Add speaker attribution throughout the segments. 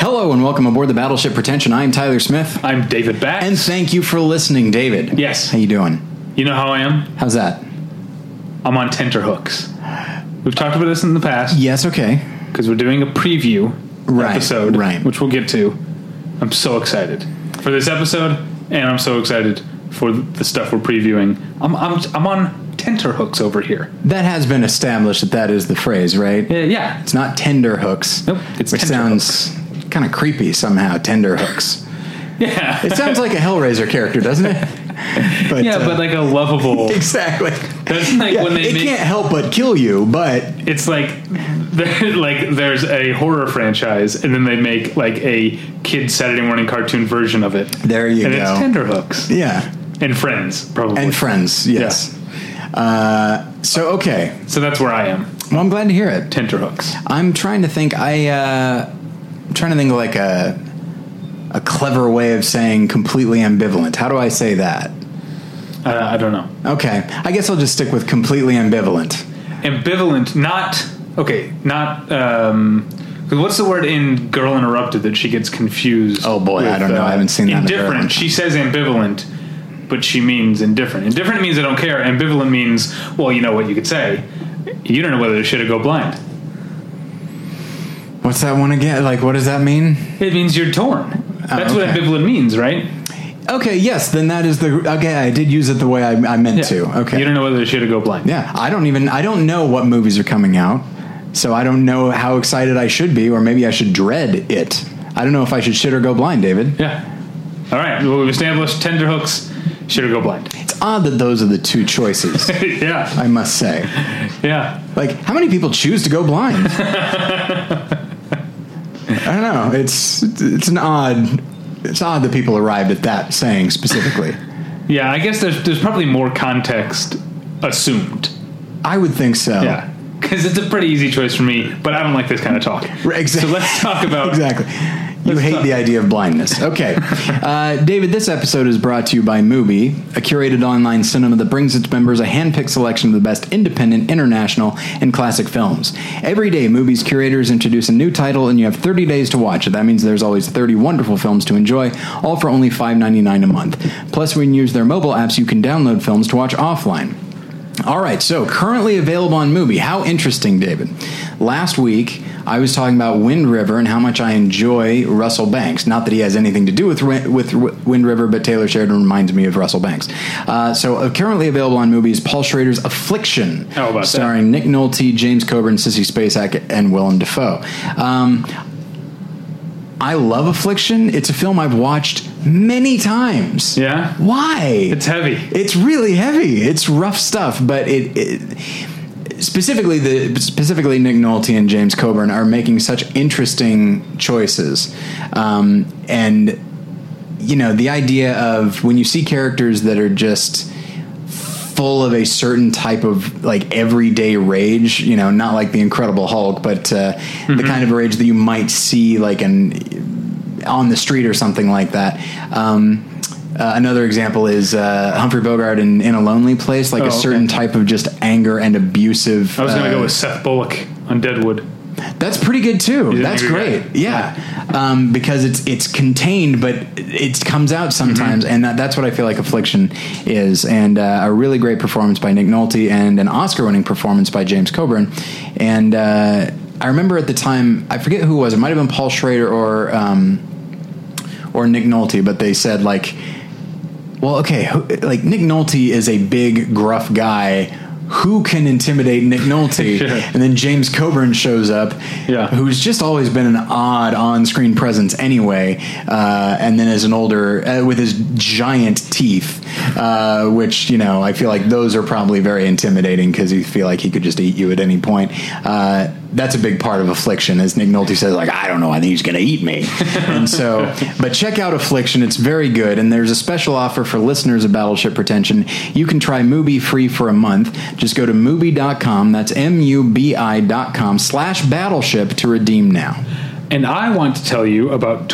Speaker 1: welcome aboard the battleship Pretension. I am Tyler Smith,
Speaker 2: I'm David Bax.
Speaker 1: and thank you for listening, David.
Speaker 2: Yes.
Speaker 1: How you doing?
Speaker 2: you know how I am?
Speaker 1: How's that?
Speaker 2: I'm on tenterhooks. We've talked about this in the past
Speaker 1: Yes. Okay.
Speaker 2: because we're doing a preview
Speaker 1: Right,
Speaker 2: episode,
Speaker 1: right.
Speaker 2: which we'll get to. I'm so excited for this episode, and I'm so excited for the stuff we're previewing. I'm I'm I'm on tenterhooks over here.
Speaker 1: That has been established that that is the phrase, right?
Speaker 2: Yeah, yeah.
Speaker 1: It's not tender hooks.
Speaker 2: Nope, it's
Speaker 1: which
Speaker 2: tender
Speaker 1: sounds kind of creepy somehow. Tender hooks.
Speaker 2: yeah.
Speaker 1: It sounds like a Hellraiser character, doesn't it? But,
Speaker 2: yeah,
Speaker 1: uh,
Speaker 2: but like a lovable.
Speaker 1: exactly.
Speaker 2: That's like
Speaker 1: Yeah,
Speaker 2: when they
Speaker 1: it
Speaker 2: make
Speaker 1: can't help but kill you, but
Speaker 2: it's like there- like there's a horror franchise and then they make like a kid Saturday morning cartoon version of it.
Speaker 1: There you
Speaker 2: and
Speaker 1: go.
Speaker 2: it's tenderhooks
Speaker 1: yeah.
Speaker 2: and friends probably.
Speaker 1: And friends, yes. Uh, so okay,
Speaker 2: so that's where I am.
Speaker 1: well, I'm glad to hear it.
Speaker 2: Tenterhooks.
Speaker 1: I'm trying to think. I uh, I'm trying to think of like a a clever way of saying completely ambivalent. How do I say that?
Speaker 2: Uh, I don't know.
Speaker 1: Okay, I guess I'll just stick with completely ambivalent.
Speaker 2: Ambivalent. Not okay. Not um. 'cause What's the word in "Girl Interrupted" that she gets confused? uh,
Speaker 1: Oh, boy, I don't know. I haven't seen that in a very long
Speaker 2: Indifferent.
Speaker 1: time.
Speaker 2: she says ambivalent, but she means indifferent. Indifferent means I don't care. Ambivalent means well, you know what you could say. You don't know whether to shit or go blind.
Speaker 1: What's that one again? Like, what does that mean?
Speaker 2: It means you're torn. That's what
Speaker 1: Oh, okay.
Speaker 2: ambivalent means, right?
Speaker 1: Okay, yes, then that is the. Okay, I did use it the way I, I meant to. Okay,
Speaker 2: You don't know whether to shit or go blind.
Speaker 1: Yeah, I don't even I don't know what movies are coming out, so I don't know how excited I should be, or maybe I should dread it. I don't know if I should shit or go blind, David.
Speaker 2: Yeah. All right. Well, we've established tender hooks. Shit or go blind.
Speaker 1: It's odd that those are the two choices.
Speaker 2: yeah.
Speaker 1: I must say,
Speaker 2: Yeah.
Speaker 1: like, how many people choose to go blind? I don't know. It's it's an odd. It's odd that people arrived at that saying specifically.
Speaker 2: Yeah, I guess there's there's probably more context assumed.
Speaker 1: I would think so.
Speaker 2: Yeah, because it's a pretty easy choice for me, but I don't like this kind of talk.
Speaker 1: Exactly.
Speaker 2: So let's talk about
Speaker 1: Exactly. You hate the idea of blindness. Okay. Uh, David, this episode is brought to you by Mubi, a curated online cinema that brings its members a hand-picked selection of the best independent, international, and classic films. Every day, Mubi's curators introduce a new title, and you have 30 days to watch it. That means there's always 30 wonderful films to enjoy, all for only $5.99 a month. Plus, when you use their mobile apps, you can download films to watch offline. All right, so currently available on Mubi. How interesting, David. Last week, I was talking about Wind River and how much I enjoy Russell Banks. Not that he has anything to do with Wi- with Wi- Wind River, but Taylor Sheridan reminds me of Russell Banks. Uh, so uh, currently available on Mubi is Paul Schrader's Affliction,
Speaker 2: How about that?
Speaker 1: starring Nick Nolte, James Coburn, Sissy Spacek, and Willem Dafoe. Um, I love Affliction. It's a film I've watched many times.
Speaker 2: Yeah?
Speaker 1: Why?
Speaker 2: It's heavy.
Speaker 1: It's really heavy. It's rough stuff, but it, it specifically the specifically Nick Nolte and James Coburn are making such interesting choices, um, and you know the idea of when you see characters that are just full of a certain type of like everyday rage you know not like the incredible hulk but uh, the
Speaker 2: Mm-hmm.
Speaker 1: kind of rage that you might see like an on the street or something like that um, uh, another example is uh, Humphrey Bogart in, in a lonely place, like
Speaker 2: Oh,
Speaker 1: a
Speaker 2: okay.
Speaker 1: certain type of just anger and abusive.
Speaker 2: I was going
Speaker 1: uh,
Speaker 2: to go with Seth Bullock on Deadwood.
Speaker 1: that's pretty good too.
Speaker 2: an
Speaker 1: That's
Speaker 2: angry guy.
Speaker 1: great. Yeah, um, because it's it's contained, but it comes out sometimes, and that, that's what I feel like Affliction is. And uh, a really great performance by Nick Nolte, and an Oscar-winning performance by James Coburn. And uh, I remember at the time, I forget who it was. It might have been Paul Schrader or um, or Nick Nolte, but they said like. Well, okay, who- like Nick Nolte is a big gruff guy. Who can intimidate Nick Nolte?
Speaker 2: Sure.
Speaker 1: And then James Coburn shows up,
Speaker 2: Yeah.
Speaker 1: who's just always been an odd on-screen presence anyway. Uh, and then as an older, uh, with his giant teeth, uh, which you know, I feel like those are probably very intimidating because you feel like he could just eat you at any point. Uh, that's a big part of affliction, as Nick Nolte says, like I don't know, I think he's going to eat me. and so, but check out Affliction; it's very good. And there's a special offer for listeners of Battleship Pretension. You can try Mubi free for a month. Just go to Mubi.com. That's M-U-B-I dot com slash Battleship to redeem now.
Speaker 2: And I want to tell you about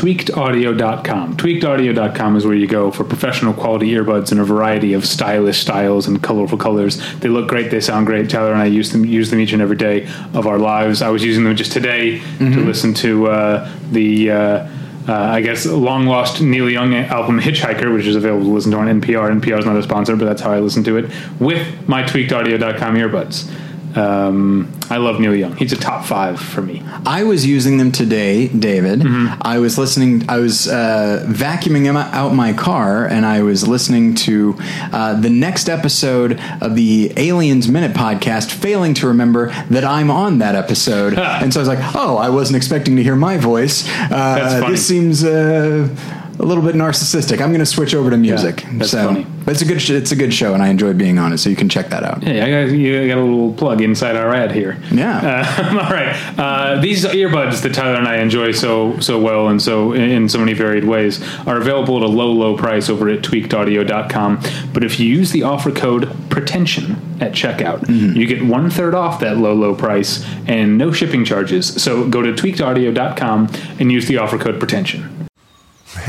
Speaker 2: tweakedaudio.com. Tweakedaudio.com is where you go for professional quality earbuds in a variety of stylish styles and colorful colors. They look great, they sound great. Tyler and I use them use them each and every day of our lives. I was using them just today to listen to uh, the uh, uh, I guess long lost Neil Young album Hitchhiker, which is available to listen to on NPR. NPR is not a sponsor, but that's how I listen to it with my tweakedaudio.com earbuds. Um, I love Neil Young. He's a top five for me.
Speaker 1: I was using them today, David.
Speaker 2: Mm-hmm.
Speaker 1: I was listening. I was uh, vacuuming them out my car, and I was listening to uh, the next episode of the Aliens Minute podcast, failing to remember that I'm on that episode. and so I was like, "Oh, I wasn't expecting to hear my voice. Uh,
Speaker 2: That's funny.
Speaker 1: This seems." Uh, a little bit narcissistic. I'm going to switch over to music.
Speaker 2: that's
Speaker 1: so,
Speaker 2: funny.
Speaker 1: but it's a good sh- it's a good show, and I enjoy being on it. So you can check that out.
Speaker 2: Hey, I got, you got a little plug inside our ad here.
Speaker 1: Yeah.
Speaker 2: Um, all right. Uh, these earbuds that Tyler and I enjoy so so well and so in so many varied ways are available at a low low price over at tweakedaudio.com. But if you use the offer code pretension at checkout, you get one third off that low low price and no shipping charges. So go to tweakedaudio.com and use the offer code pretension.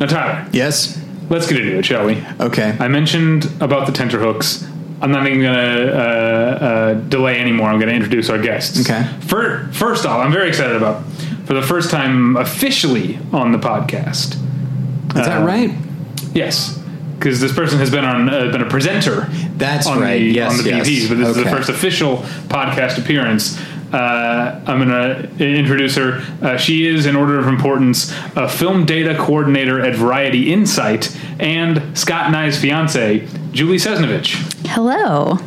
Speaker 2: Now, Tyler,
Speaker 1: Yes.
Speaker 2: let's get into it, shall we?
Speaker 1: Okay.
Speaker 2: I mentioned about the tenterhooks. I'm not even going to uh, uh, delay anymore. I'm going to introduce our guests.
Speaker 1: Okay.
Speaker 2: Fir first off, I'm very excited about for the first time officially on the podcast. Uh,
Speaker 1: Is that right?
Speaker 2: Yes, because this person has been on uh, been a presenter.
Speaker 1: That's
Speaker 2: on
Speaker 1: right.
Speaker 2: The,
Speaker 1: Yes,
Speaker 2: on the
Speaker 1: yes.
Speaker 2: BPs, but this is the
Speaker 1: Okay.
Speaker 2: first official podcast appearance. Uh, I'm going to introduce her. Uh, she is, in order of importance, a film data coordinator at Variety Insight and Scott and I's fiance, Julie Sesnovich.
Speaker 3: Hello.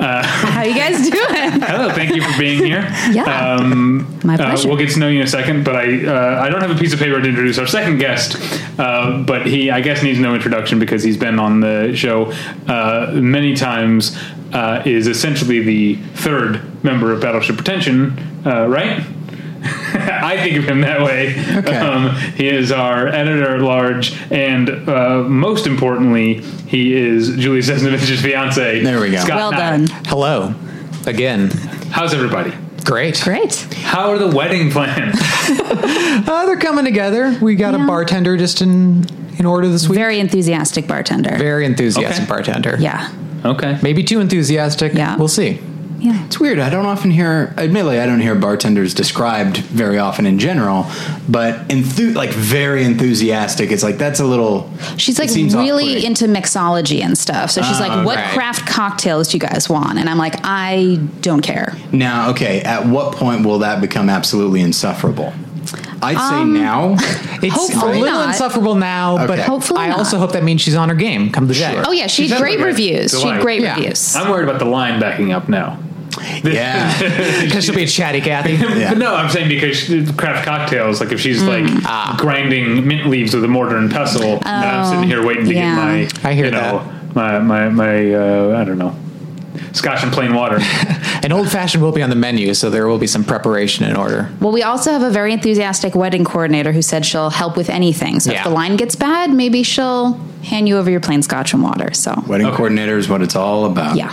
Speaker 3: How you guys doing?
Speaker 2: Hello, Oh, thank you for being here.
Speaker 3: Yeah.
Speaker 2: Um,
Speaker 3: My
Speaker 2: uh,
Speaker 3: pleasure.
Speaker 2: we'll get to know you in a second, but I uh, I don't have a piece of paper to introduce our second guest, uh, but he I guess needs no introduction because he's been on the show uh, many times. Uh, is essentially the third member of Battleship Pretension, uh, right? I think of him that way.
Speaker 1: Okay.
Speaker 2: Um, he is our editor at large, and uh, most importantly, he is Julie Sesnovich's fiance.
Speaker 1: There we go.
Speaker 2: Scott
Speaker 3: well
Speaker 2: Knott.
Speaker 3: done.
Speaker 4: Hello. Again.
Speaker 2: How's everybody?
Speaker 4: Great.
Speaker 3: Great.
Speaker 2: How are the wedding plans?
Speaker 4: Uh, they're coming together. We got
Speaker 3: Yeah.
Speaker 4: a bartender just in in order this week.
Speaker 3: Very enthusiastic bartender.
Speaker 4: Very enthusiastic
Speaker 2: Okay.
Speaker 4: bartender.
Speaker 3: yeah.
Speaker 2: okay.
Speaker 4: Maybe too enthusiastic.
Speaker 3: Yeah.
Speaker 4: We'll see.
Speaker 3: Yeah.
Speaker 1: It's weird. I don't often hear, admittedly, I don't hear bartenders described very often in general, but enthu- like very enthusiastic. It's like that's a little.
Speaker 3: She's
Speaker 1: it
Speaker 3: like
Speaker 1: seems
Speaker 3: really
Speaker 1: off-putting.
Speaker 3: into mixology and stuff. So she's like, what
Speaker 4: right.
Speaker 3: craft cocktails do you guys want? And I'm like, I don't care.
Speaker 1: Now, okay, at what point will that become absolutely insufferable? I'd say now.
Speaker 4: It's
Speaker 3: Hopefully
Speaker 4: a little
Speaker 3: not.
Speaker 4: insufferable now, but
Speaker 1: Okay.
Speaker 3: Hopefully
Speaker 4: I
Speaker 3: not.
Speaker 4: also hope that means she's on her game come the day.
Speaker 3: Oh, yeah. She
Speaker 2: She's
Speaker 3: had great
Speaker 2: definitely good.
Speaker 3: reviews. She had
Speaker 2: Delight.
Speaker 3: great
Speaker 4: Yeah.
Speaker 3: reviews.
Speaker 2: I'm worried about the line backing up now.
Speaker 1: yeah.
Speaker 4: Because she'll be a chatty Cathy.
Speaker 1: Yeah.
Speaker 2: But no, I'm saying because she- craft cocktails, like if she's
Speaker 3: Hmm.
Speaker 2: like grinding mint leaves with a mortar and pestle, and I'm
Speaker 3: Ah. Oh,
Speaker 2: sitting here waiting to
Speaker 3: yeah.
Speaker 2: get my,
Speaker 4: I hear
Speaker 2: you know, my, my, my uh, I don't know, scotch and plain water.
Speaker 4: An old fashioned will be on the menu, so there will be some preparation in order.
Speaker 3: Well, we also have a very enthusiastic wedding coordinator who said she'll help with anything. So if
Speaker 4: Yeah.
Speaker 3: the line gets bad, maybe she'll hand you over your plain scotch and water. So,
Speaker 1: Wedding coordinator is what it's all about.
Speaker 3: yeah.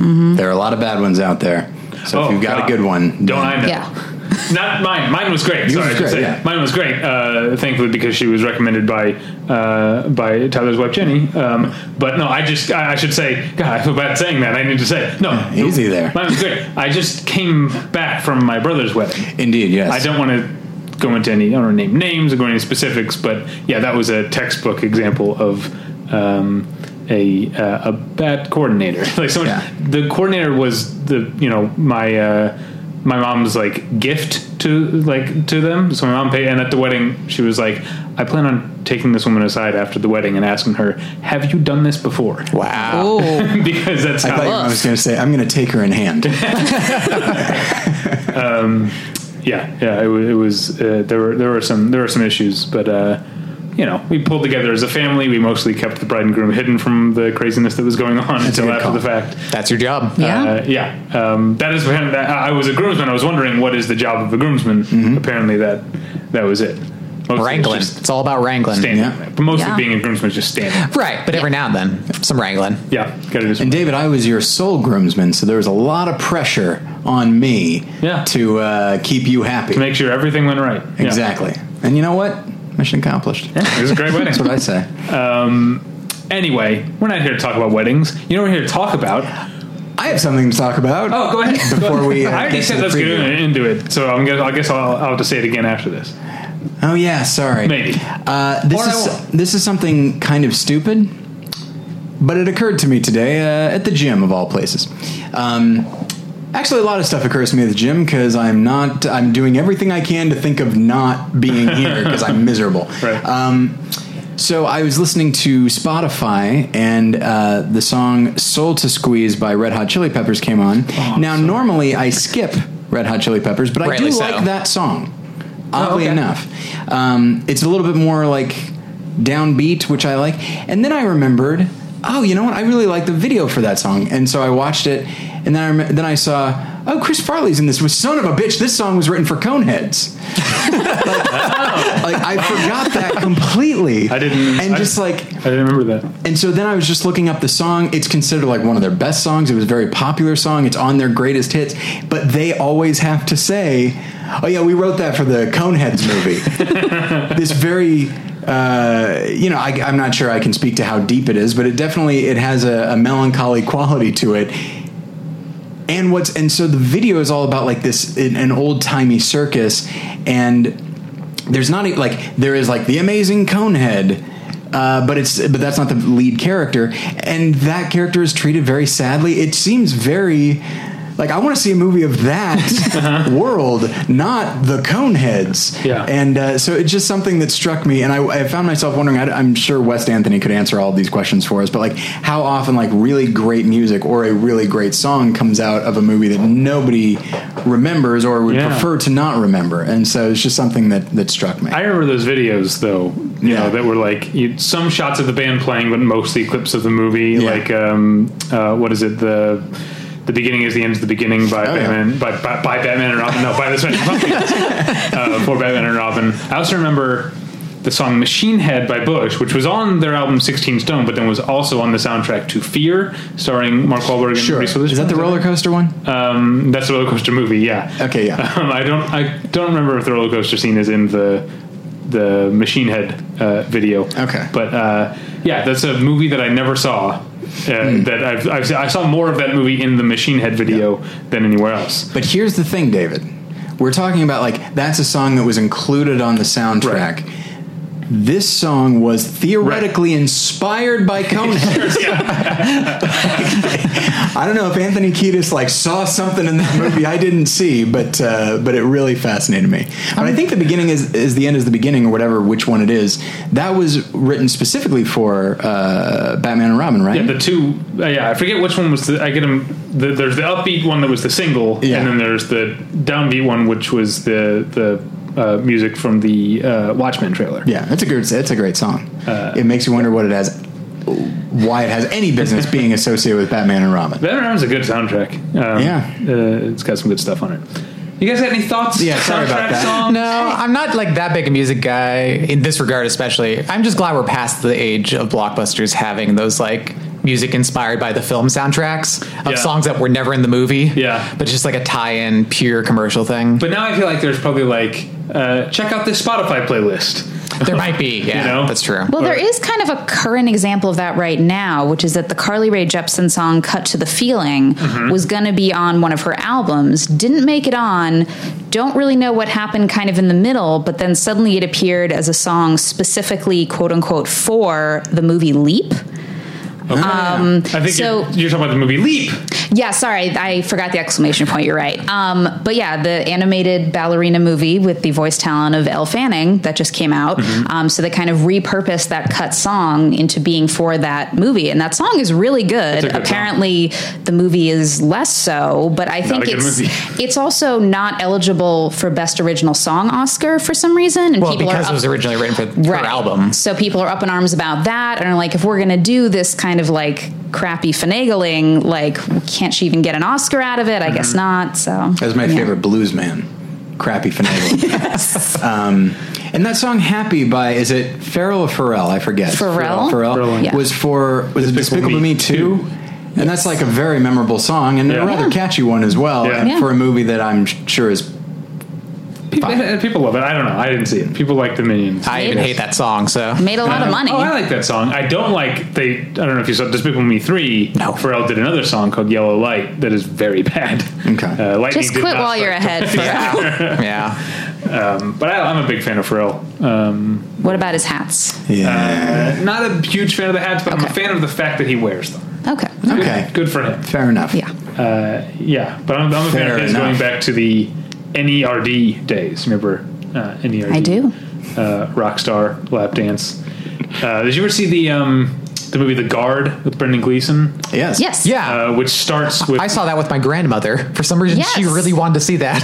Speaker 1: There are a lot of bad ones out there. So if you've got
Speaker 2: Oh, God.
Speaker 1: a good one,
Speaker 2: Don't I know?
Speaker 3: Yeah.
Speaker 2: Not mine. Mine was great. Sorry,
Speaker 1: was
Speaker 2: I should
Speaker 1: great,
Speaker 2: say.
Speaker 1: yeah.
Speaker 2: Mine was great. Uh, thankfully, because she was recommended by uh, by Tyler's wife Jenny. Um, but no, I just I, I should say, God, I feel bad saying that. I need to say it. no.
Speaker 1: Easy there.
Speaker 2: Mine was great. I just came back from my brother's wedding.
Speaker 1: Indeed, yes.
Speaker 2: I don't want to go into any. I don't want to name names or go into any specifics, but yeah, that was a textbook example of um, a uh, a bad coordinator. like someone,
Speaker 1: Yeah.
Speaker 2: the coordinator was the you know my uh, my mom's like gift to like to them. So my mom paid, and at the wedding, she was like, "I plan on taking this woman aside after the wedding and asking her, have you done this before?"
Speaker 4: Wow.
Speaker 3: Oh,
Speaker 2: because that's
Speaker 1: I,
Speaker 2: how.
Speaker 1: thought you- I was going to say, I'm going to take her in hand.
Speaker 2: yeah, yeah, it, wa- it was. Uh, there were there were some there were some issues, but uh, you know, we pulled together as a family. We mostly kept the bride and groom hidden from the craziness that was going on
Speaker 1: a
Speaker 2: until
Speaker 1: good
Speaker 2: after
Speaker 1: call.
Speaker 2: the fact.
Speaker 4: That's your job.
Speaker 3: yeah.
Speaker 2: Uh, yeah, um, that is.
Speaker 1: Mm-hmm.
Speaker 2: when- I I was a groomsman. I was wondering what is the job of a groomsman. Apparently, that that was it. it's
Speaker 4: wrangling.
Speaker 2: just-
Speaker 4: It's all about wrangling.
Speaker 2: Standing.
Speaker 1: Yeah.
Speaker 2: there. But mostly
Speaker 3: Yeah.
Speaker 2: being a groomsman is just standing.
Speaker 4: Right, but every now and then, some wrangling.
Speaker 2: Yeah, gotta do some.
Speaker 1: And David, I was your sole groomsman, so there was a lot of pressure on me
Speaker 2: Yeah.
Speaker 1: to uh, keep you happy.
Speaker 2: Make sure everything went right. Yeah.
Speaker 1: exactly. And you know what? Mission accomplished.
Speaker 2: It was a great wedding.
Speaker 1: That's what I say.
Speaker 2: Anyway, we're not here to talk about weddings. You know what we're here to talk about?
Speaker 1: I have something to talk about.
Speaker 2: Oh, go ahead.
Speaker 1: Before we, uh,
Speaker 2: I already
Speaker 1: get to
Speaker 2: said
Speaker 1: the
Speaker 2: let's get
Speaker 1: preview.
Speaker 2: into it. So I'm gonna, I guess I'll, I'll have to say it again after this.
Speaker 1: Oh yeah, sorry.
Speaker 2: Maybe.
Speaker 1: Uh, this
Speaker 2: Or I
Speaker 1: is
Speaker 2: won't.
Speaker 1: this is something kind of stupid, but it occurred to me today uh, at the gym of all places. Um, actually, a lot of stuff occurs to me at the gym because I'm not. I'm doing everything I can to think of not being here because I'm miserable.
Speaker 2: Right.
Speaker 1: Um, so I was listening to Spotify, and uh, the song "Soul to Squeeze" by Red Hot Chili Peppers came on.
Speaker 2: Oh,
Speaker 1: now, normally I skip Red Hot Chili Peppers, but I
Speaker 4: Rightly
Speaker 1: do
Speaker 4: so. Oh,
Speaker 1: like that song. Oddly
Speaker 4: okay.
Speaker 1: enough, um, it's a little bit more like downbeat, which I like. And then I remembered, oh, you know what? I really like the video for that song, and so I watched it. And then I rem- then I saw, oh, Chris Farley's in this. Was son of a bitch? This song was written for Coneheads. like, I forgot that completely.
Speaker 2: I didn't-
Speaker 1: And
Speaker 2: I-
Speaker 1: just like,
Speaker 2: I didn't remember that.
Speaker 1: and so then I was just looking up the song. It's considered like one of their best songs. It was a very popular song. It's on their greatest hits. But they always have to say, "Oh yeah, we wrote that for the Coneheads movie." this very, uh, you know, I, I'm not sure I can speak to how deep it is, but it definitely it has a, a melancholy quality to it. And what's and so the video is all about like this in, an old timey circus, and there's not a, like there is like the amazing Conehead, uh, but it's but that's not the lead character, and that character is treated very sadly. It seems very. Like I want to see a movie of that world, not the Coneheads.
Speaker 2: Yeah.
Speaker 1: and uh, so it's just something that struck me, and I, I found myself wondering. I, am sure West Anthony could answer all of these questions for us, but like, how often like really great music or a really great song comes out of a movie that nobody remembers or would
Speaker 2: Yeah.
Speaker 1: prefer to not remember, and so it's just something that that struck me.
Speaker 2: I remember those videos though, you
Speaker 1: Yeah.
Speaker 2: know, that were like you, some shots of the band playing, but mostly clips of the movie.
Speaker 1: Yeah.
Speaker 2: Like, um, uh, what is it? The the beginning is the end is the beginning by
Speaker 1: Oh, yeah.
Speaker 2: Batman by, by, by Batman and Robin. No, by the Smashing Pumpkins uh, for Batman and Robin. I also remember the song Machine Head by Bush, which was on their album 16 Stone, but then was also on the soundtrack to Fear, starring Mark Wahlberg and Reese Witherspoon.
Speaker 1: Is that the roller coaster one?
Speaker 2: Um, that's a roller coaster movie, yeah.
Speaker 1: Okay, yeah.
Speaker 2: Um, I don't. I don't remember if the roller coaster scene is in the the Machine Head uh, video.
Speaker 1: Okay.
Speaker 2: but uh, yeah, that's a movie that I never saw. Uh,
Speaker 1: Hmm.
Speaker 2: That I've, I've se- I saw more of that movie in the Machine Head video than anywhere else.
Speaker 1: But here's the thing, David. We're talking about like that's a song that was included on the soundtrack. This song was theoretically inspired by Coneheads. I don't know if Anthony Kiedis like saw something in that movie I didn't see, but uh, but it really fascinated me. But I think the beginning is, is the end is the beginning or whatever, which one it is. That was written specifically for uh, Batman and Robin, right?
Speaker 2: Yeah, the two. Uh, yeah, I forget which one was. The, I get them. The, there's the upbeat one that was the single,
Speaker 1: Yeah.
Speaker 2: and then there's the downbeat one, which was the the. Uh, music from the uh, Watchmen trailer.
Speaker 1: Yeah, that's a good. It's a great song.
Speaker 2: Uh,
Speaker 1: it makes you wonder what it has, why it has any business being associated with Batman and Robin.
Speaker 2: Batman Round's a good soundtrack. Um,
Speaker 1: Yeah.
Speaker 2: uh, it's got some good stuff on it. You guys got any thoughts?
Speaker 1: Yeah, sorry about
Speaker 2: Soundtrack
Speaker 1: that.
Speaker 2: songs?
Speaker 4: No, I'm not like that big a music guy in this regard, especially. I'm just glad we're past the age of blockbusters having those like music inspired by the film soundtracks of
Speaker 2: Yeah.
Speaker 4: songs that were never in the movie.
Speaker 2: Yeah.
Speaker 4: But just like a tie in pure commercial thing.
Speaker 2: But now I feel like there's probably like, uh, check out this Spotify playlist.
Speaker 4: there might be. Yeah.
Speaker 2: know?
Speaker 4: That's true.
Speaker 3: Well, there is kind of a current example of that right now, which is that the Carly Rae Jepsen song "Cut to the Feeling" was going to be on one of her albums, didn't make it on. Don't really know what happened kind of in the middle, but then suddenly it appeared as a song specifically "quote unquote" for the movie Leap.
Speaker 2: I think
Speaker 3: So-
Speaker 2: you're, you're talking about the movie Leap.
Speaker 3: Yeah, sorry, I forgot the exclamation point. You're right. Um, but yeah, the animated ballerina movie with the voice talent of Elle Fanning that just came out.
Speaker 2: Mm-hmm.
Speaker 3: Um, so they kind of repurposed that cut song into being for that movie, and that song is really
Speaker 2: It's
Speaker 3: good.
Speaker 2: a good song.
Speaker 3: Apparently, the movie is less so, but I
Speaker 2: a
Speaker 3: think
Speaker 2: good
Speaker 3: it's
Speaker 2: movie.
Speaker 3: it's also not eligible for best original song Oscar for some reason, and
Speaker 4: Well,
Speaker 3: people
Speaker 4: because
Speaker 3: are
Speaker 4: it
Speaker 3: up-
Speaker 4: was originally written for
Speaker 3: Right.
Speaker 4: her album.
Speaker 3: So people are up in arms about that and are like, if we're going to do this kind of like crappy finagling, like, can't she even get an Oscar out of it? I
Speaker 2: Mm-hmm.
Speaker 3: guess not. So
Speaker 1: That was my favorite blues man, crappy finale. um, And that song "Happy" by is it Farrell or Pharrell? I forget.
Speaker 3: Pharrell?
Speaker 1: Pharrell,
Speaker 2: Pharrell.
Speaker 3: Yeah.
Speaker 1: was for was it Despicable
Speaker 2: Despicable
Speaker 1: Me,
Speaker 2: Me
Speaker 1: Too? And that's like a very memorable song and
Speaker 2: Yeah.
Speaker 1: a rather
Speaker 2: Yeah.
Speaker 1: catchy one as well
Speaker 2: Yeah.
Speaker 1: and
Speaker 3: Yeah.
Speaker 1: for a movie that I'm sure is
Speaker 2: People, people love it. I don't know. I didn't see it. People like the Minions.
Speaker 4: I even hate that song. So
Speaker 3: Made a lot of money.
Speaker 2: Oh, I like that song. I don't like they. I don't know if you saw Despicable Me three.
Speaker 4: No.
Speaker 2: Pharrell did another song called Yellow Light that is very bad.
Speaker 1: Okay.
Speaker 2: Uh, Lightning
Speaker 3: Just
Speaker 2: did
Speaker 3: quit
Speaker 2: not
Speaker 3: while you're
Speaker 2: strike-
Speaker 3: ahead. Pharrell.
Speaker 4: yeah,
Speaker 2: Um, but I, I'm a big fan of Pharrell. Um,
Speaker 3: What about his hats?
Speaker 1: yeah.
Speaker 2: not a huge fan of the hats, but I'm a
Speaker 3: Okay.
Speaker 2: fan of the fact that he wears them.
Speaker 3: Okay.
Speaker 1: okay.
Speaker 2: Uh, Good for him.
Speaker 1: Fair enough.
Speaker 3: Yeah.
Speaker 2: Yeah, but I'm, I'm a fan
Speaker 1: Fair
Speaker 2: of his
Speaker 1: enough.
Speaker 2: going back to the NERD days. Remember uh, NERD?
Speaker 3: I do.
Speaker 2: Uh, Rockstar lap dance. Uh, did you ever see the um, the movie The Guard with Brendan Gleeson,
Speaker 1: Yes.
Speaker 3: Yes.
Speaker 4: yeah.
Speaker 2: uh, which starts with
Speaker 4: I saw that with my grandmother. For some reason, she
Speaker 3: Yes.
Speaker 4: really wanted to see that.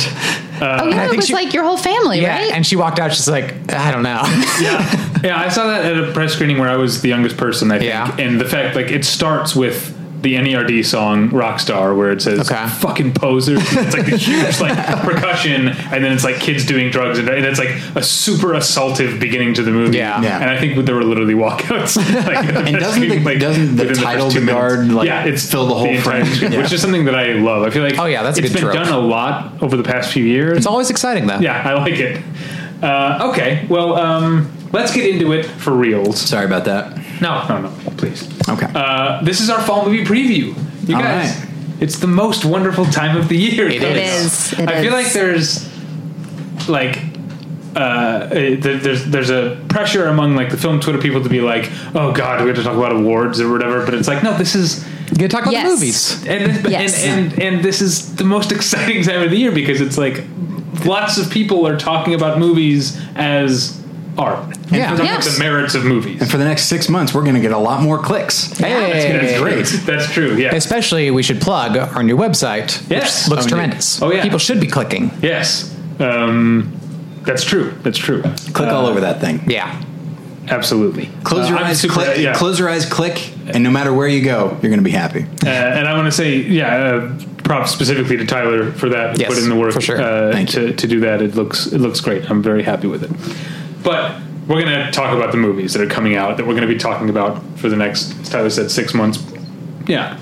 Speaker 3: oh,
Speaker 4: I
Speaker 3: yeah. It
Speaker 4: think
Speaker 3: was
Speaker 4: she-
Speaker 3: like your whole family,
Speaker 4: yeah,
Speaker 3: right?
Speaker 4: and she walked out. She's like, I don't know.
Speaker 2: yeah, yeah. I saw that at a press screening where I was the youngest person. I think,
Speaker 4: Yeah.
Speaker 2: and the fact like it starts with the NERD song "Rockstar," where it says
Speaker 4: Okay.
Speaker 2: "fucking posers." And it's like the huge like percussion, and then it's like kids doing drugs, and and it's like a super assaultive beginning to the movie.
Speaker 4: Yeah. Yeah.
Speaker 2: And I think there were literally walkouts. Like, at
Speaker 1: And
Speaker 2: press
Speaker 1: doesn't the-
Speaker 2: screening,
Speaker 1: doesn't the
Speaker 2: within first
Speaker 1: title
Speaker 2: two
Speaker 1: The Guard,
Speaker 2: minutes.
Speaker 1: like,
Speaker 2: yeah, it's
Speaker 1: fill the whole frame?
Speaker 2: entire screen, which is something that I love. I feel like
Speaker 4: Oh, yeah, that's a
Speaker 2: it's
Speaker 4: good
Speaker 2: been
Speaker 4: trope.
Speaker 2: done a lot over the past few years.
Speaker 4: It's always exciting though.
Speaker 2: Yeah, I like it. Uh, okay, well, um, let's get into it for reals.
Speaker 1: Sorry about that.
Speaker 2: No, no, no, please.
Speaker 1: Okay.
Speaker 2: Uh, this is our fall movie preview. You
Speaker 1: All
Speaker 2: guys,
Speaker 1: right.
Speaker 2: it's the most wonderful time of the year. It
Speaker 3: is. It
Speaker 2: I feel
Speaker 3: is.
Speaker 2: like there's like. Uh, eh, there- there's there's a pressure among like the film Twitter people to be like, oh god, we have to talk about awards or whatever. But it's like, no, this is
Speaker 4: You can talk about
Speaker 3: Yes.
Speaker 4: the movies.
Speaker 2: and this,
Speaker 3: Yes.
Speaker 2: and, and and this is the most exciting time of the year because it's like lots of people are talking about movies as art. And
Speaker 4: Yeah.
Speaker 2: they're talking
Speaker 3: Yes.
Speaker 2: about the merits of movies.
Speaker 1: For the next six months, we're going to get a lot more clicks.
Speaker 4: Hey.
Speaker 2: That's great. That's true. Yeah.
Speaker 4: Especially, we should plug our new website. which
Speaker 2: Yes.
Speaker 4: looks
Speaker 1: Oh, yeah.
Speaker 4: tremendous.
Speaker 2: Oh, yeah.
Speaker 4: people should be clicking.
Speaker 2: yes. Um, that's true. That's true.
Speaker 1: Click all over that thing.
Speaker 4: Yeah,
Speaker 2: Absolutely.
Speaker 1: Close
Speaker 2: Uh,
Speaker 1: your
Speaker 2: I'm
Speaker 1: eyes,
Speaker 2: super-
Speaker 1: click.
Speaker 2: yeah.
Speaker 1: Close your eyes, click, and no matter where you go, you're going to be happy.
Speaker 2: Uh, and I want to say, yeah, uh, props specifically to Tyler for that.
Speaker 4: Yes,
Speaker 2: put in the work
Speaker 4: for sure.
Speaker 2: uh,
Speaker 1: Thank
Speaker 2: to, to do that. It looks it looks great. I'm very happy with it. But we're going to talk about the movies that are coming out that we're going to be talking about for the next, as Tyler said, six months. Yeah,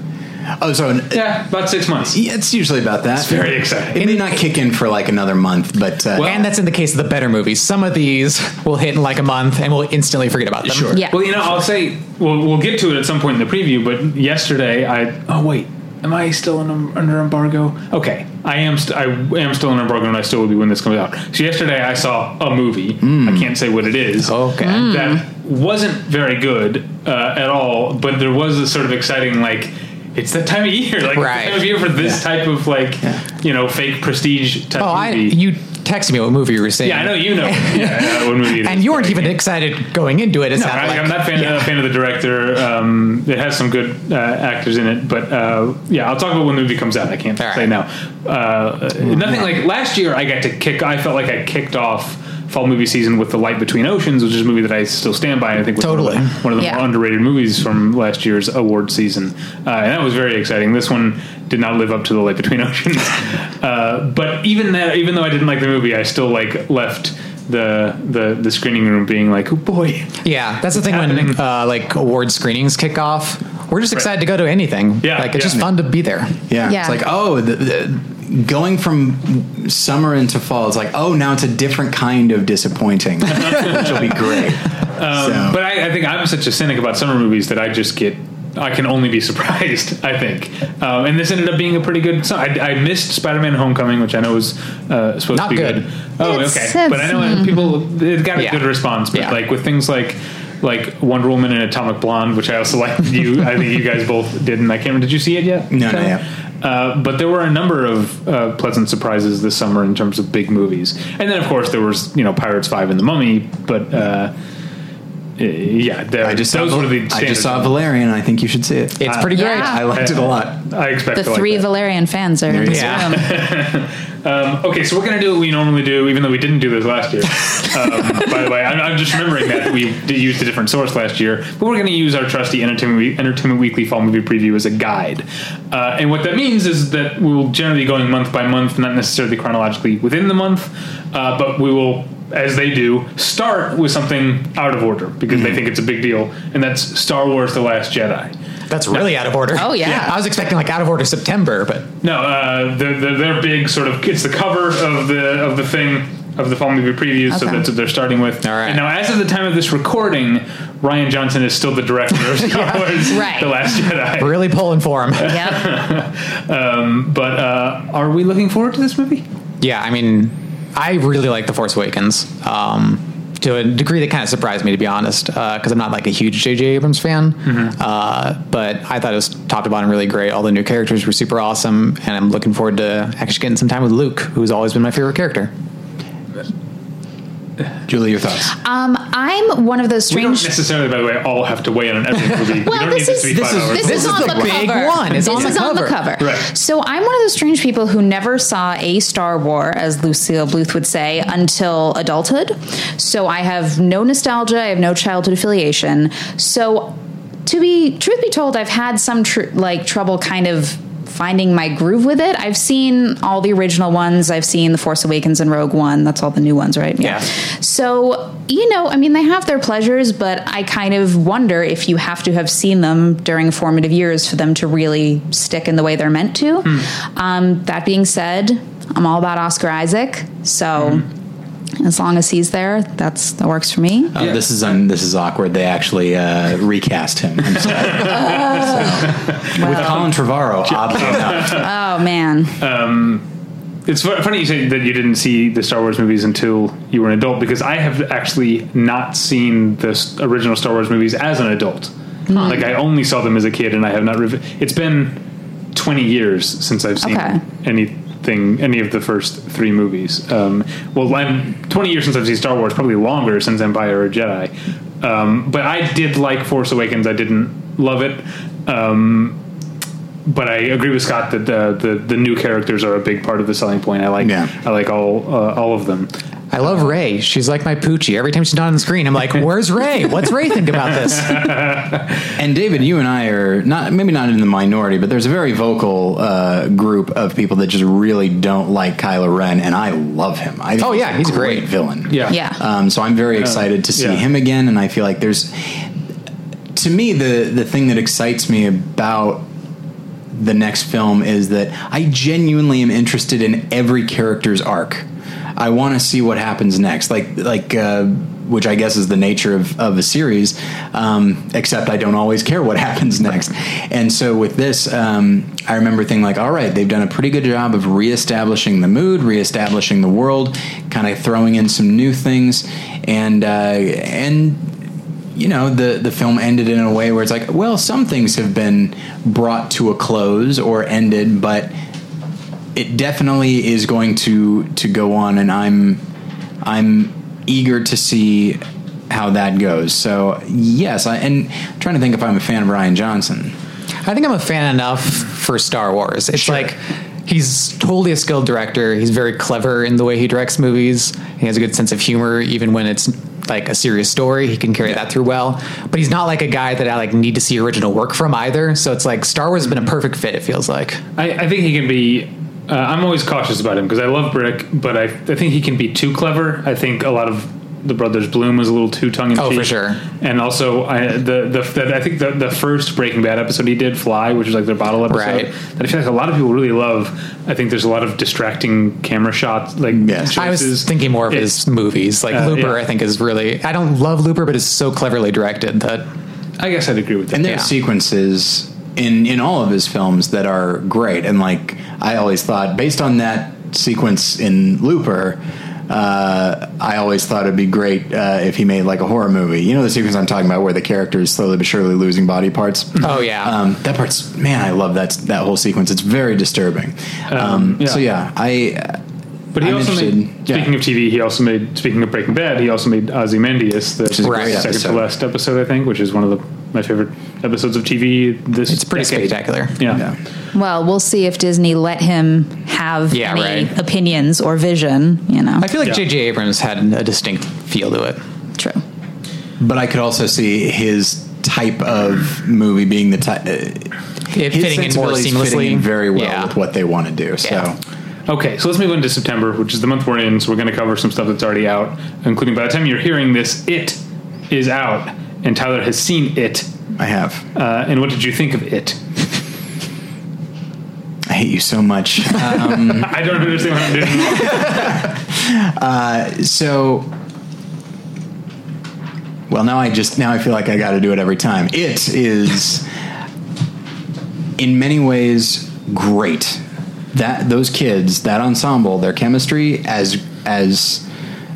Speaker 1: Oh, so an-
Speaker 2: yeah, about six months.
Speaker 1: yeah, it's usually about that. It's
Speaker 2: Very exciting.
Speaker 1: It may not kick in for like another month, but uh,
Speaker 4: and that's in the case of the better movies. Some of these will hit in like a month, and we'll instantly forget about them. Sure.
Speaker 3: Yeah.
Speaker 2: Well, you know, I'll say we'll, we'll get to it at some point in the preview. But yesterday, I oh wait, am I still in, under embargo? Okay, I am. St- I am still under embargo, and I still will be when this comes out. So yesterday, I saw a movie. I can't say what it is.
Speaker 4: Hmm. Okay.
Speaker 2: that wasn't very good uh, at all. But there was a sort of exciting like. It's that time of year, like it's
Speaker 4: Right.
Speaker 2: the time of year for this type of like, you know, fake prestige type
Speaker 4: Oh, I
Speaker 2: movie.
Speaker 4: you texted me what movie you were seeing.
Speaker 2: yeah, I know you know. yeah, I know what movie it
Speaker 4: And
Speaker 2: is,
Speaker 4: you
Speaker 2: but
Speaker 4: weren't
Speaker 2: I
Speaker 4: even
Speaker 2: can't-
Speaker 4: excited going into it. It
Speaker 2: no,
Speaker 4: sounded
Speaker 2: I,
Speaker 4: like
Speaker 2: I'm not fan, a fan of the director. Um, it has some good uh, actors in it, but uh, yeah, I'll talk about when the movie comes out. I can't
Speaker 4: All right.
Speaker 2: say now. Uh, nothing like last year. I got to kick. I felt like I kicked off fall movie season with the Light Between Oceans, which is a movie that I still stand by. and I think was
Speaker 4: Totally.
Speaker 2: one of the, one of the
Speaker 3: Yeah.
Speaker 2: more underrated movies from last year's award season, uh, and that was very exciting. This one did not live up to the Light Between Oceans, uh, but even that, even though I didn't like the movie, I still like left. The, the the screening room being like oh boy
Speaker 4: Yeah, that's the thing
Speaker 2: happening.
Speaker 4: when uh, like award screenings kick off. We're just excited to go to anything.
Speaker 2: Yeah,
Speaker 4: like it's
Speaker 2: yeah.
Speaker 4: just fun to be there.
Speaker 1: yeah,
Speaker 3: Yeah.
Speaker 1: it's like oh, the, the, going from summer into fall, it's like oh, now it's a different kind of disappointing, which will be great. so,
Speaker 2: But I, I think I'm such a cynic about summer movies that I just get. I can only be surprised. I think, um, and this ended up being a pretty good. So I, I missed Spider-Man: Homecoming, which I know was uh, supposed
Speaker 4: Not
Speaker 2: to be good.
Speaker 4: good.
Speaker 2: Oh,
Speaker 3: It's-
Speaker 2: okay. But I know uh, people it got a
Speaker 4: Yeah.
Speaker 2: good response. But
Speaker 4: Yeah.
Speaker 2: like with things like like Wonder Woman and Atomic Blonde, which I also like. You, I think you guys both did, and I can't. remember- Did you see it yet?
Speaker 1: No, not
Speaker 2: Tyler?
Speaker 1: yet.
Speaker 2: Uh, but there were a number of uh, pleasant surprises this summer in terms of big movies, and then of course there was you know Pirates Five and The Mummy, but. Uh, uh, yeah, there-
Speaker 1: I just saw,
Speaker 2: those were the
Speaker 1: I
Speaker 2: standards.
Speaker 1: just saw Valerian. and I think you should see it.
Speaker 4: It's pretty great.
Speaker 3: yeah.
Speaker 1: I liked it a lot.
Speaker 2: I expect
Speaker 3: The
Speaker 2: to like
Speaker 3: three
Speaker 2: that.
Speaker 3: Valerian fans are in this
Speaker 4: Yeah.
Speaker 3: room.
Speaker 2: Um, okay, so we're gonna do what we normally do, even though we didn't do this last year. Um, by the way, I'm, I'm just remembering that we did use a different source last year, but we're gonna use our trusty Entertainment, We- Entertainment Weekly Fall Movie Preview as a guide. Uh, and what that means is that we will generally be going month by month, not necessarily chronologically within the month, uh, but we will as they do, start with something out of order because
Speaker 1: Mm-hmm.
Speaker 2: they think it's a big deal, and that's Star Wars: The Last Jedi.
Speaker 4: That's really out of order.
Speaker 3: Oh, yeah.
Speaker 4: I was expecting like out of order September, but
Speaker 2: No, uh, they're, they're, they're big sort of. It's the cover of the of the thing of the fall movie preview, so
Speaker 3: Okay.
Speaker 2: that's what they're starting with.
Speaker 4: All right.
Speaker 2: And now, as of the time of this recording, Ryan Johnson is still the director of Star Wars:
Speaker 3: right.
Speaker 2: The Last Jedi.
Speaker 4: really pulling for him.
Speaker 3: Yep.
Speaker 2: Um, but uh, are we looking forward to this movie?
Speaker 4: Yeah, I mean, I really like The Force Awakens um, to a degree that kind of surprised me, to be honest, because I'm not like a huge J.J. Abrams fan.
Speaker 1: Mm-hmm.
Speaker 4: Uh, but I thought it was top to bottom really great. All the new characters were super awesome, and I'm looking forward to actually getting some time with Luke, who's always been my favorite character.
Speaker 1: Julie, your thoughts?
Speaker 3: Um, I'm one of those
Speaker 2: We don't
Speaker 3: strange.
Speaker 2: necessarily, by the way, all have to weigh in on every movie. we
Speaker 3: Well,
Speaker 2: don't
Speaker 3: this
Speaker 2: need
Speaker 3: is
Speaker 2: this to be
Speaker 3: this
Speaker 2: five
Speaker 3: is
Speaker 2: hours.
Speaker 3: this
Speaker 4: This
Speaker 3: is
Speaker 4: is
Speaker 3: on
Speaker 4: the
Speaker 3: the,
Speaker 4: big
Speaker 3: cover.
Speaker 4: one. It's
Speaker 3: this
Speaker 4: on the
Speaker 3: is on the cover.
Speaker 2: Right.
Speaker 3: So I'm one of those strange people who never saw a Star War, as Lucille Bluth would say, until adulthood. So I have no nostalgia. I have no childhood affiliation. So to be truth be told, I've had some tr- like trouble kind of finding my groove with it. I've seen all the original ones. I've seen The Force Awakens and Rogue One. That's all the new ones, right?
Speaker 4: Yeah.
Speaker 3: So, you know, I mean, they have their pleasures, but I kind of wonder if you have to have seen them during formative years for them to really stick in the way they're meant to.
Speaker 4: Hmm.
Speaker 3: Um, that being said, I'm all about Oscar Isaac. So,
Speaker 4: Hmm.
Speaker 3: as long as he's there, that's that works for me.
Speaker 1: Uh, This is un- this is awkward. They actually uh, recast him. I'm sorry. So- With Colin Trevorrow, oddly enough.
Speaker 3: Oh, man.
Speaker 2: It's fu- funny you say that you didn't see the Star Wars movies until you were an adult because I have actually not seen the s- original Star Wars movies as an adult. Like I only saw them as a kid, and I have not. Rev- it's been twenty years since I've seen
Speaker 3: Okay.
Speaker 2: anything, any of the first three movies. Um, well, I'm twenty years since I've seen Star Wars, probably longer since Empire or Jedi. Um, but I did like Force Awakens. I didn't love it. Um, but I agree with Scott that the, the the new characters are a big part of the selling point. I like
Speaker 1: Yeah.
Speaker 2: I like all uh, all of them.
Speaker 4: I love Ray. She's like my poochie. Every time she's not on the screen, I'm like, "Where's Ray? What's Ray think about this?"
Speaker 1: And David, you and I are not maybe not in the minority, but there's a very vocal uh, group of people that just really don't like Kylo Ren, and I love him. I think
Speaker 4: Oh, yeah,
Speaker 1: a
Speaker 4: he's
Speaker 1: great,
Speaker 4: great.
Speaker 1: villain.
Speaker 3: Yeah.
Speaker 1: Um, so I'm very excited to see
Speaker 2: yeah.
Speaker 1: him again, and I feel like there's, to me, the the thing that excites me about the next film is that I genuinely am interested in every character's arc. I want to see what happens next, like like uh, which I guess is the nature of of a series. Um, except I don't always care what happens next, and so with this, um, I remember thinking like, all right, they've done a pretty good job of reestablishing the mood, reestablishing the world, kind of throwing in some new things, and uh, and you know the the film ended in a way where it's like well some things have been brought to a close or ended but it definitely is going to to go on and I'm I'm eager to see how that goes so yes I and I'm trying to think if I'm a fan of Ryan Johnson
Speaker 4: I think I'm a fan enough for Star Wars. It's like he's totally a skilled director. He's very clever in the way he directs movies. He has a good sense of humor, even when it's like a serious story. He can carry that through well. But he's not like a guy that I like need to see original work from either. So it's like Star Wars has been a perfect fit. It feels like
Speaker 2: I, I think he can be. Uh, I'm always cautious about him because I love Brick, but I, I think he can be too clever. I think a lot of the brothers Bloom was a little too tongue in cheek.
Speaker 4: Oh, for sure.
Speaker 2: And also, I the the, the I think the, the first Breaking Bad episode he did, Fly, which was like their bottle episode,
Speaker 4: Right.
Speaker 2: that I feel like a lot of people really love. I think there's a lot of distracting camera shots, like
Speaker 1: Yes.
Speaker 4: I
Speaker 2: choices.
Speaker 4: was thinking more of
Speaker 2: It's-
Speaker 4: his movies. Like
Speaker 2: Uh,
Speaker 4: Looper,
Speaker 2: yeah.
Speaker 4: I think is really. I don't love Looper, but it's so cleverly directed that
Speaker 2: I guess I'd agree with that.
Speaker 1: and there are
Speaker 4: Yeah.
Speaker 1: sequences in in all of his films that are great and like I always thought based on that sequence in Looper uh, I always thought it'd be great uh, if he made like a horror movie. You know the sequence I'm talking about, where the character is slowly but surely losing body parts.
Speaker 4: Oh, yeah.
Speaker 1: um, that part's man. I love that that whole sequence. It's very disturbing. Um,
Speaker 2: yeah.
Speaker 1: So yeah, I
Speaker 2: But he
Speaker 1: I'm
Speaker 2: also made,
Speaker 1: interested. Yeah.
Speaker 2: speaking of TV, he also made speaking of Breaking Bad, he also made Ozymandias, the
Speaker 1: is a
Speaker 4: great
Speaker 2: second to
Speaker 1: episode.
Speaker 2: last episode, I think, which is one of the, my favorite episodes of TV. This
Speaker 4: it's pretty
Speaker 2: decade.
Speaker 4: spectacular.
Speaker 2: Yeah.
Speaker 1: yeah.
Speaker 3: Well, we'll see if Disney let him have
Speaker 4: Yeah,
Speaker 3: any
Speaker 4: right.
Speaker 3: opinions or vision, you know.
Speaker 4: I feel
Speaker 2: Yeah.
Speaker 4: like J.J. Abrams had a distinct feel to it.
Speaker 3: True.
Speaker 1: But I could also see his type of movie being the type. Uh,
Speaker 4: It
Speaker 1: his
Speaker 4: fitting in more
Speaker 1: sensibilities
Speaker 4: seamlessly.
Speaker 1: fitting in very well
Speaker 4: Yeah.
Speaker 1: with what they want to do. So
Speaker 4: Yeah.
Speaker 2: Okay, so let's move into September, which is the month we're in. So we're going to cover some stuff that's already out, including by the time you're hearing this, it is out, and Tyler has seen it.
Speaker 1: I have.
Speaker 2: Uh, and what did you think of it?
Speaker 1: I hate you so much.
Speaker 2: I don't understand what I'm doing.
Speaker 1: so well now i just now i feel like i got to do it every time it is in many ways great that those kids that ensemble their chemistry as as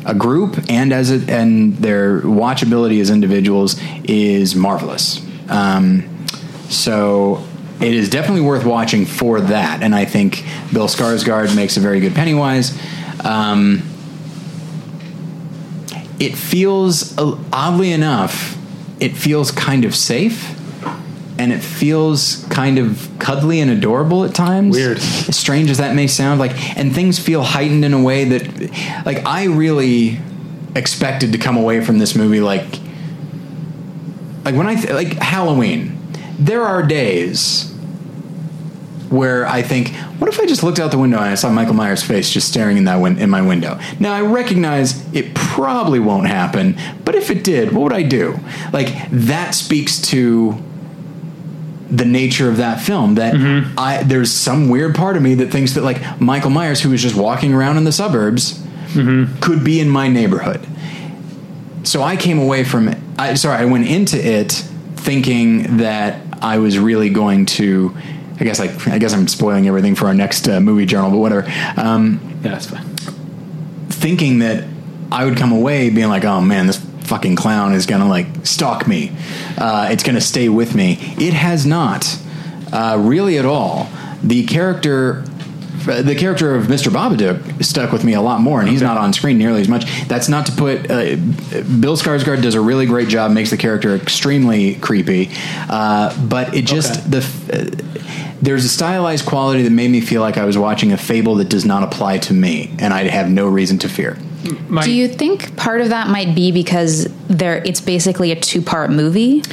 Speaker 1: a group and as a, and their watchability as individuals is marvelous um, so it is definitely worth watching for that and i think bill skarsgård makes a very good pennywise um, it feels uh, oddly enough it feels kind of safe and it feels kind of cuddly and adorable at times
Speaker 2: Weird.
Speaker 1: as strange as that may sound like and things feel heightened in a way that like i really expected to come away from this movie like like when I th- like Halloween, there are days where I think, what if I just looked out the window and I saw Michael Myers' face just staring in that win- in my window? Now I recognize it probably won't happen, but if it did, what would I do? Like that speaks to the nature of that film that I there's some weird part of me that thinks that like Michael Myers who is just walking around in the suburbs could be in my neighborhood so I came away from it. I, sorry, I went into it thinking that I was really going to. I guess like I guess I'm spoiling everything for our next uh, movie journal, but whatever. Um,
Speaker 2: Yeah, that's fine.
Speaker 1: thinking that I would come away being like, oh man, this fucking clown is gonna like stalk me. Uh, it's gonna stay with me. It has not, uh, really at all. The character. uh, The character of Mr. Babadook stuck with me a lot more, and he's not on screen nearly as much. That's not to put uh, Bill Skarsgård does a really great job, makes the character extremely creepy, uh, but it just the f- uh, there's a stylized quality that made me feel like I was watching a fable that does not apply to me, and I have no reason to fear.
Speaker 2: My,
Speaker 3: Do you think part of that might be because there it's basically a two-part movie?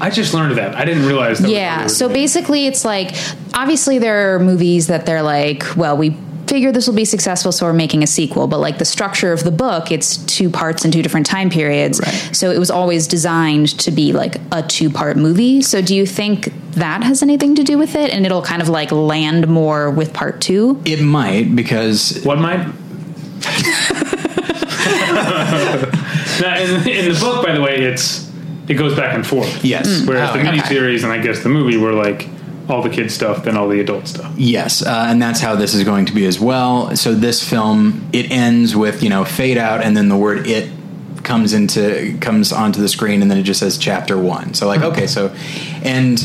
Speaker 2: I just learned that. I didn't realize that. was what
Speaker 3: Yeah.
Speaker 2: we were
Speaker 3: So
Speaker 2: doing.
Speaker 3: basically, it's like obviously there are movies that they're like, well, we figure this will be successful, so we're making a sequel. But like the structure of the book, it's two parts in two different time periods.
Speaker 1: Right.
Speaker 3: So it was always designed to be like a two part movie. So do you think that has anything to do with it? And it'll kind of like land more with part two?
Speaker 1: It might because
Speaker 2: What might? now, in, in the book, by the way, it's it goes back and forth.
Speaker 1: Yes. Mm.
Speaker 2: Whereas the
Speaker 4: Oh, okay.
Speaker 2: miniseries and I guess the movie were like all the kid stuff, then all the adult stuff.
Speaker 1: Yes, uh, and that's how this is going to be as well. So this film it ends with you know fade out, and then the word it comes into comes onto the screen, and then it just says chapter one. So like okay, so and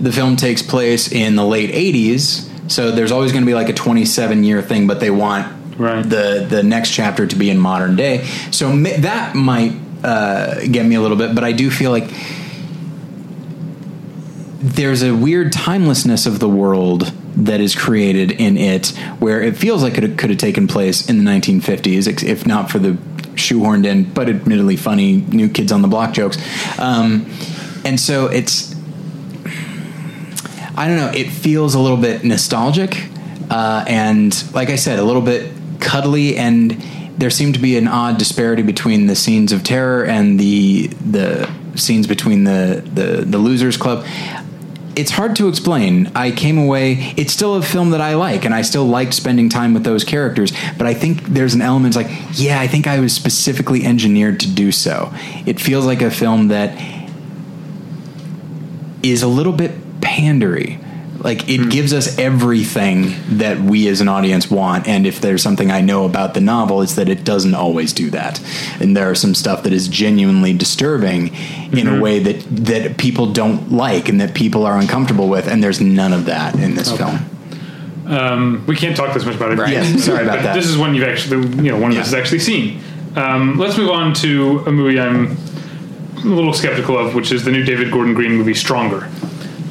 Speaker 1: the film takes place in the late '80s. So there's always going to be like a 27 year thing, but they want
Speaker 2: Right.
Speaker 1: the the next chapter to be in modern day. So ma- that might uh, get me a little bit, but I do feel like there's a weird timelessness of the world that is created in it where it feels like it could have taken place in the 1950s ex- if not for the shoehorned in but admittedly funny new kids on the block jokes um, and so it's i don't know it feels a little bit nostalgic uh, and like i said a little bit cuddly and there seemed to be an odd disparity between the scenes of terror and the the scenes between the the, the losers club it's hard to explain. I came away. It's still a film that I like, and I still liked spending time with those characters. But I think there's an element like, yeah, I think I was specifically engineered to do so. It feels like a film that is a little bit pandery. Like it gives us everything that we as an audience want, and if there's something I know about the novel, it's that it doesn't always do that, and there are some stuff that is genuinely disturbing in a way that that people don't like and that people are uncomfortable with, and there's none of that in this film.
Speaker 2: Um, we can't talk this much about it.
Speaker 1: Right. Yes, sorry about
Speaker 2: But
Speaker 1: that.
Speaker 2: This is one you've actually, you know, one of
Speaker 1: Yeah.
Speaker 2: us has actually seen. Um, let's move on to a movie I'm a little skeptical of, which is the new David Gordon Green movie Stronger,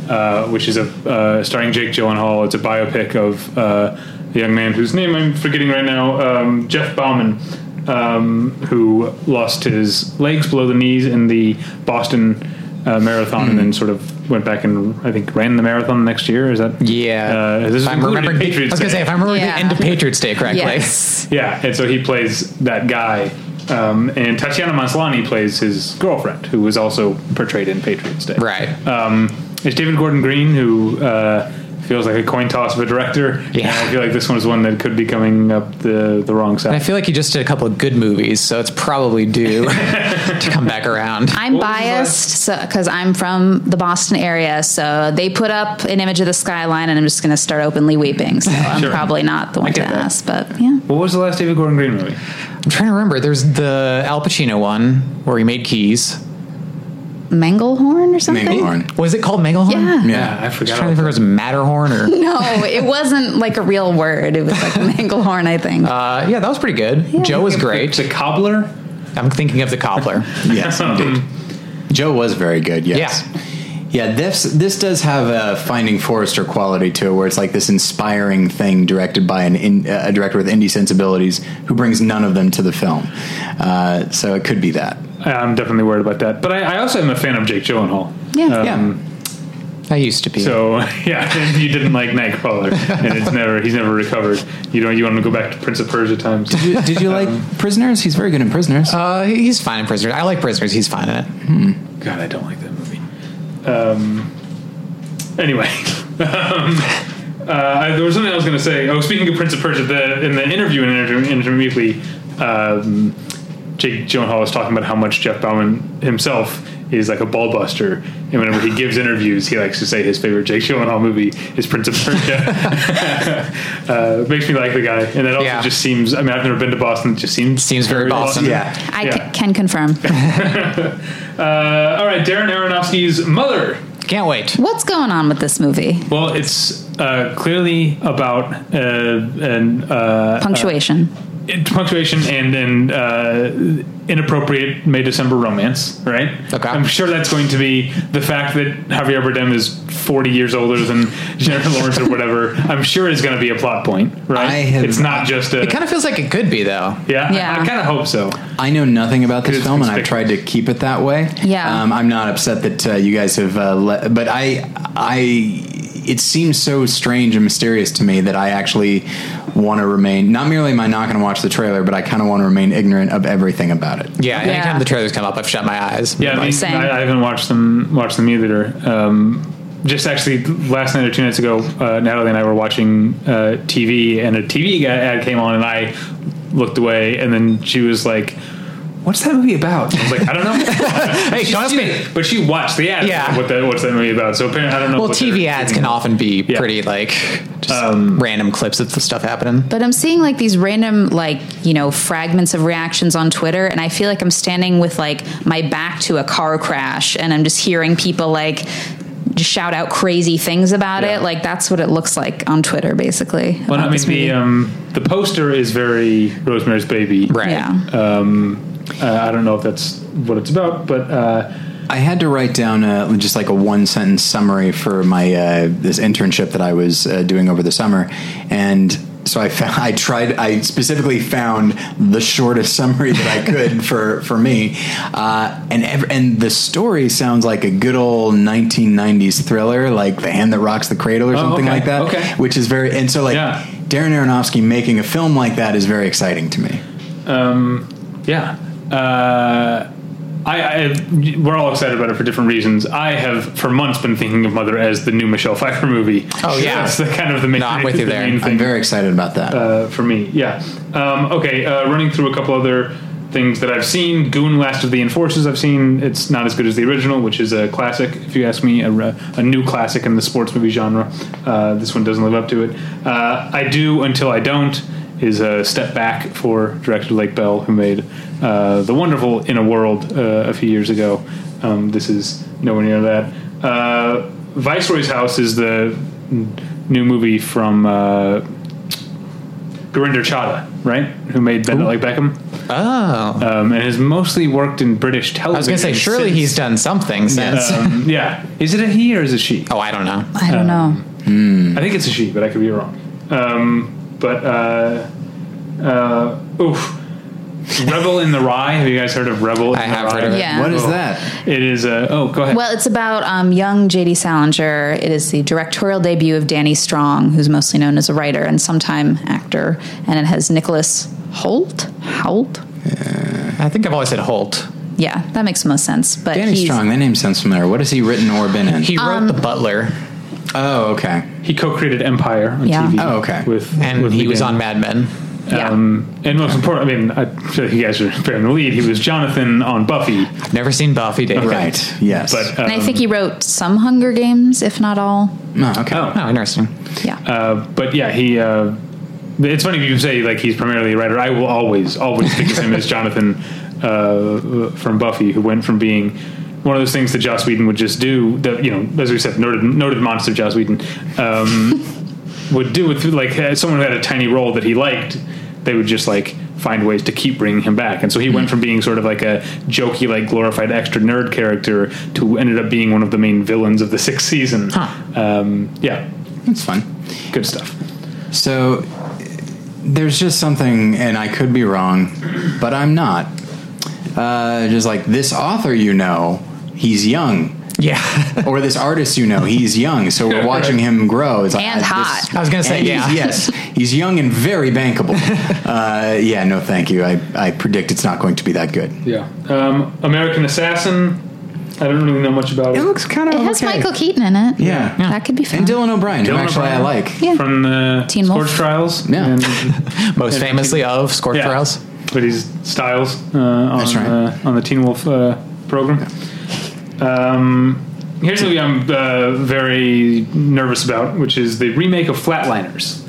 Speaker 2: uh, which is a uh, starring Jake Gyllenhaal. It's a biopic of uh, a young man whose name I'm forgetting right now, um, Jeff Bauman, um, who lost his legs below the knees in the Boston uh, marathon
Speaker 1: Hmm.
Speaker 2: and then sort of went back and I think ran the marathon the next year. Is that
Speaker 4: Yeah,
Speaker 2: Uh, is this
Speaker 4: if I'm
Speaker 2: included in
Speaker 4: remembering,
Speaker 2: Patriots
Speaker 4: I was gonna
Speaker 2: Day?
Speaker 4: say if I'm remembering
Speaker 3: Yeah.
Speaker 4: the end of Patriots Day correctly.
Speaker 3: Yes.
Speaker 2: Yeah, and so he plays that guy, um, and Tatiana Maslany plays his girlfriend, who was also portrayed in Patriots Day.
Speaker 4: Right.
Speaker 2: Um, it's David Gordon Green who uh, feels like a coin toss of a director.
Speaker 4: Yeah.
Speaker 2: And I feel like this one is one that could be coming up the the wrong
Speaker 4: And I
Speaker 2: side.
Speaker 4: feel like he just did a couple of good movies, so it's probably due to come back around.
Speaker 3: I'm biased because I'm from the Boston area, so they put up an image of the skyline, and I'm just going to start openly weeping. So I'm
Speaker 2: Sure.
Speaker 3: probably not the one to
Speaker 4: get that.
Speaker 3: ask, but yeah.
Speaker 2: what was the last David Gordon Green movie?
Speaker 4: I'm trying to remember. There's the Al Pacino one where he made keys.
Speaker 3: Manglehorn or something?
Speaker 1: Manglehorn.
Speaker 4: Was it called Manglehorn?
Speaker 3: Yeah.
Speaker 1: Yeah.
Speaker 2: I
Speaker 4: I was
Speaker 2: forgot.
Speaker 4: trying to figure out if it was Matterhorn or.
Speaker 3: No, it wasn't like a real word. It was like Manglehorn, I think.
Speaker 4: Uh, yeah, that was pretty good. Joe was great.
Speaker 2: The Cobbler.
Speaker 4: I'm thinking of the cobbler.
Speaker 1: Yes, indeed. Joe was very good. Yes.
Speaker 4: Yeah.
Speaker 1: Yeah. this this does have a Finding Forrester quality to it, where it's like this inspiring thing directed by an in, uh, a director with indie sensibilities who brings none of them to the film. Uh, so it could be that.
Speaker 2: I'm definitely worried about that. But I, I also am a fan of Jake Gyllenhaal. Um,
Speaker 3: Yeah.
Speaker 1: yeah,
Speaker 4: I used to be.
Speaker 2: So yeah, you didn't like Nightcrawler, and it's never he's never recovered. You don't you want him to go back to Prince of Persia times?
Speaker 1: did you, did you like Prisoners? He's very good in Prisoners.
Speaker 4: uh, he- he's fine in prisoners. I like prisoners. He's fine in it.
Speaker 2: God, I don't like that movie. Um, anyway, um, uh, there was something I was going to say. Oh, speaking of Prince of Persia, the, in the interview in Inter- Entertainment Weekly, um, Jake Gyllenhaal was talking about how much Jeff Bauman himself is like a ballbuster, and whenever he gives interviews, he likes to say his favorite Jake Gyllenhaal movie is Prince of Persia. uh, makes me like the guy, and that also
Speaker 4: Yeah.
Speaker 2: just seems. I mean, I've never been to Boston. It just seems
Speaker 4: Seems very Boston.
Speaker 1: yeah.
Speaker 3: I
Speaker 2: yeah.
Speaker 3: c- can confirm.
Speaker 2: Uh, all right, Darren Aronofsky's mother
Speaker 4: Can't wait.
Speaker 3: What's going on with this movie?
Speaker 2: Well, it's uh, clearly about uh, an uh,
Speaker 3: Punctuation.
Speaker 2: it- punctuation and an uh, inappropriate May December romance, right?
Speaker 4: Okay.
Speaker 2: I'm sure that's going to be the fact that Javier Bardem is 40 years older than Jennifer Lawrence or whatever. I'm sure is going to be a plot point, right?
Speaker 1: I have-
Speaker 2: it's not just a
Speaker 4: It kind of feels like it could be though.
Speaker 2: yeah.
Speaker 3: Yeah.
Speaker 2: I, kind of hope so.
Speaker 1: I know nothing about this
Speaker 2: It's
Speaker 1: film, and I've
Speaker 2: conspicuous.
Speaker 1: tried to keep it that way.
Speaker 3: Yeah.
Speaker 1: um, I'm not upset that uh, you guys have, uh, let, but I, I, it seems so strange and mysterious to me that I actually want to remain. Not merely am I not going to watch the trailer, but I kind of want to remain ignorant of everything about it.
Speaker 4: Yeah,
Speaker 3: Yeah.
Speaker 4: Anytime the trailers come up, I've shut my eyes.
Speaker 2: Yeah, I,
Speaker 4: Like,
Speaker 2: mean,
Speaker 3: Same.
Speaker 2: I, I haven't watched them watched them either. Um, just actually last night or two nights ago, uh, Natalie and I were watching uh, TV, and a TV guy- ad came on, and I looked away, and then she was like. What's that movie about? I was like, I don't know.
Speaker 4: Hey,
Speaker 2: She's
Speaker 4: don't ask
Speaker 2: seen
Speaker 4: me.
Speaker 2: it, But she watched the ad.
Speaker 4: Yeah.
Speaker 2: What the, what's that movie about? So apparently, I don't know.
Speaker 4: well,
Speaker 2: what
Speaker 4: TV
Speaker 2: they're-
Speaker 4: ads can often be
Speaker 2: Yeah. Um,
Speaker 4: pretty like just random clips of the stuff happening.
Speaker 3: But I'm seeing like these random, like, you know, fragments of reactions on Twitter, and I feel like I'm standing with like my back to a car crash, and I'm just hearing people like just shout out crazy things about
Speaker 2: Yeah.
Speaker 3: it. Like, that's what it looks like on Twitter, basically.
Speaker 2: Well,
Speaker 3: about
Speaker 2: I mean,
Speaker 3: this movie.
Speaker 2: the um, the poster is very Rosemary's Baby.
Speaker 4: Right.
Speaker 3: yeah.
Speaker 2: Uh, I don't know if that's what it's about, but uh,
Speaker 1: I had to write down uh just like a one sentence summary for my uh, this internship that I was uh, doing over the summer, and so I found, I tried I specifically found the shortest summary that I could for for me, uh, and ev- and the story sounds like a good old 1990s thriller, like The Hand That Rocks the Cradle or something
Speaker 2: Oh, okay,
Speaker 1: like that,
Speaker 2: okay.
Speaker 1: which is very and so like
Speaker 2: Yeah.
Speaker 1: Darren Aronofsky making a film like that is very exciting to me.
Speaker 2: Um, Yeah. Uh, I, I we're all excited about it for different reasons. I have for months been thinking of Mother as the new Michelle Pfeiffer movie.
Speaker 4: Oh, yeah.
Speaker 2: that's the kind of the main.
Speaker 4: No, I'm with you
Speaker 2: the
Speaker 4: there.
Speaker 2: main
Speaker 4: I'm
Speaker 2: thing
Speaker 1: I'm very excited about that.
Speaker 2: uh, for me. Yeah. Um, okay. Uh, running through a couple other things that I've seen. Goon: Last of the Enforcers. I've seen. It's not as good as the original, which is a classic, if you ask me, a, re- a new classic in the sports movie genre. Uh, this one doesn't live up to it. Uh, I do until I don't is a step back for director Lake Bell, who made uh, the wonderful In a World uh, a few years ago. Um, this is nowhere near that. Uh, Viceroy's House is the n- new movie from uh, Gurinder Chadha, right? Who made Bend It Like Beckham,
Speaker 4: Oh,
Speaker 2: um, and has mostly worked in British television.
Speaker 4: I was gonna say surely
Speaker 2: since-
Speaker 4: he's done something since.
Speaker 2: Um, yeah, is it a he or is it she?
Speaker 4: oh, I don't know.
Speaker 3: I don't know.
Speaker 2: I think it's a she, but I could be wrong. Um, but uh, uh, oof. Rebel in the Rye. Have you guys heard of Rebel? In
Speaker 4: I
Speaker 2: the
Speaker 4: have heard
Speaker 2: Rye?
Speaker 4: of it.
Speaker 3: Yeah.
Speaker 1: What is
Speaker 2: Oh.
Speaker 1: that?
Speaker 2: It is a. Oh, go ahead.
Speaker 3: Well, it's about um, young J.D. Salinger. It is the directorial debut of Danny Strong, who's mostly known as a writer and sometime actor. And it has Nicholas Holt. Holt.
Speaker 4: I think I've always said Holt.
Speaker 3: Yeah, that makes the most sense. But
Speaker 1: Danny
Speaker 3: he's,
Speaker 1: Strong. That name sounds familiar. What has he written or been in?
Speaker 4: He wrote
Speaker 3: Um,
Speaker 4: The Butler,
Speaker 1: oh, okay.
Speaker 2: he co-created Empire on
Speaker 3: Yeah.
Speaker 2: TV.
Speaker 1: Oh, okay.
Speaker 2: With
Speaker 4: and
Speaker 2: with
Speaker 4: he was
Speaker 2: McGann.
Speaker 4: on Mad Men.
Speaker 3: Yeah.
Speaker 2: Um, and most important, I mean, I feel like you guys are bearing the lead. He was Jonathan on Buffy,
Speaker 4: I've never seen Buffy, David.
Speaker 1: Right. Yes.
Speaker 2: but uh,
Speaker 3: and I think he wrote some Hunger Games, if not all.
Speaker 1: No, okay.
Speaker 4: Oh, interesting.
Speaker 3: Yeah.
Speaker 2: Uh, but yeah, he. Uh, it's funny you say like he's primarily a writer. I will always, always think of him as Jonathan uh, from Buffy, who went from being one of those things that Joss Whedon would just do. That you know, as we said, noted noted monster Joss Whedon um, would do with like had someone who had a tiny role that he liked. They would just like find ways to keep bringing him back, and so he went from being sort of like a jokey, like glorified extra nerd character to ended up being one of the main villains of the sixth season. Um, yeah,
Speaker 1: That's fun.
Speaker 2: good stuff.
Speaker 1: So there's just something, and I could be wrong, but I'm not. Uh, just like this author, you know, he's young,
Speaker 4: Yeah.
Speaker 1: or this artist, you know, he's young. So we're watching him grow. It's like,
Speaker 3: And
Speaker 1: uh,
Speaker 3: hot.
Speaker 1: this-
Speaker 4: I was gonna say,
Speaker 1: and
Speaker 4: yeah.
Speaker 1: he's- yes, he's young and very bankable. uh, yeah, no, thank you. I, I predict it's not going to be that good.
Speaker 2: Yeah. Um, American Assassin. I don't really know much about it.
Speaker 1: looks kind of.
Speaker 3: it has Michael Keaton in it.
Speaker 1: Yeah. Yeah.
Speaker 3: That could be fun.
Speaker 1: and Dylan O'Brien, who
Speaker 2: Dylan
Speaker 1: actually I
Speaker 2: O'Brien.
Speaker 1: like.
Speaker 3: Yeah.
Speaker 2: From the
Speaker 3: Teen Wolf.
Speaker 2: Sports Trials.
Speaker 1: Yeah.
Speaker 2: And,
Speaker 4: Most famously of Scorch
Speaker 2: yeah.
Speaker 4: Trials.
Speaker 2: But he's Styles uh, on,
Speaker 1: That's right.
Speaker 2: uh, on the Teen Wolf uh, program. Um, here's a movie I'm uh, very nervous about, which is the remake of Flatliners,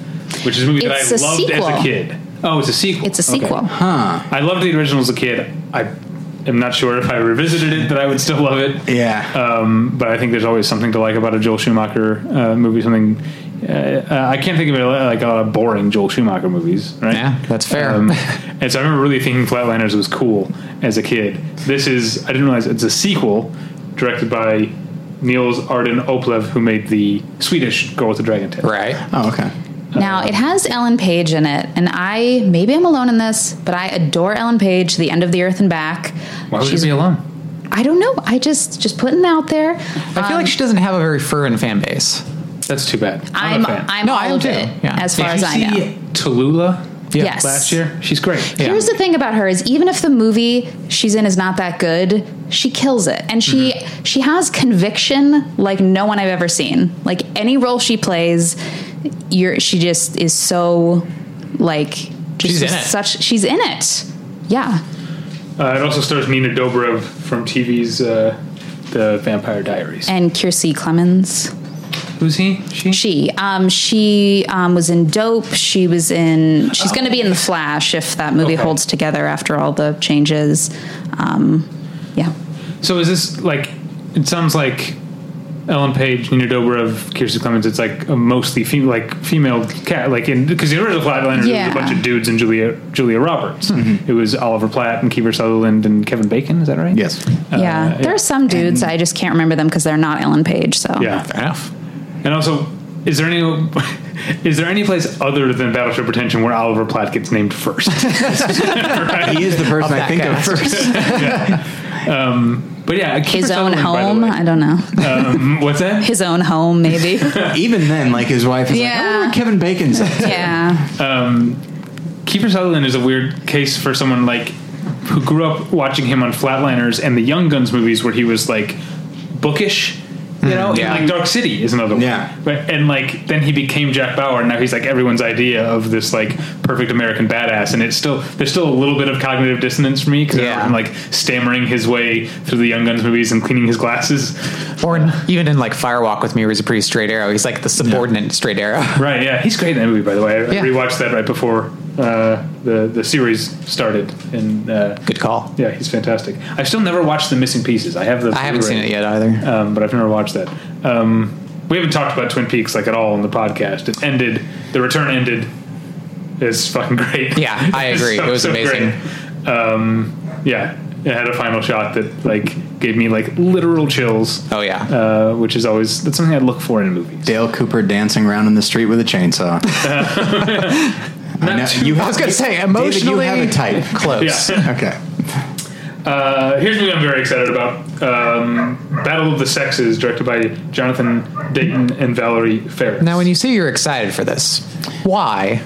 Speaker 2: which is a movie
Speaker 3: It's
Speaker 2: that
Speaker 3: a
Speaker 2: I loved as
Speaker 3: sequel.
Speaker 2: a kid. Oh, it's a sequel.
Speaker 3: It's a
Speaker 2: Okay.
Speaker 3: sequel.
Speaker 2: I loved the original as a kid. I am not sure if I revisited it that I would still love it.
Speaker 1: Yeah.
Speaker 2: um, but I think there's always something to like about a Joel Schumacher uh, movie. Something uh, uh, I can't think of it like a lot of boring Joel Schumacher movies, right?
Speaker 4: Yeah, that's fair.
Speaker 2: Um, and so I remember really thinking Flatliners was cool as a kid. This is I didn't realize it's a sequel directed by Niels Arden Oplev, who made the Swedish Girl with the Dragon Tail.
Speaker 4: right.
Speaker 1: oh, okay.
Speaker 3: Now it has Ellen Page in it, and I maybe I'm alone in this, but I adore Ellen Page, The End of the Earth and Back.
Speaker 2: Why would
Speaker 3: She's-
Speaker 2: you be alone?
Speaker 3: I don't know. I just just putting it out there. Um,
Speaker 4: I feel like she doesn't have a very fervent fan base.
Speaker 2: That's too bad.
Speaker 3: I'm
Speaker 2: a fan.
Speaker 3: I'm, all
Speaker 4: I am
Speaker 3: of
Speaker 4: too.
Speaker 3: it
Speaker 4: Yeah.
Speaker 3: as far
Speaker 2: Did
Speaker 3: as I
Speaker 2: you
Speaker 3: know.
Speaker 2: see Tallulah
Speaker 3: yes.
Speaker 2: last year? She's great.
Speaker 4: Yeah.
Speaker 3: Here's the thing about her is even if the movie she's in is not that good, she kills it. And she
Speaker 4: Mm-hmm.
Speaker 3: she has conviction like no one I've ever seen. Like any role she plays, you're she just is so like just
Speaker 4: She's in it.
Speaker 3: such she's in it. Yeah.
Speaker 2: Uh, it also stars Nina Dobrev from TV's uh, The Vampire Diaries.
Speaker 3: And Kiersey Clemens.
Speaker 2: Who's he? She?
Speaker 3: She um she um was in Dope. She was in she's going to be in The Flash if that movie
Speaker 2: Okay.
Speaker 3: holds together after all the changes. Um yeah.
Speaker 2: So is this like? It sounds like Ellen Page, Nina Dobrev, Kiersey Clemens. It's like a mostly fem- like female cat, like in because the original Flatliners there
Speaker 3: Yeah.
Speaker 2: was a bunch of dudes and Julia Julia Roberts. It was Oliver Platt and Kiefer Sutherland and Kevin Bacon. Is that right?
Speaker 1: Yes.
Speaker 3: yeah, there
Speaker 2: yeah.
Speaker 3: are some dudes I just can't remember them because they're not Ellen Page. So
Speaker 2: Yeah.
Speaker 4: Fair enough.
Speaker 2: And also, is there any is there any place other than Battleship Retention where Oliver Platt gets named first?
Speaker 1: He is the person I
Speaker 4: that
Speaker 1: think
Speaker 4: cast.
Speaker 1: of first.
Speaker 2: but yeah, Kiefer
Speaker 3: his own
Speaker 2: Sutherland, by the
Speaker 3: home.
Speaker 2: way.
Speaker 3: I don't know
Speaker 2: Um, what's that?
Speaker 3: his own home maybe.
Speaker 1: Even then, like his wife is like, I wonder
Speaker 3: Yeah.
Speaker 1: what Kevin Bacon's at.
Speaker 3: yeah,
Speaker 2: Kiefer Sutherland is a weird case for someone like who grew up watching him on Flatliners and the Young Guns movies, where he was like bookish, you know,
Speaker 4: Mm-hmm. yeah.
Speaker 2: and like Dark City is another one.
Speaker 1: Yeah.
Speaker 2: but and like then he became Jack Bauer, and now he's like everyone's idea of this like perfect American badass, and it's still there's still a little bit of cognitive dissonance for me because
Speaker 4: Yeah.
Speaker 2: I'm like stammering his way through the Young Guns movies and cleaning his glasses.
Speaker 4: Or in, even in like Firewalk with me, where he's a pretty straight arrow. He's like the subordinate straight arrow.
Speaker 2: Right? Yeah, he's great in that movie, by the way. I
Speaker 4: Yeah.
Speaker 2: rewatched that right before uh, the the series started, and. Uh,
Speaker 4: Good call.
Speaker 2: Yeah, he's fantastic. I've still never watched The Missing Pieces. I have the.
Speaker 4: I haven't
Speaker 2: Blu-ray,
Speaker 4: seen it yet either.
Speaker 2: um, but I've never watched that. Um, we haven't talked about Twin Peaks like at all on the podcast. It ended. The return ended. It's fucking great.
Speaker 4: Yeah, I agree. It was amazing.
Speaker 2: great. Um, yeah, it had a final shot that like gave me like literal chills.
Speaker 4: Oh, yeah.
Speaker 2: uh, which is always that's something I look for in movies.
Speaker 1: Dale Cooper dancing around in the street with a chainsaw. I know-
Speaker 2: too-
Speaker 1: you
Speaker 4: I was going to say
Speaker 1: David, you
Speaker 4: emotionally
Speaker 1: have a type.
Speaker 4: Close.
Speaker 2: Yeah.
Speaker 1: Okay.
Speaker 2: Uh, here's what I'm very excited about um, Battle of the Sexes, directed by Jonathan Dayton and Valerie Ferris.
Speaker 4: Now, when you say you're excited for this, why?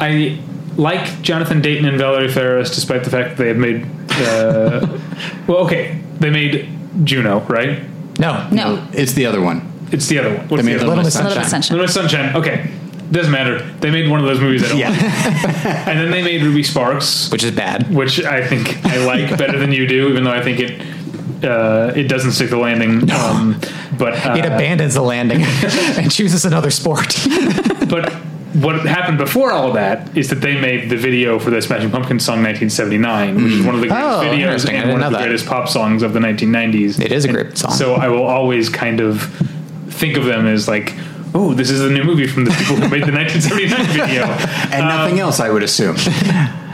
Speaker 2: I like Jonathan Dayton and Valerie Ferris, despite the fact that they have made. Uh, well, okay, they made Juno, right?
Speaker 4: No,
Speaker 3: No,
Speaker 1: It's the other one.
Speaker 2: It's the other one. What's
Speaker 1: They made
Speaker 2: the
Speaker 1: Little
Speaker 2: other one?
Speaker 1: Miss
Speaker 3: a little bit
Speaker 1: Sunshine.
Speaker 3: sunshine.
Speaker 2: Little Miss Sunshine. Okay, doesn't matter. They made one of those movies. I don't like. and then they made Ruby Sparks,
Speaker 4: which is bad.
Speaker 2: which I think I like better than you do, even though I think it uh, it doesn't stick the landing. Um, but uh,
Speaker 4: It abandons the landing and chooses another sport.
Speaker 2: but what happened before all that is that they made the video for the Smashing Pumpkins song 1979, which is one of the greatest
Speaker 4: Oh,
Speaker 2: videos
Speaker 4: interesting. I
Speaker 2: and
Speaker 4: didn't
Speaker 2: one of
Speaker 4: know
Speaker 2: the
Speaker 4: that.
Speaker 2: greatest pop songs of the 1990s.
Speaker 4: It is a
Speaker 2: And
Speaker 4: great song.
Speaker 2: So I will always kind of think of them as like, oh, this is the new movie from the people who made the 1979 video.
Speaker 1: And nothing else, I would assume.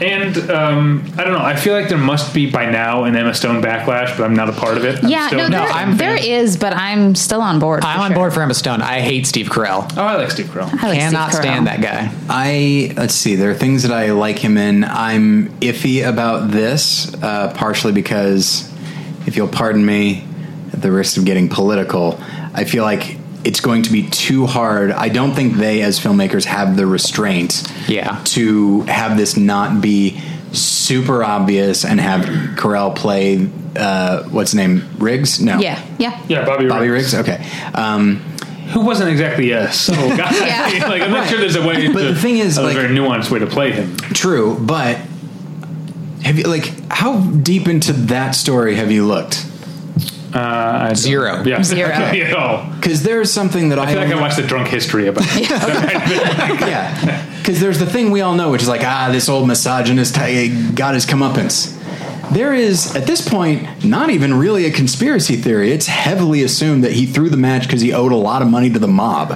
Speaker 2: And um, I don't know. I feel like there must be by now an Emma Stone backlash, but I'm not a part of it. I'm
Speaker 3: yeah,
Speaker 2: still-
Speaker 3: no, there,
Speaker 4: I'm-
Speaker 3: there is, but I'm still on board. for
Speaker 4: I'm on
Speaker 3: sure.
Speaker 4: board for Emma Stone. I hate Steve Carell.
Speaker 2: Oh, I like Steve Carell.
Speaker 3: I like Steve
Speaker 4: Cannot
Speaker 3: Carell.
Speaker 4: stand that guy.
Speaker 1: I let's see. There are things that I like him in. I'm iffy about this, uh, partially because, if you'll pardon me, at the risk of getting political, I feel like it's going to be too hard. I don't think they, as filmmakers, have the restraint,
Speaker 4: Yeah.
Speaker 1: to have this not be super obvious and have Carell play uh, what's his name Riggs? No,
Speaker 3: Yeah, yeah.
Speaker 2: Yeah, Bobby.
Speaker 1: Bobby
Speaker 2: Riggs.
Speaker 1: Riggs. Okay. Um,
Speaker 2: who wasn't exactly a subtle guy.
Speaker 3: Yeah.
Speaker 2: like, I'm not sure there's a way.
Speaker 1: But
Speaker 2: to,
Speaker 1: the thing is,
Speaker 2: a
Speaker 1: like-
Speaker 2: very nuanced way to play him.
Speaker 1: True, but have you like how deep into that story have you looked?
Speaker 2: Uh, I-
Speaker 4: Zero.
Speaker 2: Yeah,
Speaker 3: Zero.
Speaker 2: Okay, at all.
Speaker 1: Because there's something that I,
Speaker 2: I feel like I
Speaker 1: don't-
Speaker 2: watched the drunk history about. it.
Speaker 1: yeah. Because there's the thing we all know, which is like ah, this old misogynist uh, got his comeuppance. There is at this point not even really a conspiracy theory. It's heavily assumed that he threw the match because he owed a lot of money to the mob.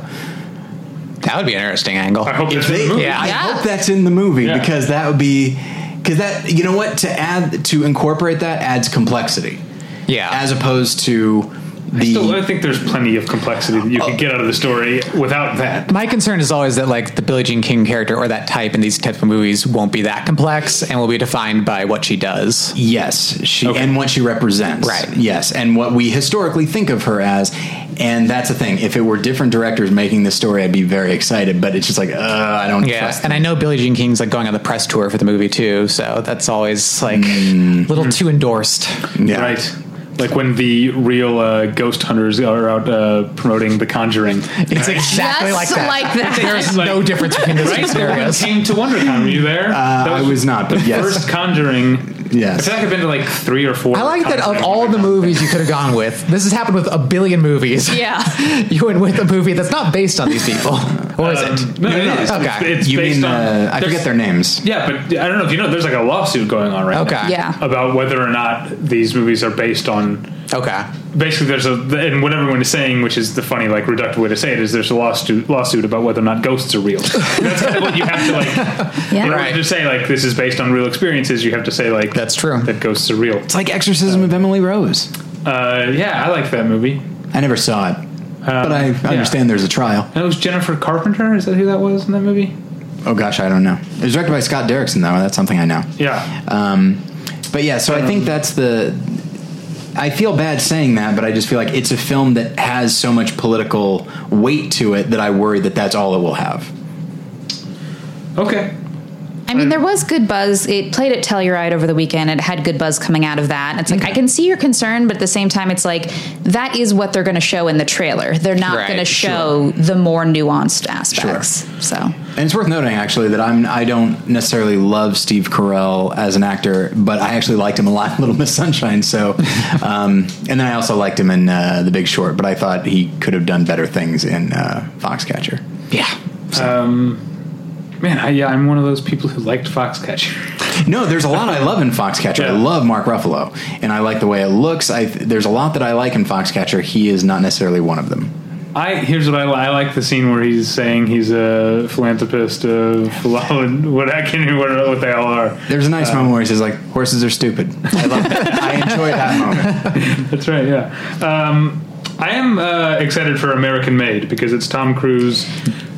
Speaker 4: That would be an interesting angle.
Speaker 2: I hope
Speaker 1: If
Speaker 2: that's in
Speaker 1: they-
Speaker 2: the movie.
Speaker 4: Yeah.
Speaker 1: I
Speaker 3: Yeah.
Speaker 1: hope that's in the movie
Speaker 2: Yeah.
Speaker 1: because that would be because that you know what to add to incorporate that adds complexity.
Speaker 4: Yeah.
Speaker 1: as opposed to the
Speaker 2: Still, I think there's plenty of complexity that you
Speaker 4: Oh.
Speaker 2: could get out of the story without that.
Speaker 4: My concern is always that like the Billie Jean King character or that type in these type of movies won't be that complex and will be defined by what she does.
Speaker 1: yes she and what she represents
Speaker 4: Right.
Speaker 1: yes and what we historically think of her as and that's the thing if it were different directors making this story i'd be very excited but it's just like uh, i don't
Speaker 4: Yeah,
Speaker 1: trust
Speaker 4: and
Speaker 1: them.
Speaker 4: I know Billie Jean King's like going on the press tour for the movie too, so that's always like
Speaker 2: Mm.
Speaker 4: a little too endorsed.
Speaker 1: yeah.
Speaker 2: Right. Like when the real uh, ghost hunters are out uh, promoting The Conjuring.
Speaker 4: It's exactly
Speaker 3: Just
Speaker 4: like that.
Speaker 3: like that.
Speaker 4: There's
Speaker 2: Like-
Speaker 4: no difference between those two
Speaker 2: Right? Someone
Speaker 4: scenarios.
Speaker 2: came to WonderCon. Were you there? That
Speaker 1: Uh, I was not, but
Speaker 2: the
Speaker 1: yes.
Speaker 2: First Conjuring.
Speaker 1: Yes.
Speaker 2: I feel like I've been to like three or four.
Speaker 4: I like that of
Speaker 2: Conjuring
Speaker 4: all the movies you could have gone with, this has happened with a billion movies.
Speaker 3: Yeah.
Speaker 4: you went with a movie that's not based on these people. Or is it?
Speaker 2: Um, No, it is.
Speaker 4: Okay.
Speaker 2: It's- It's
Speaker 1: you
Speaker 2: based
Speaker 1: mean
Speaker 2: on.
Speaker 1: uh, i
Speaker 2: there's-
Speaker 1: forget their names
Speaker 2: Yeah, but I don't know if you know. There's like a lawsuit going on right
Speaker 4: Okay.
Speaker 2: now
Speaker 3: Yeah.
Speaker 2: about whether or not these movies are based on.
Speaker 4: Okay.
Speaker 2: Basically, there's a and what everyone is saying, which is the funny, like reductive way to say it, is there's a lawsuit lawsuit about whether or not ghosts are real. That's kind of what you have to like.
Speaker 3: Yeah.
Speaker 2: In order
Speaker 4: Right.
Speaker 2: to say like this is based on real experiences, you have to say like
Speaker 4: That's true.
Speaker 2: that ghosts are real.
Speaker 1: it's like exorcism of emily rose
Speaker 2: Uh, yeah, I like that movie.
Speaker 1: i never saw it but i
Speaker 2: Uh, yeah.
Speaker 1: understand there's a trial
Speaker 2: That was Jennifer Carpenter. Is that who that was in that movie?
Speaker 1: oh gosh i don't know it was directed by scott derrickson though that's something i know
Speaker 2: Yeah.
Speaker 1: Um, but yeah, so I think that's the. I feel bad saying that, but I just feel like it's a film that has so much political weight to it that I worry that that's all it will have.
Speaker 2: Okay.
Speaker 3: I mean, there was good buzz. It played at Telluride over the weekend. It had good buzz coming out of that. It's like I can see your concern, but at the same time, it's like that is what they're going to show in the trailer. They're not
Speaker 4: Right,
Speaker 3: going to show the more nuanced aspects. So
Speaker 1: And it's worth noting actually that I'm I don't necessarily love Steve Carell as an actor, but I actually liked him a lot in Little Miss Sunshine. So, um, and then I also liked him in uh, The Big Short, but I thought he could have done better things in uh, Foxcatcher.
Speaker 4: Yeah.
Speaker 2: Man, I, yeah, I'm one of those people who liked Foxcatcher.
Speaker 1: No, there's a lot I love in Foxcatcher. I
Speaker 2: Yeah.
Speaker 1: love Mark Ruffalo, and I like the way it looks. I there's a lot that I like in Foxcatcher. He is not necessarily one of them.
Speaker 2: I here's what I, li- I like the scene where he's saying he's a philanthropist, a philo- what I can't even remember what they all are.
Speaker 1: There's a nice moment where he says like, "Horses are stupid." Uh, I love that. I enjoy that moment.
Speaker 2: That's right, yeah. Um, I am uh, excited for American Made because it's Tom Cruise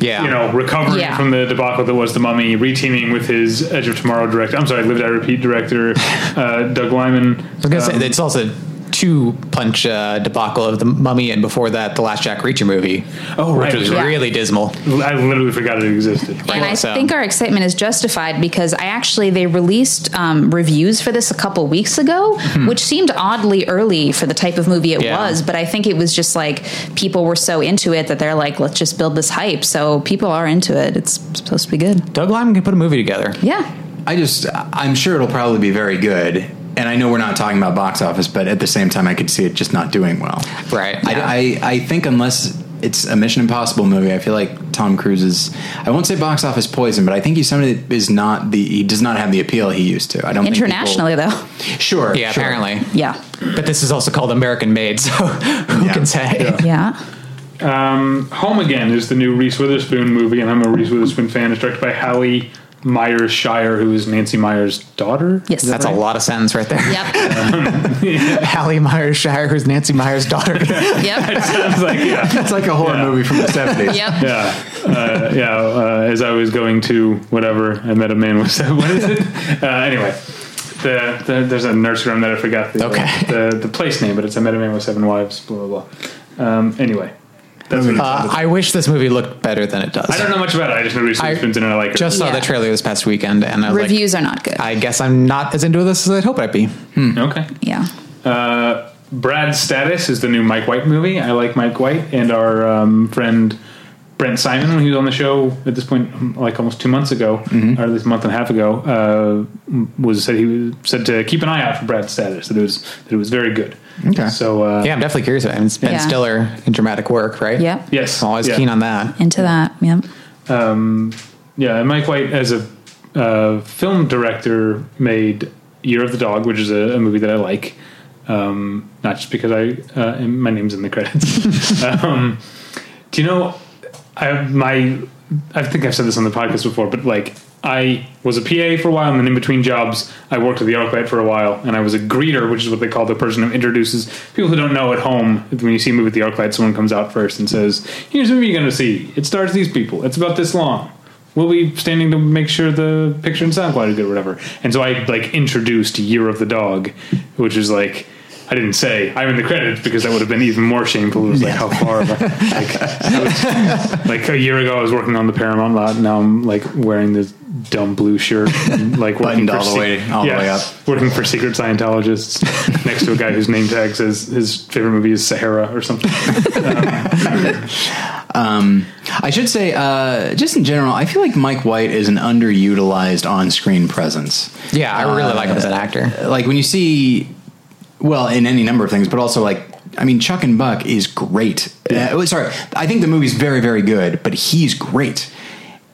Speaker 4: Yeah.
Speaker 2: you know, recovering
Speaker 3: Yeah.
Speaker 2: from the debacle that was the Mummy, reteaming with his Edge of Tomorrow director. I'm sorry, Live Die Repeat director uh, Doug Lyman.
Speaker 4: I was gonna say Uh, it's also two punch uh, debacle of the Mummy, and before that, the last Jack Reacher movie.
Speaker 2: Oh, right.
Speaker 4: which was
Speaker 2: Yeah.
Speaker 4: really dismal.
Speaker 2: I literally forgot it existed.
Speaker 3: And I
Speaker 4: so-
Speaker 3: think our excitement is justified because I actually they released um, reviews for this a couple weeks ago, which seemed oddly early for the type of movie it
Speaker 4: Hmm. Yeah.
Speaker 3: was. But I think it was just like people were so into it that they're like, let's just build this hype. So people are into it. It's supposed to be good.
Speaker 4: Doug Lyman can put a movie together.
Speaker 3: Yeah.
Speaker 1: I just, I'm sure it'll probably be very good. And I know we're not talking about box office, but at the same time, I could see it just not doing well.
Speaker 4: Right.
Speaker 1: I, I, I think unless it's a Mission Impossible movie, I feel like Tom Cruise is, I won't say box office poison, but I think he's somebody that is not the, he does not have the appeal he used to. I don't think people-
Speaker 3: Internationally, though.
Speaker 1: sure.
Speaker 4: Yeah,
Speaker 1: sure.
Speaker 4: apparently.
Speaker 3: Yeah.
Speaker 4: But this is also called American Made, so who
Speaker 1: Yeah.
Speaker 4: can say?
Speaker 3: Yeah.
Speaker 2: Um, Home Again is the new Reese Witherspoon movie, and I'm a Reese Witherspoon fan. It's directed by Hallie Myers Shire, who is Nancy Myers' daughter.
Speaker 3: Yes.
Speaker 4: That's a lot of sentence right there.
Speaker 3: Yep.
Speaker 4: Hallie Myers Shire, who's Nancy Myers' daughter.
Speaker 3: Yep.
Speaker 2: Sounds like yeah,
Speaker 1: It's like a horror movie from the 70s.
Speaker 3: Yep.
Speaker 2: yeah, uh, yeah. Uh, as I was going to whatever, I met a man with what is it? Uh, anyway. The, the, there's a nursery room that I forgot the,
Speaker 4: Okay.
Speaker 2: the the place name, but it's I met a man with seven wives. Blah blah blah. Um, anyway, that's what it
Speaker 4: Uh, I wish this movie looked better than it does.
Speaker 2: I don't know much about it. I just know Reese
Speaker 4: I
Speaker 2: Witherspoon's in it. I like her.
Speaker 4: Just saw
Speaker 3: Yeah.
Speaker 4: the trailer this past weekend, and I was
Speaker 3: Reviews are not good.
Speaker 4: like, I guess I'm not as into this as I'd hope I'd be.
Speaker 2: Mm, okay.
Speaker 3: yeah.
Speaker 2: Uh, Brad's Status is the new Mike White movie. I like Mike White and our um, friend Brent Simon when he was on the show at this point, um, like almost two months ago, or at least a month and a half ago, uh, m- was said he was, said to keep an eye out for Brad's Status that it was that it was very good.
Speaker 1: Okay.
Speaker 2: So uh,
Speaker 4: Yeah, I'm definitely curious about it. And it's Ben
Speaker 3: Yeah.
Speaker 4: Stiller in dramatic work, right?
Speaker 3: Yep.
Speaker 2: Yes.
Speaker 4: I'm always
Speaker 2: Yeah.
Speaker 4: keen on that.
Speaker 3: Into that. Yep.
Speaker 2: Yeah, and Mike White as a uh, film director made Year of the Dog, which is a, a movie that I like. Um, not just because I uh, am- my name's in the credits. um, do you know? I my I think I've said this on the podcast before, but like I was a PA for a while, and then in between jobs, I worked at the Arclight for a while, and I was a greeter, which is what they call the person who introduces people who don't know at home. When you see a movie at the Arclight, someone comes out first and says, "Here's a movie you're going to see. It stars these people. It's about this long." We'll be standing to make sure the picture and sound quality is good or whatever. And so I like introduced Year of the Dog, which is like I didn't say I'm in the credits because that would have been even more shameful. It was like how far have I- like, I was- like a year ago I was working on the Paramount lot. and Now I'm like wearing this dumb blue shirt, and, like working
Speaker 1: Buttoned
Speaker 2: for
Speaker 1: all the
Speaker 2: se-
Speaker 1: way- all the way up.
Speaker 2: working for secret Scientologists next to a guy whose name tag says his favorite movie is Sahara or something.
Speaker 1: Um, I should say, uh, just in general, I feel like Mike White is an underutilized on-screen presence.
Speaker 4: Yeah, I really like him Uh, as an actor.
Speaker 1: Like when you see, well, in any number of things, but also like, I mean, Chuck and Buck is great. Uh, oh, sorry, I think the movie's very, very good, but he's great.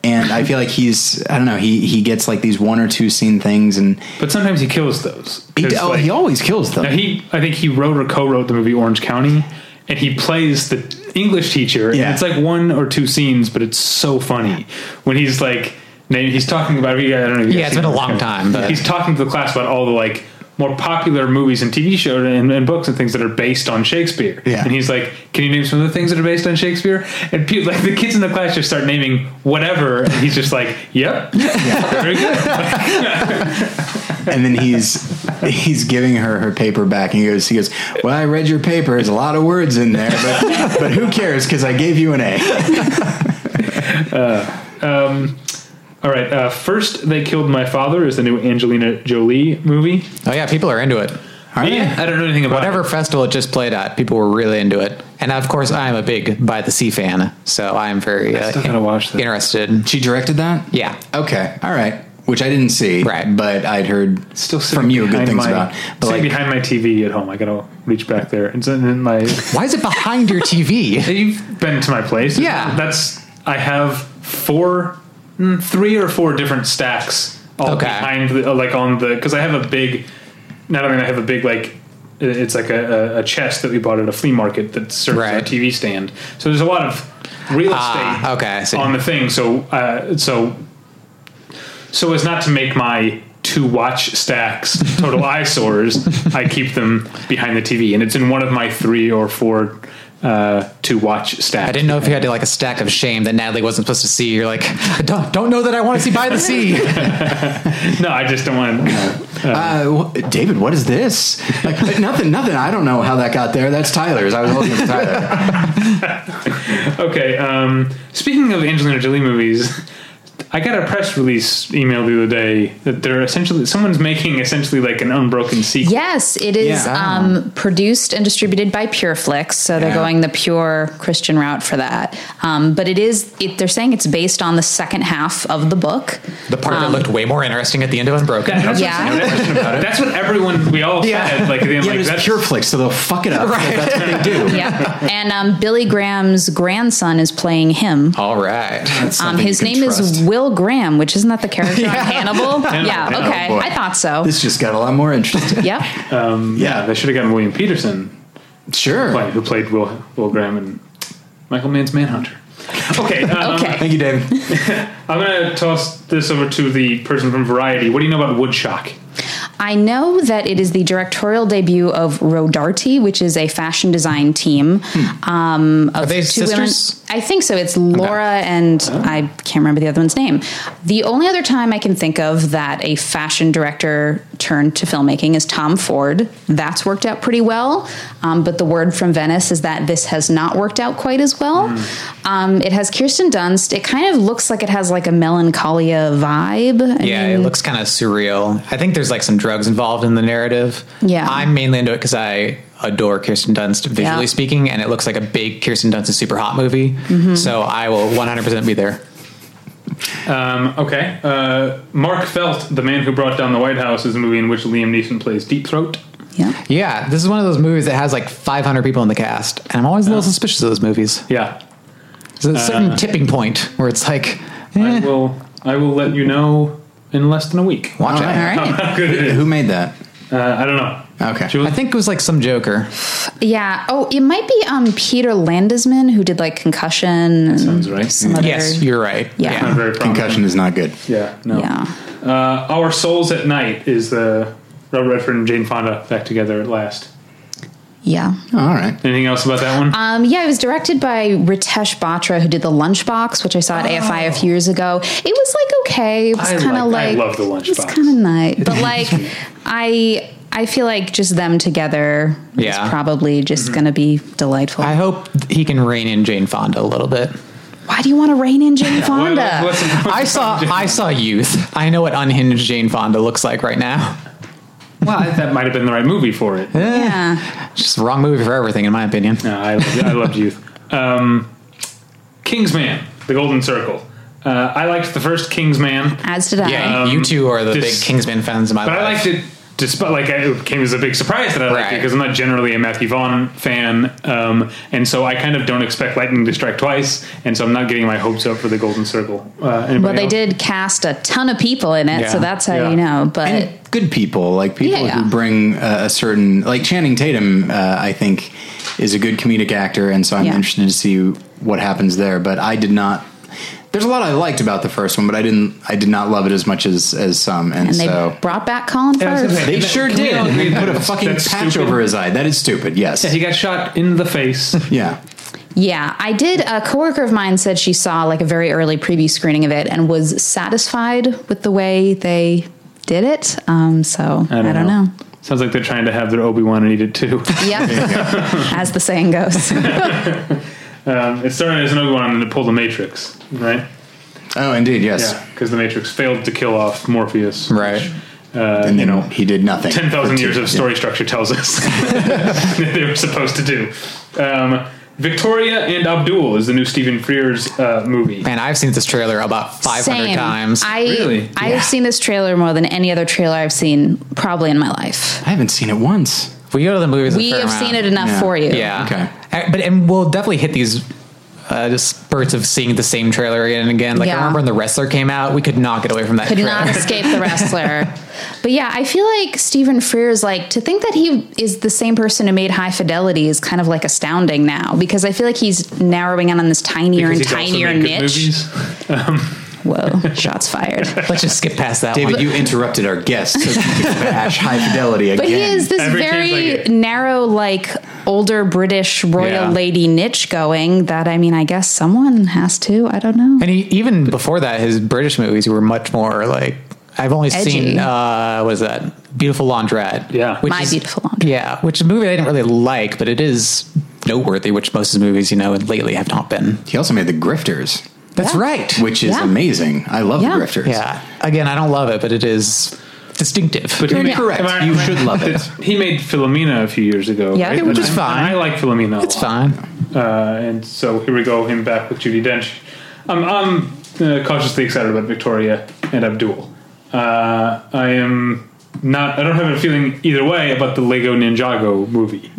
Speaker 1: And I feel like he's, I don't know, he he gets like these one or two scene things, and
Speaker 2: But sometimes he kills those.
Speaker 1: he,
Speaker 2: 'Cause,
Speaker 1: oh,
Speaker 2: like-
Speaker 1: he always kills them.
Speaker 2: Now he, I think he wrote or co-wrote the movie Orange County, and he plays the English teacher.
Speaker 1: Yeah.
Speaker 2: And it's like one or two scenes, but it's so funny when he's like, na- he's talking about. I don't know. if you guys
Speaker 4: Yeah, it's
Speaker 2: seen
Speaker 4: been a
Speaker 2: Orange
Speaker 4: long
Speaker 2: County.
Speaker 4: time, but-
Speaker 2: he's talking to the class about all the like more popular movies and TV shows and, and books and things that are based on Shakespeare.
Speaker 1: Yeah.
Speaker 2: And he's like, "Can you name some of the things that are based on Shakespeare?" And pe- like the kids in the class just start naming whatever, and he's just like, "Yep, very good."
Speaker 1: and then he's he's giving her her paper back, and he goes, he goes, well, I read your paper. There's a lot of words in there, but but who cares? Because I gave you an A.
Speaker 2: All right. Uh, first, they killed my father is the new Angelina Jolie movie.
Speaker 4: Oh yeah, people are into it.
Speaker 1: All right.
Speaker 2: I don't know anything about
Speaker 4: Whatever
Speaker 2: It.
Speaker 4: festival it just played at, people were really into it. And of course, I am a big By the Sea fan, so I am very uh,
Speaker 2: still gotta watch that.
Speaker 4: interested.
Speaker 1: She directed that?
Speaker 4: Yeah.
Speaker 1: Okay. All right. Which I didn't see.
Speaker 4: Right.
Speaker 1: But I'd heard
Speaker 2: Still sitting
Speaker 1: from you good
Speaker 2: behind
Speaker 1: things
Speaker 2: my,
Speaker 1: about. But
Speaker 2: sitting
Speaker 1: like,
Speaker 2: behind my TV at home. I gotta reach back there. And so then my
Speaker 4: Why is it behind your TV?
Speaker 2: you've been to my place.
Speaker 4: Yeah.
Speaker 2: that's I have four, mm, three or four different stacks all
Speaker 4: Okay.
Speaker 2: behind the like on the because I have a big. Not only do I have a big like. It's like a, a- a chest that we bought at a flea market that serves our
Speaker 4: Right.
Speaker 2: TV stand. So there's a lot of real estate
Speaker 4: Ah, okay, I see.
Speaker 2: on the thing. So uh, so so as not to make my two watch stacks total eyesores, I keep them behind the TV, and it's in one of my three or four uh, two watch stacks.
Speaker 4: I didn't know if you had like a stack of shame that Natalie wasn't supposed to see. You're like, I don't, don't know that I want to see by the sea.
Speaker 2: No, I just don't want to.
Speaker 1: Uh, wh- David, what is this? Like, nothing, nothing. I don't know how that got there. That's Tyler's. I was holding it for Tyler.
Speaker 2: Okay. Um, speaking of Angelina Jolie movies, I got a press release email the other day that they're essentially someone's making essentially like an unbroken sequel.
Speaker 3: Yes, it is
Speaker 1: Yeah.
Speaker 3: um, produced and distributed by Pureflix, so they're
Speaker 1: Yeah.
Speaker 3: going the pure Christian route for that. Um, but it is it, they're saying it's based on the second half of the book.
Speaker 4: The part that looked way more interesting at the end of Unbroken.
Speaker 2: That's,
Speaker 3: Yeah.
Speaker 2: what, no question about it. That's what everyone we all said. Like, they-
Speaker 1: yeah,
Speaker 2: like
Speaker 1: but it's
Speaker 2: that's
Speaker 1: pure flicks, so they'll fuck it up.
Speaker 4: Right.
Speaker 1: That's what they do.
Speaker 3: Yep. and um, Billy Graham's grandson is playing him.
Speaker 4: All right.
Speaker 3: Um,
Speaker 1: Something
Speaker 3: his
Speaker 1: you can
Speaker 3: name
Speaker 1: trust.
Speaker 3: is Will Graham, which isn't that the character on Hannibal? yeah,
Speaker 2: Hannibal,
Speaker 3: okay.
Speaker 1: boy.
Speaker 3: I thought so.
Speaker 1: This just got a lot more interesting.
Speaker 3: yep.
Speaker 2: Yeah, they should have gotten William Peterson,
Speaker 1: Sure.
Speaker 2: play, who played Will, Will Graham and Michael Mann's Manhunter. Okay, um,
Speaker 3: Okay.
Speaker 1: Thank you, David.
Speaker 2: I'm going to toss this over to the person from Variety. What do you know about Woodstock?
Speaker 3: I know that it is the directorial debut of Rodarty, which is a fashion design team. Um, of
Speaker 4: Are they
Speaker 3: two
Speaker 4: Hmm. sisters? Oh.
Speaker 3: Women. I think so. It's Laura and I can't remember the other one's name. The only other time I can think of that a fashion director turned to filmmaking is Tom Ford. That's worked out pretty well. Um, but the word from Venice is that this has not worked out quite as well.
Speaker 4: Hmm.
Speaker 3: Um, it has Kirsten Dunst. It kind of looks like it has like a melancholia vibe. I
Speaker 4: Yeah, it looks kind of surreal. I think there's like some drugs involved in the narrative.
Speaker 3: Yeah.
Speaker 4: I'm mainly into it because I adore Kirsten Dunst visually
Speaker 3: Yeah.
Speaker 4: speaking, and it looks like a big Kirsten Dunst is super hot movie.
Speaker 3: Mm-hmm.
Speaker 4: So I will 100% be there.
Speaker 2: Um, okay, uh, Mark Felt, the man who brought down the White House, is a movie in which Liam Neeson plays Deep Throat.
Speaker 3: yeah.
Speaker 4: Yeah, this is one of those movies that has like 500 people in the cast, and I'm always a little suspicious of those movies.
Speaker 2: Yeah,
Speaker 4: There's a certain tipping point where it's like,
Speaker 2: I
Speaker 4: eh,
Speaker 2: will. I will let you know in less than a week.
Speaker 4: watch
Speaker 1: All
Speaker 4: it.
Speaker 1: right.
Speaker 3: All right.
Speaker 2: How good it is.
Speaker 1: Who made that?
Speaker 2: Uh, I don't know.
Speaker 1: Okay.
Speaker 2: Julie?
Speaker 4: I think it was like some Joker.
Speaker 3: Yeah. Oh, it might be um Peter Landesman who did like concussion. and
Speaker 2: Sounds right. Mm.
Speaker 3: Some other,
Speaker 4: Yes, you're right.
Speaker 3: Yeah.
Speaker 2: Not very promising.
Speaker 1: Concussion is not good.
Speaker 2: Yeah. No.
Speaker 3: Yeah.
Speaker 2: Uh, Our Souls at Night is the Robert Redford and Jane Fonda back together at last.
Speaker 3: Yeah.
Speaker 1: Oh, all right.
Speaker 2: Anything else about that one?
Speaker 3: Um, yeah, it was directed by Ritesh Batra, who did The Lunchbox, which I saw at AFI a few years ago. It was like okay. It was
Speaker 2: Oh. I
Speaker 3: kind of
Speaker 2: like- I
Speaker 3: like
Speaker 2: love The
Speaker 3: It was
Speaker 2: Lunchbox.
Speaker 3: kind of nice, but like I I feel like just them together
Speaker 4: Yeah.
Speaker 3: is probably just
Speaker 2: Mm-hmm.
Speaker 3: gonna be delightful.
Speaker 4: I hope he can rein in Jane Fonda a little bit.
Speaker 3: Why do you want to rein in Jane Fonda?
Speaker 2: What- what's-
Speaker 4: I saw I saw Youth. I know what unhinged Jane Fonda looks like right now.
Speaker 2: well, I- that might have been the right movie for it.
Speaker 3: yeah.
Speaker 4: Just the wrong movie for everything, in my opinion.
Speaker 2: No, I loved, I loved Youth. Um, Kingsman, The Golden Circle. Uh, I liked the first Kingsman,
Speaker 3: As did I.
Speaker 4: Yeah,
Speaker 2: Um,
Speaker 4: you two are the
Speaker 2: this-
Speaker 4: big Kingsman fans in my
Speaker 2: but
Speaker 4: life.
Speaker 2: I liked it despite like it came as a big surprise that I liked it
Speaker 4: Right.
Speaker 2: because I'm not generally a Matthew Vaughn fan, um, and so I kind of don't expect lightning to strike twice, and so I'm not getting my hopes up for The Golden Circle. Uh,
Speaker 3: Well,
Speaker 2: anybody
Speaker 3: they
Speaker 2: else?
Speaker 3: did cast a ton of people in it, so
Speaker 4: Yeah.
Speaker 3: that's how
Speaker 2: Yeah.
Speaker 3: you know. But
Speaker 1: And good people, like people
Speaker 3: Yeah, yeah.
Speaker 1: who bring uh, a certain, like Channing Tatum, uh, I think is a good comedic actor, and so I'm
Speaker 3: Yeah.
Speaker 1: interested to see what happens there. But I did not. There's a lot I liked about the first one, but I didn't. I did not love it as much as as some, and,
Speaker 3: and they
Speaker 1: so.
Speaker 3: brought back Colin
Speaker 2: Yeah,
Speaker 3: Firth.
Speaker 2: okay.
Speaker 1: They
Speaker 2: Can
Speaker 1: sure
Speaker 2: we
Speaker 1: did.
Speaker 2: all
Speaker 1: And
Speaker 2: agree
Speaker 1: they put a
Speaker 2: that's-
Speaker 1: fucking
Speaker 2: that's
Speaker 1: patch
Speaker 2: stupid?
Speaker 1: over his eye. That is stupid. Yes.
Speaker 2: He got shot in the face.
Speaker 1: Yeah.
Speaker 3: Yeah, I did. A coworker of mine said she saw like a very early preview screening of it and was satisfied with the way they did it. Um, so I don't, know.
Speaker 2: Sounds like they're trying to have their Obi Wan and eat it too.
Speaker 3: Yep, as the saying goes.
Speaker 2: um, it started as an Obi Wan and it pulled the Matrix, right?
Speaker 1: Oh, indeed. Yes.
Speaker 2: Yeah, because the Matrix failed to kill off Morpheus.
Speaker 4: right.
Speaker 1: and then he did nothing.
Speaker 2: Uh, Ten thousand years of story structure tells us that they were supposed to do. Um, Victoria and Abdul is the new Stephen Frears uh, movie.
Speaker 4: Man, I've seen this trailer about 500
Speaker 3: Same.
Speaker 4: times.
Speaker 3: I
Speaker 2: Really?
Speaker 3: I have seen this trailer more than any other trailer I've seen probably in my life.
Speaker 1: I haven't seen it once.
Speaker 4: we go to the movies. a
Speaker 3: We
Speaker 4: fair
Speaker 3: have
Speaker 4: amount.
Speaker 3: seen it enough
Speaker 1: Yeah.
Speaker 3: for you.
Speaker 4: Yeah.
Speaker 1: Okay.
Speaker 4: Uh, But and we'll definitely hit these uh, just spurts of seeing the same trailer again and again. Like
Speaker 3: Yeah.
Speaker 4: I remember when the wrestler came out, we could not get away from that.
Speaker 3: could
Speaker 4: trailer.
Speaker 3: not escape the wrestler. but yeah, I feel like Stephen Frears, like to think that he is the same person who made High Fidelity is kind of like astounding now because I feel like he's narrowing in on this tinier
Speaker 2: Because
Speaker 3: and
Speaker 2: he's also
Speaker 3: tinier
Speaker 2: made good
Speaker 3: niche.
Speaker 2: movies.
Speaker 3: Whoa, shots fired.
Speaker 4: Let's just skip past that
Speaker 1: David,
Speaker 4: one.
Speaker 1: you interrupted our guest so you could bash High Fidelity again.
Speaker 3: But he is this
Speaker 2: Every kid's
Speaker 3: very
Speaker 2: like it.
Speaker 3: narrow, like older British royal
Speaker 4: Yeah.
Speaker 3: lady niche going that I mean, I guess someone has to. I don't know.
Speaker 4: and he, even before that, his British movies were much more like I've only
Speaker 3: Edgy.
Speaker 4: seen uh, what is that? Beautiful Laundrette.
Speaker 2: Yeah.
Speaker 4: which
Speaker 3: My
Speaker 4: is-
Speaker 3: beautiful laundry.
Speaker 4: Yeah, which is a movie I didn't really like, but it is noteworthy. Which most of his movies, you know, lately have not been.
Speaker 1: He also made The Grifters,
Speaker 4: That's
Speaker 3: Yeah.
Speaker 4: right.
Speaker 1: which is
Speaker 3: Yeah.
Speaker 1: amazing. I love
Speaker 3: Yeah.
Speaker 1: The Grifters.
Speaker 4: yeah, again, I don't love it, but it is distinctive.
Speaker 2: But he
Speaker 1: You're
Speaker 2: made-
Speaker 1: correct.
Speaker 2: am I-
Speaker 1: You
Speaker 2: am I-
Speaker 1: should love it.
Speaker 2: it's- He made Philomena a few years ago.
Speaker 3: Yeah.
Speaker 2: right?
Speaker 3: Yeah, which
Speaker 4: is
Speaker 2: And I-
Speaker 4: fine.
Speaker 2: I like Philomena. a
Speaker 4: it's
Speaker 2: lot.
Speaker 4: fine.
Speaker 2: Uh, and so here we go, him back with Judy Dench. Um, I'm, I'm uh, cautiously excited about Victoria and Abdul. Uh, I am not. I don't have a feeling either way about the Lego Ninjago movie.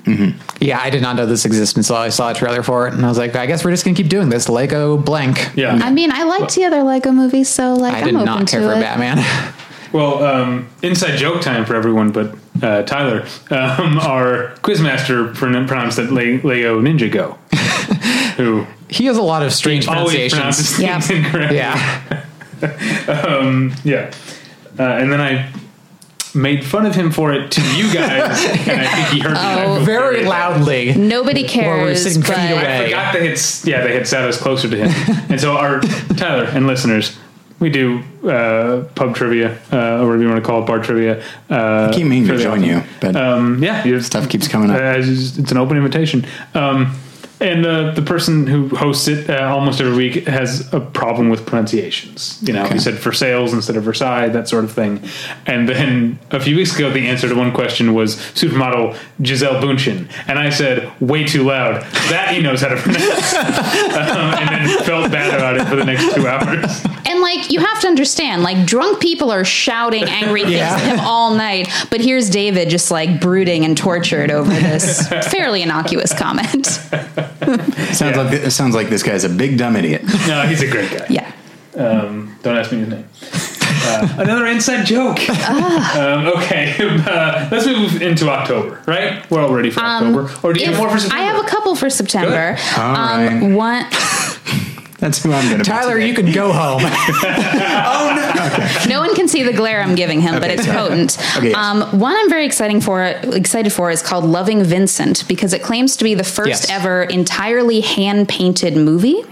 Speaker 4: Yeah, I did not know this existed until I saw a trailer for it, and I was like, I guess we're just gonna keep doing this Lego blank.
Speaker 2: Yeah.
Speaker 3: I mean, I liked the other Lego movies, so like
Speaker 4: I
Speaker 3: am
Speaker 4: did
Speaker 3: open
Speaker 4: not care
Speaker 3: to
Speaker 4: for
Speaker 3: it.
Speaker 4: Batman.
Speaker 2: Well, um, inside joke time for everyone, but uh, Tyler, um, our quizmaster pron- pronounced it Le- Lego Ninjago, who
Speaker 4: he has a lot of strange
Speaker 2: always
Speaker 4: pronunciations.
Speaker 2: pronounces things
Speaker 3: Yeah.
Speaker 2: incorrectly.
Speaker 4: Yeah,
Speaker 2: Yeah. Uh, and then I made fun of him for it to you guys, and I think he heard me. and I
Speaker 3: Oh,
Speaker 2: felt
Speaker 4: very
Speaker 2: bad.
Speaker 4: loudly.
Speaker 3: Nobody
Speaker 4: Or we're
Speaker 3: cares.
Speaker 4: sitting feet
Speaker 3: but-
Speaker 4: away.
Speaker 2: I forgot they had, s- yeah, they had sat us closer to him. and so our Tyler and listeners, we do uh, pub trivia, uh, or whatever you want to call it, bar trivia. Uh,
Speaker 1: Keep meaning to
Speaker 2: fairly
Speaker 1: join
Speaker 2: often.
Speaker 1: you, but
Speaker 2: Um, yeah, you-
Speaker 1: stuff keeps coming up.
Speaker 2: uh, it's, just- it's an open invitation. Um, and uh, the person who hosts it uh, almost every week has a problem with pronunciations. You know, he said for sales instead of Versailles, that sort of thing. And then a few weeks ago, the answer to one question was supermodel Giselle Bundchen, and I said way too loud. That he knows how to pronounce, um, and then felt bad about it for the next two hours.
Speaker 3: And like you have to understand, like drunk people are shouting angry things at him all night, but here's David just like brooding and tortured over this fairly innocuous comment.
Speaker 1: sounds
Speaker 2: yeah.
Speaker 1: like it sounds like this guy's a big dumb idiot.
Speaker 2: No, he's a great guy.
Speaker 3: Yeah.
Speaker 2: Um, don't ask me his name. Uh, another inside joke.
Speaker 3: Ah.
Speaker 2: um, okay, uh, let's move into October, right? We're all ready for October. Or do you
Speaker 3: Um,
Speaker 2: have
Speaker 3: If-
Speaker 2: more for September?
Speaker 3: I have a couple for September.
Speaker 1: Good. All right.
Speaker 3: Um, one,
Speaker 1: That's who I'm going to.
Speaker 4: Tyler, you can go home.
Speaker 3: no one can see the glare I'm giving him, but it's potent.
Speaker 1: Okay, yes.
Speaker 3: Um, one I'm very exciting for, excited for is called Loving Vincent because it claims to be the first
Speaker 4: Yes.
Speaker 3: ever entirely hand painted movie.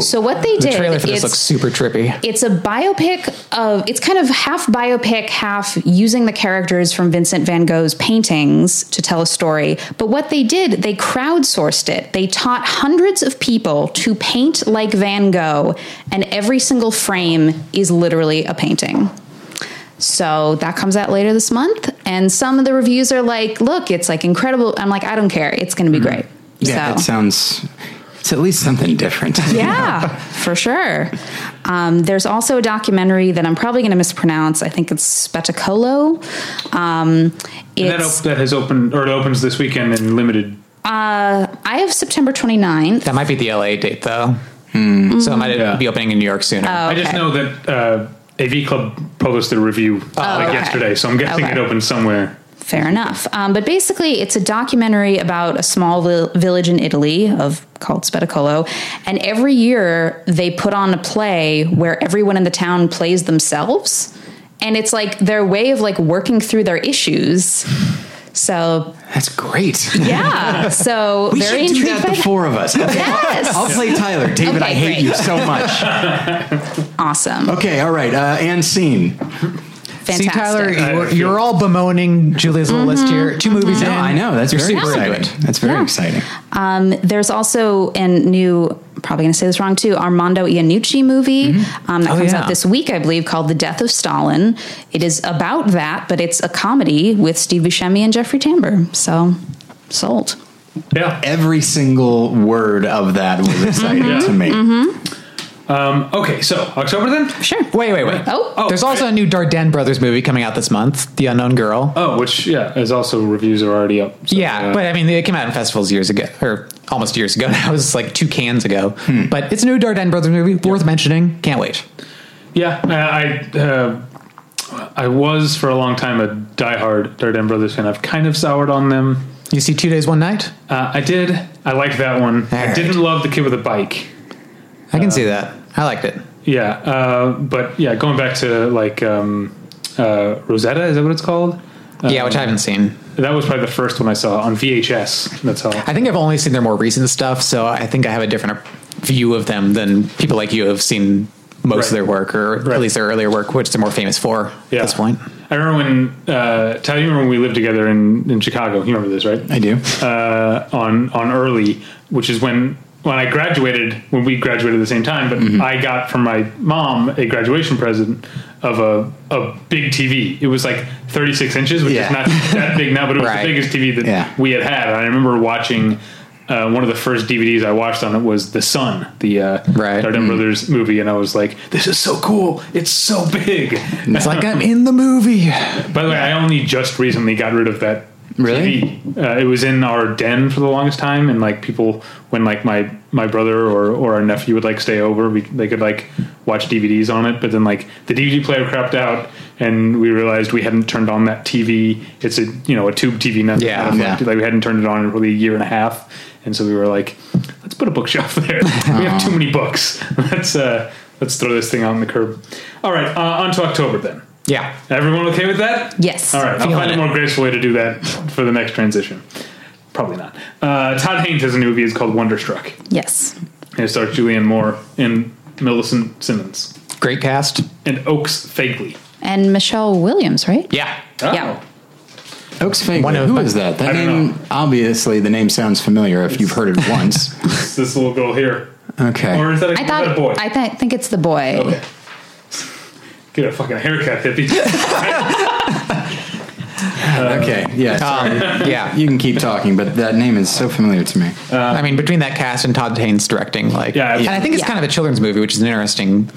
Speaker 3: So what they
Speaker 4: the
Speaker 3: did,
Speaker 4: trailer for this
Speaker 3: it's-
Speaker 4: looks super trippy.
Speaker 3: it's a biopic of it's kind of half biopic half using the characters from vincent van gogh's paintings to tell a story but what they did they crowdsourced it they taught hundreds of people to paint like van gogh and every single frame is literally a painting so that comes out later this month and some of the reviews are like look it's like incredible i'm like i don't care it's going to be great
Speaker 1: Yeah,
Speaker 3: so
Speaker 1: it sounds. It's at least something different.
Speaker 3: yeah, for sure. Um, there's also a documentary that I'm probably going to mispronounce. I think it's Spettacolo.
Speaker 2: And
Speaker 3: Um,
Speaker 2: that, op-
Speaker 3: it's,
Speaker 2: that has opened, or it opens this weekend in limited.
Speaker 3: I have September 29th.
Speaker 4: That might be the LA date though, so it might
Speaker 2: Yeah.
Speaker 4: be opening in New York sooner.
Speaker 2: I just
Speaker 3: okay.
Speaker 2: know that uh, AV Club published their review uh, like
Speaker 3: Oh, okay.
Speaker 2: yesterday, so I'm guessing
Speaker 3: Okay.
Speaker 2: it opens somewhere.
Speaker 3: Fair enough. Um, but basically, it's a documentary about a small vil- village in Italy of called Spettacolo. And every year they put on a play where everyone in the town plays themselves. And it's like their way of like working through their issues. So
Speaker 1: That's great.
Speaker 3: yeah, so
Speaker 1: We
Speaker 3: very
Speaker 1: should do
Speaker 3: intrigued
Speaker 1: that.
Speaker 3: by
Speaker 1: The four of us. Okay.
Speaker 3: Yes.
Speaker 1: I'll play Tyler. David,
Speaker 3: Okay,
Speaker 1: I hate
Speaker 3: great.
Speaker 1: you so much.
Speaker 3: Awesome.
Speaker 1: Okay, all right. Uh, and scene.
Speaker 3: Fantastic.
Speaker 4: See, Tyler,
Speaker 2: I
Speaker 4: you're,
Speaker 2: feel-
Speaker 4: you're all bemoaning Julia's little list here. Two movies in.
Speaker 1: No, I know. That's
Speaker 4: you're
Speaker 1: very
Speaker 4: super
Speaker 1: exciting.
Speaker 4: into it.
Speaker 1: That's very
Speaker 3: Yeah.
Speaker 1: exciting.
Speaker 3: Um, there's also a new, probably going to say this wrong too, Armando Iannucci movie um, that
Speaker 4: Oh,
Speaker 3: comes
Speaker 4: yeah.
Speaker 3: out this week, I believe, called The Death of Stalin. It is about that, but it's a comedy with Steve Buscemi and Jeffrey Tambor. So sold.
Speaker 2: Yeah.
Speaker 1: Every single word of that was exciting
Speaker 3: Mm-hmm.
Speaker 1: to me.
Speaker 2: Um, okay, so October then?
Speaker 3: Sure.
Speaker 4: Wait, wait, wait.
Speaker 3: Oh. Oh,
Speaker 4: There's also a new Darden Brothers movie coming out this month, The Unknown Girl.
Speaker 2: Oh, which, yeah, is also reviews are already up. so,
Speaker 4: yeah,
Speaker 2: uh,
Speaker 4: but I mean, it came out in festivals years ago, or almost years ago. Now it was like two cans ago. But it's a new Darden Brothers movie, worth mentioning. Can't wait.
Speaker 2: Yeah, I I, uh, I was for a long time a diehard Darden Brothers fan. I've kind of soured on them.
Speaker 4: You see Two Days, One Night?
Speaker 2: Uh, I did. I liked that one. I
Speaker 4: Alright.
Speaker 2: didn't love the kid with a bike.
Speaker 4: Uh, I can see that. I liked it.
Speaker 2: Yeah, uh, but yeah, going back to like um, uh, Rosetta, is that what it's called?
Speaker 4: yeah, which I haven't seen.
Speaker 2: That was probably the first one I saw on VHS. That's all.
Speaker 4: I think I've only seen their more recent stuff, so I think I have a different view of them than people like you have seen most
Speaker 2: Right.
Speaker 4: of their work, or
Speaker 2: Right.
Speaker 4: at least their earlier work, which they're more famous for
Speaker 2: Yeah.
Speaker 4: at this point.
Speaker 2: I remember when uh, Ty, you remember when we lived together in, in Chicago. You remember this, right?
Speaker 1: I do.
Speaker 2: uh, on on early, which is when when I graduated, when we graduated at the same time. But
Speaker 4: Mm-hmm.
Speaker 2: I got from my mom a graduation present of a a big TV. It was like 36 inches, which
Speaker 1: Yeah.
Speaker 2: is not that big now, but it was
Speaker 4: Right.
Speaker 2: the biggest TV that
Speaker 1: Yeah.
Speaker 2: we had had. And I remember watching. Uh, one of the first DVDs I watched on it was The Sun, the uh,
Speaker 4: Right. Mm.
Speaker 2: Darden Brothers movie, and I was like, "This is so cool! It's so big!"
Speaker 4: It's like I'm in the movie.
Speaker 2: By the way, I only just recently got rid of that.
Speaker 4: Really?
Speaker 2: TV. Uh, it was in our den for the longest time, and like people, when like my my brother or or our nephew would like stay over, we, they could like watch DVDs on it. But then like the DVD player crapped out, and we realized we hadn't turned on that TV. It's a you know a tube TV now.
Speaker 4: Yeah,
Speaker 2: Kind of
Speaker 1: yeah.
Speaker 2: Like, like, we hadn't turned it on in probably a year and a half, and so we were like, let's put a bookshelf there. we have too many books. Let's uh let's throw this thing out on the curb. All right, uh, on to October then.
Speaker 4: Yeah.
Speaker 2: Everyone okay with that?
Speaker 3: Yes.
Speaker 2: All right. I'll
Speaker 4: Feeling
Speaker 2: find a
Speaker 4: it.
Speaker 2: more graceful way to do that for the next transition. Probably not. Uh, Todd Haynes has a new movie. It's called Wonderstruck.
Speaker 3: Yes.
Speaker 2: And it stars Julianne Moore and Millicent Simmons
Speaker 4: Great cast.
Speaker 2: and Oaks Fagley.
Speaker 3: And Michelle Williams, right?
Speaker 4: Yeah.
Speaker 2: Oh.
Speaker 3: Yeah.
Speaker 1: Oaks Fagley.
Speaker 4: One of-
Speaker 1: Who is that? That
Speaker 2: I don't
Speaker 1: name.
Speaker 2: know.
Speaker 1: Obviously, the name sounds familiar if you've heard it once.
Speaker 2: It's this little girl here.
Speaker 1: Okay.
Speaker 2: Or uh, is that a,
Speaker 3: I
Speaker 2: is that a
Speaker 3: thought
Speaker 2: boy?
Speaker 3: I th- think it's the boy.
Speaker 2: okay. Get a fucking haircut, hippie.
Speaker 1: okay. Yeah. sorry.
Speaker 4: Um, yeah.
Speaker 1: You can keep talking, but that name is so familiar to me.
Speaker 4: I mean, between that cast and Todd Haynes directing, like,
Speaker 2: Yeah,
Speaker 4: and I think it's
Speaker 3: Yeah.
Speaker 4: kind of a children's movie, which is an interesting.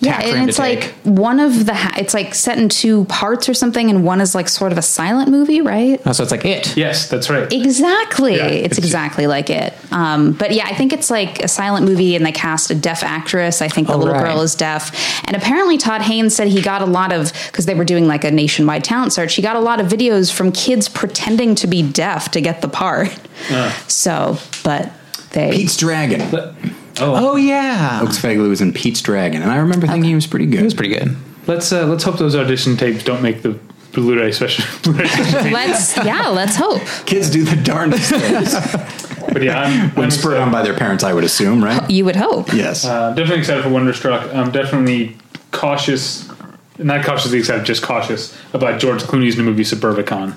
Speaker 3: Yeah,
Speaker 4: tack for him
Speaker 3: and
Speaker 4: to
Speaker 3: it's like
Speaker 4: take.
Speaker 3: one of the ha- it's like set in two parts or something, and one is like sort of a silent movie, right?
Speaker 4: Oh, so it's like it.
Speaker 2: yes, that's right.
Speaker 3: Exactly,
Speaker 2: Yeah, it's-
Speaker 3: it's, exactly like it. Um, but yeah, I think it's like a silent movie, and they cast a deaf actress. I think the
Speaker 4: Oh,
Speaker 3: little
Speaker 4: right.
Speaker 3: girl is deaf, and apparently Todd Haynes said he got a lot of because they were doing like a nationwide talent search. He got a lot of videos from kids pretending to be deaf to get the part. So, but they
Speaker 1: Pete's Dragon. Oaks
Speaker 4: Oh yeah,
Speaker 1: Fagley was in Pete's Dragon, and I remember thinking he was pretty good.
Speaker 4: it was pretty good.
Speaker 2: Let's uh, let's hope those audition tapes don't make the Blu-ray special. Blu-ray special tape.
Speaker 3: let's yeah, let's hope.
Speaker 1: Kids do the darndest things
Speaker 2: but yeah, I'm,
Speaker 1: when
Speaker 2: I'm
Speaker 1: spurred on by their parents, I would assume, right?
Speaker 3: You would hope.
Speaker 1: Yes.
Speaker 2: Uh, definitely excited for Wonderstruck. I'm definitely cautious, not cautiously excited, just cautious about George Clooney's new movie Suburbicon.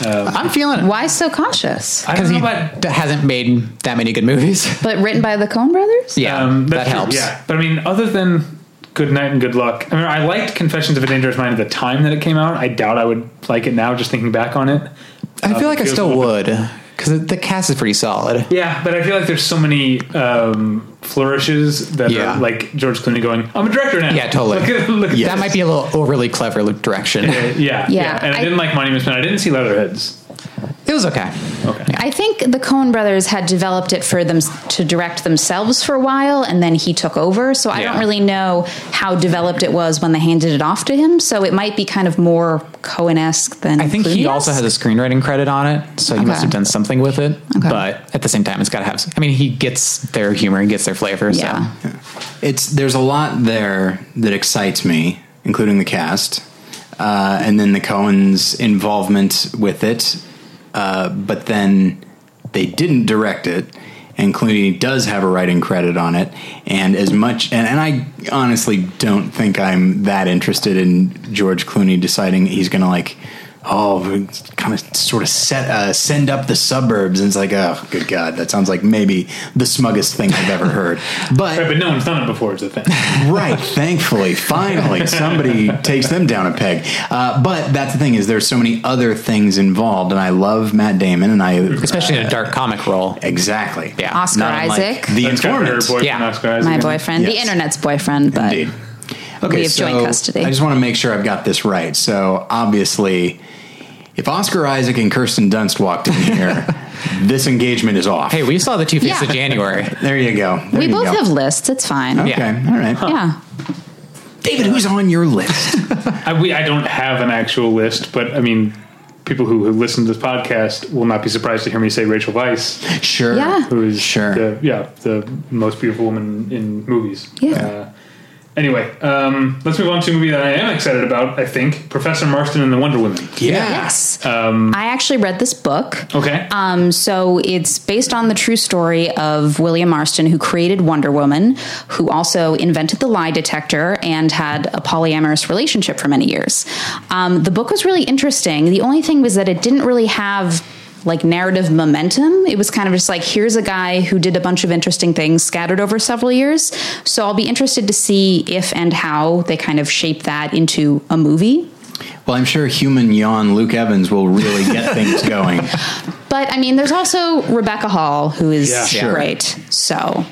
Speaker 4: I'm feeling it
Speaker 3: Why so cautious?
Speaker 2: I
Speaker 4: because
Speaker 2: don't know
Speaker 4: he
Speaker 2: about.
Speaker 4: d- hasn't made that many good movies.
Speaker 3: But written by the Coen brothers?
Speaker 4: yeah,
Speaker 2: um,
Speaker 4: that
Speaker 2: that's true,
Speaker 4: helps.
Speaker 2: Yeah, but I mean, other than Good Night and Good Luck, I mean, I liked Confessions of a Dangerous Mind at the time that it came out. I doubt I would like it now, just thinking back on it.
Speaker 4: I feel like I
Speaker 2: feels
Speaker 4: still
Speaker 2: a little
Speaker 4: would because the cast is pretty solid.
Speaker 2: Yeah, but I feel like there's so many um, flourishes that
Speaker 4: Yeah.
Speaker 2: are like George Clooney going, "I'm a director now."
Speaker 4: Yeah, totally.
Speaker 2: Look at, look at
Speaker 4: That might be a little overly clever direction.
Speaker 2: this. Yeah, yeah,
Speaker 3: Yeah,
Speaker 2: And I,
Speaker 3: I-
Speaker 2: didn't like Monuments Men. I didn't see Leatherheads.
Speaker 4: It was okay.
Speaker 3: I think the Coen brothers had developed it for them to direct themselves for a while and then he took over. So I don't
Speaker 4: Yeah.
Speaker 3: really know how developed it was when they handed it off to him. So it might be kind of more Coen esque than
Speaker 4: I think he also has a screenwriting credit on it, so he
Speaker 3: Okay.
Speaker 4: must have done something with it.
Speaker 3: Okay.
Speaker 4: But at the same time, it's got to have. I mean, he gets their humor, he gets their flavor.
Speaker 3: Yeah.
Speaker 4: So.
Speaker 1: it's there's a lot there that excites me, including the cast, uh, and then the Coens' involvement with it. Uh, but then they didn't direct it, and Clooney does have a writing credit on it. And as much, and, and I honestly don't think I'm that interested in George Clooney deciding he's going to like. Oh, kind of, sort of set, uh, send up the suburbs, and it's like, oh, good God, that sounds like maybe the smuggest thing I've ever heard. But
Speaker 2: Right, but no one's done it before. It's a thing.
Speaker 1: right thankfully finally somebody takes them down a peg uh, but that's the thing is there's so many other things involved and i love matt damon and i
Speaker 4: Especially in a dark comic role.
Speaker 1: exactly
Speaker 4: Yeah.
Speaker 3: Oscar
Speaker 1: Not unlike
Speaker 3: Isaac,
Speaker 1: the
Speaker 2: That's got
Speaker 1: informant
Speaker 2: Her boyfriend,
Speaker 4: Yeah.
Speaker 2: Oscar Isaac,
Speaker 3: my
Speaker 2: and-
Speaker 3: boyfriend, the
Speaker 1: Yes.
Speaker 3: internet's boyfriend, but
Speaker 1: Indeed. Okay,
Speaker 3: We have joint custody.
Speaker 1: I just want to make sure I've got this right. So obviously, if Oscar Isaac and Kirsten Dunst walked in here, this engagement is off.
Speaker 4: Hey, we saw the Two Faces
Speaker 3: Yeah.
Speaker 4: of January.
Speaker 1: there you go. There
Speaker 3: we
Speaker 1: you
Speaker 3: both
Speaker 1: go.
Speaker 3: have lists. It's fine.
Speaker 1: Okay, all right.
Speaker 4: Ah.
Speaker 3: Yeah.
Speaker 1: David, who's on your list?
Speaker 2: I, we, I don't have an actual list, but I mean, people who, who listen to this podcast will not be surprised to hear me say Rachel Weisz,
Speaker 1: sure.
Speaker 3: Yeah.
Speaker 2: who is
Speaker 1: Sure.
Speaker 2: the, yeah, the most beautiful woman in movies.
Speaker 3: Yeah.
Speaker 2: Uh, Anyway, um, let's move on to a movie that I am excited about. I think Professor Marston and the Wonder Women.
Speaker 3: Yes.
Speaker 4: Um,
Speaker 3: I actually read this book.
Speaker 2: Okay.
Speaker 3: Um, so it's based on the true story of William Marston, who created Wonder Woman, who also invented the lie detector and had a polyamorous relationship for many years. Um, the book was really interesting. The only thing was that it didn't really have like narrative momentum. It was kind of just like here's a guy who did a bunch of interesting things scattered over several years. So I'll be interested to see if and how they kind of shape that into a movie.
Speaker 1: Well, I'm sure human yawn Luke Evans will really get things going.
Speaker 3: But I mean, there's also Rebecca Hall, who is
Speaker 2: Yeah,
Speaker 1: sure.
Speaker 3: great. So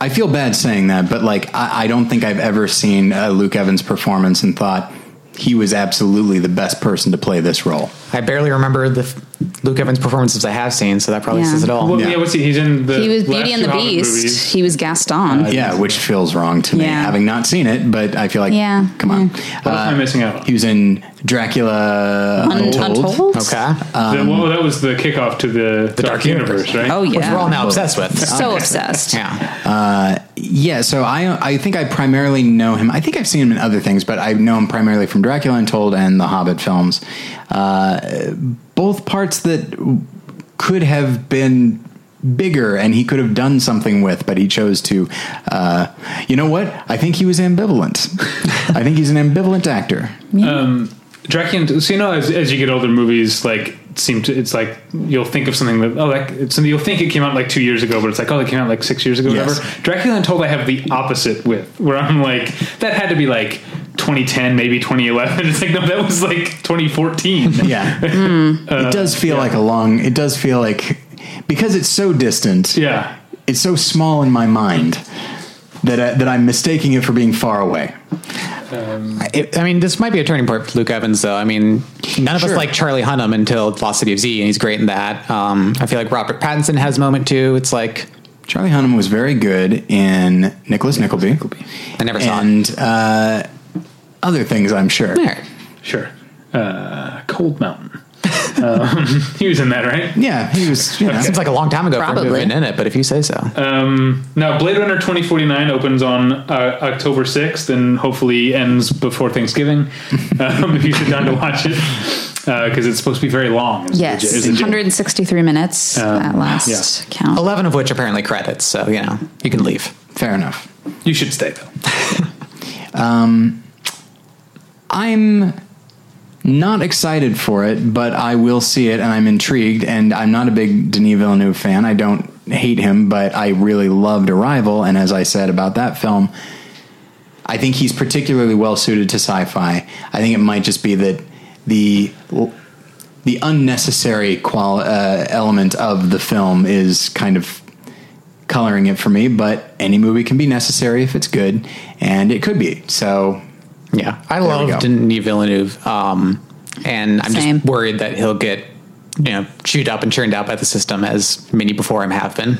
Speaker 1: I feel bad saying that, but like I, I don't think I've ever seen uh, Luke Evans' performance and thought he was absolutely the best person to play this role.
Speaker 4: I barely remember the f- Luke Evans performances I have seen, so that probably
Speaker 3: Yeah.
Speaker 4: says it all.
Speaker 2: Well,
Speaker 1: Yeah.
Speaker 2: yeah. what's he? He's in the
Speaker 3: he was
Speaker 2: last
Speaker 3: Beauty and
Speaker 2: two
Speaker 3: the
Speaker 2: Hobbit
Speaker 3: Beast.
Speaker 2: movies.
Speaker 3: He was Gaston.
Speaker 4: Uh,
Speaker 1: Yeah, which feels wrong to me,
Speaker 3: Yeah.
Speaker 1: having not seen it. But I feel like,
Speaker 3: Yeah,
Speaker 1: come on. Uh,
Speaker 2: What
Speaker 3: Uh,
Speaker 2: am I missing out on?
Speaker 1: He was in Dracula
Speaker 3: Un-
Speaker 1: Untold.
Speaker 3: Untold?
Speaker 4: Okay. Uh,
Speaker 2: The-
Speaker 3: um,
Speaker 2: well, that was the kickoff to the, Dark,
Speaker 4: Dark
Speaker 2: Universe,
Speaker 4: Universe.
Speaker 2: right?
Speaker 3: Oh
Speaker 4: Which
Speaker 3: yeah,
Speaker 4: we're all now obsessed with. Uh,
Speaker 3: so obsessed.
Speaker 4: Yeah.
Speaker 1: Yeah, so I I think I primarily know him. I think I've seen him in other things, but I know him primarily from Dracula Untold and the Hobbit films. Uh, both parts that could have been bigger and he could have done something with, but he chose to. Uh, you know what? I think he was ambivalent. I think he's an ambivalent actor.
Speaker 2: Dracula. So you know, as, as you get older, movies like seem to. It's like you'll think of something that oh, like it's something you'll think it came out like two years ago, but it's like oh, it came out like six years ago.
Speaker 1: Yes.
Speaker 2: Whatever. Dracula Untold, I have the opposite with where I'm like that had to be like 2010, maybe 2011. It's like no, that was like 2014.
Speaker 1: Yeah, it does feel like a long. It does feel like because it's so distant.
Speaker 2: yeah.
Speaker 1: it's so small in my mind that I, that I'm mistaking it for being far away.
Speaker 4: It- I mean, this might be a turning point for Luke Evans, though. I mean, none of
Speaker 1: Sure.
Speaker 4: us like Charlie Hunnam until Lost City of Z, and he's great in that. Um, I feel like Robert Pattinson has a moment, too. It's like,
Speaker 1: Charlie Hunnam was very good in Nicholas Nickleby.
Speaker 4: I never saw it.
Speaker 1: and, uh, other things, I'm sure.
Speaker 4: there.
Speaker 2: Sure. Uh, Cold Mountain. um, he was in that, right?
Speaker 1: Yeah, he was. You know,
Speaker 4: Seems like a long time ago for him to
Speaker 3: Probably.
Speaker 4: have been in it, but if you say so.
Speaker 2: Now, Blade Runner 2049 opens on uh, October 6th and hopefully ends before Thanksgiving um, if you sit down to watch it because it's supposed to be very long. is
Speaker 3: Yes,
Speaker 2: legit- is legit.
Speaker 3: 163 minutes
Speaker 4: Um,
Speaker 3: at last
Speaker 2: yeah.
Speaker 3: count.
Speaker 4: 11 of which apparently credits, so, you know, you can leave.
Speaker 1: fair enough.
Speaker 2: You should stay, though.
Speaker 1: I'm not excited for it, but I will see it, and I'm intrigued. And I'm not a big Denis Villeneuve fan. I don't hate him, but I really loved Arrival, and as I said about that film, I think he's particularly well suited to sci-fi. I think it might just be that the the unnecessary qual- uh, element of the film is kind of coloring it for me. But any movie can be necessary if it's good, and it could be. So
Speaker 4: Yeah, I
Speaker 1: go.
Speaker 4: love Denis Villeneuve, um, and I'm
Speaker 3: Same.
Speaker 4: just worried that he'll get you know chewed up and churned out by the system as many before him have been.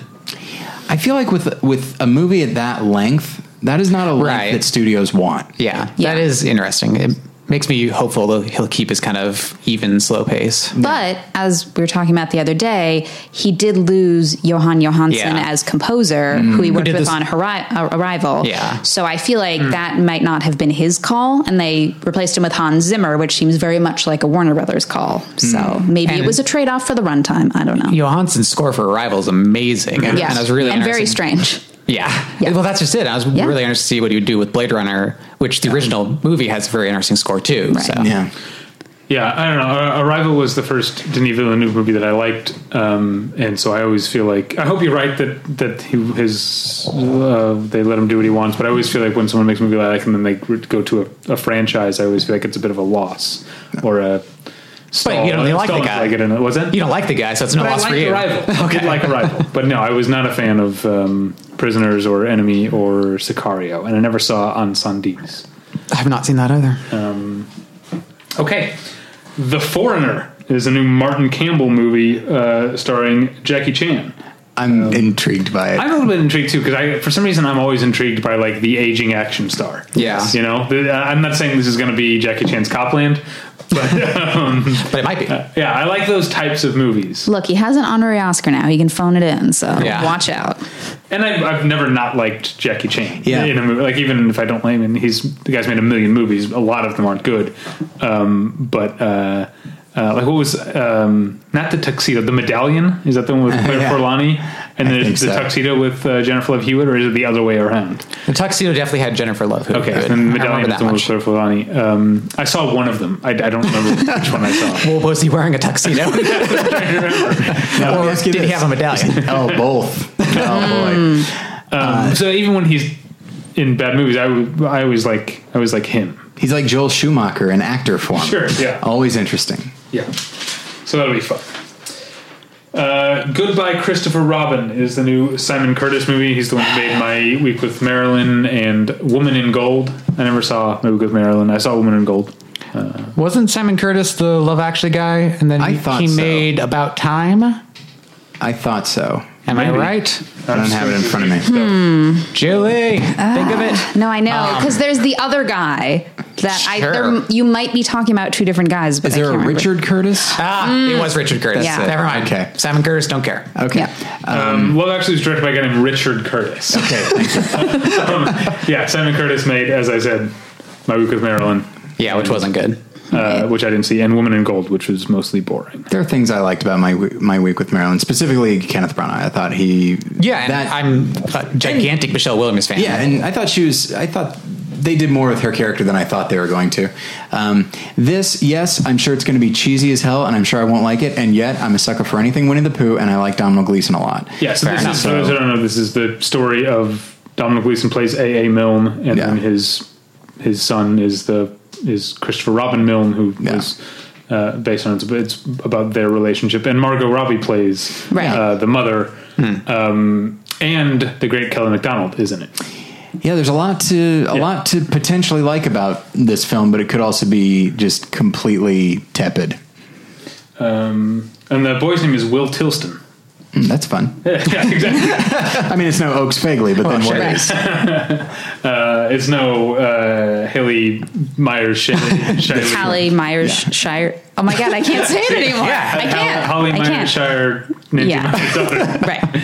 Speaker 1: I feel like with with a movie at that length, that is not a length
Speaker 4: Right.
Speaker 1: that studios want.
Speaker 4: Yeah,
Speaker 3: Yeah.
Speaker 4: that is interesting. It makes me hopeful that he'll keep his kind of even, slow pace.
Speaker 3: But as we were talking about the other day, he did lose Johan Johansson
Speaker 4: Yeah. Mm.
Speaker 3: as composer, who he worked
Speaker 4: did
Speaker 3: with
Speaker 4: this-
Speaker 3: on Arri- uh, Arrival.
Speaker 4: Yeah. Mm.
Speaker 3: So I feel like that might not have been his call, and they replaced him with Hans Zimmer, which seems very much like a Warner Brothers call. So maybe it
Speaker 4: Mm. And-
Speaker 3: was a trade off for the runtime. I don't know.
Speaker 4: Johansson's score for Arrival is amazing, and,
Speaker 3: yeah,
Speaker 4: and I was really
Speaker 3: and very
Speaker 4: interested-
Speaker 3: strange.
Speaker 4: Yeah.
Speaker 3: Yeah.
Speaker 4: well, that's just it. I was
Speaker 3: Yeah.
Speaker 4: really interested to see what he would do with Blade Runner, which the original movie has a very interesting score too.
Speaker 3: Right.
Speaker 4: So.
Speaker 1: Yeah.
Speaker 2: Yeah, I don't know. Ar- Arrival was the first Denis Villeneuve movie that I liked, um, and so I always feel like I hope you're right that that he, his uh, they let him do what he wants. But I always feel like when someone makes a movie I like and then they re- go to a, a franchise, I always feel like it's a bit of a loss or a.
Speaker 4: But you don't really like the
Speaker 2: stall if
Speaker 4: guy.
Speaker 2: I get in it. What's that?
Speaker 4: You don't like the guy, so it's no
Speaker 2: but
Speaker 4: loss
Speaker 2: I
Speaker 4: for
Speaker 2: liked
Speaker 4: you.
Speaker 2: Arrival. I did like Arrival, but no, I was not a fan of um, Prisoners or Enemy or Sicario, and I never saw On Sundays.
Speaker 4: I've not seen that either.
Speaker 2: Okay, The Foreigner is a new Martin Campbell movie uh, starring Jackie Chan.
Speaker 1: I I'm intrigued by it.
Speaker 2: I'm a little bit intrigued too because I, for some reason, I'm always intrigued by like the aging action star.
Speaker 4: Yeah.
Speaker 2: you know, The- I'm not saying this is going to be Jackie Chan's Copland, but um,
Speaker 4: but it might be.
Speaker 2: yeah, I like those types of movies,
Speaker 3: Look, he has an honorary Oscar now. He can phone it in, so
Speaker 4: Yeah.
Speaker 3: watch out.
Speaker 2: and I've, I've never not liked Jackie Chan.
Speaker 1: Yeah.
Speaker 2: in a movie. like even if I don't like him, he's the guy's made a million movies. A lot of them aren't good, um, but. Uh, uh, like what was um, not the tuxedo, the medallion? Is that the one with Claire
Speaker 1: Yeah.
Speaker 2: Forlani? And then the
Speaker 1: think so.
Speaker 2: tuxedo with uh, Jennifer Love Hewitt, or is it the other way around?
Speaker 4: The tuxedo definitely had Jennifer Love. Who
Speaker 2: Okay,
Speaker 4: did.
Speaker 2: then
Speaker 4: I remember
Speaker 2: Medallion is
Speaker 4: that
Speaker 2: the one with
Speaker 4: much.
Speaker 2: Claire Forlani. Um, I saw one of them. I, I don't remember which one I saw.
Speaker 4: Well, was he wearing a tuxedo?
Speaker 1: Now, let me
Speaker 4: or
Speaker 1: ask you
Speaker 4: did he
Speaker 1: this.
Speaker 4: have a medallion?
Speaker 1: Oh, both. Oh boy,
Speaker 2: Um, so even when he's in bad movies, I, w- I always like I always like him.
Speaker 1: he's like Joel Schumacher in actor form.
Speaker 2: Sure, yeah.
Speaker 1: always interesting.
Speaker 2: Yeah. So that'll be fun. Uh, Goodbye, Christopher Robin is the new Simon Curtis movie. He's the one who made My Week with Marilyn and Woman in Gold. I never saw My Week with Marilyn. I saw Woman in Gold.
Speaker 4: Wasn't Simon Curtis the Love Actually guy? And then
Speaker 1: I
Speaker 4: he,
Speaker 1: thought
Speaker 4: he
Speaker 1: so.
Speaker 4: made About Time. Am
Speaker 1: I thought so.
Speaker 4: I Hmm.
Speaker 2: Maybe.
Speaker 4: right?
Speaker 1: I don't have it in front of me.
Speaker 4: Julie, think of it.
Speaker 3: No, I know because there's the other guy that I
Speaker 4: Um, Sure.
Speaker 3: there, you might be talking about two different guys. But
Speaker 1: Is
Speaker 3: I
Speaker 1: there
Speaker 3: can't
Speaker 1: a
Speaker 3: remember.
Speaker 1: Richard Curtis?
Speaker 4: Ah,
Speaker 3: Mm.
Speaker 4: it was Richard Curtis.
Speaker 3: That's it.
Speaker 4: Never mind.
Speaker 1: Okay.
Speaker 4: Simon Curtis, don't care.
Speaker 1: Okay.
Speaker 3: Yeah.
Speaker 2: Um, Love Actually is directed by a guy named Richard Curtis.
Speaker 1: Okay. Thank you.
Speaker 2: Um, yeah, Simon Curtis made, as I said, My Week with Marilyn.
Speaker 4: Yeah, which wasn't good.
Speaker 2: uh, which I didn't see, and Woman in Gold, which was mostly boring.
Speaker 1: There are things I liked about my we- my week with Marilyn, specifically Kenneth Branagh. I thought he
Speaker 4: Yeah, and
Speaker 1: that,
Speaker 4: I'm a gigantic Michelle Williams fan.
Speaker 1: yeah, and I thought she was. I thought they did more with her character than I thought they were going to. Um, this, yes, I'm sure it's going to be cheesy as hell, and I'm sure I won't like it. And yet, I'm a sucker for anything Winnie the Pooh, and I like Donald Gleason a lot.
Speaker 2: Yeah, so
Speaker 4: Fair
Speaker 2: this
Speaker 4: enough.
Speaker 2: is, for those who don't know, this is the story of Dominic Gleason plays A.A. Milne, and
Speaker 1: Yeah.
Speaker 2: then his his son is the is Christopher Robin Milne, who
Speaker 1: Yeah.
Speaker 2: was uh, based on it's, it's about their relationship, and Margot Robbie plays
Speaker 3: Right.
Speaker 2: uh, the mother, um, and the great Kelly MacDonald, isn't it?
Speaker 1: Yeah, there's a lot to a lot to potentially like about this film, but it could also be just completely tepid.
Speaker 2: Um, And the boy's name is Will Tilston.
Speaker 1: Mm, That's fun.
Speaker 2: yeah, exactly.
Speaker 1: I mean, it's no Oaks Fagley, but then
Speaker 4: sure.
Speaker 1: what is?
Speaker 2: Uh, it's no uh, Haley Myers. Sh-
Speaker 3: Hallie Myers Shire. Oh my god, I can't say it anymore.
Speaker 4: Yeah.
Speaker 3: I can't.
Speaker 2: Holly
Speaker 3: I can't.
Speaker 2: Meyershire Ninja
Speaker 3: Yeah.
Speaker 2: Master.
Speaker 3: Right.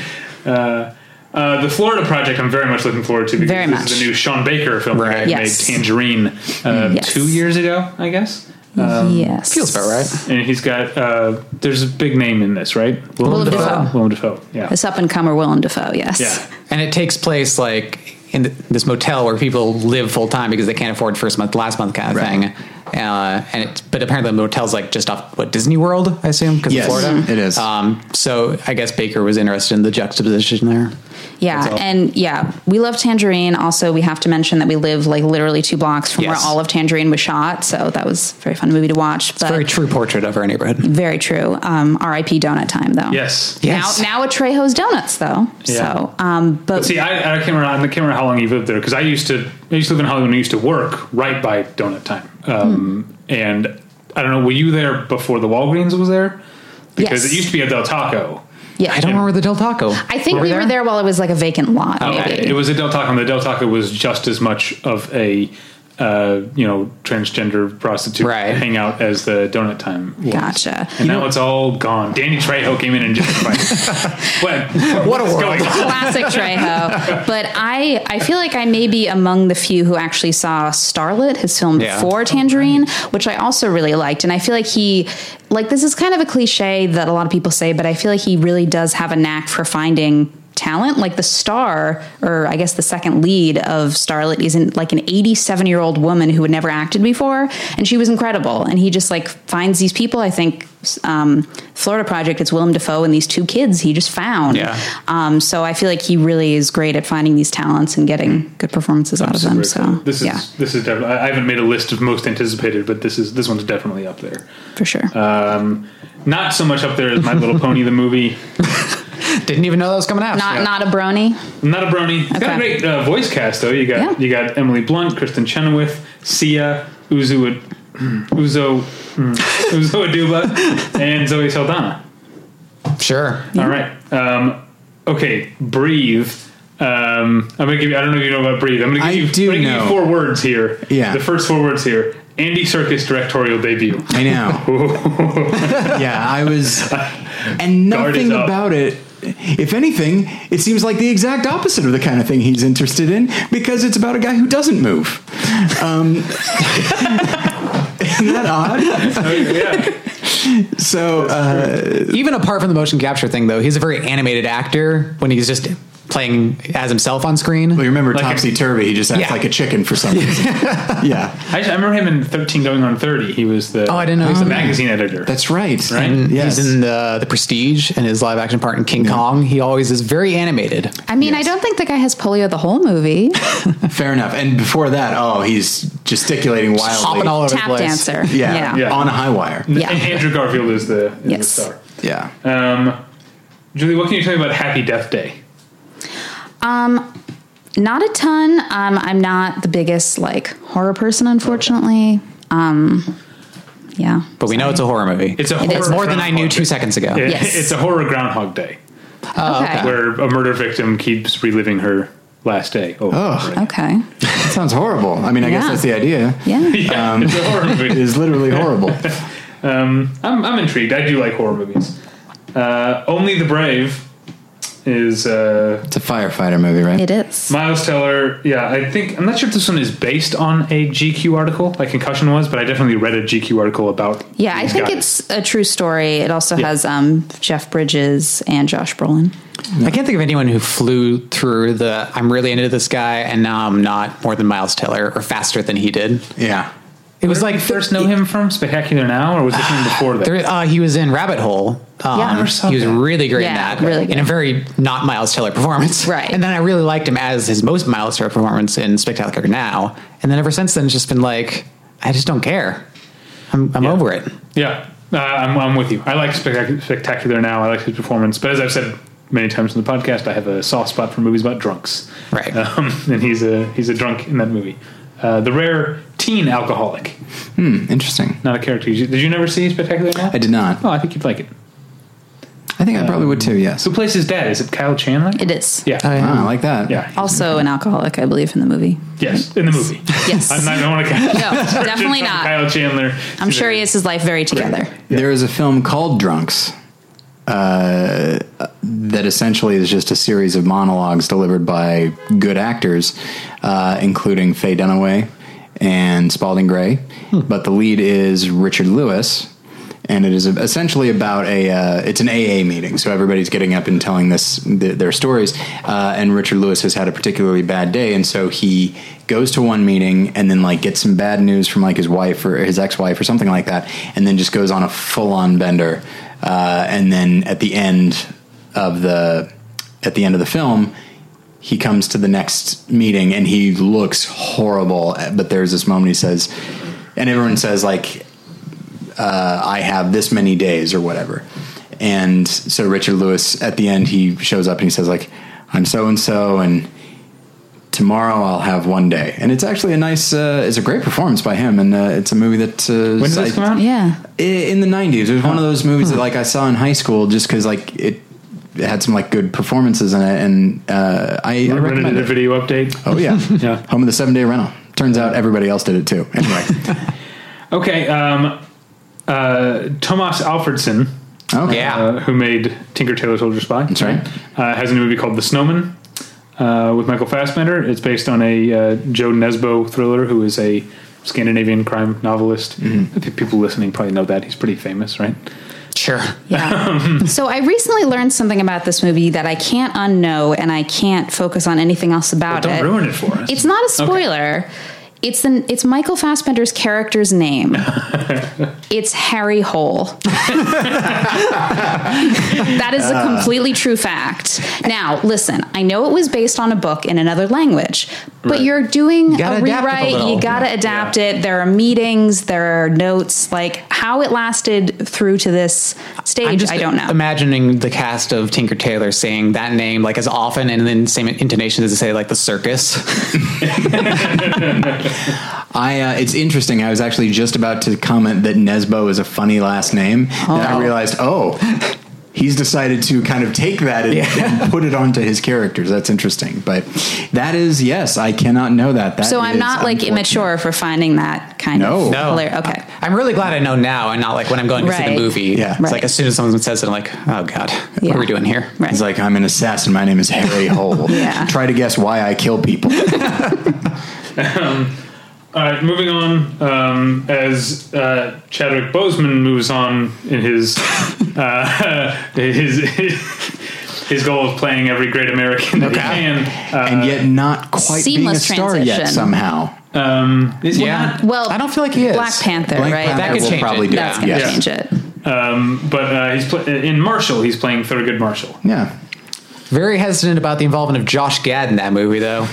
Speaker 2: Uh, the Florida project I'm very much looking forward to because
Speaker 3: Very
Speaker 2: this
Speaker 3: much.
Speaker 2: is the new Sean Baker film
Speaker 4: Right.
Speaker 2: that
Speaker 3: Yes. Mm,
Speaker 2: made Tangerine uh,
Speaker 3: Yes.
Speaker 2: two years ago, I guess.
Speaker 3: yes.
Speaker 4: Um, Feels about right.
Speaker 2: And he's got uh, there's a big name in this, right?
Speaker 3: Willem Dafoe.
Speaker 2: Willem Dafoe. Yeah.
Speaker 3: This up and comer Willem Dafoe. Yes.
Speaker 2: Yeah.
Speaker 4: And it takes place like in th- this motel where people live full time because they can't afford first month, last month kind of
Speaker 1: Right.
Speaker 4: thing. Uh, and it, but apparently the motel's like just off what Disney World, I assume, because
Speaker 1: Yes,
Speaker 4: Florida.
Speaker 1: it is.
Speaker 4: Um, so I guess Baker was interested in the juxtaposition there.
Speaker 3: Yeah, and yeah, we love Tangerine. Also, we have to mention that we live like literally two blocks from
Speaker 4: Yes.
Speaker 3: where all of Tangerine was shot, so that was a very fun movie to watch. But
Speaker 4: Very true portrait of our neighborhood.
Speaker 3: very true. Um, R.I.P. Donut Time, though.
Speaker 2: Yes.
Speaker 4: Yes.
Speaker 3: Now, now a Trejo's Donuts, though.
Speaker 2: Yeah.
Speaker 3: So, um, but,
Speaker 2: See, I, I can't remember. I can't remember how long you've lived there because I used to. I used to live in Hollywood. and I used to work right by Donut Time. Um,
Speaker 3: Hmm.
Speaker 2: And I don't know. Were you there before the Walgreens was there? Because
Speaker 3: Yes.
Speaker 2: it used to be a Del Taco.
Speaker 3: yeah,
Speaker 4: I don't remember the Del Taco.
Speaker 3: I think we were there while it was like a vacant lot.
Speaker 2: Oh, Okay.
Speaker 3: Maybe.
Speaker 2: It was a Del Taco, and the Del Taco was just as much of a uh, you know transgender prostitute
Speaker 4: Right.
Speaker 2: hangout as the Donut Time. was.
Speaker 3: Gotcha.
Speaker 2: And now it's all gone. Danny Trejo came in and just like, what?
Speaker 4: What a
Speaker 2: what's going
Speaker 4: world.
Speaker 2: on?
Speaker 3: Classic Trejo. But I, I feel like I may be among the few who actually saw Starlit, his film
Speaker 4: Yeah.
Speaker 3: before Tangerine, which I also really liked. And I feel like he, like, this is kind of a cliche that a lot of people say, but I feel like he really does have a knack for finding talent like the star or i guess the second lead of starlet isn't like an 87 year old woman who had never acted before and she was incredible and he just like finds these people i think um, florida project it's willem dafoe and these two kids he just found
Speaker 4: Yeah.
Speaker 3: um, so I feel like he really is great at finding these talents and getting good performances out of them. So
Speaker 2: This is
Speaker 3: yeah,
Speaker 2: this is definitely. I I haven't made a list of most anticipated, but this is this one's definitely up there.
Speaker 3: for sure.
Speaker 2: Um, not so much up there as My Little Pony the movie.
Speaker 4: Didn't even know that was coming out.
Speaker 3: not not a brony.
Speaker 2: Not a brony. It's Got a
Speaker 3: Okay.
Speaker 2: great uh, voice cast though. You got
Speaker 3: Yeah.
Speaker 2: you got Emily Blunt, Kristen Chenoweth, Sia, Uzu, Uzo, mm, Uzo Aduba, and Zoe Saldana.
Speaker 4: Sure.
Speaker 2: All right. Um, okay, breathe. Um, I'm gonna give you. I don't know if you know about breathe. I'm gonna give
Speaker 1: I
Speaker 2: you.
Speaker 1: do
Speaker 2: I'm gonna
Speaker 1: know.
Speaker 2: Give you four words here.
Speaker 1: Yeah.
Speaker 2: The first four words here. Andy Circus directorial debut.
Speaker 1: I know. yeah, I was, and
Speaker 2: Guard is
Speaker 1: nothing
Speaker 2: up.
Speaker 1: about it. If anything, it seems like the exact opposite of the kind of thing he's interested in because it's about a guy who doesn't move. Um, isn't that odd?
Speaker 2: yeah.
Speaker 1: So uh,
Speaker 4: Even apart from the motion capture thing, though, he's a very animated actor when he's just playing as himself on screen.
Speaker 1: well, you remember
Speaker 2: Like a-
Speaker 1: Topsy Turvy? He just acts
Speaker 4: Yeah.
Speaker 1: like a chicken for some reason. yeah,
Speaker 2: Actually, I remember him in 13 going on 30. He was the
Speaker 4: Oh, I didn't know
Speaker 2: he was
Speaker 4: he
Speaker 2: the
Speaker 4: was in that.
Speaker 2: magazine editor.
Speaker 1: that's right.
Speaker 2: Right?
Speaker 4: And
Speaker 1: Yes.
Speaker 4: he's in the, the Prestige and his live action part in King Kong. He always is very animated.
Speaker 3: I mean, I don't think the guy has polio the whole movie.
Speaker 1: Fair enough. And before that, oh, he's gesticulating wildly.
Speaker 4: Hopping all over the
Speaker 3: Tap
Speaker 4: place.
Speaker 3: dancer.
Speaker 1: yeah,
Speaker 2: Yeah.
Speaker 1: on a high wire.
Speaker 3: Yeah.
Speaker 2: And Andrew Garfield is the, is
Speaker 3: Yes.
Speaker 2: the star.
Speaker 1: Yeah.
Speaker 2: Um, Julie, what can you tell me about Happy Death Day?
Speaker 3: Not a ton. Um, I'm not the biggest like horror person, unfortunately. Um, yeah.
Speaker 4: But we know it's a horror movie.
Speaker 2: It's a
Speaker 3: It
Speaker 2: horror
Speaker 3: is.
Speaker 4: more than I knew
Speaker 2: Groundhog Day.
Speaker 4: two seconds ago.
Speaker 2: It-
Speaker 3: Yes.
Speaker 2: It's a horror Groundhog Day
Speaker 4: Ah.
Speaker 3: okay.
Speaker 2: where a murder victim keeps reliving her last day. Oh,
Speaker 3: Okay.
Speaker 1: That sounds horrible. I mean, I guess
Speaker 3: Yeah.
Speaker 1: that's the idea.
Speaker 3: Yeah.
Speaker 2: yeah,
Speaker 4: Um,
Speaker 2: it's a horror
Speaker 1: It
Speaker 2: movie.
Speaker 1: is literally horrible.
Speaker 2: Um, I'm, I'm intrigued. I do like horror movies. Uh, Only the Brave is uh,
Speaker 1: It's a firefighter movie, right?
Speaker 3: It is.
Speaker 2: Miles Teller. Yeah, I think I'm not sure if this one is based on a GQ article, like Concussion was, but I definitely read a GQ article about.
Speaker 3: Yeah, I
Speaker 2: these
Speaker 3: think
Speaker 2: guys.
Speaker 3: it's a true story. It also has um, Jeff Bridges and Josh Brolin.
Speaker 4: I can't think of anyone who flew through the I'm really into this guy and now I'm not more than Miles Taylor or faster than he did.
Speaker 1: Yeah.
Speaker 4: It was
Speaker 2: Did
Speaker 4: like
Speaker 2: you first know him from Spectacular Now, or was this one before that?
Speaker 4: There, uh, he was in Rabbit Hole. Um,
Speaker 3: Yeah. I never
Speaker 2: saw
Speaker 4: he was
Speaker 2: that.
Speaker 4: really great
Speaker 3: Yeah,
Speaker 4: in that.
Speaker 3: really good.
Speaker 4: In a very not Miles Taylor performance.
Speaker 3: Right.
Speaker 4: And then I really liked him as his most Miles Taylor performance in Spectacular Now. And then ever since then, it's just been like, I just don't care. I'm, I'm over it.
Speaker 2: Yeah, uh, I'm, I'm with you. I like Spectac- Spectacular now. I like his performance, but as I've said many times in the podcast, I have a soft spot for movies about drunks.
Speaker 4: Right.
Speaker 2: um, and he's a he's a drunk in that movie. Uh, the rare teen alcoholic,
Speaker 1: Interesting.
Speaker 2: not a character. Did you, did you never see Spectacular Now?
Speaker 1: I did not.
Speaker 2: Oh, I think you'd like it.
Speaker 1: I think I probably would too, yes.
Speaker 2: Who plays his dad? Is it Kyle Chandler?
Speaker 3: It is.
Speaker 2: yeah,
Speaker 1: Ah, I like that.
Speaker 2: yeah,
Speaker 3: Also an alcoholic, I believe, in the movie.
Speaker 2: yes, in the movie.
Speaker 3: Yes.
Speaker 2: I'm not, I don't want to.
Speaker 3: No, definitely not.
Speaker 2: Kyle Chandler.
Speaker 3: I'm sure he has his life very together.
Speaker 1: There is a film called Drunks uh, that essentially is just a series of monologues delivered by good actors, uh, including Faye Dunaway and Spalding Gray. But the lead is Richard Lewis. And it is essentially about a uh, it's an AA meeting, so everybody's getting up and telling this th- their stories. Uh, and Richard Lewis has had a particularly bad day, and so he goes to one meeting and then like gets some bad news from like his wife or his ex-wife or something like that and then just goes on a full-on bender uh, and then at the end of the at the end of the film he comes to the next meeting and he looks horrible but there's this moment he says and everyone says like uh, I have this many days or whatever. And so Richard Lewis at the end he shows up and he says like I'm so and so and tomorrow I'll have one day. And it's actually a nice uh, it's a great performance by him and uh, it's a movie that uh,
Speaker 2: When did
Speaker 1: I-
Speaker 2: this come out?
Speaker 3: Yeah.
Speaker 1: I- in the 90s. It was one of those movies that like I saw in high school just cuz like it, it had some like good performances in it and uh, I, I
Speaker 2: I rented
Speaker 1: recommend
Speaker 2: a
Speaker 1: it.
Speaker 2: video update.
Speaker 1: Oh yeah.
Speaker 2: Yeah.
Speaker 1: Home of the 7 Day Rental. Turns out everybody else did it too. Anyway.
Speaker 2: Okay, um, uh, Thomas Alfredson,
Speaker 1: Okay.
Speaker 4: Yeah.
Speaker 2: uh, who made Tinker Tailor Soldier Spy,
Speaker 1: That's right.
Speaker 2: uh, has a new movie called The Snowman uh, with Michael Fassbender. It's based on a uh, Joe Nesbo thriller, who is a Scandinavian crime novelist.
Speaker 1: Mm-hmm.
Speaker 2: I think people listening probably know that he's pretty famous, right?
Speaker 4: Sure.
Speaker 3: Yeah. so I recently learned something about this movie that I can't unknow and I can't focus on anything else about
Speaker 2: Don't
Speaker 3: it.
Speaker 2: ruin it for us.
Speaker 3: It's not a spoiler. It's the it's Michael Fassbender's character's name. it's Harry Hole. that is a completely true fact. Now, listen, I know it was based on a book in another language, but
Speaker 2: Right.
Speaker 3: you're doing
Speaker 4: gotta
Speaker 3: a
Speaker 4: adapt it a
Speaker 3: rewrite. you
Speaker 4: little.
Speaker 3: got to adapt it. There are meetings, there are notes. Like how it lasted through to this stage, I don't know.
Speaker 4: Imagining the cast of Tinker Tailor saying that name like as often and then same intonation as they say like the circus.
Speaker 1: I uh, it's interesting. I was actually just about to comment that Nesbo is a funny last name. Then I realized, oh, he's decided to kind of take that and, and put it onto his characters. That's interesting. But that is yes, I cannot know that. That
Speaker 3: So I'm
Speaker 1: is
Speaker 3: not like
Speaker 1: unfortunate.
Speaker 3: immature for finding that kind
Speaker 1: No.
Speaker 3: of
Speaker 1: No.
Speaker 3: hilar- Okay.
Speaker 4: Oh. I, am really glad I know now and not like when I'm going to see
Speaker 3: Right.
Speaker 4: the movie.
Speaker 1: Yeah.
Speaker 4: It's
Speaker 3: Right.
Speaker 4: like as soon as someone says it, I'm like, oh God, what
Speaker 3: Yeah.
Speaker 4: are we doing here?
Speaker 3: Right.
Speaker 1: He's like, I'm an assassin. My name is Harry Hole.
Speaker 3: Yeah.
Speaker 1: Try to guess why I kill people.
Speaker 2: All right, moving on. Um, as uh, Chadwick Boseman moves on in his uh, his his goal of playing every great American that
Speaker 4: Okay.
Speaker 2: he can. Uh,
Speaker 1: and yet not quite being a
Speaker 3: Seamless
Speaker 1: star yet
Speaker 3: transition.
Speaker 1: somehow.
Speaker 2: um, is he
Speaker 4: Yeah.
Speaker 2: not?
Speaker 3: Well,
Speaker 4: I don't feel like he is.
Speaker 3: Black Panther,
Speaker 1: Black
Speaker 3: right?
Speaker 1: Panther
Speaker 4: That could
Speaker 1: will
Speaker 4: change
Speaker 1: probably
Speaker 4: it.
Speaker 1: do
Speaker 3: That's
Speaker 1: it.
Speaker 3: going to
Speaker 1: yeah.
Speaker 3: change it.
Speaker 2: Um, but uh, he's pl- in Marshall. He's playing Thurgood Marshall.
Speaker 1: Yeah.
Speaker 4: Very hesitant about the involvement of Josh Gad in that movie, though.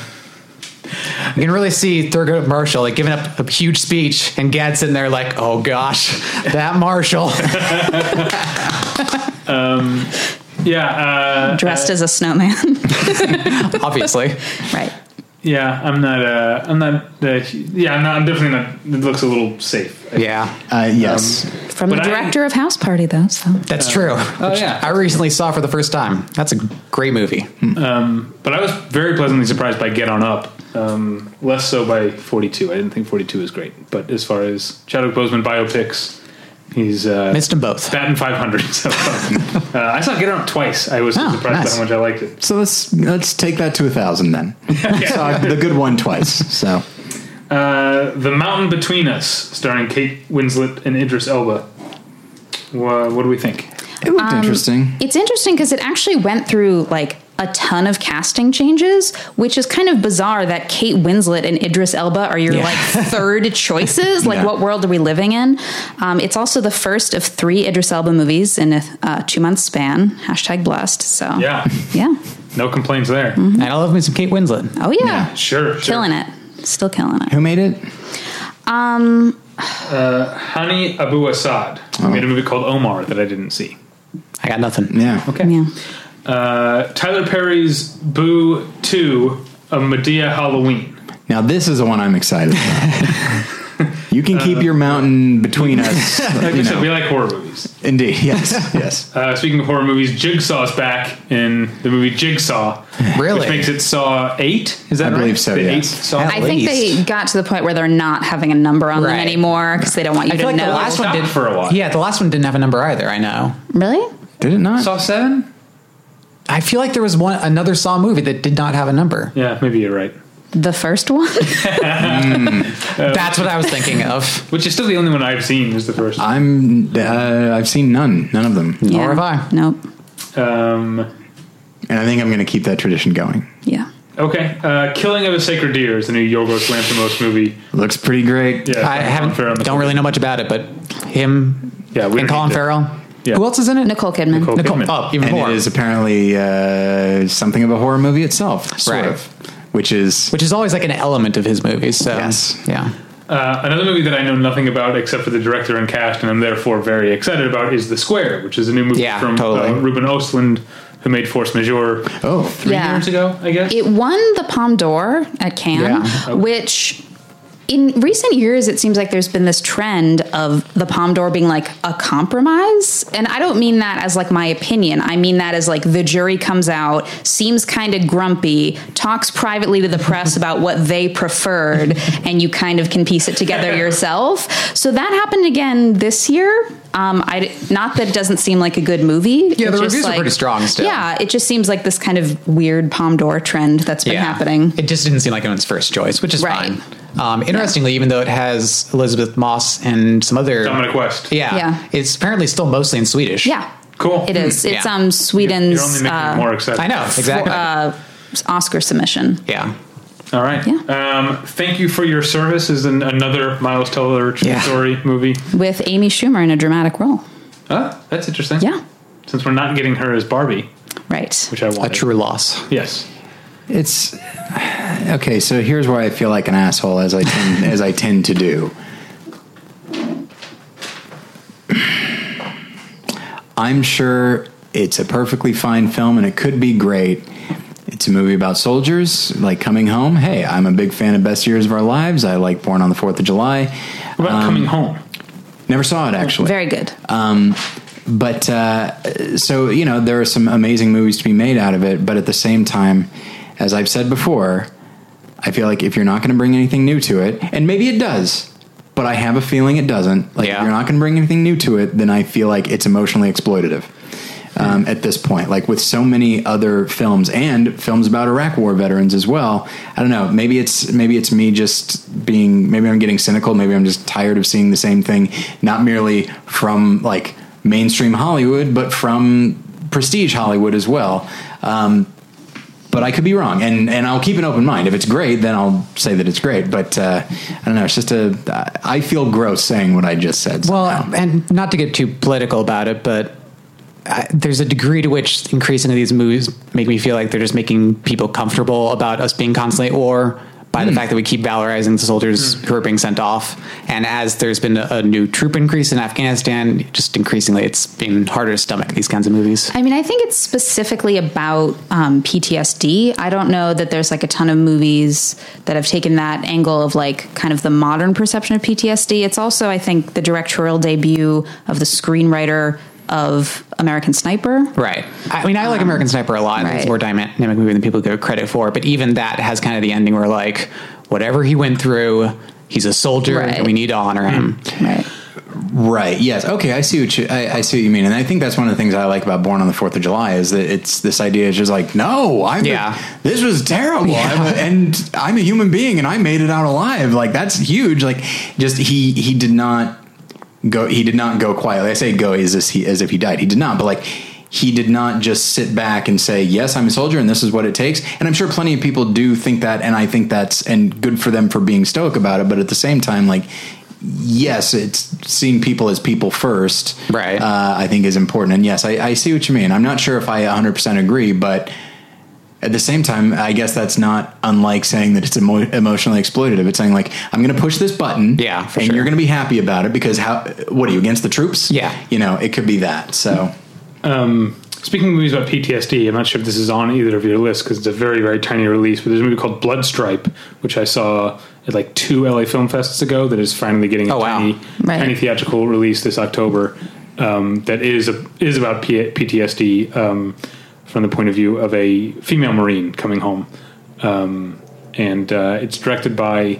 Speaker 4: You can really see Thurgood Marshall like giving up a huge speech, and Gad sitting there like, "Oh gosh, that Marshall."
Speaker 2: Yeah, uh,
Speaker 3: Dressed as a snowman.
Speaker 4: Obviously,
Speaker 3: right.
Speaker 2: yeah. I'm not. Uh, I'm not. Uh, yeah, I'm not. I'm definitely not. It looks a little safe.
Speaker 4: yeah,
Speaker 1: Uh,
Speaker 2: Um,
Speaker 1: yes.
Speaker 3: From
Speaker 2: But
Speaker 3: the
Speaker 2: I-
Speaker 3: director of House Party, though. So
Speaker 4: that's true. Oh
Speaker 2: yeah.
Speaker 4: I recently saw for the first time. That's a great movie.
Speaker 2: But I was very pleasantly surprised by Get On Up. Um, less so by 42. I didn't think 42 was great. But as far as Chadwick Boseman biopics, he's uh,
Speaker 4: Missed them both.
Speaker 2: batting 500. So, uh, I saw Get On Up twice. I was
Speaker 4: Oh,
Speaker 2: surprised
Speaker 4: nice.
Speaker 2: by how much I liked it.
Speaker 1: so let's let's take that to a thousand then. Saw the good one twice. So
Speaker 2: Uh, the Mountain Between Us, starring Kate Winslet and Idris Elba. Wha what do we think?
Speaker 1: it looked
Speaker 3: Um,
Speaker 1: interesting.
Speaker 3: It's interesting because it actually went through like a ton of casting changes, which is kind of bizarre that Kate Winslet and Idris Elba are your like third choices. Like,
Speaker 1: Yeah.
Speaker 3: what world are we living in? Um, it's also the first of three Idris Elba movies in a uh, two month span. Hashtag blessed. So,
Speaker 2: Yeah,
Speaker 3: Yeah.
Speaker 2: no complaints there.
Speaker 1: Mm-hmm.
Speaker 4: And I love me some Kate Winslet.
Speaker 3: Oh, yeah.
Speaker 2: Sure, sure.
Speaker 3: Killing it. Still killing it.
Speaker 1: Who made it?
Speaker 3: Um,
Speaker 2: Hani Abu Assad
Speaker 1: Oh.
Speaker 2: made a movie called Omar that I didn't see.
Speaker 4: I got nothing.
Speaker 1: Yeah.
Speaker 2: Okay.
Speaker 3: yeah.
Speaker 2: Uh, Tyler Perry's Boo 2, a Medea Halloween.
Speaker 1: Now this is the one I'm excited about. you can keep your mountain between us.
Speaker 2: Uh, Like
Speaker 1: you
Speaker 2: we said,
Speaker 1: know.
Speaker 2: we like horror movies.
Speaker 1: Indeed. Yes. Yes.
Speaker 2: Uh, speaking of horror movies, Jigsaw's back in the movie Jigsaw.
Speaker 4: Really?
Speaker 2: Which makes it Saw 8? Is that
Speaker 1: I
Speaker 2: right?
Speaker 1: believe so,
Speaker 2: The
Speaker 1: yes.
Speaker 2: eighth Saw?
Speaker 4: Hell,
Speaker 3: I think they
Speaker 4: least.
Speaker 3: got to the point where they're not having a number on them
Speaker 4: Right.
Speaker 3: anymore because they don't want you
Speaker 4: I
Speaker 3: to
Speaker 4: feel like
Speaker 3: know.
Speaker 4: the last one
Speaker 2: Stopped
Speaker 4: did
Speaker 2: for a while.
Speaker 4: Yeah, the last one didn't have a number either. I know.
Speaker 3: really?
Speaker 1: Did it not?
Speaker 2: Saw 7?
Speaker 4: I feel like there was one another Saw movie that did not have a number.
Speaker 2: Yeah, maybe you're right.
Speaker 3: The first one?
Speaker 4: That's what I was thinking of.
Speaker 2: Which is still the only one I've seen is the first one.
Speaker 1: I'm. Uh, I've seen none. None of them.
Speaker 3: Yeah.
Speaker 4: Nor have I.
Speaker 3: Nope.
Speaker 2: Um,
Speaker 1: And I think I'm going to keep that tradition going.
Speaker 3: Yeah.
Speaker 2: okay. Uh, Killing of a Sacred Deer is the new Yorgos Lanthimos movie.
Speaker 1: Looks pretty great.
Speaker 2: Yeah,
Speaker 4: I
Speaker 2: Colin Farrell.
Speaker 4: haven't. Don't really know much about it, but him
Speaker 2: Yeah, we don't
Speaker 4: and Colin
Speaker 2: need to-
Speaker 4: Farrell.
Speaker 2: Yeah.
Speaker 4: Who else is in it?
Speaker 3: Nicole Kidman.
Speaker 2: Nicole
Speaker 4: Nicole.
Speaker 2: Kidman.
Speaker 4: Oh, even
Speaker 1: and
Speaker 4: more.
Speaker 1: it is apparently uh, something of a horror movie itself, sort
Speaker 4: Right.
Speaker 1: of, which is
Speaker 4: which is always like an element of his movies. So
Speaker 1: Yes.
Speaker 4: yeah.
Speaker 2: Uh, another movie that I know nothing about except for the director and cast, and I'm therefore very excited about, is The Square, which is a new movie
Speaker 4: Yeah,
Speaker 2: from
Speaker 4: totally.
Speaker 2: uh, Ruben Ostlund, who made Force Majeure
Speaker 1: oh
Speaker 2: three
Speaker 3: Yeah.
Speaker 2: years ago, I guess.
Speaker 3: It won the Palme d'Or at Cannes,
Speaker 4: Yeah. Oh.
Speaker 3: which in recent years it seems like there's been this trend of the Palme d'Or being like a compromise. And I don't mean that as like my opinion. I mean that as like the jury comes out, seems kind of grumpy, talks privately to the press about what they preferred, and you kind of can piece it together yourself. So that happened again this year. Um, I d- not that it doesn't seem like a good movie.
Speaker 4: Yeah,
Speaker 3: It
Speaker 4: the
Speaker 3: just,
Speaker 4: reviews are
Speaker 3: like-
Speaker 4: pretty strong still.
Speaker 3: Yeah, Uh, it just seems like this kind of weird Palme d'Or trend that's been
Speaker 4: yeah.
Speaker 3: happening.
Speaker 4: It just didn't seem like anyone's first choice, which is
Speaker 3: Right.
Speaker 4: fine. Um, interestingly, even though it has Elizabeth Moss and some other
Speaker 2: Dominic West.
Speaker 4: yeah,
Speaker 3: Yeah.
Speaker 4: it's apparently still mostly in Swedish.
Speaker 3: yeah,
Speaker 2: Cool. Mm.
Speaker 3: it is. It's
Speaker 4: Yeah.
Speaker 3: um
Speaker 2: You're
Speaker 3: Sweden's uh,
Speaker 2: only making me more excited.
Speaker 4: uh, I know exactly.
Speaker 3: Oscar submission.
Speaker 4: yeah,
Speaker 2: All right. Um, thank you for your service. Is an, another Miles Teller true
Speaker 4: Yeah.
Speaker 2: story movie.
Speaker 3: with Amy Schumer in a dramatic role.
Speaker 2: Oh, that's interesting.
Speaker 3: Yeah,
Speaker 2: Since we're not getting her as Barbie,
Speaker 3: right.
Speaker 2: which I
Speaker 4: a
Speaker 2: want.
Speaker 4: true loss.
Speaker 2: Yes.
Speaker 1: it's okay. So here's where I feel like an asshole, as I tend, as I tend to do. I'm sure it's a perfectly fine film, and it could be great. It's a movie about soldiers, like coming home. Hey, I'm a big fan of Best Years of Our Lives. I like Born on the Fourth of July.
Speaker 4: Um,
Speaker 2: What about Coming Home?
Speaker 1: Never saw it actually.
Speaker 3: Very good.
Speaker 1: But uh, so you know, there are some amazing movies to be made out of it. But at the same time, as I've said before, I feel like if you're not going to bring anything new to it, and maybe it does. But I have a feeling it doesn't. Like, if
Speaker 4: Yeah.
Speaker 1: you're not going to bring anything new to it, then I feel like it's emotionally exploitative um, at this point. Like with so many other films and films about Iraq War veterans as well. I don't know. Maybe it's maybe it's me just being. Maybe I'm getting cynical. Maybe I'm just tired of seeing the same thing, not merely from like mainstream Hollywood, but from prestige Hollywood as well. Um, but I could be wrong, and and I'll keep an open mind. If it's great, then I'll say that it's great. But uh, I don't know. It's just a. I feel gross saying what I just said. somehow.
Speaker 4: Well, and not to get too political about it, but I, there's a degree to which increasingly these movies make me feel like they're just making people comfortable about us being constantly at war by the fact that we keep valorizing the soldiers who are being sent off. And as there's been a, a new troop increase in Afghanistan, just increasingly it's been harder to stomach these kinds of movies.
Speaker 3: I mean, I think it's specifically about um, PTSD. I don't know that there's like a ton of movies that have taken that angle of like kind of the modern perception of PTSD. It's also, I think, the directorial debut of the screenwriter of American Sniper.
Speaker 4: Right. I mean, I like American Sniper a lot. and It's
Speaker 3: right.
Speaker 4: a more dynamic movie than people give it credit for. But even that has kind of the ending where, like, whatever he went through, he's a soldier.
Speaker 3: Right.
Speaker 4: And we need to honor him.
Speaker 3: Right.
Speaker 1: Right. Yes. Okay. I see what you. I, I see what you mean, and I think that's one of the things I like about Born on the Fourth of July is that it's this idea is just like, no, I'm.
Speaker 4: Yeah.
Speaker 1: This was terrible, I'm a- and I'm a human being, and I made it out alive. Like that's huge. Like just he he did not go. He did not go quietly. I say go as if he as if he died. He did not. But like. He did not just sit back and say, "Yes, I'm a soldier, and this is what it takes." And I'm sure plenty of people do think that, and I think that's and good for them for being stoic about it. But at the same time, like yes, it's seeing people as people first.
Speaker 4: Right.
Speaker 1: Uh, I think is important. And yes, I, I see what you mean. I'm not sure if I 100% agree, but at the same time, I guess that's not unlike saying that it's emo- emotionally exploitative. It's saying like, I'm going to push this button
Speaker 4: Yeah, for
Speaker 1: and
Speaker 4: sure.
Speaker 1: you're going to be happy about it because how, what are you against the troops?
Speaker 4: Yeah.
Speaker 1: You know, it could be that. So
Speaker 2: Speaking of movies about PTSD, I'm not sure if this is on either of your lists because it's a very, very tiny release, but there's a movie called Blood Stripe, which I saw at like two LA Film Fests ago that is finally getting a
Speaker 4: Oh, wow.
Speaker 2: tiny,
Speaker 3: Right.
Speaker 2: tiny theatrical release this October um, that is, a, is about P- PTSD um, from the point of view of a female Marine coming home. Um, and uh, it's directed by,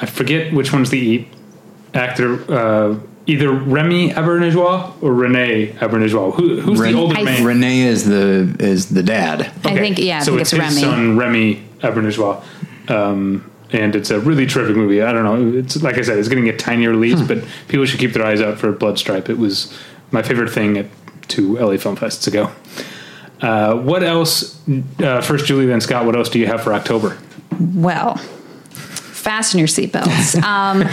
Speaker 2: I forget which one's the E actor uh, either Remy Abernageois or Rene Abernageois. Who, who's
Speaker 1: Ren-
Speaker 2: the older
Speaker 3: I-
Speaker 2: man?
Speaker 1: Renee is the, is the dad.
Speaker 3: I think, yeah, I
Speaker 2: so
Speaker 3: think
Speaker 2: it's,
Speaker 3: it's,
Speaker 2: his
Speaker 3: Remy.
Speaker 2: son Remy Abernageois. Um, and it's a really terrific movie. I don't know. It's like I said, it's getting a tiny release,
Speaker 3: Hmm.
Speaker 2: but people should keep their eyes out for Bloodstripe. It was my favorite thing at two LA Film Fests ago. Uh, what else? Uh, first, Julie, then Scott. What else do you have for October?
Speaker 3: Well, fasten your seatbelts. Um,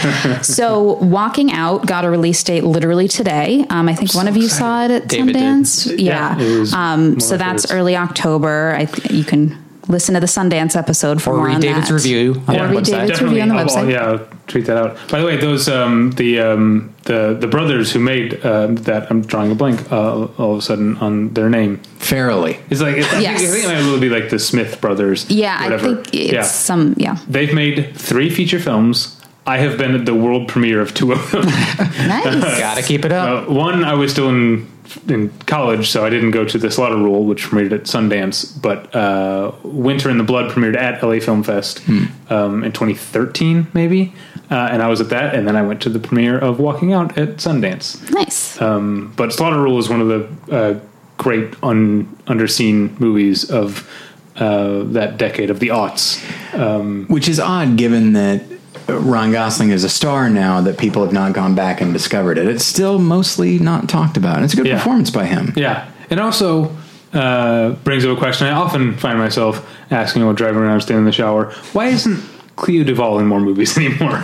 Speaker 3: so, Walking Out got a release date literally today. Um, I think one of you saw it at
Speaker 4: David did.
Speaker 3: Sundance. Yeah.
Speaker 2: it was one
Speaker 3: um,
Speaker 2: of
Speaker 3: so
Speaker 2: my
Speaker 3: that's
Speaker 2: favorites.
Speaker 3: early October. I th- you can listen to the Sundance episode for
Speaker 4: Or
Speaker 3: more
Speaker 4: read
Speaker 3: on
Speaker 4: David's
Speaker 3: that.
Speaker 4: review on
Speaker 3: or
Speaker 4: our
Speaker 3: read
Speaker 4: website.
Speaker 3: David's review on the
Speaker 2: I'll-
Speaker 3: website.
Speaker 2: Oh, yeah, I'll tweet that out. By the way, those um, the um, the the brothers who made uh, that I'm drawing a blank uh, all of a sudden on their name.
Speaker 1: Fairly.
Speaker 2: It's like it's, I, think, I
Speaker 3: Yes.
Speaker 2: think it might be like the Smith brothers.
Speaker 3: Yeah, I
Speaker 2: whatever.
Speaker 3: think it's
Speaker 2: yeah.
Speaker 3: some. Yeah,
Speaker 2: They've made three feature films. I have been at the world premiere of two of them.
Speaker 3: nice.
Speaker 4: Gotta keep it up.
Speaker 2: Uh, one, I was still in in college, so I didn't go to the Slaughter Rule, which premiered at Sundance. But uh, Winter in the Blood premiered at LA Film Fest
Speaker 3: Hmm.
Speaker 2: um, in 2013, maybe. Uh, and I was at that, and then I went to the premiere of Walking Out at Sundance.
Speaker 3: nice.
Speaker 2: Um, but Slaughter Rule is one of the uh, great un- underseen movies of uh, that decade of the aughts.
Speaker 1: Which is odd given that Ron Gosling is a star now that people have not gone back and discovered it. It's still mostly not talked about. And it's a good
Speaker 2: Yeah.
Speaker 1: performance by him.
Speaker 2: Yeah, it also uh, brings up a question I often find myself asking while driving around, standing in the shower. Why isn't Cleo Duvall in more movies anymore?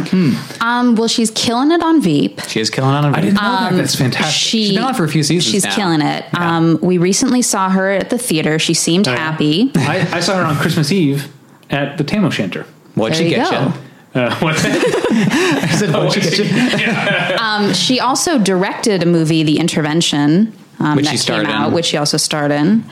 Speaker 3: Um, well, she's killing it on Veep.
Speaker 4: She is killing on. I didn't know that. That's fantastic.
Speaker 3: Um, She,
Speaker 4: has been on for a few seasons.
Speaker 3: She's
Speaker 4: now.
Speaker 3: killing it. Um, we recently saw her at the theater. She seemed
Speaker 2: Oh, yeah.
Speaker 3: happy.
Speaker 2: I, I saw her on Christmas Eve at the Tam O'Shanter.
Speaker 4: What'd
Speaker 3: There
Speaker 4: she
Speaker 3: you
Speaker 4: get
Speaker 3: go.
Speaker 4: you?
Speaker 2: Uh, what?
Speaker 4: I said, what'd she get you?
Speaker 3: She also directed a movie, The Intervention, um,
Speaker 4: Which
Speaker 3: that
Speaker 4: she starred
Speaker 3: came out,
Speaker 4: in.
Speaker 3: which she also starred in.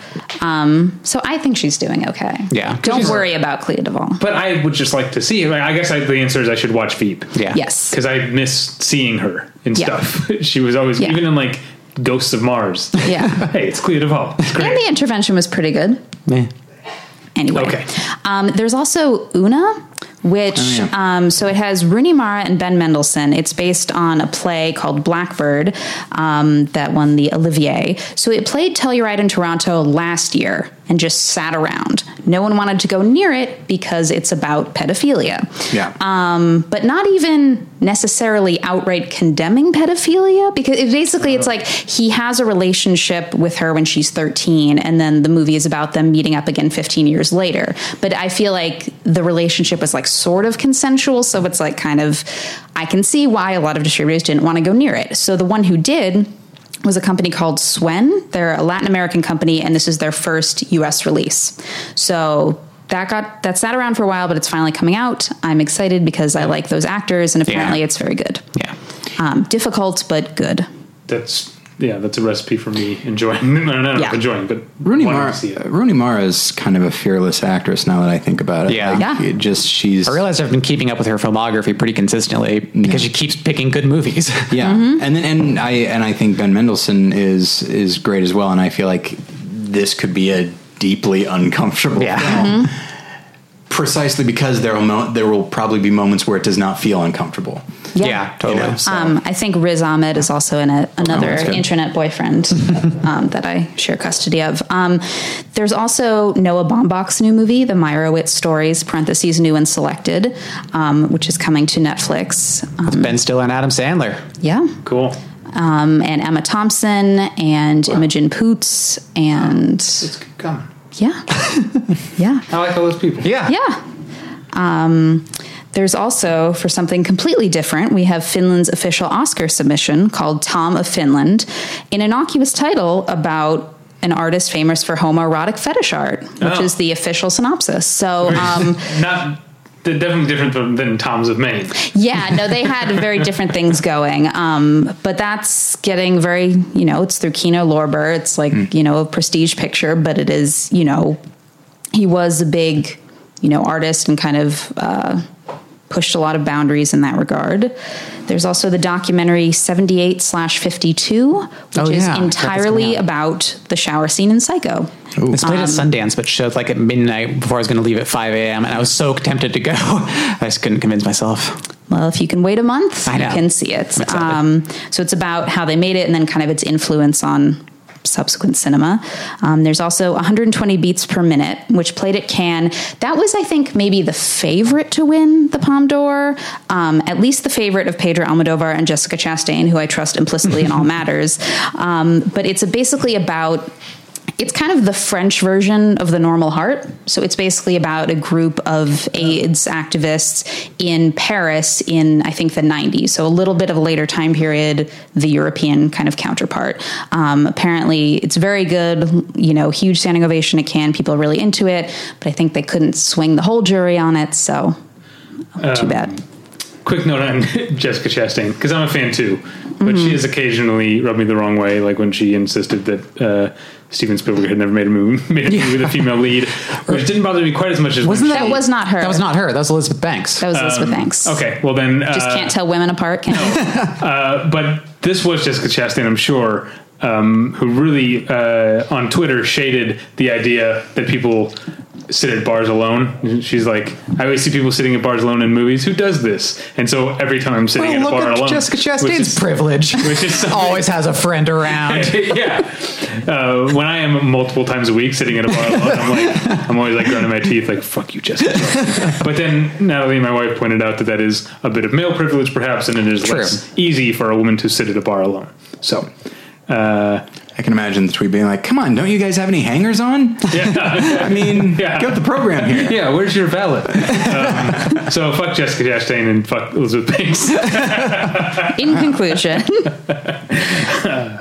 Speaker 3: Um, so I think she's doing okay.
Speaker 4: Yeah.
Speaker 3: Don't
Speaker 4: She's-
Speaker 3: worry about Clea Duvall.
Speaker 2: but I would just like to see. Like, I guess I, the answer is I should watch Veep.
Speaker 4: Yeah.
Speaker 3: Yes.
Speaker 2: because I miss seeing her in
Speaker 3: Yeah.
Speaker 2: stuff. she was always
Speaker 3: Yeah.
Speaker 2: even in like Ghosts of Mars.
Speaker 3: Yeah.
Speaker 2: hey, it's Clea Duvall. It's great.
Speaker 3: And the intervention was pretty good.
Speaker 4: Meh.
Speaker 3: Anyway,
Speaker 2: Okay.
Speaker 3: um, there's also Una, which
Speaker 1: Oh, yeah.
Speaker 3: um, so it has Rooney Mara and Ben Mendelsohn. It's based on a play called Blackbird um, that won the Olivier. So it played Telluride in Toronto last year and just sat around. No one wanted to go near it because it's about pedophilia
Speaker 1: Yeah.
Speaker 3: um, but not even necessarily outright condemning pedophilia because it basically it's like he has a relationship with her when she's 13 and then the movie is about them meeting up again 15 years later but i feel like the relationship was like sort of consensual so it's like kind of i can see why a lot of distributors didn't want to go near it so the one who did was a company called Swen. They're a Latin American company, and this is their first U.S. release. So that got that sat around for a while, but it's finally coming out. I'm excited because I like those actors, and apparently it's very good.
Speaker 4: Yeah.
Speaker 3: Um, difficult but good.
Speaker 2: That's yeah, that's a recipe for me enjoying. No, no, no,
Speaker 3: Yeah.
Speaker 2: enjoying, but
Speaker 1: Rooney
Speaker 2: wanting to
Speaker 1: Mara,
Speaker 2: see it.
Speaker 1: Rooney Mara is kind of a fearless actress now that I think about it.
Speaker 4: Yeah.
Speaker 1: Like,
Speaker 3: Yeah.
Speaker 1: It just she's
Speaker 4: I realized I've been keeping up with her filmography pretty consistently because she keeps picking good movies.
Speaker 1: yeah,
Speaker 4: Mm-hmm.
Speaker 1: and then and I and I think Ben Mendelsohn is is great as well, and I feel like this could be a deeply uncomfortable
Speaker 4: Yeah. Mm-hmm.
Speaker 1: film. Precisely because there will mo- there will probably be moments where it does not feel uncomfortable.
Speaker 4: Yeah,
Speaker 1: you
Speaker 4: totally.
Speaker 1: know, so.
Speaker 3: Um, I think Riz Ahmed is also in a, another
Speaker 1: Oh, that's good.
Speaker 3: internet boyfriend um, that I share custody of. Um, there's also Noah Baumbach's new movie, The Meyerowitz Stories (parentheses New and Selected), um, which is coming to Netflix. Um,
Speaker 4: ben Stiller and Adam Sandler.
Speaker 3: yeah,
Speaker 2: Cool.
Speaker 3: um, and Emma Thompson and Imogen Poots and
Speaker 2: It's coming.
Speaker 3: yeah, yeah,
Speaker 2: I like all those people.
Speaker 4: Yeah.
Speaker 3: yeah. Um, there's also for something completely different. We have Finland's official Oscar submission called "Tom of Finland," an innocuous title about an artist famous for homoerotic fetish art, which
Speaker 2: Oh.
Speaker 3: is the official synopsis. So. Um,
Speaker 2: Not they're definitely different from, than Tom's of Maine.
Speaker 3: Yeah, no, they had very different things going. Um, but that's getting very, you know, it's through Kino Lorber. It's
Speaker 4: Hmm.
Speaker 3: like, you know, a prestige picture, but it is, you know, he was a big, you know, artist and kind of uh, pushed a lot of boundaries in that regard. There's also the documentary 78 slash 52, which
Speaker 4: Oh,
Speaker 3: is
Speaker 4: yeah. I forgot that's coming
Speaker 3: entirely
Speaker 4: out.
Speaker 3: about the shower scene in Psycho.
Speaker 4: It's played at
Speaker 3: Um,
Speaker 4: Sundance, but showed like at midnight before I was going to leave at 5 a.m. And I was so tempted to go. I just couldn't convince myself.
Speaker 3: Well, if you can wait a month,
Speaker 4: I
Speaker 3: you
Speaker 4: know.
Speaker 3: can see it.
Speaker 4: Exactly.
Speaker 3: Um, so it's about how they made it and then kind of its influence on subsequent cinema. Um, there's also 120 beats per minute, which played at Cannes. That was, I think, maybe the favorite to win the Palme d'Or, um, at least the favorite of Pedro Almodovar and Jessica Chastain, who I trust implicitly in all matters. Um, but it's basically about it's kind of the French version of the normal heart. So it's basically about a group of AIDS activists in Paris in, I think, the 90s. So a little bit of a later time period, the European kind of counterpart. Um, apparently, it's very good, you know, huge standing ovation at Cannes. People are really into it, but I think they couldn't swing the whole jury on it. So oh, too
Speaker 2: Um,
Speaker 3: bad.
Speaker 2: Quick note on Jessica Chastain because I'm a fan too, but
Speaker 3: Mm-hmm.
Speaker 2: she has occasionally rubbed me the wrong way, like when she insisted that uh, Steven Spielberg had never made a movie, made a movie with a female lead, which didn't bother me quite as much as when
Speaker 4: Wasn't
Speaker 2: she-
Speaker 3: That was not her.
Speaker 4: That was not her. That was Elizabeth Banks.
Speaker 3: That was Elizabeth Banks.
Speaker 2: Um, Okay, well then, uh,
Speaker 3: Just can't tell women apart, can you?
Speaker 2: but this was Jessica Chastain, I'm sure, um, who really uh, on Twitter shaded the idea that people sit at bars alone. She's like, I always see people sitting at bars alone in movies. Who does this? And so every time I'm sitting at
Speaker 4: Well,
Speaker 2: a
Speaker 4: Oh, look
Speaker 2: bar
Speaker 4: at
Speaker 2: alone,
Speaker 4: Jessica
Speaker 2: which
Speaker 4: Chastain's
Speaker 2: is-
Speaker 4: privilege.
Speaker 2: which is something-
Speaker 4: Always has a friend around.
Speaker 2: yeah. Uh, when I am multiple times a week sitting at a bar alone, I'm like, I'm always like grinding my teeth, like "fuck you, Jessica." but then Natalie, my wife, pointed out that that is a bit of male privilege, perhaps, and it is
Speaker 4: True.
Speaker 2: less easy for a woman to sit at a bar alone. So, uh,
Speaker 1: I can imagine the tweet being like, "Come on, don't you guys have any hangers on?
Speaker 2: yeah,
Speaker 1: I mean,
Speaker 2: Yeah.
Speaker 1: get with the program here."
Speaker 2: yeah. Where's your valet? um, so fuck Jessica Chastain and fuck Elizabeth Banks.
Speaker 3: in conclusion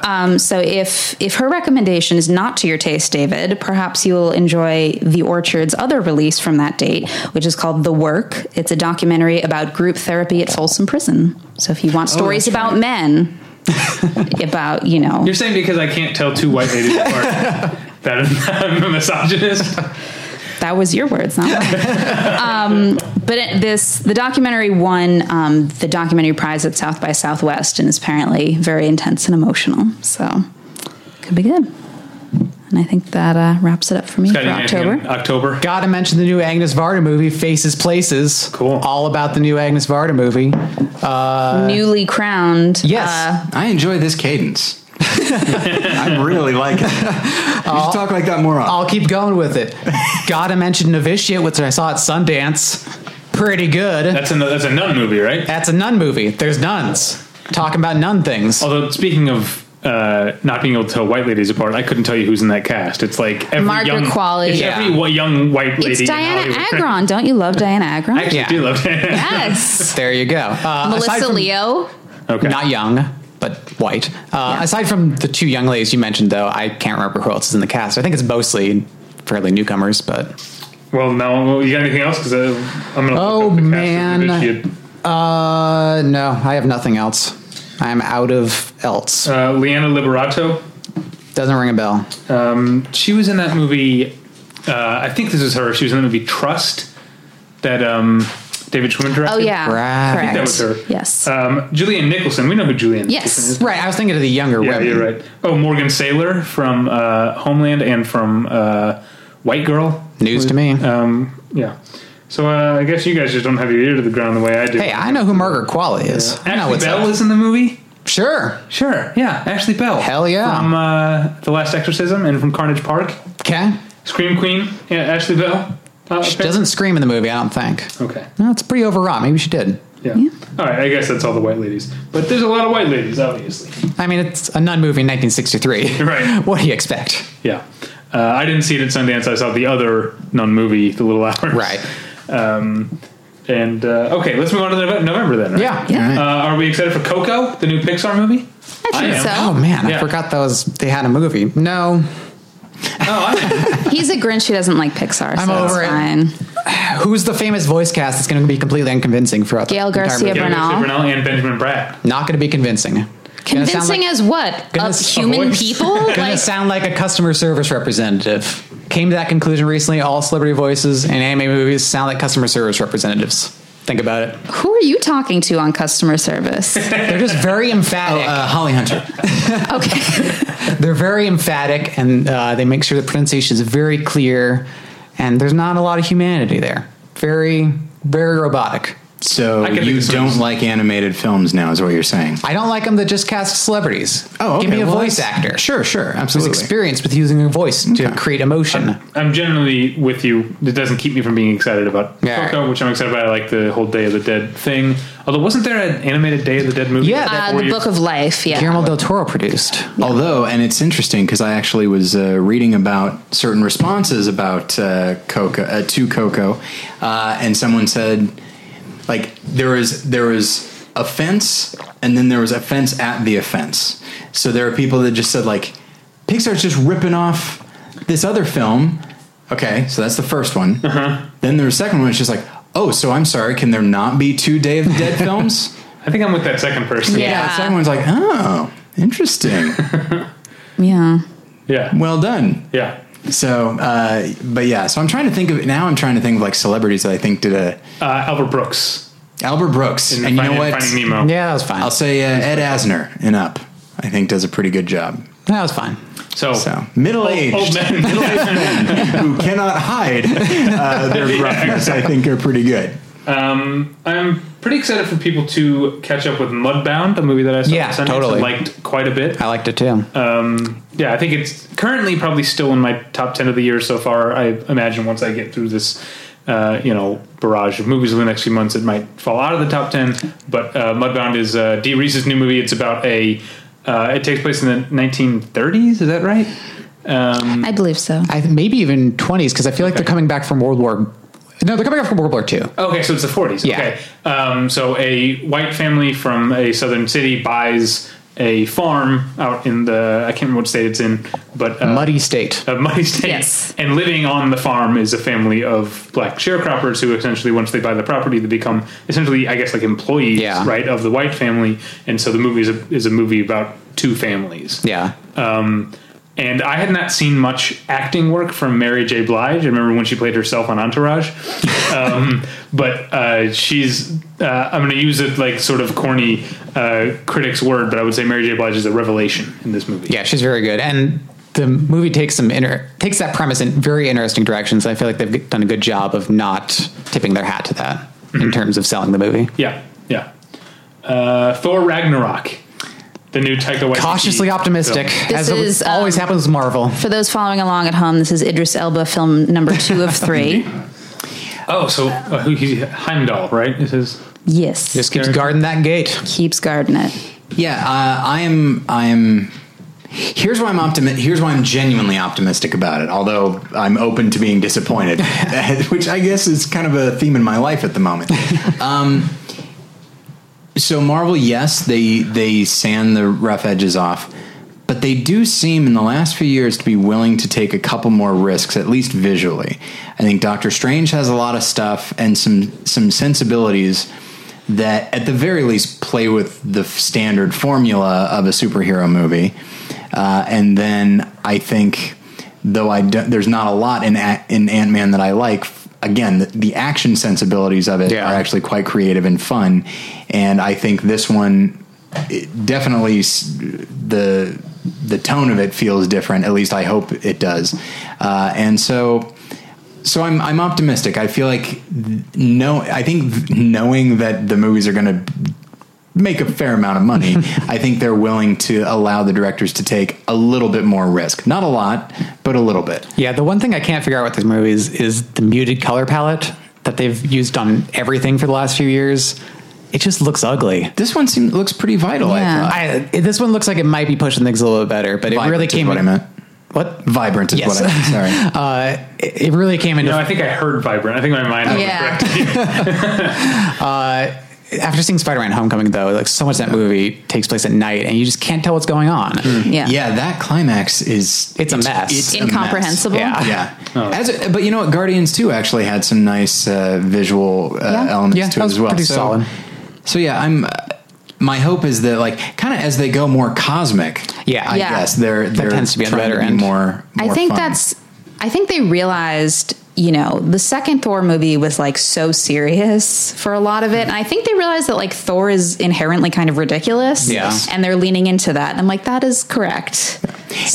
Speaker 3: um, so if if her recommendation is not to your taste david perhaps you'll enjoy the orchard's other release from that date which is called the work it's a documentary about group therapy at folsom prison so if you want stories about men about you know
Speaker 2: You're saying because I can't tell two white ladies apart that I'm a misogynist?
Speaker 3: that was your words not mine. um, But it, this the documentary won um, the documentary prize at South by Southwest and is apparently very intense and emotional. So could be good. And I think that uh, wraps it up for me for
Speaker 2: Got anything in
Speaker 3: October.
Speaker 2: October.
Speaker 4: Gotta mention the new Agnes Varda movie, Faces Places.
Speaker 2: Cool.
Speaker 4: All about the new Agnes Varda movie.
Speaker 2: uh,
Speaker 3: Newly crowned.
Speaker 4: Yes.
Speaker 3: Uh.
Speaker 1: I enjoy this cadence. I really like it. You should talk like that more often.
Speaker 4: I'll keep going with it. Gotta mention Novitiate, which I saw at Sundance. Pretty good.
Speaker 2: That's a that's a nun movie, right?
Speaker 4: That's a nun movie. There's nuns. Talking about nun things.
Speaker 2: Although speaking of uh, not being able to tell white ladies apart, I couldn't tell you who's in that cast. It's like every
Speaker 3: Margaret
Speaker 2: young,
Speaker 3: Qualley.
Speaker 2: It's
Speaker 4: Yeah.
Speaker 2: every wa- young white lady.
Speaker 3: It's
Speaker 2: in
Speaker 3: Diana
Speaker 2: Hollywood.
Speaker 3: Agron. Don't you love Diana Agron?
Speaker 2: I actually
Speaker 4: Yeah.
Speaker 2: do love Diana.
Speaker 3: yes.
Speaker 4: There you go. Uh, aside
Speaker 3: Melissa
Speaker 4: from-
Speaker 3: Leo.
Speaker 2: okay.
Speaker 4: Not young, but white. Uh, Aside from the two young ladies you mentioned, though, I can't remember who else is in the cast. I think it's mostly fairly newcomers, but
Speaker 2: well, now you got anything else? Because I'm gonna.
Speaker 4: Oh,
Speaker 2: look up the cast of
Speaker 4: man.
Speaker 2: Novitiate.
Speaker 4: uh, no, I have nothing else. I'm out of else.
Speaker 2: Uh, Leanna Liberato.
Speaker 4: Doesn't ring a bell.
Speaker 2: Um, She was in that movie. Uh, I think this is her. She was in the movie Trust. That um, David Schwimmer directed.
Speaker 3: Oh yeah.
Speaker 4: Right.
Speaker 3: Correct.
Speaker 2: That was her.
Speaker 3: Yes.
Speaker 2: Um, Julian Nicholson. We know who Julian. Nicholson
Speaker 3: yes.
Speaker 2: is.
Speaker 4: Right, I was thinking of the younger
Speaker 2: Yeah,
Speaker 4: women.
Speaker 2: you're right. Oh, Morgan Saylor from uh, Homeland and from uh, White Girl.
Speaker 4: News to me.
Speaker 2: Um, yeah. So uh, I guess you guys just don't have your ear to the ground the way I do.
Speaker 4: hey, I know who Margaret Qualley is. I know
Speaker 2: Ashley
Speaker 4: what's
Speaker 2: Bell
Speaker 4: up.
Speaker 2: is in the movie.
Speaker 4: Sure.
Speaker 2: Sure. Yeah, Ashley Bell.
Speaker 4: Hell yeah.
Speaker 2: From uh, The Last Exorcism and from Carnage Park.
Speaker 4: Okay.
Speaker 2: Scream Queen. Yeah, Ashley Bell. Uh,
Speaker 4: She doesn't scream in the movie, I don't think.
Speaker 2: Okay.
Speaker 4: No, it's pretty overwrought. Maybe she did.
Speaker 2: Yeah. All right. I guess that's all the white ladies. But there's a lot of white ladies, obviously.
Speaker 4: I mean, it's a nun movie in 1963.
Speaker 2: Right.
Speaker 4: what do you expect?
Speaker 2: Yeah. Uh, I didn't see it at Sundance. I saw the other non movie, The Little Hours.
Speaker 4: Right.
Speaker 2: Um, and uh, okay, let's move on to Nove- November then. Right?
Speaker 4: Yeah.
Speaker 3: Yeah.
Speaker 2: Uh, are we excited for Coco, the new Pixar movie? I
Speaker 3: I think
Speaker 2: am.
Speaker 4: Oh
Speaker 3: so.
Speaker 4: man,
Speaker 2: Yeah.
Speaker 4: I forgot that was they had a movie. No,
Speaker 3: He's a Grinch who doesn't like Pixar.
Speaker 4: I'm
Speaker 3: so
Speaker 4: over it.
Speaker 3: it's fine.
Speaker 4: who's the famous voice cast that's going to be completely unconvincing throughout
Speaker 3: Gail
Speaker 4: the entire
Speaker 3: Garcia
Speaker 4: movie?
Speaker 3: Bernal.
Speaker 2: and Benjamin Bratt.
Speaker 4: Not going to be convincing. Gonna sound
Speaker 3: Convincing
Speaker 4: like,
Speaker 3: as what?
Speaker 4: Gonna
Speaker 3: Of
Speaker 4: s-
Speaker 3: human
Speaker 2: voice.
Speaker 3: people?
Speaker 4: Gonna
Speaker 3: like
Speaker 4: sound like a customer service representative. Came to that conclusion recently. All celebrity voices in anime movies sound like customer service representatives. Think about it.
Speaker 3: who are you talking to on customer service?
Speaker 4: They're just very emphatic.
Speaker 1: Uh, Holly Hunter.
Speaker 3: okay.
Speaker 4: They're very emphatic, and uh, they make sure the pronunciation is very clear. And there's not a lot of humanity there. Very, very robotic.
Speaker 1: So
Speaker 2: I can
Speaker 1: you
Speaker 2: think of some-
Speaker 1: don't like animated films now, is what you're saying?
Speaker 4: I don't like them that just cast celebrities. Give me a
Speaker 1: Oh, well,
Speaker 4: voice
Speaker 1: that's-
Speaker 4: actor.
Speaker 1: Sure, sure,
Speaker 4: Who's
Speaker 1: absolutely. Uh,
Speaker 4: experienced with using a voice to create emotion.
Speaker 2: I'm generally with you. It doesn't keep me from being excited about
Speaker 4: Yeah.
Speaker 2: Coco, which I'm excited about. I like the whole Day of the Dead thing. Although, wasn't there an animated Day of the Dead movie?
Speaker 4: Yeah,
Speaker 2: like
Speaker 4: that-
Speaker 3: Uh,
Speaker 2: four
Speaker 3: the
Speaker 2: years-
Speaker 3: Book of Life. Yeah.
Speaker 4: Guillermo del Toro produced.
Speaker 1: Although, and it's interesting because I actually was uh, reading about certain responses about uh, Coco uh, to Coco, uh, and someone said, like there was there was offense, and then there was offense at the offense. So there are people that just said like, Pixar's just ripping off this other film. Okay, so that's the first one. Then the second one is just like, oh, so I'm sorry. Can there not be two Day of the Dead films?
Speaker 2: I think I'm with that second person.
Speaker 3: Yeah.
Speaker 1: The second one's like, oh, interesting.
Speaker 3: Yeah.
Speaker 2: Yeah.
Speaker 1: well done.
Speaker 2: Yeah.
Speaker 1: So, uh, but yeah, so I'm trying to think of now. I'm trying to think of like celebrities that I think did a
Speaker 2: Uh, Albert Brooks.
Speaker 1: Albert Brooks,
Speaker 2: in
Speaker 1: and you know
Speaker 2: Finding-
Speaker 1: what?
Speaker 2: Finding Nemo.
Speaker 4: Yeah, that was fine.
Speaker 1: I'll say uh, Ed Asner in Up. I think does a pretty good job.
Speaker 4: that was fine.
Speaker 2: So,
Speaker 1: So middle
Speaker 2: old
Speaker 1: aged
Speaker 2: man. Middle aged
Speaker 1: who cannot hide uh, their roughness, I think are pretty good.
Speaker 2: Um, I'm pretty excited for people to catch up with Mudbound, a movie that I saw
Speaker 4: Yeah,
Speaker 2: on Sundance and
Speaker 4: totally.
Speaker 2: liked quite a bit.
Speaker 4: I liked it too.
Speaker 2: Yeah, I think it's currently probably still in my top ten of the year so far. I imagine once I get through this, uh, you know, barrage of movies over the next few months, it might fall out of the top ten. But uh, Mudbound is uh, Dee Reese's new movie. It's about a. Uh, it takes place in the 1930s. Is that right?
Speaker 3: I believe so.
Speaker 4: I th- maybe even 20s because I feel like they're coming back from World War. No, they're coming back from World War II.
Speaker 2: Okay, so it's the 40s.
Speaker 4: Yeah.
Speaker 2: Okay. Um, so a white family from a southern city buys a farm out in the I can't remember what state it's in, but uh,
Speaker 4: Muddy state.
Speaker 2: of money state.
Speaker 3: Yes.
Speaker 2: And living on the farm is a family of black sharecroppers who essentially, once they buy the property, they become essentially, I guess, like employees,
Speaker 4: Yeah.
Speaker 2: right, of the white family. And so the movie is a, is a movie about two families.
Speaker 4: Yeah.
Speaker 2: And I had not seen much acting work from Mary J. Blige. I remember when she played herself on Entourage. Um, but uh, she's, uh, I'm going to use it like sort of corny uh, critic's word, but I would say Mary J. Blige is a revelation in this movie.
Speaker 4: Yeah, she's very good, and the movie takes some inter- takes that premise in very interesting directions. I feel like they've g- done a good job of not tipping their hat to that in terms of selling the movie.
Speaker 2: Yeah, yeah. Uh, Thor Ragnarok, the new Taika Waititi
Speaker 4: Cautiously
Speaker 2: film.
Speaker 4: optimistic,
Speaker 3: This
Speaker 4: as al-
Speaker 3: is, um,
Speaker 4: always happens with Marvel.
Speaker 3: For those following along at home, this is Idris Elba film number two of three.
Speaker 2: Oh, so uh, who- he's Heimdall, right? It says
Speaker 3: yes.
Speaker 4: Just keeps
Speaker 2: Character.
Speaker 4: guarding that gate.
Speaker 3: keeps guarding it.
Speaker 1: Yeah, uh, I am. I am. Here's why I'm optimistic. Here's why I'm genuinely optimistic about it. Although I'm open to being disappointed, which I guess is kind of a theme in my life at the moment. Um, so Marvel, yes, they they sand the rough edges off, but they do seem in the last few years to be willing to take a couple more risks, at least visually. I think Doctor Strange has a lot of stuff and some some sensibilities that, at the very least, play with the f- standard formula of a superhero movie. Uh, and then I think, though I don't, there's not a lot in a- in Ant Man that I like. Again, the, the action sensibilities of it
Speaker 4: Yeah.
Speaker 1: are actually actually quite creative and fun. And I think this one it definitely s- the the tone of it feels different. At least I hope it does. Uh, and so. So I'm I'm optimistic. I feel like no. I think knowing that the movies are going to make a fair amount of money, I think they're willing to allow the directors to take a little bit more risk. Not a lot, but a little bit.
Speaker 4: Yeah, the one thing I can't figure out with these movies is the muted color palette that they've used on everything for the last few years. It just looks ugly.
Speaker 1: This one seems looks pretty vital.
Speaker 3: Yeah.
Speaker 1: I thought.
Speaker 4: I, this one looks like it might be pushing things a little bit better, but it
Speaker 1: Vibrant
Speaker 4: really
Speaker 1: is
Speaker 4: came.
Speaker 1: what I meant.
Speaker 4: What?
Speaker 1: Vibrant is
Speaker 4: Yes.
Speaker 1: what I meant. Sorry.
Speaker 4: Uh, it, it really came into
Speaker 2: No, I think I heard vibrant. I think my mind.
Speaker 3: Yeah.
Speaker 4: after seeing Spider-Man: Homecoming. Though, like so much of that movie takes place at night, and you just can't tell what's going on.
Speaker 3: Yeah.
Speaker 1: Yeah, that climax is
Speaker 4: It's a mess.
Speaker 1: a
Speaker 3: Incomprehensible.
Speaker 4: Yeah.
Speaker 1: mess. Yeah,
Speaker 4: Oh.
Speaker 1: As a- but you know what? Guardians too actually had some nice uh, visual uh,
Speaker 3: Yeah.
Speaker 1: elements
Speaker 4: Yeah,
Speaker 1: to
Speaker 4: that
Speaker 1: it
Speaker 4: was
Speaker 1: as well.
Speaker 4: pretty solid.
Speaker 1: So yeah, I'm. Uh, my hope is that like kind of as they go more cosmic.
Speaker 4: Yeah.
Speaker 1: I
Speaker 3: Yeah.
Speaker 1: guess they're
Speaker 4: That
Speaker 1: they're
Speaker 4: tends to be on the
Speaker 1: trying
Speaker 4: better
Speaker 1: be
Speaker 4: end.
Speaker 1: More,
Speaker 3: I
Speaker 1: more
Speaker 3: think
Speaker 1: fun.
Speaker 3: that's. I think they realized, you know, the second Thor movie was like so serious for a lot of it, and I think they realized that like Thor is inherently kind of ridiculous.
Speaker 4: Yes.
Speaker 3: and they're leaning into that. And I'm like, that is correct.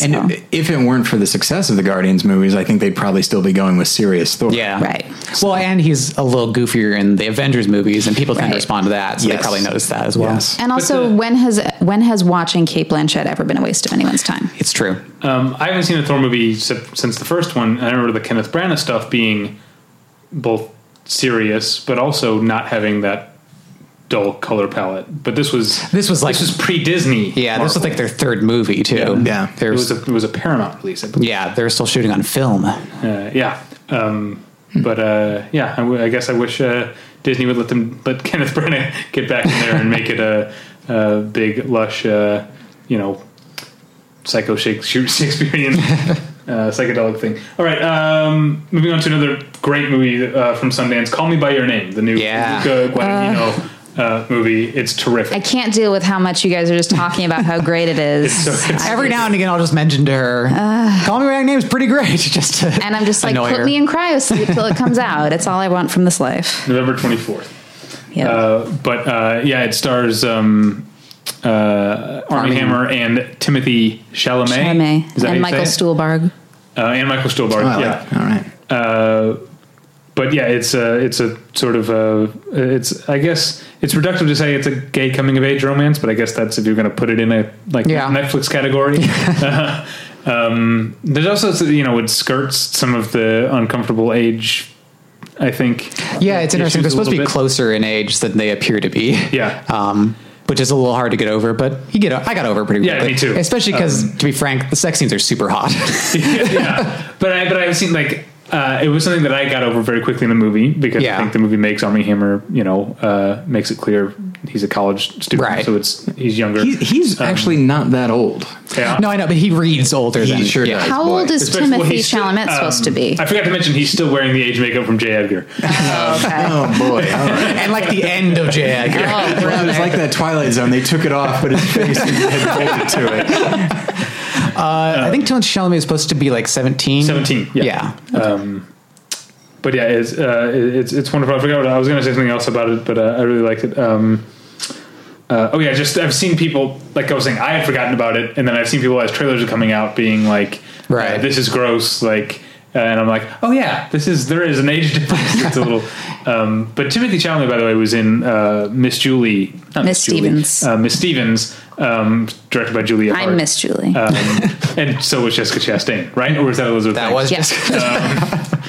Speaker 1: And
Speaker 3: So,
Speaker 1: if it weren't for the success of the Guardians movies, I think they'd probably still be going with serious Thor.
Speaker 4: Yeah.
Speaker 3: Right.
Speaker 4: Well, and he's a little goofier in the Avengers movies, and people tend
Speaker 3: Right.
Speaker 4: to respond to that, so
Speaker 1: Yes.
Speaker 4: they probably noticed that as well.
Speaker 1: Yes.
Speaker 3: and also,
Speaker 2: the-
Speaker 3: when has when has watching Kate Blanchett ever been a waste of anyone's time?
Speaker 4: It's true.
Speaker 2: Um, I haven't seen a Thor movie si- since the first one. I remember the Kenneth Branagh stuff being both serious, but also not having that dull color palette. But this was
Speaker 4: This was like-
Speaker 2: this was pre Disney.
Speaker 4: Yeah, this was like their third movie too. Yeah,
Speaker 1: Yeah.
Speaker 2: it
Speaker 4: There's,
Speaker 2: was a, it was a Paramount release. I believe.
Speaker 4: yeah, they're still shooting on film.
Speaker 2: uh, yeah. Um, but uh, yeah, I, w- I guess I wish uh, Disney would let them let Kenneth Branagh get back in there and make it a, a big, lush, uh, you know, psycho Shake- Shakespearean uh, psychedelic thing. All right, um, moving on to another great movie uh, from Sundance, Call Me by Your Name, the new
Speaker 4: Yeah.
Speaker 2: Luca Guadagnino uh, movie. It's terrific.
Speaker 3: I can't deal with how much you guys are just talking about how great it is.
Speaker 2: so- it's-
Speaker 4: Every now and again, I'll just mention to her, "Call me by your name" is pretty great. Just to
Speaker 3: and I'm just like,
Speaker 4: annoy
Speaker 3: put
Speaker 4: her.
Speaker 3: me in cryosleep till it comes out. It's all I want from this life.
Speaker 2: November twenty fourth.
Speaker 3: Yeah.
Speaker 2: Uh, but uh, yeah, it stars um, uh, Army Hammer and Timothy Chalamet,
Speaker 3: Chalamet
Speaker 2: Is that how
Speaker 3: and
Speaker 2: you
Speaker 3: Michael
Speaker 2: say it?
Speaker 3: Stuhlbarg.
Speaker 2: uh, and Michael
Speaker 1: Oh, I
Speaker 2: Stuhlbarg.
Speaker 1: like-
Speaker 2: yeah,
Speaker 1: All right.
Speaker 2: but yeah, it's a it's a sort of a it's I guess it's reductive to say it's a gay coming of age romance, but I guess that's if you're going to put it in a like
Speaker 4: Yeah.
Speaker 2: Netflix category. um, there's also you know it skirts some of the uncomfortable age. I think.
Speaker 4: yeah, it's interesting.
Speaker 2: Issues
Speaker 4: They're
Speaker 2: a
Speaker 4: supposed to be
Speaker 2: little bit.
Speaker 4: closer in age than they appear to be.
Speaker 2: Yeah.
Speaker 4: um, which is a little hard to get over, but you get. o- I got over it pretty.
Speaker 2: Yeah,
Speaker 4: quickly.
Speaker 2: me too.
Speaker 4: Especially because, to be frank, the sex scenes are super hot.
Speaker 2: yeah, but I but I've seen like uh, it was something that I got over very quickly in the movie because
Speaker 4: Yeah.
Speaker 2: I think the movie makes Army Hammer, you know, uh, makes it clear he's a college student,
Speaker 4: Right.
Speaker 2: so it's he's younger.
Speaker 1: He, he's
Speaker 4: Um,
Speaker 1: actually not that old.
Speaker 2: yeah.
Speaker 4: no, I know, but he reads older
Speaker 1: He
Speaker 4: than
Speaker 1: sure does.
Speaker 3: How
Speaker 1: boy.
Speaker 3: old is
Speaker 2: Especially- well,
Speaker 3: Timothy
Speaker 2: he's still-
Speaker 3: Chalamet
Speaker 2: um,
Speaker 3: supposed to be?
Speaker 2: I forgot to mention he's still wearing the age makeup from J. Edgar.
Speaker 3: okay.
Speaker 1: Oh boy! All right.
Speaker 4: And like the end of J. Edgar.
Speaker 3: Oh,
Speaker 1: Well, it was
Speaker 3: brother.
Speaker 1: like that Twilight Zone. They took it off, but his face had folded to it.
Speaker 4: I think Tony Chalamet is supposed to be like 17.
Speaker 2: 17, yeah.
Speaker 4: Yeah.
Speaker 2: Um, but yeah, it's uh, it's it's wonderful. I forgot what I was going to say something else about it, but uh, I really liked it. Um, uh, oh yeah, just I've seen people like I was saying, I had forgotten about it, and then I've seen people as trailers are coming out being like,
Speaker 4: Right.
Speaker 2: uh, this is gross," like. uh, And I'm like, oh yeah, this is there is an age difference. It's a little, um, but Timothy Chalamet, by the way, was in uh, Miss Julie, not
Speaker 3: Miss
Speaker 2: Julie,
Speaker 3: Stevens.
Speaker 2: uh, Miss Stevens, um, directed by Julia.
Speaker 3: I
Speaker 2: Hart.
Speaker 3: miss Julie.
Speaker 2: um, and so was Jessica Chastain, right? Or was that Elizabeth?
Speaker 4: That
Speaker 2: Banks?
Speaker 4: was
Speaker 3: Yeah.
Speaker 4: just.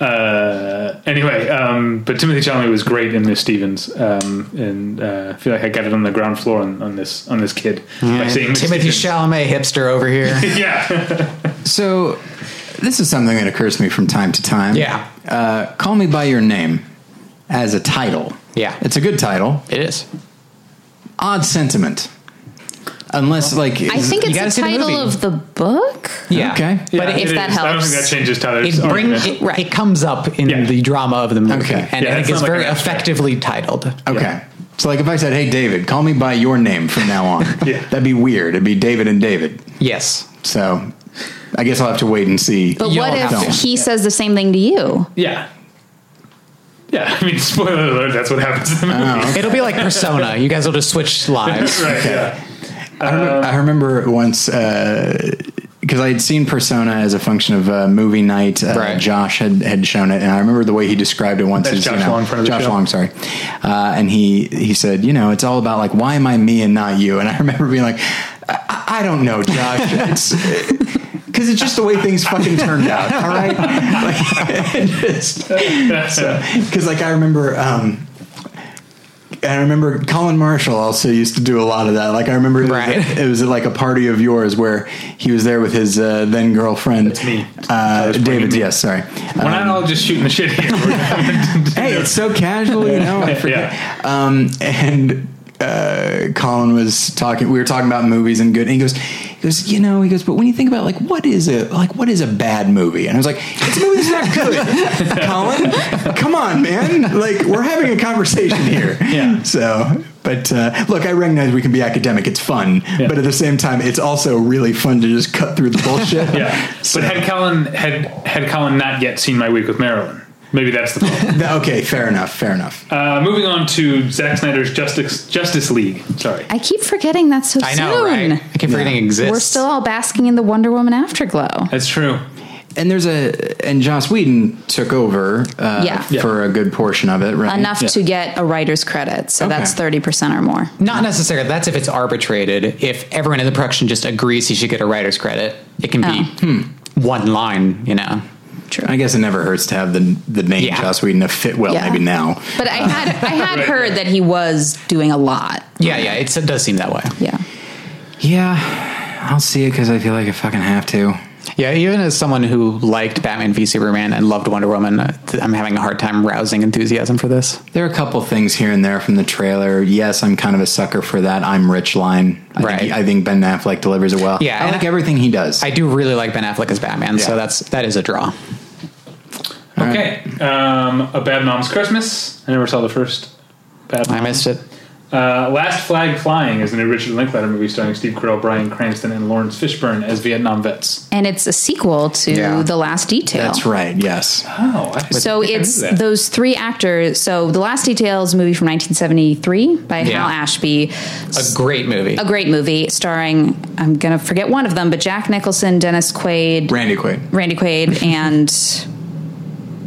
Speaker 2: uh, anyway, um, but Timothy Chalamet was great in Miss Stevens, um, and uh, I feel like I got it on the ground floor on, on this on this kid by seeing Miss
Speaker 4: Timothy
Speaker 2: Stevens.
Speaker 4: Chalamet, hipster over here.
Speaker 2: yeah,
Speaker 1: So, this is something that occurs to me from time to time.
Speaker 4: Yeah.
Speaker 1: Uh, Call Me By Your Name as a title.
Speaker 4: Yeah.
Speaker 1: It's a good title.
Speaker 4: it is.
Speaker 1: Odd sentiment. Unless, like,
Speaker 3: I
Speaker 1: is-
Speaker 3: think
Speaker 4: you
Speaker 3: it's
Speaker 4: gotta
Speaker 3: the
Speaker 4: see the
Speaker 3: title
Speaker 4: movie.
Speaker 3: of the book.
Speaker 4: Yeah.
Speaker 1: Okay.
Speaker 4: But
Speaker 2: Yeah,
Speaker 3: if
Speaker 2: it
Speaker 3: that
Speaker 2: is. I don't think that
Speaker 3: helps.
Speaker 2: changes Tyler's
Speaker 4: it bring
Speaker 2: argument.
Speaker 4: it,
Speaker 3: Right.
Speaker 4: it comes up in
Speaker 2: Yeah.
Speaker 4: the drama of the movie,
Speaker 1: Okay.
Speaker 4: and
Speaker 2: Yeah,
Speaker 4: I think
Speaker 2: that's
Speaker 4: it's
Speaker 2: not like
Speaker 4: very
Speaker 2: an abstract.
Speaker 4: effectively titled.
Speaker 1: Okay. So, like, if I said, "Hey, David, call me by your name from now on,"
Speaker 2: Yeah.
Speaker 1: that'd be weird. It'd be David and David.
Speaker 4: Yes,
Speaker 1: So, I guess I'll have to wait and see.
Speaker 3: But
Speaker 4: Y'all
Speaker 3: what if
Speaker 4: have to.
Speaker 3: he says the same thing to you?
Speaker 2: yeah, yeah. I mean, spoiler alert. That's what happens in the movie.
Speaker 4: it'll be like Persona. You guys will just switch lives.
Speaker 2: Right, yeah.
Speaker 1: I, remember, I remember once because I had seen Persona as a function of uh, movie night. Uh,
Speaker 4: Right.
Speaker 1: Josh had, had shown it, and I remember the way he described it once.
Speaker 2: That's
Speaker 1: is,
Speaker 2: Josh Long, friend of the
Speaker 1: Josh
Speaker 2: show.
Speaker 1: Long, sorry. Uh, and he he said, you know, it's all about like why am I me and not you? And I remember being like, I, I don't know, Josh. It's because it's just the way things fucking turned out. All right, like, it just because like I remember. Um, I remember Colin Marshall also used to do a lot of that. Like I remember it was-
Speaker 4: Right.
Speaker 1: it was at like a party of yours where he was there with his uh, then girlfriend. That's
Speaker 2: me. I
Speaker 1: Uh,
Speaker 2: was pointing
Speaker 1: David,
Speaker 2: me.
Speaker 1: yes, sorry.
Speaker 2: We're not all just shooting the shit here. We're-
Speaker 1: Hey, it's so casual, you know. I forget. Um, and uh, Colin was talking. We were talking about movies and good. And he goes, he goes, you know, he goes. But when you think about like what is a like what is a bad movie? And I was like, it's a movie that's not good. Colin, come on, man. Like we're having a conversation here.
Speaker 2: Yeah.
Speaker 1: So. But uh, look, I recognize we can be academic. It's fun,
Speaker 2: Yeah.
Speaker 1: but at the same time, it's also really fun to just cut through the bullshit.
Speaker 2: yeah.
Speaker 1: So-
Speaker 2: But had Colin had had Colin not yet seen my week with Marilyn, maybe that's the problem.
Speaker 1: okay, fair enough. Fair enough.
Speaker 2: Uh, moving on to Zack Snyder's Justice Justice League. Sorry.
Speaker 3: I keep forgetting that's so
Speaker 4: I
Speaker 3: soon.
Speaker 4: know, right? I keep forgetting it exists.
Speaker 3: We're still all basking in the Wonder Woman afterglow.
Speaker 2: That's true.
Speaker 1: and there's a and Joss Whedon took over uh,
Speaker 3: Yeah. Yeah.
Speaker 1: for a good portion of it, right?
Speaker 3: Enough to get a writer's credit, so
Speaker 1: Okay.
Speaker 3: that's thirty percent or more.
Speaker 4: Not necessarily. That's if it's arbitrated. If everyone in the production just agrees he should get a writer's credit, it can
Speaker 3: Oh.
Speaker 4: be one line. You know.
Speaker 3: True.
Speaker 1: I guess it never hurts to have the the name
Speaker 4: Yeah.
Speaker 1: Joss Whedon to fit well,
Speaker 3: Yeah.
Speaker 1: maybe now.
Speaker 3: But I had I had
Speaker 2: Right,
Speaker 3: heard
Speaker 2: right.
Speaker 3: that he was doing a lot.
Speaker 4: Yeah, yeah. It's, it does seem that way.
Speaker 3: Yeah.
Speaker 1: Yeah, I'll see it because I feel like I fucking have to.
Speaker 4: Yeah, even as someone who liked Batman v Superman and loved Wonder Woman, uh, th- I'm having a hard time rousing enthusiasm for this.
Speaker 1: There are a couple things here and there from the trailer. Yes, I'm kind of a sucker for that "I'm rich" line. I
Speaker 4: Right.
Speaker 1: Think, I think Ben Affleck delivers it well.
Speaker 4: Yeah,
Speaker 1: I
Speaker 4: and
Speaker 1: like
Speaker 4: I-
Speaker 1: everything he does.
Speaker 4: I do really like Ben Affleck as Batman,
Speaker 1: Yeah.
Speaker 4: so that's that is a draw.
Speaker 2: Okay. Um, a Bad Mom's Christmas. I never saw the first Bad
Speaker 4: I
Speaker 2: Mom.
Speaker 4: missed it.
Speaker 2: Uh, Last Flag Flying is the new Richard Linklater movie starring Steve Carell, Brian Cranston, and Lawrence Fishburne as Vietnam vets.
Speaker 3: And it's a sequel to
Speaker 1: Yeah.
Speaker 3: The Last Detail.
Speaker 1: That's right. Yes.
Speaker 2: Oh, I
Speaker 3: So
Speaker 2: think I knew
Speaker 3: it's
Speaker 2: that.
Speaker 3: those three actors. So The Last Detail is a movie from 1973 by
Speaker 4: Yeah.
Speaker 3: Hal Ashby.
Speaker 4: A great movie.
Speaker 3: A great movie starring, I'm going to forget one of them, but Jack Nicholson, Dennis Quaid,
Speaker 1: Randy Quaid.
Speaker 3: Randy Quaid, and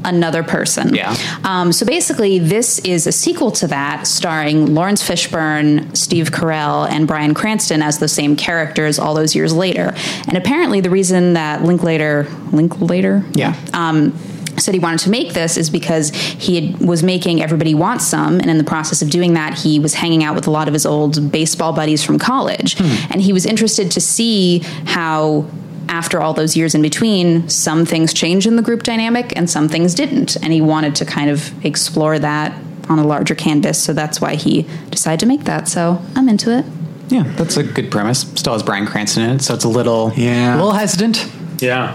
Speaker 3: another person.
Speaker 4: Yeah.
Speaker 3: Um, so basically, this is a sequel to that, starring Lawrence Fishburne, Steve Carell, and Brian Cranston as the same characters all those years later. And apparently, the reason that Linklater, Linklater,
Speaker 4: Yeah.
Speaker 3: um, said he wanted to make this is because he had, was making Everybody Wants Some, and in the process of doing that, he was hanging out with a lot of his old baseball buddies from college, and he was interested to see how. After all those years in between, some things changed in the group dynamic and some things didn't. And he wanted to kind of explore that on a larger canvas. So that's why he decided to make that. So I'm into it.
Speaker 4: yeah, that's a good premise. Still has Brian Cranston in it, so it's a little
Speaker 1: Yeah.
Speaker 4: a little hesitant.
Speaker 2: yeah.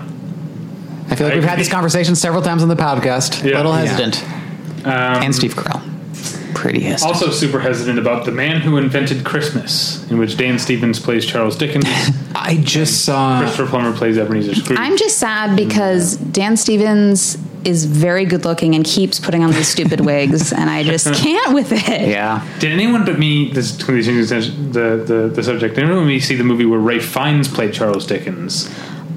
Speaker 4: I feel like
Speaker 2: I
Speaker 4: we've had
Speaker 2: agree.
Speaker 4: this conversation several times on the podcast.
Speaker 2: Yeah.
Speaker 4: A little
Speaker 1: Yeah.
Speaker 4: hesitant. and Steve Carell. pretty history.
Speaker 2: Also, super hesitant about The Man Who Invented Christmas, in which Dan Stevens plays Charles Dickens,
Speaker 1: I just saw.
Speaker 2: Christopher Plummer plays Ebenezer Scrooge.
Speaker 3: I'm just sad because Dan Stevens is very good looking and keeps putting on these stupid wigs, and I just can't with it.
Speaker 4: yeah.
Speaker 2: Did anyone but me? This completely changes the the, the subject. Did anyone but me see the movie where Ray Fiennes played Charles Dickens?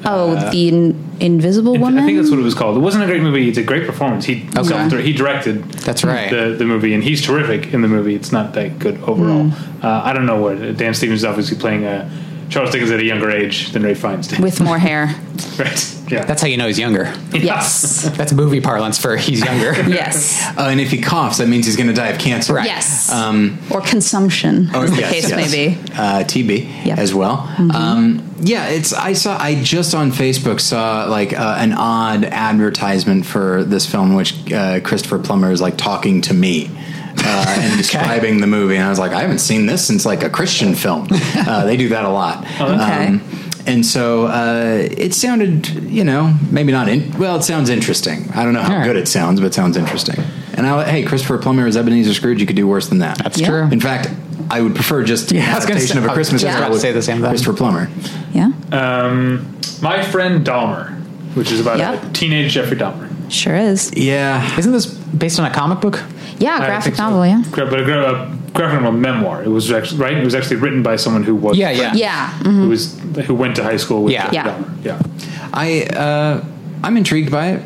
Speaker 3: Oh, the in- Invisible Woman.
Speaker 2: Uh, I think that's what it was called. It wasn't a great movie. It's a great performance. He self- he directed.
Speaker 4: That's right.
Speaker 2: The the movie, and he's terrific in the movie. It's not that good overall.
Speaker 3: Hmm.
Speaker 2: Uh, I don't know what Dan Stevens is obviously playing. Uh, Charles Dickens at a younger age than Ray Fiennes did.
Speaker 3: with more hair.
Speaker 2: right? Yeah.
Speaker 4: That's how you know he's younger.
Speaker 3: Yes.
Speaker 4: That's movie parlance for he's younger.
Speaker 3: yes.
Speaker 1: Uh, and if he coughs, that means he's going to die of cancer.
Speaker 4: Right.
Speaker 3: Yes.
Speaker 2: Um,
Speaker 3: or consumption,
Speaker 1: Oh,
Speaker 3: as the
Speaker 1: yes,
Speaker 3: case
Speaker 1: yes.
Speaker 3: may be.
Speaker 1: Uh, TB
Speaker 3: Yep.
Speaker 1: as well. Um, yeah, it's. I saw. I just on Facebook saw like uh, an odd advertisement for this film, in which uh, Christopher Plummer is like talking to me. Uh, and describing the movie, and I was like, I haven't seen this since like a Christian film. Uh, they do that a lot. Um,
Speaker 3: Okay.
Speaker 1: and so uh, it sounded, you know, maybe not. In- well, it sounds interesting. I don't know how
Speaker 4: All right.
Speaker 1: good it sounds, but it sounds interesting. And I, hey, Christopher Plummer is Ebenezer Scrooge. You could do worse than that.
Speaker 4: That's
Speaker 3: Yeah.
Speaker 4: true.
Speaker 1: In fact, I would prefer just an
Speaker 4: I was gonna
Speaker 1: adaptation
Speaker 4: say-
Speaker 1: of a
Speaker 4: I
Speaker 1: Christmas
Speaker 4: was just
Speaker 1: Carol
Speaker 4: about to
Speaker 1: with
Speaker 4: say the same thing.
Speaker 1: Christopher Plummer.
Speaker 3: Yeah.
Speaker 2: Um, My Friend Dahmer, which is about
Speaker 3: Yep.
Speaker 2: a teenage Jeffrey Dahmer.
Speaker 3: Sure is.
Speaker 1: Yeah,
Speaker 4: Isn't this based on a comic book?
Speaker 3: Yeah,
Speaker 2: I
Speaker 3: graphic
Speaker 2: think so.
Speaker 3: novel, yeah.
Speaker 2: Gra- But a, gra- a graphic novel memoir. It was actually, right? It was actually written by someone who was
Speaker 4: Yeah, yeah.
Speaker 3: Yeah. mhm.
Speaker 2: who was who went to high school with
Speaker 4: Yeah.
Speaker 2: Jeffrey
Speaker 3: Yeah.
Speaker 2: Dahmer. Yeah.
Speaker 1: I uh, I'm intrigued by it.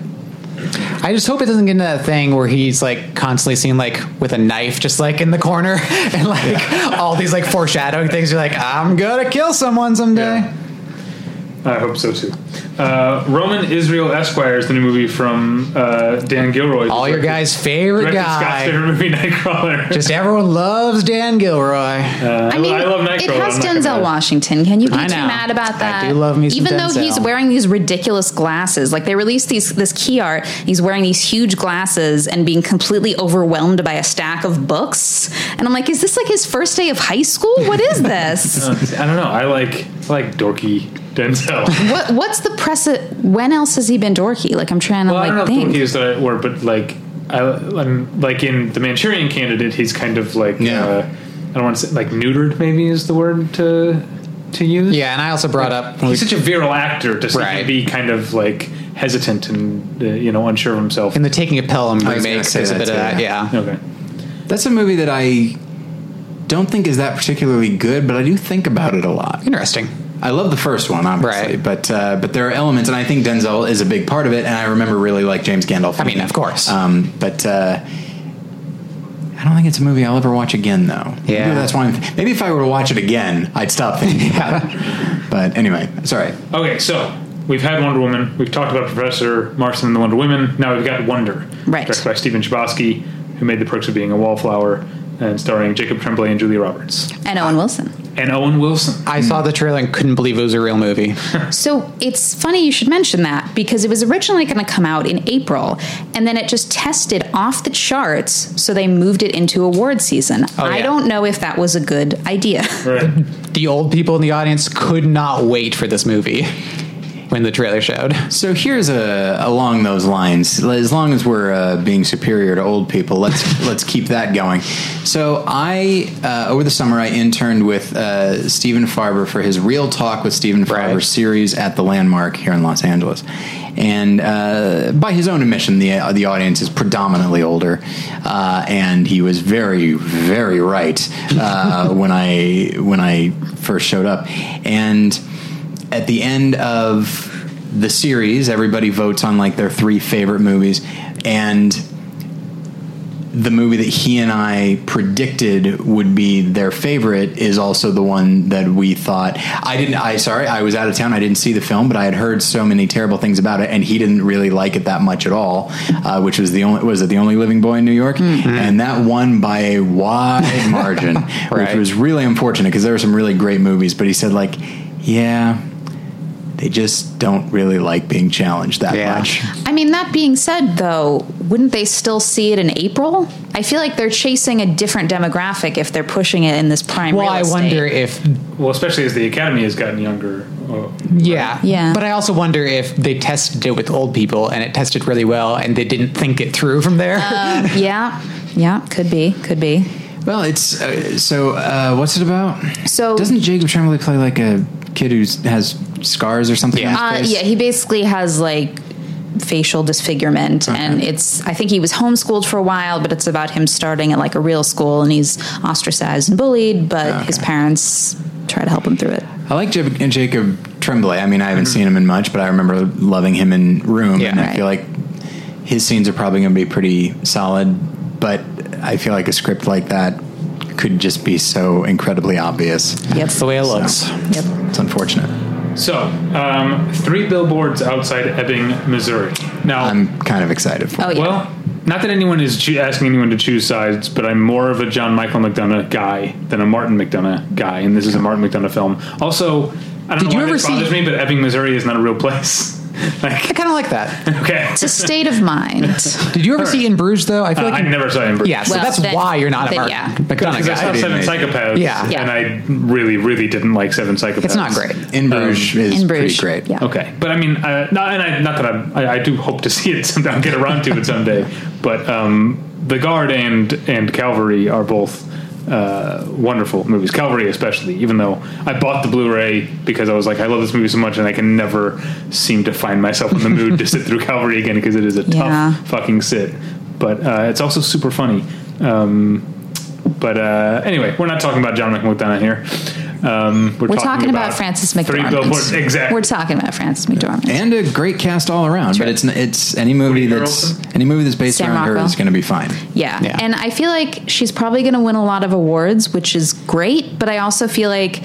Speaker 4: I just hope it doesn't get into that thing where he's like constantly seen like with a knife just like in the corner and like all these like foreshadowing things. You're like, I'm gonna kill someone someday.
Speaker 2: Yeah. I hope so too. Uh, Roman Israel Esquire is the new movie from uh, Dan Gilroy.
Speaker 4: All your guys' favorite
Speaker 2: Directed Scott's
Speaker 4: guy.
Speaker 2: favorite movie, Nightcrawler.
Speaker 4: Just everyone loves Dan Gilroy.
Speaker 2: I,
Speaker 3: I mean,
Speaker 2: I love Nightcrawler.
Speaker 3: it has
Speaker 2: I'm not gonna-
Speaker 3: Denzel Washington. Can you be
Speaker 4: I
Speaker 3: too
Speaker 4: know.
Speaker 3: mad about that?
Speaker 4: I do love me some
Speaker 3: Even though he's
Speaker 4: Denzel.
Speaker 3: wearing these ridiculous glasses, like they released these this key art, he's wearing these huge glasses and being completely overwhelmed by a stack of books. And I'm like, is this like his first day of high school? What is this?
Speaker 2: I don't know. I like I like dorky Denzel.
Speaker 3: what What's the precedent? When else has he been dorky? Like I'm trying to
Speaker 2: Well, I don't know
Speaker 3: like
Speaker 2: if
Speaker 3: think.
Speaker 2: dorky is the right word, but like, I, I'm, like in the Manchurian Candidate, he's kind of like,
Speaker 1: Yeah.
Speaker 2: uh, I don't want to say like neutered, maybe is the word to to use.
Speaker 4: yeah, and I also brought up
Speaker 2: he's such a virile actor to see him
Speaker 4: Right.
Speaker 2: be kind of like hesitant and uh, you know unsure of himself.
Speaker 4: in the Taking a Pill and
Speaker 1: I was gonna
Speaker 4: remake.
Speaker 1: say
Speaker 4: There's a
Speaker 1: that
Speaker 4: bit of
Speaker 1: too,
Speaker 4: that.
Speaker 1: yeah.
Speaker 4: Yeah.
Speaker 2: okay,
Speaker 1: That's a movie that I don't think is that particularly good, but I do think about it a lot.
Speaker 4: interesting.
Speaker 1: I love the first one, obviously,
Speaker 4: Right.
Speaker 1: but uh, but there are elements, and I think Denzel is a big part of it. And I remember really like James Gandolfini.
Speaker 4: I mean, of course.
Speaker 1: um, but. Uh, I don't think it's a movie I'll ever watch again, though.
Speaker 4: Yeah.
Speaker 1: Maybe that's why. I'm, maybe if I were to watch it again, I'd stop thinking about it. But anyway, sorry.
Speaker 2: okay. So we've had Wonder Woman. We've talked about Professor Marston and the Wonder Women. Now we've got Wonder,
Speaker 3: Right.
Speaker 2: directed by Stephen Chbosky, who made the perks of being a wallflower, and starring Jacob Tremblay and Julia Roberts
Speaker 3: and Owen Wilson.
Speaker 2: and Owen Wilson.
Speaker 1: Hmm.
Speaker 4: I saw the trailer and couldn't believe it was a real movie.
Speaker 3: So it's funny you should mention that because it was originally going to come out in April and then it just tested off the charts. So they moved it into award season. I
Speaker 4: yeah.
Speaker 3: don't know if that was a good idea.
Speaker 2: Oh, Right.
Speaker 4: the old people in the audience could not wait for this movie when the trailer showed.
Speaker 1: So here's a along those lines. As long as we're uh, being superior to old people, let's let's keep that going. So I uh, over the summer I interned with uh, Stephen Farber for his Real Talk with Stephen Farber
Speaker 4: Right.
Speaker 1: series at the Landmark here in Los Angeles, and uh, by his own admission, the uh, the audience is predominantly older, uh, and he was very very right uh, when I when I first showed up, and at the end of the series, everybody votes on like their three favorite movies, and the movie that he and I predicted would be their favorite is also the one that we thought I didn't I sorry I was out of town I didn't see the film but I had heard so many terrible things about it and he didn't really like it that much at all uh, which was the only was it the only living boy in New York
Speaker 4: Hmm.
Speaker 1: and that won by a wide margin which
Speaker 4: Right.
Speaker 1: was really unfortunate because there were some really great movies but he said like yeah they just don't really like being challenged that
Speaker 4: Yeah.
Speaker 1: much
Speaker 3: I mean, that being said, though, wouldn't they still see it in April? I feel like they're chasing a different demographic if they're pushing it in this prime
Speaker 4: Well,
Speaker 3: real
Speaker 4: I
Speaker 3: estate.
Speaker 4: wonder if
Speaker 2: Well, especially as the Academy has gotten younger. Uh,
Speaker 4: yeah,
Speaker 3: Yeah.
Speaker 4: But I also wonder if they
Speaker 3: Uh,
Speaker 4: tested it with old people and it tested really well and they didn't think it through from there.
Speaker 3: Yeah. Yeah, could be, could be.
Speaker 1: Well, it's uh, so. Uh, what's it about?
Speaker 3: So-
Speaker 1: doesn't Jacob Tremblay play like a kid who has scars or something?
Speaker 4: Yeah.
Speaker 1: on
Speaker 3: Uh,
Speaker 1: his face?
Speaker 3: yeah, he basically has like facial disfigurement and it's i think he was homeschooled for a while but it's about him starting at like a real school and he's ostracized and bullied but his parents try to help him through it
Speaker 1: I like Jacob, Jacob Tremblay. I mean, I haven't
Speaker 3: Mm-hmm.
Speaker 1: seen him in much, but I remember loving him in Room,
Speaker 4: Yeah.
Speaker 1: and I
Speaker 3: Right.
Speaker 1: feel like his scenes are probably going to be pretty solid. But I feel like a script like that could just be so incredibly obvious.
Speaker 3: yep
Speaker 4: That's the way it looks.
Speaker 3: yep
Speaker 1: It's unfortunate.
Speaker 2: So, um, three billboards outside Ebbing, Missouri. Now,
Speaker 1: I'm kind of excited for.
Speaker 3: oh yeah
Speaker 2: well, not that anyone is choo- asking anyone to choose sides, but I'm more of a John Michael McDonough guy than a Martin McDonough guy, and this is a Martin McDonough film. Also, I don't
Speaker 4: Did
Speaker 2: know
Speaker 4: you
Speaker 2: why
Speaker 4: ever
Speaker 2: this bothers
Speaker 4: see-
Speaker 2: me, but Ebbing, Missouri is not a real place.
Speaker 4: I
Speaker 2: like,
Speaker 4: kind of like that.
Speaker 2: okay,
Speaker 3: it's a state of mind
Speaker 4: Did you ever see In Bruges though? I feel
Speaker 2: Uh,
Speaker 4: like
Speaker 2: I
Speaker 4: in-
Speaker 2: never saw him.
Speaker 4: Yeah, so
Speaker 3: Well,
Speaker 4: that's
Speaker 3: then-
Speaker 4: why you're not a
Speaker 3: then,
Speaker 4: Martin
Speaker 3: yeah.
Speaker 4: McDonough
Speaker 2: Because I saw
Speaker 4: guy.
Speaker 2: Seven Psychopaths,
Speaker 4: Yeah.
Speaker 3: Yeah.
Speaker 2: and I really, really didn't like Seven Psychopaths.
Speaker 4: It's not great.
Speaker 1: In Bruges is
Speaker 3: Um, in bruges
Speaker 1: pretty great.
Speaker 3: yeah
Speaker 2: Okay, but I mean, uh, not and I, not that I'm, I, I do hope to see it someday. I'll get around to it someday. But um, the Guard and and Calvary are both uh, wonderful movies. Calvary, especially, even though I bought the Blu-ray because I was like, I love this movie so much, and I can never seem to find myself in the mood to sit through Calvary again because it is a
Speaker 3: Yeah.
Speaker 2: tough fucking sit. But uh, it's also super funny. Um, but uh, anyway, we're not talking about John McDonough here. Um, we're,
Speaker 3: we're talking about francis
Speaker 2: Three billboards,
Speaker 3: mcdormand
Speaker 2: exactly.
Speaker 3: we're talking about francis mcdormand
Speaker 1: And a great cast all around, but it's n- it's any movie
Speaker 2: Woody
Speaker 1: that's any movie that's based
Speaker 3: Sam
Speaker 1: around her
Speaker 3: Rockwell.
Speaker 1: is going to be fine.
Speaker 3: Yeah.
Speaker 4: Yeah.
Speaker 3: And I feel like she's probably going to win a lot of awards, which is great. But I also feel like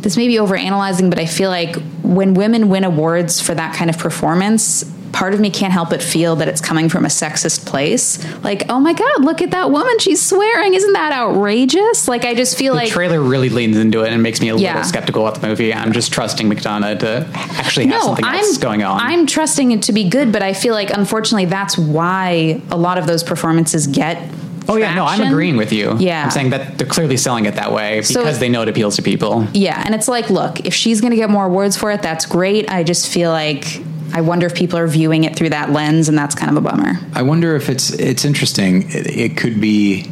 Speaker 3: this may be overanalyzing, but I feel like when women win awards for that kind of performance, part of me can't help but feel that it's coming from a sexist place. Like, oh my God, look at that woman. She's swearing. Isn't that outrageous? Like, I just feel
Speaker 4: The
Speaker 3: like.
Speaker 4: trailer really leans into it and makes me a
Speaker 3: Yeah.
Speaker 4: little skeptical at the movie. I'm just trusting McDonough to actually have something else going on.
Speaker 3: I'm trusting it to be good, but I feel like unfortunately that's why a lot of those performances get.
Speaker 4: oh yeah, no, I'm
Speaker 3: traction.
Speaker 4: agreeing with you.
Speaker 3: Yeah.
Speaker 4: I'm saying that they're clearly selling it that way because
Speaker 3: So-
Speaker 4: they know it appeals to people.
Speaker 3: Yeah, and it's like, look, if she's going to get more awards for it, that's great. I just feel like I wonder if people are viewing it through that lens, and that's kind of a bummer.
Speaker 1: I wonder if it's it's interesting. It, it could be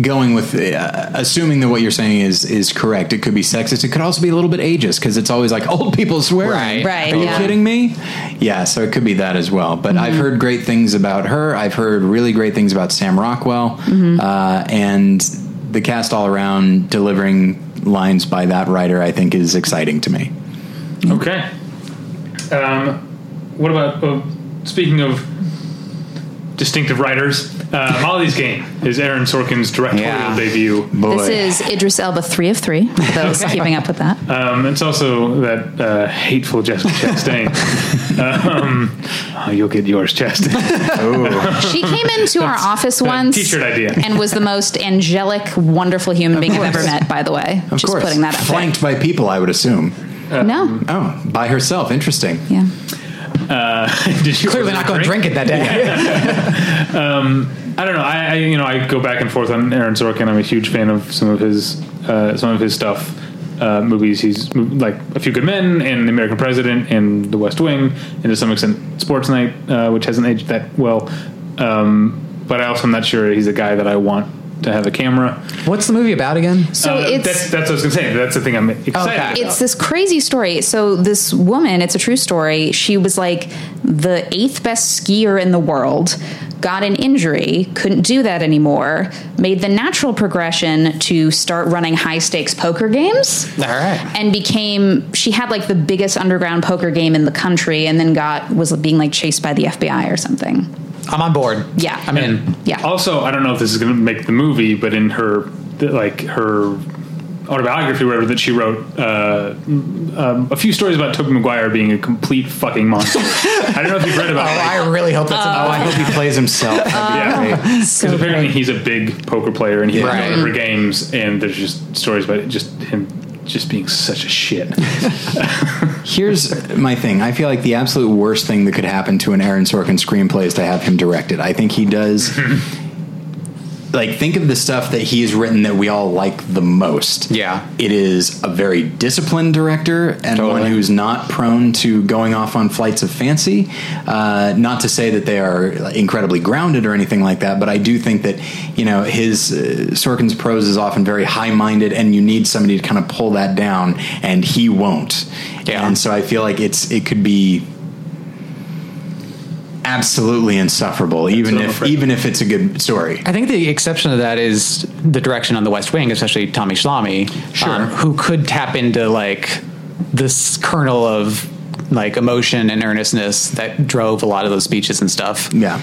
Speaker 1: going with uh, assuming that what you're saying is is correct. It could be sexist. It could also be a little bit ageist because it's always like old people swearing.
Speaker 4: Right.
Speaker 3: Right,
Speaker 1: Are you
Speaker 3: yeah.
Speaker 1: kidding me? Yeah. So it could be that as well. But
Speaker 3: Mm-hmm.
Speaker 1: I've heard great things about her. I've heard really great things about Sam Rockwell
Speaker 3: Mm-hmm.
Speaker 1: uh, and the cast all around delivering lines by that writer. I think is exciting to me.
Speaker 2: Okay. Um, what about uh, speaking of distinctive writers? Uh, Molly's Game is Aaron Sorkin's directorial
Speaker 4: Yeah.
Speaker 2: debut.
Speaker 1: Boy.
Speaker 3: This is Idris Elba, three of three. For those keeping up with that,
Speaker 2: Um, it's also that uh, hateful Jessica Chastain. um, oh, you'll get yours, Chastain.
Speaker 3: she came into our office once.
Speaker 2: T-shirt idea.
Speaker 3: And was the most angelic, wonderful human being I've ever met. By the way,
Speaker 1: of
Speaker 3: just
Speaker 1: course
Speaker 3: putting that out
Speaker 1: flanked by people. I would assume.
Speaker 3: there. No,
Speaker 1: Oh, by herself. Interesting.
Speaker 3: yeah,
Speaker 2: Did you
Speaker 4: Clearly
Speaker 2: order
Speaker 4: not
Speaker 2: a
Speaker 4: going to drink it that day.
Speaker 2: I don't know. I, I you know I go back and forth on Aaron Sorkin. I'm a huge fan of some of his uh, some of his stuff. Uh, movies he's like a few good men and the american president and the west wing and to some extent sports night uh, which hasn't aged that well um, but i also am not sure he's a guy that i want to have a camera
Speaker 4: What's the movie about again?
Speaker 3: so
Speaker 2: Uh,
Speaker 3: it's
Speaker 2: that's, that's what i was going to say that's the thing i'm excited
Speaker 4: Okay.
Speaker 3: it's this crazy story. So this woman, it's a true story. She was like the eighth best skier in the world. Got an injury, couldn't do that anymore. Made the natural progression to start running high stakes poker games
Speaker 4: All right.
Speaker 3: and became she had like the biggest underground poker game in the country and then got was being like chased by the FBI or something.
Speaker 4: I'm on board.
Speaker 3: Yeah.
Speaker 4: I'm in.
Speaker 3: Yeah.
Speaker 2: Also, I don't know if this is going to make the movie, but in her th- like her autobiography, whatever that she wrote, uh, um, a few stories about Tobey Maguire being a complete fucking monster. I don't know if you've read
Speaker 4: Oh,
Speaker 2: about it.
Speaker 4: I really hope that's
Speaker 1: Oh, I
Speaker 4: a
Speaker 1: hope he plays himself.
Speaker 2: Uh,
Speaker 1: That'd be great.
Speaker 3: So
Speaker 2: Because apparently he's a big poker player and he
Speaker 4: Yeah.
Speaker 2: wins
Speaker 4: Right.
Speaker 2: all over games, and there's just stories about it, just him just being such a shit.
Speaker 1: Here's my thing. I feel like the absolute worst thing that could happen to an Aaron Sorkin screenplay is to have him direct it. I think he does like think of the stuff that he's written that we all like the most.
Speaker 4: Yeah.
Speaker 1: It is a very disciplined director and
Speaker 4: Totally.
Speaker 1: one who's not prone to going off on flights of fancy. Uh, not to say that they are incredibly grounded or anything like that, but I do think that you know his uh, Sorkin's prose is often very high-minded, and you need somebody to kind of pull that down, and he won't.
Speaker 4: Yeah.
Speaker 1: And so I feel like it's it could be absolutely insufferable, even
Speaker 2: what I'm
Speaker 1: if
Speaker 2: afraid of.
Speaker 1: even if it's a good story.
Speaker 4: I think the exception to that is the direction on The West Wing, especially Tommy Schlamme,
Speaker 1: Sure.
Speaker 4: who could tap into like this kernel of like emotion and earnestness that drove a lot of those speeches and stuff.
Speaker 1: Yeah.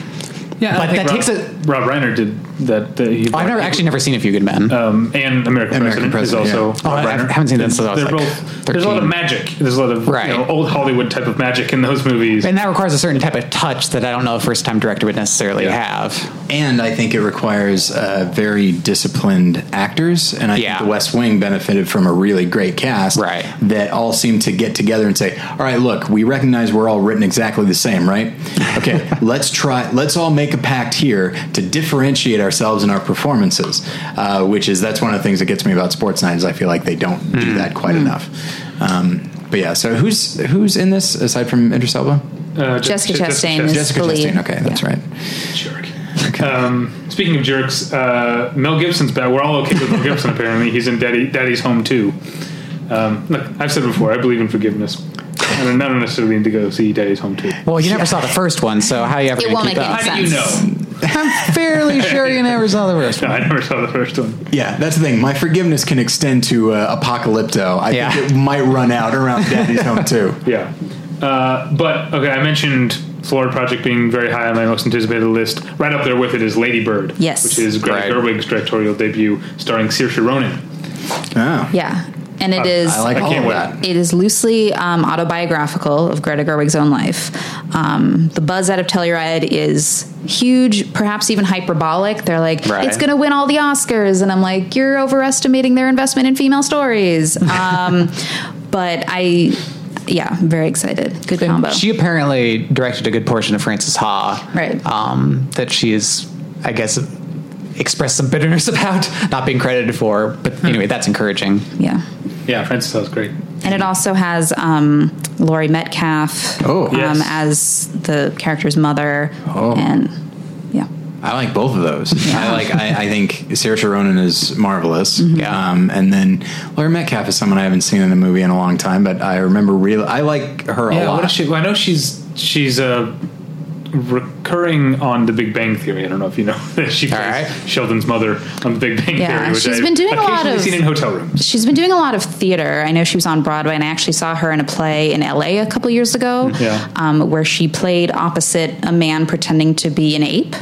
Speaker 4: Yeah, but that takes a.
Speaker 2: Rob Reiner did that. that he,
Speaker 4: I've never actually never seen A Few Good Men.
Speaker 2: um, and American,
Speaker 1: American
Speaker 2: President, is
Speaker 1: President,
Speaker 2: also.
Speaker 1: yeah.
Speaker 4: Oh,
Speaker 2: Rob
Speaker 4: I- I
Speaker 2: Reiner.
Speaker 4: haven't seen that since I was,
Speaker 2: They're
Speaker 4: like,
Speaker 2: both- There's a lot of
Speaker 4: 13.
Speaker 2: magic. There's a lot of
Speaker 4: Right.
Speaker 2: you know, old Hollywood type of magic in those movies.
Speaker 4: and that requires a certain type of touch that I don't know a first time director would necessarily
Speaker 2: Yeah.
Speaker 4: have.
Speaker 1: And I think it requires uh, very disciplined actors. And I
Speaker 4: Yeah.
Speaker 1: think The West Wing benefited from a really great cast
Speaker 4: Right.
Speaker 1: that all seemed to get together and say, all right, look, we recognize we're all written exactly the same, right? Okay, let's try, let's all make a pact here to differentiate ourselves in our performances, uh, which is, that's one of the things that gets me about sports night is I feel like they don't do
Speaker 4: Hmm.
Speaker 1: that quite enough. Um, but yeah, so who's who's in this aside from Idris Elba?
Speaker 2: Uh, Je-
Speaker 3: Jessica
Speaker 2: Je-
Speaker 3: Chastain is-
Speaker 1: Jessica
Speaker 3: the lead.
Speaker 1: Chastain. Okay, that's
Speaker 3: Yeah.
Speaker 1: right.
Speaker 2: Jerk. Um, speaking of jerks, uh, Mel Gibson's back. We're all okay with Mel Gibson. Apparently, he's in Daddy, Daddy's Home too. Um, look, I've said before, I believe in forgiveness. I don't, I don't necessarily need to go see Daddy's Home too.
Speaker 4: Well, you never saw the first one, so how you ever
Speaker 3: It
Speaker 4: gonna
Speaker 3: won't
Speaker 4: keep
Speaker 3: make
Speaker 4: up?
Speaker 3: any sense.
Speaker 2: How do you know?
Speaker 4: I'm fairly sure you never saw the first
Speaker 2: No,
Speaker 4: one.
Speaker 2: I never saw the first one.
Speaker 1: Yeah, that's the thing. My forgiveness can extend to uh, Apocalypto. I
Speaker 4: Yeah.
Speaker 1: think it might run out around Daddy's home too.
Speaker 2: Yeah, uh, but okay. I mentioned Florida Project being very high on my most anticipated list. Right up there with it is Lady Bird.
Speaker 3: Yes.
Speaker 2: which is Greta
Speaker 4: Right.
Speaker 2: Gerwig's directorial debut, starring Saoirse Ronan.
Speaker 1: Oh,
Speaker 3: Yeah, and it is.
Speaker 1: I like
Speaker 2: I
Speaker 1: all
Speaker 2: can't
Speaker 1: of
Speaker 2: wait.
Speaker 1: that.
Speaker 3: It is loosely um, autobiographical of Greta Gerwig's own life. Um, the buzz out of Telluride is huge, perhaps even hyperbolic. They're like,
Speaker 4: Right.
Speaker 3: it's going to win all the Oscars. And I'm like, you're overestimating their investment in female stories. Um, but I, yeah, I'm very excited. Good combo.
Speaker 4: She apparently directed a good portion of Frances Ha.
Speaker 3: Right.
Speaker 4: Um, that she is, I guess, expressed some bitterness about not being credited for. But anyway, that's encouraging.
Speaker 3: yeah.
Speaker 2: Yeah, Frances Ha's great.
Speaker 3: And it also has um, Laurie Metcalf
Speaker 1: Oh.
Speaker 3: um,
Speaker 2: Yes.
Speaker 3: as the character's mother.
Speaker 1: Oh.
Speaker 3: And yeah.
Speaker 1: I like both of those. I like. I, I think Saoirse Ronan is marvelous.
Speaker 4: Yeah.
Speaker 1: Um, and then Laura Metcalf is someone I haven't seen in a movie in a long time, but I remember real. I like her a
Speaker 2: Yeah,
Speaker 1: lot.
Speaker 2: what is she? Well, I know she's she's uh, recurring on The Big Bang Theory. I don't know if you know that she plays
Speaker 4: All right.
Speaker 2: Sheldon's mother on The Big Bang
Speaker 3: Yeah,
Speaker 2: Theory. which
Speaker 3: she's
Speaker 2: I've
Speaker 3: been doing a lot
Speaker 2: occasionally
Speaker 3: of-
Speaker 2: seen in hotel rooms.
Speaker 3: She's been doing a lot of theater. I know she was on Broadway, and I actually saw her in a play in LA a couple years ago,
Speaker 2: Yeah.
Speaker 3: um, where she played opposite a man pretending to be an ape,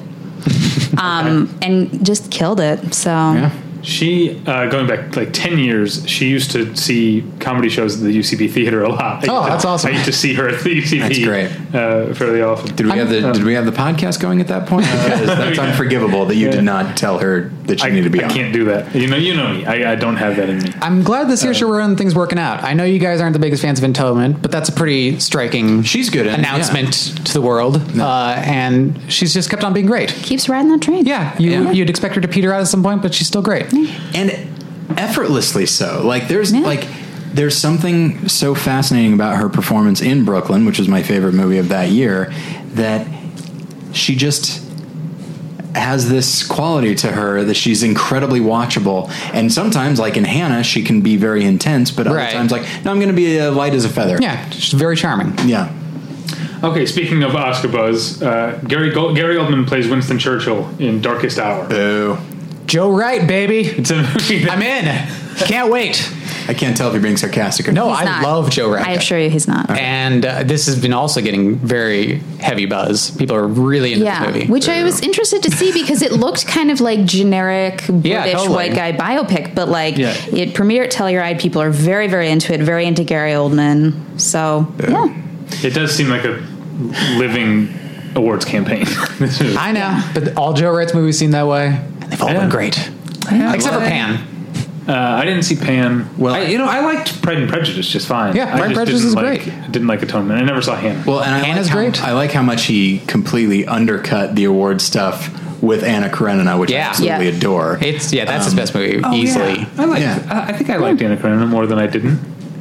Speaker 3: um, and just killed it. So
Speaker 1: yeah.
Speaker 2: She uh, going back like ten years. She used to see comedy shows at the UCB theater a lot. I
Speaker 4: Oh,
Speaker 2: used to-
Speaker 4: that's awesome.
Speaker 2: I used to see her at the UCB.
Speaker 1: That's great.
Speaker 2: Uh, fairly often.
Speaker 1: Did we have the Did we have the podcast going at that point? Because that's unforgivable that you did not tell her that she
Speaker 2: I,
Speaker 1: needed to be
Speaker 2: I
Speaker 1: on.
Speaker 2: can't do that. You know, you know me. I, I don't have that in me.
Speaker 4: I'm glad this year we're on thing's working out. I know you guys aren't the biggest fans of Entitlement, but that's a pretty striking
Speaker 1: She's good at it,
Speaker 4: announcement to the world. Uh, and she's just kept on being great.
Speaker 3: keeps riding that train.
Speaker 4: Yeah, Mm-hmm. you,
Speaker 1: Yeah.
Speaker 4: you'd expect her to peter out at some point, but she's still great.
Speaker 1: and effortlessly so. Like there's
Speaker 3: Yeah.
Speaker 1: like there's something so fascinating about her performance in Brooklyn, which was my favorite movie of that year, that she just has this quality to her that she's incredibly watchable and sometimes like in Hannah she can be very intense but other
Speaker 4: Right.
Speaker 1: times like no I'm going to be uh, light as a feather.
Speaker 4: Yeah, she's very charming.
Speaker 1: Yeah.
Speaker 2: Okay, speaking of Oscar buzz, uh, Gary Gold- Gary Oldman plays Winston Churchill in Darkest Hour.
Speaker 4: Uh,
Speaker 1: Boo.
Speaker 4: Joe Wright, baby.
Speaker 2: It's a movie that
Speaker 4: I'm in. Can't wait.
Speaker 1: I can't tell if you're being sarcastic or
Speaker 4: No,
Speaker 3: He's
Speaker 4: I
Speaker 3: not.
Speaker 4: love Joe Wright.
Speaker 3: I assure you, he's not.
Speaker 4: And uh, this has been also getting very heavy buzz. People are really into this
Speaker 3: Yeah,
Speaker 4: movie.
Speaker 3: which I was interested to see because it looked kind of like generic British
Speaker 4: Yeah, totally.
Speaker 3: white guy biopic, but like
Speaker 2: Yeah.
Speaker 3: it premiered at Telluride. People are very, very into it, very into Gary Oldman. So yeah.
Speaker 2: It does seem like a living awards campaign.
Speaker 4: I know, but all Joe Wright's movies seem that way, and they've all
Speaker 2: Yeah.
Speaker 4: been great, except for Pan.
Speaker 2: uh, I didn't see Pan. Well, I, you know, I liked Pride and Prejudice just fine. I
Speaker 4: Yeah, Pride and
Speaker 2: just
Speaker 4: Prejudice
Speaker 2: didn't
Speaker 4: is
Speaker 2: like,
Speaker 4: great.
Speaker 2: Didn't like Atonement. I never saw Hannah.
Speaker 1: Well, and I
Speaker 4: Hannah's
Speaker 1: like
Speaker 4: great.
Speaker 1: How, I like how much he completely undercut the award stuff with Anna Karenina, which I
Speaker 4: Yeah.
Speaker 1: absolutely
Speaker 3: Yeah.
Speaker 1: adore.
Speaker 4: It's yeah, that's his best movie
Speaker 3: Oh,
Speaker 4: easily.
Speaker 2: Yeah. I like.
Speaker 1: Yeah.
Speaker 2: I I think I liked Anna Karenina more than I didn't.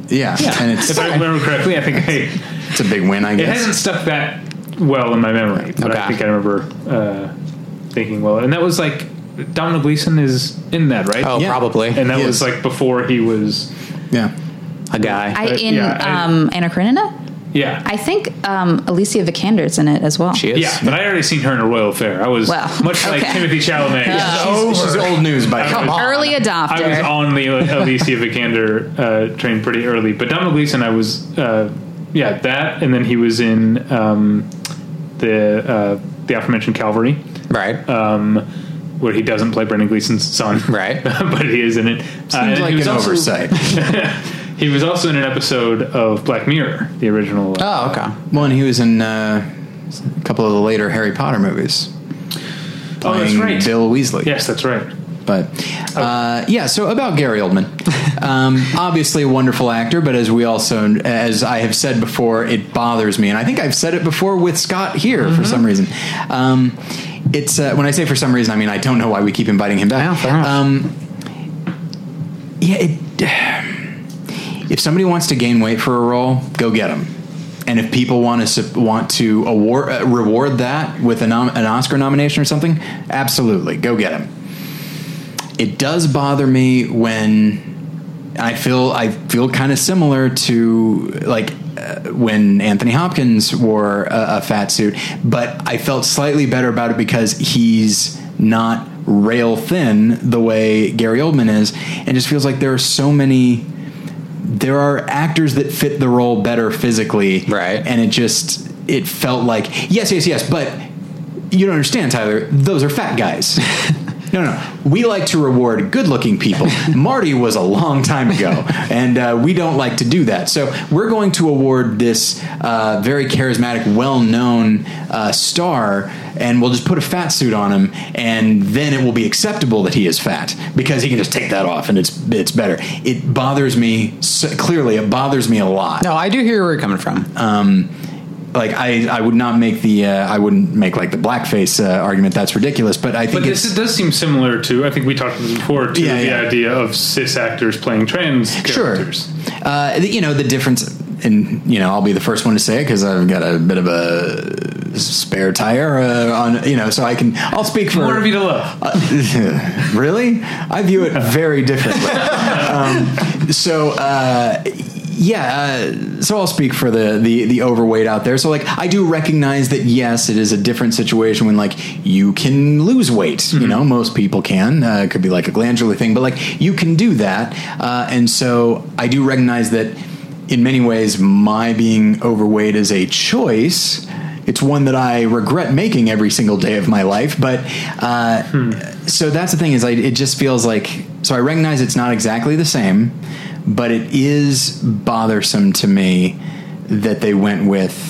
Speaker 1: yeah. and it's
Speaker 2: if I remember correctly, I think I,
Speaker 1: it's a big win, I
Speaker 2: it hasn't
Speaker 1: guess.
Speaker 2: stuck that well in my memory, but I
Speaker 4: Okay.
Speaker 2: think I remember uh, thinking well. And that was like Domino Gleason is in that, right?
Speaker 4: Oh,
Speaker 1: Yeah.
Speaker 4: probably
Speaker 2: and that
Speaker 1: He
Speaker 2: was
Speaker 1: is.
Speaker 2: like before he was.
Speaker 1: Yeah,
Speaker 4: a guy.
Speaker 3: I
Speaker 2: Uh,
Speaker 3: in
Speaker 2: yeah, I-
Speaker 3: um, Anna Karenina.
Speaker 2: Yeah,
Speaker 3: I think um, Alicia Vikander's in it as well.
Speaker 4: she is.
Speaker 2: yeah, but I already seen her in a royal affair. I was
Speaker 3: Well,
Speaker 2: much like
Speaker 3: okay.
Speaker 2: Timothy Chalamet.
Speaker 3: Yeah.
Speaker 2: She's
Speaker 1: she's, she's old news by
Speaker 2: Come
Speaker 1: now.
Speaker 2: on.
Speaker 3: Early adopter.
Speaker 2: I was on the Alicia Vikander uh, train pretty early, but Donald Gleason, I was, uh, yeah, that, and then he was in um, the uh, the aforementioned Calvary,
Speaker 4: Right.
Speaker 2: um, where he doesn't play Brendan Gleason's son,
Speaker 4: Right.
Speaker 2: but he is in it. Uh, Seems
Speaker 1: Seems like an oversight.
Speaker 2: He was also in an episode of Black Mirror, the original. uh,
Speaker 4: oh, okay.
Speaker 1: Well, and he was in uh, a couple of the later Harry Potter movies.
Speaker 2: oh, that's
Speaker 1: playing
Speaker 2: right.
Speaker 1: Bill Weasley.
Speaker 2: Yes, that's right.
Speaker 1: But uh, yeah, so about Gary Oldman, um, obviously a wonderful actor, but as we also, as I have said before, it bothers me, and I think I've said it before with Scott here for
Speaker 4: Mm-hmm.
Speaker 1: some reason. Um, it's uh, when I say for some reason, I mean I don't know why we keep inviting him
Speaker 4: Yeah,
Speaker 1: back.
Speaker 4: fair enough.
Speaker 1: um, yeah, it, if somebody wants to gain weight for a role, go get them. And if people want to sup- want to award uh, reward that with a nom- an Oscar nomination or something, absolutely go get them it does bother me when I feel I feel kind of similar to like uh, when Anthony Hopkins wore a, a fat suit, but I felt slightly better about it because he's not rail thin the way Gary Oldman is, and it just feels like there are so many. There are actors that fit the role better physically,
Speaker 4: Right.
Speaker 1: And it just it felt like yes, yes, yes, but you don't understand, Tyler. Those are fat guys. No, no. We like to reward good-looking people. Marty was a long time ago, and uh, we don't like to do that. So we're going to award this uh, very charismatic, well-known uh, star, and we'll just put a fat suit on him, and then it will be acceptable that he is fat because he can just take that off, and it's it's better. It bothers me so, clearly. It bothers me a lot
Speaker 4: No, I do hear where you're coming from.
Speaker 1: um, like I, I would not make the uh, I wouldn't make like the blackface uh, argument. That's ridiculous. But I think
Speaker 2: But
Speaker 1: it's
Speaker 2: this does seem similar to, I think we talked about this before, to
Speaker 1: Yeah,
Speaker 2: the
Speaker 1: yeah.
Speaker 2: idea of cis actors playing trans characters.
Speaker 1: Sure. Uh, the- you know, the difference, and, you know, I'll be the first one to say it because I've got a bit of a spare tire uh, on, you know, so I can, I'll speak for.
Speaker 2: More of you to love.
Speaker 1: Uh, really? I view it very differently. um, so, uh, yeah, uh, so I'll speak for the, the the overweight out there. So, like, I do recognize that yes, it is a different situation when like you can lose weight. You know, most people can. Uh, it could be like a glandular thing, but like you can do that. Uh, and so, I do recognize that in many ways, my being overweight is a choice. It's one that I regret making every single day of my life, but uh,
Speaker 2: Hmm.
Speaker 1: so that's the thing is like it just feels like so I recognize it's not exactly the same, but it is bothersome to me that they went with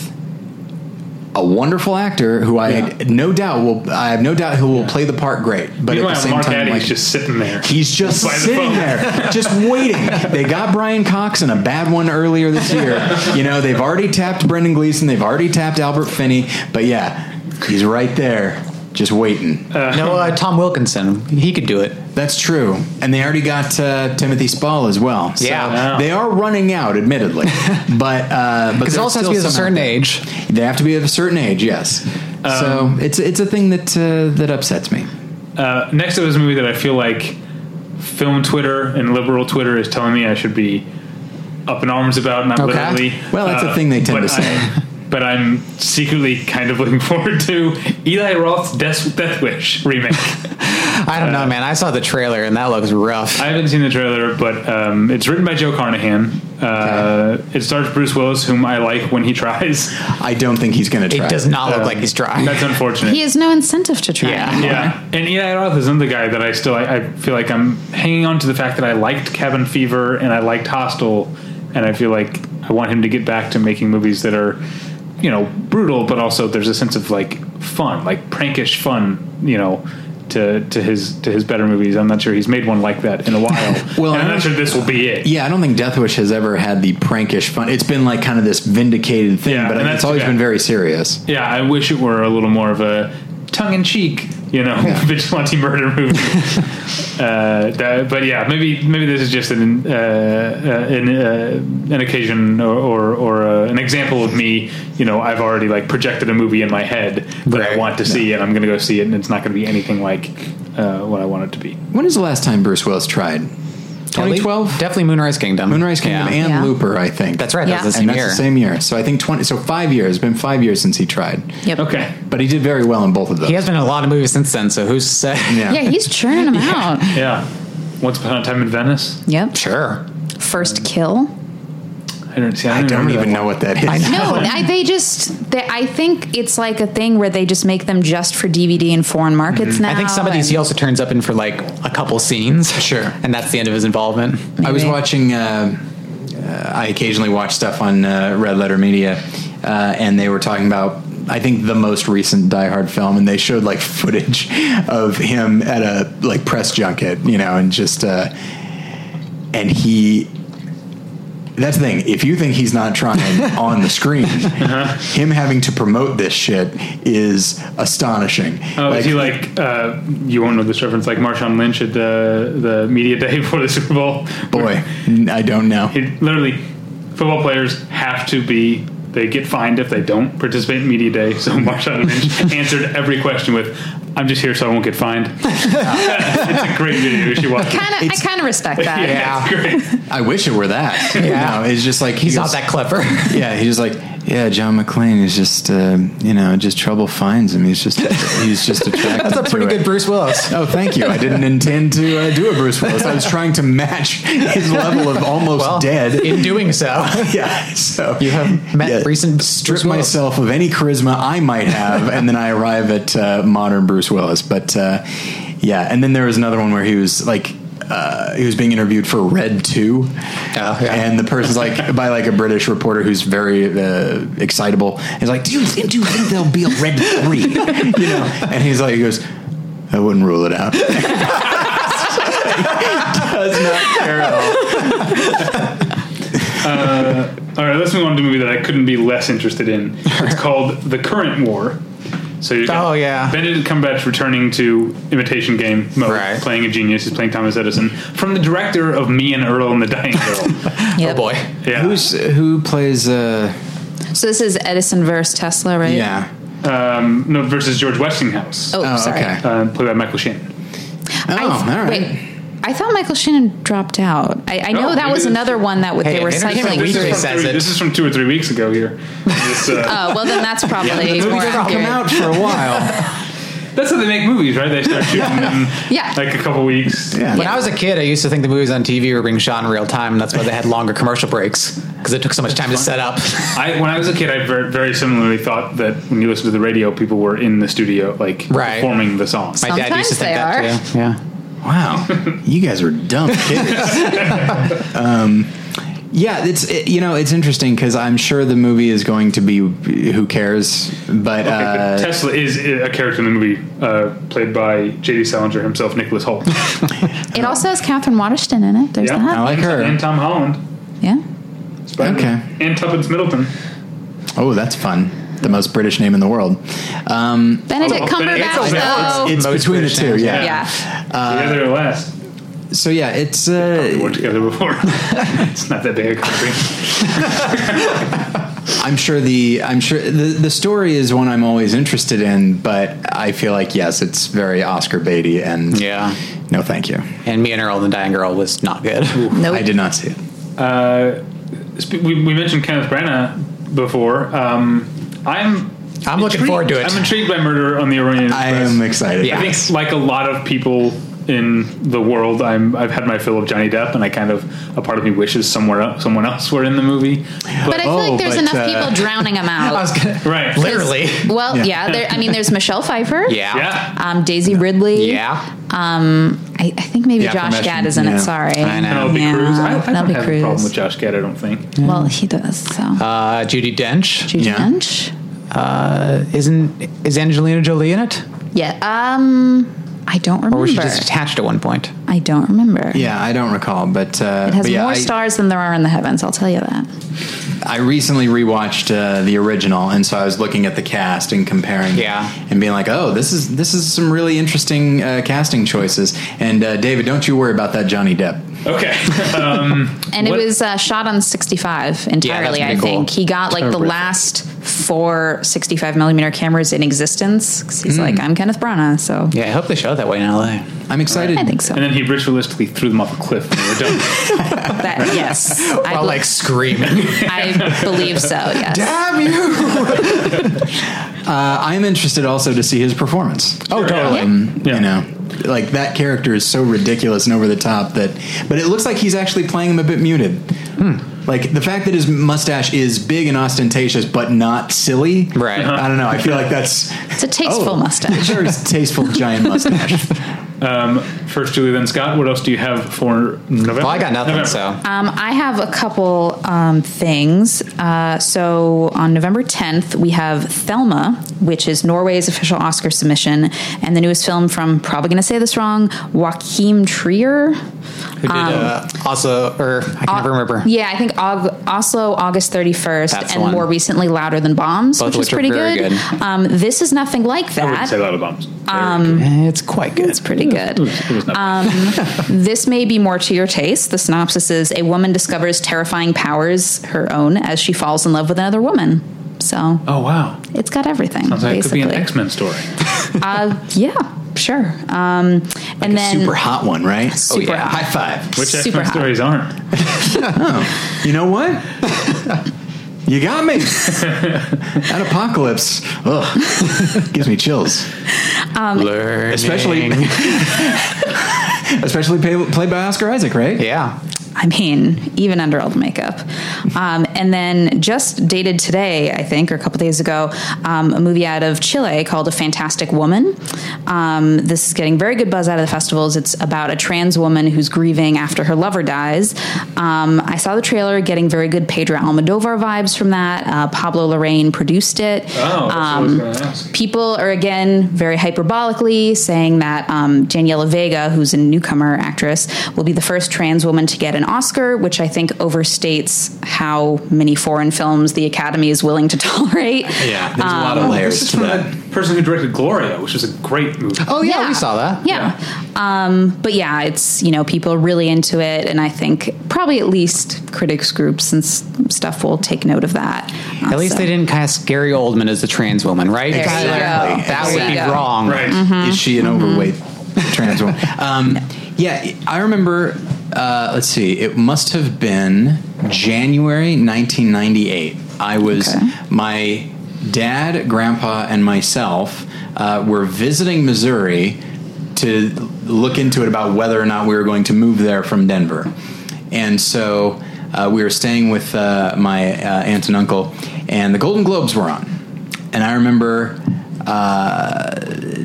Speaker 1: a wonderful actor who I
Speaker 2: Yeah.
Speaker 1: no doubt will I have no doubt who will play the part great, but at the
Speaker 2: Meanwhile,
Speaker 1: same
Speaker 2: Mark
Speaker 1: time
Speaker 2: Addy's
Speaker 1: like,
Speaker 2: just sitting there.
Speaker 1: He's just
Speaker 2: By the
Speaker 1: sitting
Speaker 2: phone.
Speaker 1: there, just waiting. They got Brian Cox in a bad one earlier this year. You know, they've already tapped Brendan Gleeson, they've already tapped Albert Finney, but yeah, he's right there, just waiting.
Speaker 4: no, uh, Tom Wilkinson, he could do it.
Speaker 1: That's true, and they already got uh, Timothy Spall as well. So
Speaker 4: Yeah.
Speaker 2: Wow.
Speaker 1: they are running out, admittedly, but uh, but
Speaker 4: Because
Speaker 1: there's
Speaker 4: it also has
Speaker 1: still
Speaker 4: to be at
Speaker 1: some
Speaker 4: a
Speaker 1: out
Speaker 4: certain
Speaker 1: there.
Speaker 4: age.
Speaker 1: They have to be of a certain age, yes.
Speaker 2: Um,
Speaker 1: so it's it's a thing that uh, that upsets me.
Speaker 2: Uh, next up is a movie that I feel like film Twitter and liberal Twitter is telling me I should be up in arms about, not
Speaker 4: Okay.
Speaker 2: literally.
Speaker 1: Well, that's
Speaker 2: uh,
Speaker 1: a thing they tend
Speaker 2: but
Speaker 1: to say.
Speaker 2: I- but I'm secretly kind of looking forward to Eli Roth's Death, Death Wish remake.
Speaker 4: I don't know, man. I saw the trailer and that looks rough.
Speaker 2: I haven't seen the trailer, but um, it's written by Joe Carnahan. Uh, It stars Bruce Willis, whom I like when he tries.
Speaker 1: I don't think he's going to
Speaker 4: it
Speaker 1: try.
Speaker 4: does uh, not look like he's trying.
Speaker 2: That's unfortunate.
Speaker 3: He has no incentive to try.
Speaker 4: Yeah.
Speaker 3: anymore.
Speaker 2: Yeah, and Eli Roth is another guy that I still I, I feel like I'm hanging on to the fact that I liked Cabin Fever and I liked Hostel, and I feel like I want him to get back to making movies that are, you know, brutal, but also there's a sense of like fun, like prankish fun, you know. To, to his to his better movies, I'm not sure he's made one like that in a while.
Speaker 1: Well,
Speaker 2: well, and
Speaker 1: I
Speaker 2: I'm not
Speaker 1: don't-
Speaker 2: sure this will be it.
Speaker 1: Yeah, I don't think Death Wish has ever had the prankish fun. It's been like kind of this vindicated thing,
Speaker 2: Yeah,
Speaker 1: but
Speaker 2: and
Speaker 1: it's
Speaker 2: that's
Speaker 1: always
Speaker 2: too bad.
Speaker 1: been very serious.
Speaker 2: Yeah, I wish it were a little more of a tongue in cheek, you know, vigilante murder movie. uh, that, but yeah, maybe maybe this is just an uh, uh, an, uh, an occasion or or, or uh, an example of me. You know, I've already like projected a movie in my head that I
Speaker 4: Right.
Speaker 2: want to see, and I'm going to go see it, and it's not going to be anything like uh, what I want it to be.
Speaker 1: When is the last time Bruce Willis tried? 2012?
Speaker 4: Definitely Moonrise Kingdom.
Speaker 1: Moonrise Kingdom
Speaker 4: Yeah.
Speaker 1: and
Speaker 3: Yeah.
Speaker 1: Looper, I think.
Speaker 4: That's right. That
Speaker 3: Yeah.
Speaker 4: was the
Speaker 1: and
Speaker 4: same
Speaker 1: that's
Speaker 4: year.
Speaker 1: the same year. So I think 20, so five years. It's been five years since he tried.
Speaker 3: Yep.
Speaker 2: Okay,
Speaker 1: But he did very well in both of those.
Speaker 4: He has been in a lot of movies since then, so who's to say?
Speaker 3: Yeah, he's churning them out.
Speaker 2: yeah. Once upon a time in Venice.
Speaker 3: Yep.
Speaker 4: Sure.
Speaker 3: First kill.
Speaker 2: I don't see. I
Speaker 1: I
Speaker 2: don't,
Speaker 1: don't
Speaker 2: remember
Speaker 1: even
Speaker 2: that
Speaker 1: know
Speaker 2: one.
Speaker 1: what that is.
Speaker 3: No, I, they just. They, I think it's like a thing where they just make them just for DVD in foreign markets now.
Speaker 4: I think some of these
Speaker 3: and-
Speaker 4: he also turns up in for like a couple scenes. Sure. And that's the end of his involvement.
Speaker 1: I was
Speaker 3: Maybe.
Speaker 1: watching. Uh, uh, I occasionally watch stuff on uh, Red Letter Media, uh, and they were talking about. I think the most recent Die Hard film, and they showed like footage of him at a like press junket, you know, and just uh, and he. That's the thing. If you think he's not trying on the screen,
Speaker 2: Uh-huh.
Speaker 1: him having to promote this shit is astonishing.
Speaker 2: Oh, is he like uh, you won't know this reference? Like Marshawn Lynch at the the media day before the Super Bowl.
Speaker 1: boy, n- I don't know.
Speaker 2: He literally football players have to be. They get fined if they don't participate in media day. So Marshawn Lynch answered every question with, "I'm just here so I won't get fined." it's a great video. You should watch. it.
Speaker 3: Kinda, I kind of respect that.
Speaker 2: yeah, it's great.
Speaker 1: I wish it were that.
Speaker 4: Yeah.
Speaker 1: no, it's just like
Speaker 4: He's
Speaker 1: he
Speaker 4: not
Speaker 1: goes-
Speaker 4: that clever.
Speaker 1: Yeah, he's just like, yeah, John McClane is just, uh, you know, just trouble finds him. He's just, he's just attracted.
Speaker 4: that's a pretty
Speaker 1: to
Speaker 4: good
Speaker 1: it.
Speaker 4: Bruce Willis.
Speaker 1: Oh, thank you. I didn't intend to uh, do a Bruce Willis. I was trying to match his level of almost dead.
Speaker 4: In doing so,
Speaker 1: yeah, so
Speaker 4: you have met
Speaker 1: yeah,
Speaker 4: recent
Speaker 1: strip
Speaker 4: Bruce Willis.
Speaker 1: myself of any charisma I might have, and then I arrive at uh, modern Bruce Willis. But uh, yeah, and then there was another one where he was like. Uh, he was being interviewed for Red Two,
Speaker 4: yeah.
Speaker 1: and the person's like by like a British reporter who's very uh, excitable. He's like, "Do you think, do you think there'll be a Red 3? You know, and he's like, he goes, "I wouldn't rule it out." Does not care at all.
Speaker 2: All right, let's move on to a movie that I couldn't be less interested in. It's called The Current War. So you
Speaker 4: Oh, yeah.
Speaker 2: Benedict Cumberbatch returning to Imitation Game mode,
Speaker 4: Right.
Speaker 2: playing a genius. He's playing Thomas Edison from the director of Me and Earl and the Dying Girl.
Speaker 4: Oh boy.
Speaker 2: yeah,
Speaker 1: Who's who plays? Uh,
Speaker 3: So this is Edison versus Tesla, right?
Speaker 1: yeah.
Speaker 2: um, no versus George Westinghouse,
Speaker 3: Oh,
Speaker 1: Oh,
Speaker 3: sorry.
Speaker 1: okay.
Speaker 2: uh, played by Michael Sheen.
Speaker 3: I
Speaker 1: Oh, all right.
Speaker 3: Wait. I thought Michael Shannon dropped out. I, I know
Speaker 2: No,
Speaker 3: that
Speaker 2: we
Speaker 3: was
Speaker 2: did.
Speaker 3: another one that would
Speaker 4: Hey,
Speaker 3: they were
Speaker 4: if Entertainment
Speaker 3: cycling.
Speaker 4: Weekly
Speaker 3: through.
Speaker 2: This is
Speaker 4: says
Speaker 2: from three-
Speaker 4: it.
Speaker 2: This is from two or three weeks ago here. This, uh,
Speaker 3: Oh well, then that's probably
Speaker 1: The
Speaker 3: more
Speaker 1: movie's not come
Speaker 3: accurate.
Speaker 1: out for a while.
Speaker 2: That's how they make movies, right? They start shooting them
Speaker 3: Yeah.
Speaker 2: like a couple weeks.
Speaker 1: yeah.
Speaker 4: When I was a kid, I used to think the movies on TV were being shot in real time, and that's why they had longer commercial breaks because it took so much time to set up.
Speaker 2: I, when I was a kid, I very, very similarly thought that when you listen to the radio, people were in the studio, like
Speaker 4: Right.
Speaker 2: performing the songs.
Speaker 4: My dad used to
Speaker 3: Sometimes
Speaker 4: think
Speaker 3: they are.
Speaker 4: that too. Yeah.
Speaker 1: Wow, you guys are dumb kids. um, yeah, it's it, you know it's interesting because I'm sure the movie is going to be who cares, but
Speaker 2: Okay, but
Speaker 1: uh,
Speaker 2: Tesla is a character in the movie uh, played by J.D. Salinger himself, Nicholas Holt.
Speaker 3: It also has Catherine Waterston in it. There's
Speaker 2: Yeah.
Speaker 1: I
Speaker 3: that.
Speaker 1: like
Speaker 2: and
Speaker 1: her.
Speaker 2: Tom Holland.
Speaker 3: Yeah.
Speaker 2: Spider-Man. And Tuppence Middleton.
Speaker 1: Oh, that's fun. The most British name in the world. Um,
Speaker 2: Oh,
Speaker 3: Benedict
Speaker 2: Benedict
Speaker 3: Cumberbatch,
Speaker 2: Cumberbatch.
Speaker 3: though.
Speaker 1: it's
Speaker 4: Most
Speaker 1: between
Speaker 4: British
Speaker 1: the two,
Speaker 4: names,
Speaker 1: yeah.
Speaker 3: yeah.
Speaker 4: Uh,
Speaker 2: Together or last.
Speaker 1: So yeah, it's
Speaker 2: We
Speaker 1: uh,
Speaker 2: worked together before. it's not that big a country.
Speaker 1: I'm sure the I'm sure the the story is one I'm always interested in, but I feel like yes, it's very Oscar baity and
Speaker 4: Yeah.
Speaker 1: no, thank you.
Speaker 4: And me and Earl and the Dying Girl was not good.
Speaker 1: I did not see it.
Speaker 2: Uh, sp- we, we mentioned Kenneth Branagh before. Um, I'm...
Speaker 4: I'm looking
Speaker 2: intrigued-
Speaker 4: forward to it.
Speaker 2: I'm intrigued by Murder on the Orient
Speaker 1: I
Speaker 2: Express.
Speaker 1: am excited.
Speaker 4: Yeah.
Speaker 2: I think, like a lot of people in the world, I'm I've had my fill of Johnny Depp, and I kind of a part of me wishes somewhere el- someone else were in the movie.
Speaker 3: But I feel
Speaker 1: Oh,
Speaker 3: like there's
Speaker 1: but,
Speaker 3: enough
Speaker 1: uh,
Speaker 3: people drowning them
Speaker 4: I was
Speaker 3: out.
Speaker 4: gonna,
Speaker 2: oh, Right.
Speaker 4: Literally.
Speaker 3: Well, yeah. there, I mean, there's Michelle Pfeiffer.
Speaker 4: Yeah.
Speaker 2: Yeah.
Speaker 3: Um, Daisy Ridley.
Speaker 4: Yeah.
Speaker 3: I, I think maybe
Speaker 1: Yeah,
Speaker 3: Josh
Speaker 1: Formation,
Speaker 3: Gad is in
Speaker 1: yeah.
Speaker 3: it. Sorry.
Speaker 4: I know.
Speaker 2: Penelope
Speaker 3: Yeah,
Speaker 2: Cruz. I, I don't
Speaker 3: Penelope
Speaker 2: have a problem
Speaker 3: Cruz.
Speaker 2: with Josh Gad. I don't think.
Speaker 3: Well, he does. So.
Speaker 4: Uh, Judy Dench
Speaker 3: Judy
Speaker 1: yeah.
Speaker 3: Dench.
Speaker 4: isn't is Angelina Jolie in it,
Speaker 3: Yeah. Um, I don't remember.
Speaker 4: or was she just attached at one point?
Speaker 3: I I don't remember.
Speaker 1: Yeah, I don't recall, but uh,
Speaker 3: It has
Speaker 1: but yeah,
Speaker 3: more
Speaker 1: I,
Speaker 3: stars than there are in the heavens, I'll tell you that.
Speaker 1: I recently rewatched uh, the original, and so I was looking at the cast and comparing,
Speaker 4: Yeah.
Speaker 1: and being like, "Oh, this is this is some really interesting uh, casting choices." And uh, David, don't you worry about that Johnny Depp.
Speaker 2: Okay. Um,
Speaker 3: And
Speaker 2: What-
Speaker 3: it was uh, shot on 65 entirely,
Speaker 4: pretty
Speaker 3: I
Speaker 4: cool.
Speaker 3: think. He got like the
Speaker 1: Terrific.
Speaker 3: last four 65 millimeter cameras in existence 'cause he's like,
Speaker 4: Hmm.
Speaker 3: I'm Kenneth Branagh, so
Speaker 4: Yeah, I hope they show it that way in LA.
Speaker 1: I'm excited.
Speaker 3: I think so.
Speaker 2: and then he ritualistically threw them off a cliff when they were done.
Speaker 3: That, yes. I,
Speaker 4: While
Speaker 3: be-
Speaker 4: like
Speaker 1: Uh,
Speaker 4: screaming.
Speaker 3: I believe so, yes.
Speaker 1: Damn you! uh, I'm interested also to see his performance.
Speaker 2: Oh,
Speaker 3: totally.
Speaker 2: Yeah.
Speaker 1: You know, like that character is so ridiculous and over the top that, but it looks like he's actually playing him a bit muted.
Speaker 3: Hmm.
Speaker 1: Like the fact that his mustache is big and ostentatious, but not silly.
Speaker 4: Right. Uh-huh.
Speaker 1: I don't know. I feel like that's
Speaker 3: It's a tasteful
Speaker 1: Oh.
Speaker 3: mustache.
Speaker 1: sure it's tasteful giant mustache.
Speaker 2: First, Julie, then Scott. What else do you have for November?
Speaker 4: Well, I got nothing,
Speaker 2: November.
Speaker 4: so
Speaker 3: Um, I have a couple um, things. Uh, so on November 10th, we have Thelma, which is Norway's official Oscar submission, and the newest film from, probably going to say this wrong, Joachim Trier.
Speaker 4: who did uh, also or I can't remember.
Speaker 3: Um, uh, Yeah, I think Aug- Oslo, August 31st,
Speaker 4: That's the
Speaker 3: and
Speaker 4: one.
Speaker 3: more recently, Louder Than Bombs, which
Speaker 4: Both of
Speaker 3: was
Speaker 4: which are
Speaker 3: pretty
Speaker 4: very
Speaker 3: good.
Speaker 4: good.
Speaker 3: Um, this is nothing like
Speaker 2: I wouldn't
Speaker 3: that.
Speaker 2: say that of bombs.
Speaker 3: Um,
Speaker 4: Eh, It's quite good.
Speaker 3: It's pretty good. Um,
Speaker 2: It was not-
Speaker 3: This may be more to your taste. The synopsis is a woman discovers terrifying powers her own as she falls in love with another woman. So
Speaker 2: oh wow!
Speaker 3: it's got everything.
Speaker 2: Sounds like it could be
Speaker 3: basically.
Speaker 2: an X Men story.
Speaker 3: Uh, yeah, sure. Um, and then
Speaker 1: super hot one, right?
Speaker 3: Super
Speaker 1: yeah.
Speaker 3: hot.
Speaker 1: High five.
Speaker 2: Which X
Speaker 3: Super
Speaker 2: Men
Speaker 3: hot.
Speaker 2: stories aren't?
Speaker 1: You know what? you got me. that apocalypse. Ugh. Gives me chills.
Speaker 4: Learning.
Speaker 1: Especially Especially pay, played by Oscar Isaac, right?
Speaker 4: yeah.
Speaker 3: I mean, even under all the makeup. Um, and then just dated today, I think, or a couple days ago, um, a movie out of Chile called A Fantastic Woman. Um, this is getting very good buzz out of the festivals. It's about a trans woman who's grieving after her lover dies. Um, I saw the trailer, getting very good Pedro Almodovar vibes from that. Uh, Pablo Lorraine produced it.
Speaker 2: Oh, that's what I was
Speaker 3: Um,
Speaker 2: gonna ask.
Speaker 3: people are again very hyperbolically saying that um, Daniela Vega, who's a newcomer actress, will be the first trans woman to get an Oscar, which I think overstates how many foreign films the Academy is willing to tolerate.
Speaker 1: Yeah, there's a lot
Speaker 3: Um,
Speaker 1: of
Speaker 2: This
Speaker 1: layers
Speaker 2: is
Speaker 1: to
Speaker 2: from
Speaker 1: that.
Speaker 2: the person who directed Gloria, which is a great movie.
Speaker 4: Oh yeah, we saw that.
Speaker 3: Yeah. Um, but yeah, it's, you know, people are really into it. And I think probably at least critics groups and s- stuff will take note of that.
Speaker 4: At least they didn't cast Gary Oldman as the trans woman, right?
Speaker 3: There you
Speaker 4: Tyler?
Speaker 3: go.
Speaker 4: That
Speaker 3: There
Speaker 4: would
Speaker 3: you
Speaker 4: be
Speaker 3: go.
Speaker 4: wrong.
Speaker 2: Right.
Speaker 3: mm-hmm.
Speaker 1: Is she an overweight trans woman? Um, yeah, I remember. Uh, let's see. It must have been January 1998. I was
Speaker 3: Okay.
Speaker 1: my dad, grandpa, and myself uh, were visiting Missouri to look into it about whether or not we were going to move there from Denver, and so. Uh, we were staying with uh, my uh, aunt and uncle, and the Golden Globes were on. And I remember uh,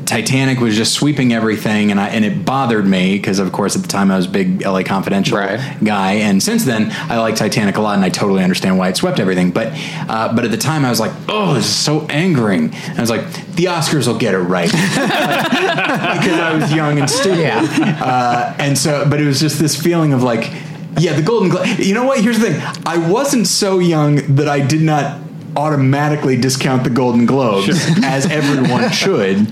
Speaker 1: Titanic was just sweeping everything, and I and it bothered me because, of course, at the time I was a big LA Confidential
Speaker 4: Right.
Speaker 1: guy, and since then I like Titanic a lot, and I totally understand why it swept everything. But uh, but at the time I was like, oh, this is so angering. And I was like, the Oscars will get it right because I was young and stupid. Uh, and so, but it was just this feeling of like, yeah, the Golden Globe. You know what? Here's the thing: I wasn't so young that I did not automatically discount the Golden Globes as everyone should.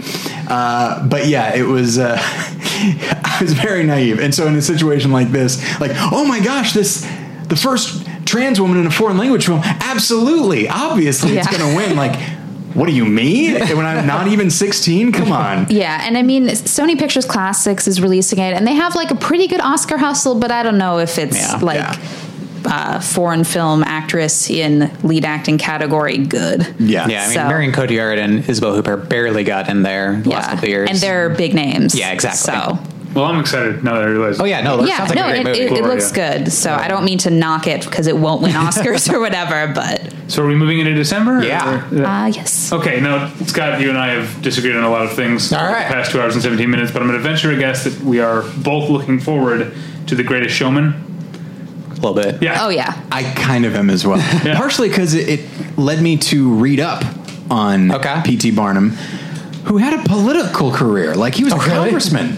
Speaker 1: Uh, but yeah, it was. Uh, I was very naive, and so in a situation like this, like, oh my gosh, this the first trans woman in a foreign language film. Absolutely, obviously, it's
Speaker 3: Yeah.
Speaker 1: going to win. Like. What do you mean? When I'm not even 16? Come on.
Speaker 3: Yeah, and I mean, Sony Pictures Classics is releasing it, and they have like a pretty good Oscar hustle, but I don't know if it's
Speaker 4: Yeah.
Speaker 3: like
Speaker 1: Yeah.
Speaker 3: uh, foreign film actress in lead acting category good.
Speaker 1: Yeah.
Speaker 4: Yeah, I mean,
Speaker 3: So-
Speaker 4: Marion Cotillard and Isabel Hooper barely got in there the last couple of years.
Speaker 3: and they're big names.
Speaker 4: Yeah, exactly.
Speaker 3: So
Speaker 2: Well, I'm excited now that I realize.
Speaker 4: oh yeah, no, that
Speaker 3: yeah,
Speaker 4: sounds like
Speaker 3: no,
Speaker 4: a great
Speaker 3: it,
Speaker 4: movie.
Speaker 3: it, it
Speaker 2: Gloria.
Speaker 3: looks good. So I don't mean to knock it because it won't win Oscars or whatever, but
Speaker 2: So are we moving into December?
Speaker 4: Yeah.
Speaker 2: Or-
Speaker 3: uh, yes.
Speaker 2: Okay, now Scott, you and I have disagreed on a lot of things
Speaker 4: All
Speaker 2: over
Speaker 4: right.
Speaker 2: the past two hours and seventeen minutes, but I'm going to venture a guess that we are both looking forward to the Greatest Showman.
Speaker 4: a little bit.
Speaker 2: Yeah.
Speaker 3: Oh yeah.
Speaker 1: I kind of am as well. Partially because it, it led me to read up on
Speaker 4: Okay.
Speaker 1: P.T. Barnum, who had a political career. Like he was a
Speaker 4: Oh, really?
Speaker 1: congressman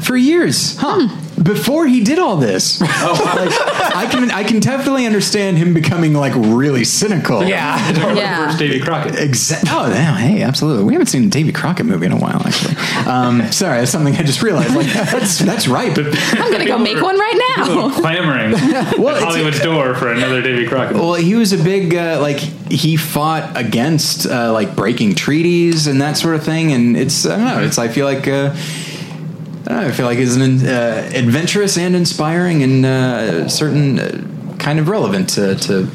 Speaker 1: for years. Huh. before he did all this.
Speaker 4: Oh,
Speaker 1: Like, I can I can definitely understand him becoming like really cynical.
Speaker 4: Yeah.
Speaker 3: Yeah.
Speaker 2: First Davy Crockett.
Speaker 1: Exactly. Oh, yeah, hey, absolutely. We haven't seen a Davy Crockett movie in a while, actually. Um, sorry, that's something I just realized. Like, that's that's right. But
Speaker 3: I'm gonna go make one right
Speaker 2: People are
Speaker 3: now.
Speaker 2: clamoring
Speaker 1: Well,
Speaker 2: at
Speaker 1: it's-
Speaker 2: Hollywood's door for another Davy Crockett.
Speaker 1: well, he was a big uh, like he fought against uh, like breaking treaties and that sort of thing. And it's I don't know. It's I feel like. Uh, I, don't know, I feel like it's an uh, adventurous and inspiring and uh, certain uh, kind of relevant to, to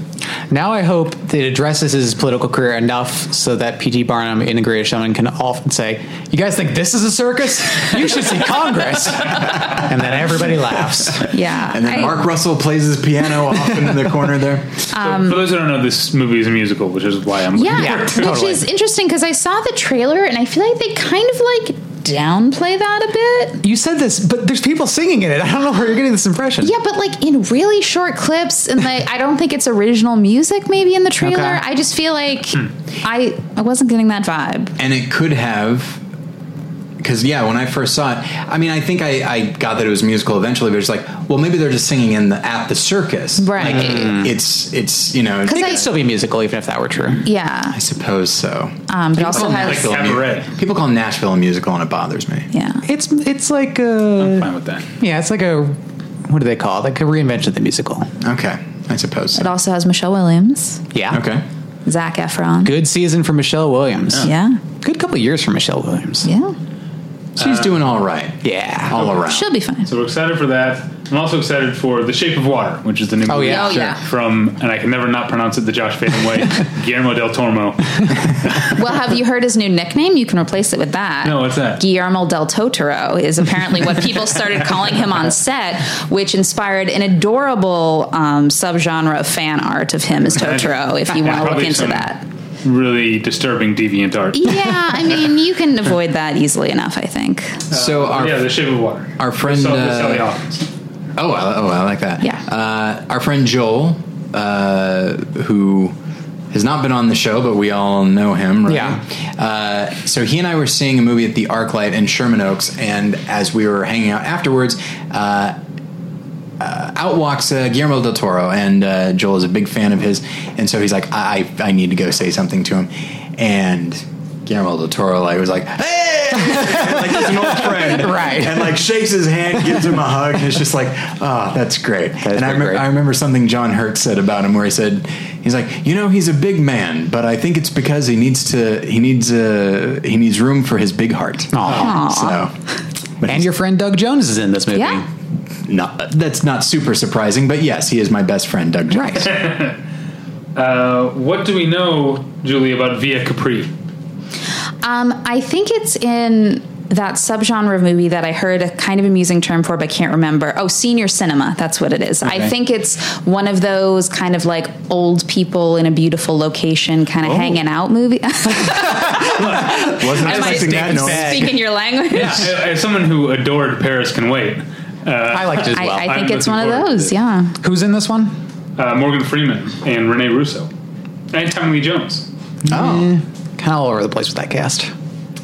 Speaker 4: Now I hope that it addresses his political career enough so that P.T. Barnum in The Greatest Showman can often say, "You guys think this is a circus? You should see Congress." and then everybody laughs.
Speaker 3: Yeah.
Speaker 1: and then
Speaker 3: I-
Speaker 1: Mark Russell plays his piano off in the corner there.
Speaker 2: so for those who don't know, this movie is a musical, which is why I'm.
Speaker 3: Um, Yeah,
Speaker 4: Yeah,
Speaker 3: which
Speaker 4: totally.
Speaker 3: is interesting because I saw the trailer and I feel like they kind of like downplay that a bit.
Speaker 4: You said this, but there's people singing in it. I don't know where you're getting this impression.
Speaker 3: Yeah, but like in really short clips, and like I don't think it's original music. Maybe in the trailer,
Speaker 4: Okay. Hmm.
Speaker 3: I just feel like I I wasn't getting that vibe.
Speaker 1: and it could have because yeah when i first saw it i mean i think I, I got that it was musical eventually but it's like well maybe they're just singing in the at the circus
Speaker 3: Right.
Speaker 1: Like, it's it's you know
Speaker 4: It
Speaker 3: Because
Speaker 4: could still be musical, even if that were true.
Speaker 3: Yeah,
Speaker 1: i suppose so
Speaker 3: um, but it also
Speaker 1: People call
Speaker 3: has
Speaker 2: Like
Speaker 1: a mu-
Speaker 2: cabaret.
Speaker 1: people call nashville a musical and it bothers me
Speaker 3: yeah.
Speaker 4: It's it's like a
Speaker 2: fine with that.
Speaker 4: yeah, it's like a what do they call it? Like a reinvention of the musical.
Speaker 1: okay i suppose
Speaker 3: It
Speaker 1: so.
Speaker 3: also has Michelle Williams,
Speaker 4: Yeah.
Speaker 1: okay
Speaker 3: Zach Efron.
Speaker 4: Good season for Michelle Williams.
Speaker 3: Yeah,
Speaker 4: Good couple years for Michelle Williams.
Speaker 3: yeah.
Speaker 1: she's doing all right
Speaker 4: Yeah.
Speaker 1: all around
Speaker 3: She'll be fine.
Speaker 2: So we're excited for that. I'm also excited for The Shape of Water, which is the new
Speaker 4: Oh,
Speaker 2: movie
Speaker 4: yeah.
Speaker 3: Oh, yeah.
Speaker 2: from, and I can never not pronounce it the Josh Faden way, Guillermo del Toro.
Speaker 3: Well, have you heard his new nickname? You can replace it with that.
Speaker 2: No, what's that?
Speaker 3: Guillermo del Totoro is apparently what people started calling him on set, which inspired an adorable um, subgenre of fan art of him as Totoro. If you want to look
Speaker 2: Probably
Speaker 3: into
Speaker 2: some
Speaker 3: that.
Speaker 2: Really disturbing deviant art.
Speaker 3: Yeah, I mean, you can avoid that easily enough, I think.
Speaker 1: so our
Speaker 2: yeah, The Shape of Water.
Speaker 1: our friend,
Speaker 2: So, with
Speaker 1: uh,
Speaker 2: Sally Hawkins.
Speaker 1: Oh, I, oh, I like that.
Speaker 3: Yeah.
Speaker 1: Uh, our friend Joel, uh, who has not been on the show, but we all know him, right?
Speaker 4: Yeah.
Speaker 1: Uh, so he and I were seeing a movie at the ArcLight in Sherman Oaks, and as we were hanging out afterwards, uh, uh, out walks uh, Guillermo del Toro, and uh, Joel is a big fan of his, and so he's like, I, I, I need to go say something to him, and Guillermo del Toro like was like, hey, like he's an old friend,
Speaker 4: Right.
Speaker 1: And like shakes his hand, gives him a hug, and it's just like, oh, that's great. and I,
Speaker 4: pretty
Speaker 1: remem-
Speaker 4: great.
Speaker 1: I remember something John Hurt said about him, where he said, he's like, you know, he's a big man, but I think it's because he needs to, he needs uh, he needs room for his big heart.
Speaker 4: Aw.
Speaker 1: So, but
Speaker 4: And
Speaker 1: he's
Speaker 4: your friend Doug Jones is in this movie.
Speaker 3: Yeah.
Speaker 1: not, that's not super surprising, but yes, he is my best friend, Doug. Jones.
Speaker 4: Right.
Speaker 2: Uh, what do we know, Julie, about Via Capri?
Speaker 3: Um, I think it's in that subgenre of movie that I heard a kind of amusing term for, but can't remember. Oh, senior cinema. That's what it is.
Speaker 1: Okay.
Speaker 3: I think it's one of those kind of like old people in a beautiful location, kind
Speaker 2: Oh.
Speaker 3: of hanging out movie.
Speaker 1: Wasn't
Speaker 3: Am I
Speaker 1: expecting that
Speaker 4: mistaken,
Speaker 1: noise.
Speaker 4: Bag.
Speaker 3: Speaking your language.
Speaker 2: Yeah, as as someone who adored Paris Can Wait,
Speaker 4: I liked it as well.
Speaker 3: I, I
Speaker 2: I'm
Speaker 3: think it's
Speaker 2: looking
Speaker 3: one of
Speaker 2: forward to
Speaker 3: those.
Speaker 2: this.
Speaker 3: Yeah.
Speaker 4: Who's in this one?
Speaker 2: uh, Morgan Freeman and Renee Russo and Tommy Lee Jones.
Speaker 1: Oh,
Speaker 4: Kind of all over the place with that cast.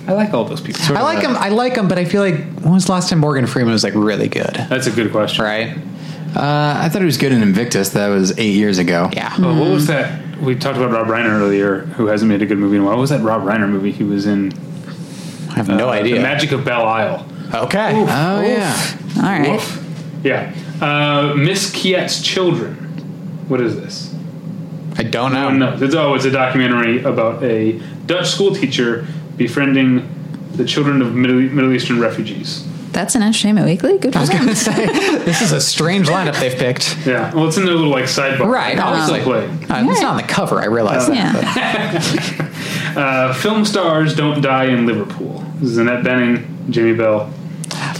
Speaker 2: I like all those people.
Speaker 4: I like him. I like him, but I feel like when was the last time Morgan Freeman was like really good?
Speaker 2: That's a good question.
Speaker 4: Right?
Speaker 1: uh, I thought he was good in Invictus. That was eight years ago.
Speaker 4: Yeah.
Speaker 2: Uh, what was
Speaker 1: Mm-hmm.
Speaker 2: that? We talked about Rob Reiner earlier, who hasn't made a good movie in a while. What was that Rob Reiner movie he was in?
Speaker 4: I have no
Speaker 2: Uh,
Speaker 4: idea.
Speaker 2: The Magic of Belle Isle.
Speaker 4: okay.
Speaker 1: Oh yeah.
Speaker 3: All right.
Speaker 2: Yeah. Uh, Miss Kiet's Children. What is this?
Speaker 4: I don't know.
Speaker 2: Oh, no. It's, oh, it's a documentary about a Dutch schoolteacher befriending the children of Middle, Middle Eastern refugees.
Speaker 3: That's an entertainment weekly. Good for them.
Speaker 4: This is a strange lineup they've picked.
Speaker 2: Yeah. Well, it's in their little like sidebar.
Speaker 4: Right,
Speaker 2: Also
Speaker 4: obviously.
Speaker 2: play.
Speaker 4: Uh, It's not on the cover. I
Speaker 2: Oh.
Speaker 4: realize that.
Speaker 3: Yeah.
Speaker 2: Uh, film stars don't die in Liverpool. This is Annette Benning, Jamie Bell.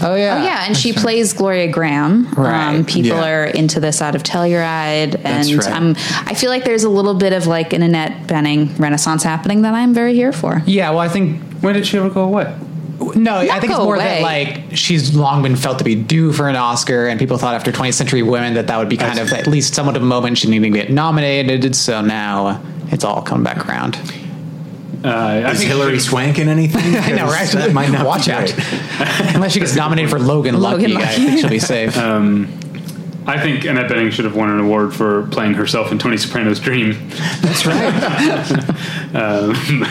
Speaker 4: Oh yeah.
Speaker 3: Oh yeah, and she plays Gloria Graham. Um,
Speaker 4: Right.
Speaker 3: people
Speaker 1: Yeah.
Speaker 3: are into this out of Telluride,
Speaker 1: That's
Speaker 3: and
Speaker 1: right.
Speaker 3: um, I feel like there's a little bit of like an Annette Benning renaissance happening that I'm very here for.
Speaker 4: Yeah. Well, I think
Speaker 2: When did she ever go away?
Speaker 4: no. I think it's
Speaker 3: go
Speaker 4: more
Speaker 3: away.
Speaker 4: that like she's long been felt to be due for an Oscar, and people thought after 20th Century Women that that would be kind of at least somewhat of a moment she needed to get nominated. So now it's all come back around.
Speaker 2: Uh, I
Speaker 1: Is
Speaker 2: think
Speaker 1: Hillary
Speaker 2: she-
Speaker 1: Swank in anything?
Speaker 4: I know, right?
Speaker 1: That might not
Speaker 4: Watch
Speaker 1: be
Speaker 4: out.
Speaker 1: great. Uh,
Speaker 4: Unless she gets nominated for Logan,
Speaker 3: Logan
Speaker 4: Lucky, I
Speaker 3: Lucky.
Speaker 4: think she'll be safe.
Speaker 2: I think Annette Bening should have won an award for playing herself in Tony Soprano's Dream.
Speaker 4: That's right.
Speaker 2: Um,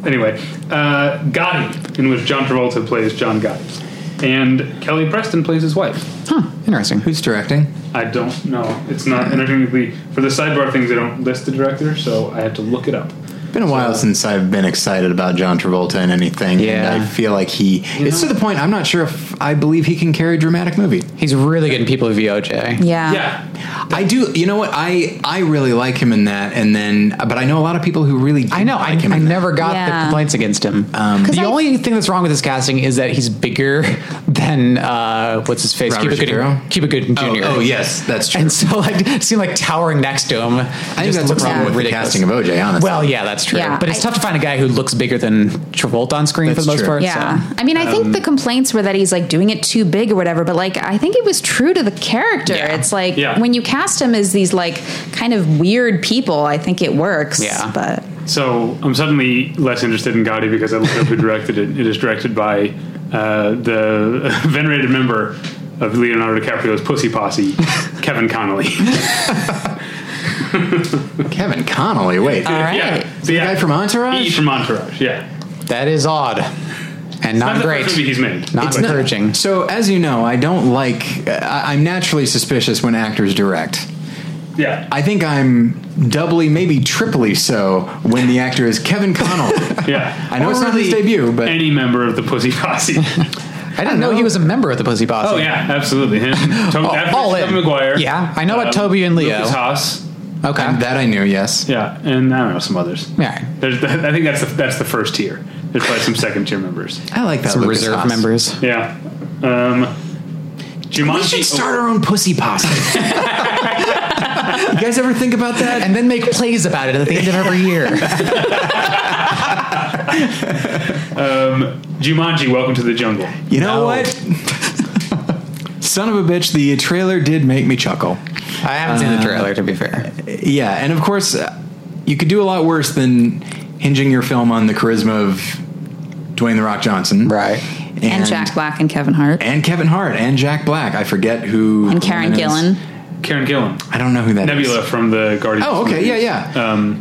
Speaker 2: anyway, uh, Gotti, in which John Travolta plays John Gotti, and Kelly Preston plays his wife.
Speaker 4: Huh, interesting.
Speaker 1: Who's directing?
Speaker 2: I don't know. It's not entertainingly for the sidebar things. They don't list the director, so I had to look it up.
Speaker 1: Been a while since I've been excited about John Travolta in anything.
Speaker 4: Yeah.
Speaker 1: and I feel like he. it's to the point I'm not sure if I believe he can carry a dramatic movie.
Speaker 4: He's really good in People of VOJ.
Speaker 1: Ah.
Speaker 3: Yeah.
Speaker 2: yeah,
Speaker 1: I do. You know what? I I really like him in that, and then but I know a lot of people who really.
Speaker 4: I know. I,
Speaker 1: Like him
Speaker 4: I
Speaker 1: in that. Uh,
Speaker 4: never got the
Speaker 3: Yeah.
Speaker 4: complaints against him.
Speaker 3: 'Cause
Speaker 4: the
Speaker 3: I-
Speaker 4: only thing that's wrong with his casting is that he's bigger than uh, what's his face,
Speaker 1: Robert
Speaker 4: Cuba
Speaker 1: Shapiro?
Speaker 4: Gooding, Cuba Gooding
Speaker 1: Oh,
Speaker 4: Jr.
Speaker 1: oh, yes, that's true.
Speaker 4: And so, like, it seemed like towering next to him.
Speaker 1: I think that's a problem with the casting of OJ. Honestly,
Speaker 4: Well, yeah, that's true.
Speaker 3: Yeah,
Speaker 4: but it's
Speaker 3: I-
Speaker 4: tough to find a guy who looks bigger than Travolta on screen for
Speaker 1: That's
Speaker 4: the most
Speaker 1: true.
Speaker 4: part.
Speaker 3: Yeah.
Speaker 4: so.
Speaker 3: I mean, I think the complaints were that he's like doing it too big or whatever, but like I think it was true to the character.
Speaker 4: Yeah.
Speaker 3: It's like
Speaker 2: Yeah.
Speaker 3: when you cast him as these like kind of weird people, I think it works.
Speaker 4: Yeah.
Speaker 3: But
Speaker 2: So I'm suddenly less interested in Gotti because I looked up who directed it. It is directed by uh, the venerated member of Leonardo DiCaprio's Pussy Posse, Kevin Connolly.
Speaker 1: Kevin Connolly. Wait,
Speaker 3: all right.
Speaker 2: the
Speaker 1: guy from Entourage?
Speaker 2: He's from Entourage. Yeah,
Speaker 4: That is odd and
Speaker 2: Not
Speaker 4: not,
Speaker 2: the
Speaker 4: great.
Speaker 2: first movie he's made.
Speaker 4: Not
Speaker 2: It's
Speaker 1: No.
Speaker 4: encouraging.
Speaker 1: So as you know, I don't like. I, I'm naturally suspicious when actors direct.
Speaker 2: Yeah,
Speaker 1: I think I'm doubly, maybe triply so when the actor is Kevin Connolly.
Speaker 2: yeah.
Speaker 1: I know it's not his
Speaker 2: really
Speaker 1: debut, but-
Speaker 2: any member of the Pussy Posse.
Speaker 4: I didn't know he was a member of the Pussy Posse.
Speaker 2: oh yeah, absolutely. Him, Toby,
Speaker 4: All-
Speaker 2: after
Speaker 4: all
Speaker 2: Tobey
Speaker 4: in.
Speaker 2: Maguire. um,
Speaker 4: Yeah, I know what Toby and Leo.
Speaker 2: Lucas Haas.
Speaker 4: Okay.
Speaker 1: And that I knew. Yes.
Speaker 2: Yeah, and I don't know some others.
Speaker 4: All right.
Speaker 2: There's, I think that's the, that's the first tier. There's probably some second tier members.
Speaker 1: I like that.
Speaker 4: Some
Speaker 1: Lucas
Speaker 4: reserve
Speaker 1: Haas.
Speaker 4: members.
Speaker 2: Yeah. Um, Jumanji. oh,
Speaker 1: We should start our own pussy posse. you guys ever think about that?
Speaker 4: And then make plays about it at the end of every year.
Speaker 2: Jumanji. Welcome to the jungle.
Speaker 1: You know
Speaker 4: No.
Speaker 1: what? Son of a bitch, the trailer did make me chuckle.
Speaker 4: I haven't seen the trailer, to be fair.
Speaker 1: Yeah, and of course, uh, you could do a lot worse than hinging your film on the charisma of Dwayne the Rock Johnson,
Speaker 4: Right.
Speaker 1: And,
Speaker 3: And, Jack Black and Kevin Hart.
Speaker 1: and Kevin Hart, and Jack Black. I forget who,
Speaker 3: And Karen
Speaker 1: the woman is.
Speaker 3: Gillan.
Speaker 2: Karen Gillan,
Speaker 1: I don't know who that is.
Speaker 2: Nebula from the Guardians.
Speaker 1: Oh, okay,
Speaker 2: movies.
Speaker 1: yeah,
Speaker 4: Uh,
Speaker 1: yeah.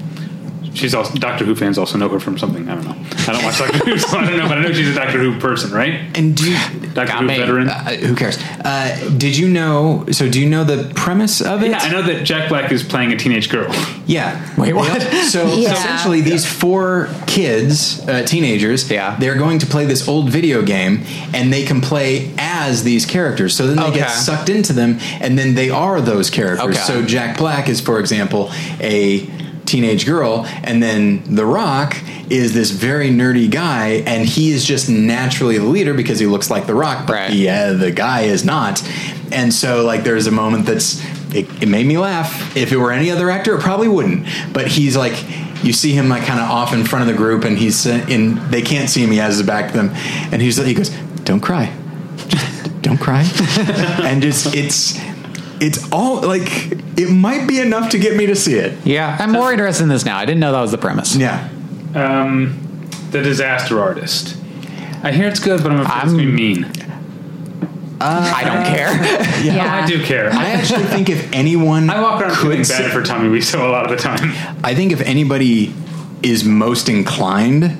Speaker 2: She's also Doctor Who fans also know her from something. I don't know. I don't watch Doctor Who, so I don't know. But I know she's a Doctor Who person, right?
Speaker 1: and do you,
Speaker 2: Doctor
Speaker 4: Got
Speaker 2: Who
Speaker 4: me.
Speaker 2: veteran.
Speaker 1: uh, who cares? Uh, did you know? So, do you know the premise of it?
Speaker 2: yeah, I know that Jack Black is playing a teenage girl.
Speaker 1: Yeah.
Speaker 4: Wait, what?
Speaker 1: So
Speaker 3: Yeah.
Speaker 1: essentially, these four kids, uh, teenagers,
Speaker 4: Yeah.
Speaker 1: they're going to play this old video game, and they can play as these characters. So then they get
Speaker 4: Okay.
Speaker 1: sucked into them, and then they are those characters.
Speaker 4: Okay.
Speaker 1: So Jack Black is, for example, a teenage girl, and then The Rock is this very nerdy guy, and he is just naturally the leader because he looks like The Rock, but
Speaker 4: Right.
Speaker 1: the yeah, the guy is not. And so, like, there's a moment that's it, it made me laugh. If it were any other actor, it probably wouldn't. But he's like, you see him like kind of off in front of the group, and he's in. They can't see him. He has his back to them, and he's like, he goes, "Don't cry, just don't cry," and just it's it's all like it might be enough to get me to see it.
Speaker 4: Yeah, I'm more interested in this now. I didn't know that was the premise.
Speaker 1: Yeah,
Speaker 2: Um, the Disaster Artist. I hear it's good, but I'm afraid it's
Speaker 4: I'm-
Speaker 2: gonna be mean. Oh,
Speaker 4: I don't care.
Speaker 3: Yeah.
Speaker 2: I do care.
Speaker 1: I
Speaker 2: I,
Speaker 1: actually think if anyone
Speaker 2: I walk around feeling
Speaker 1: could
Speaker 2: bad for Tommy Wiseau a lot of the time.
Speaker 1: I think if anybody is most inclined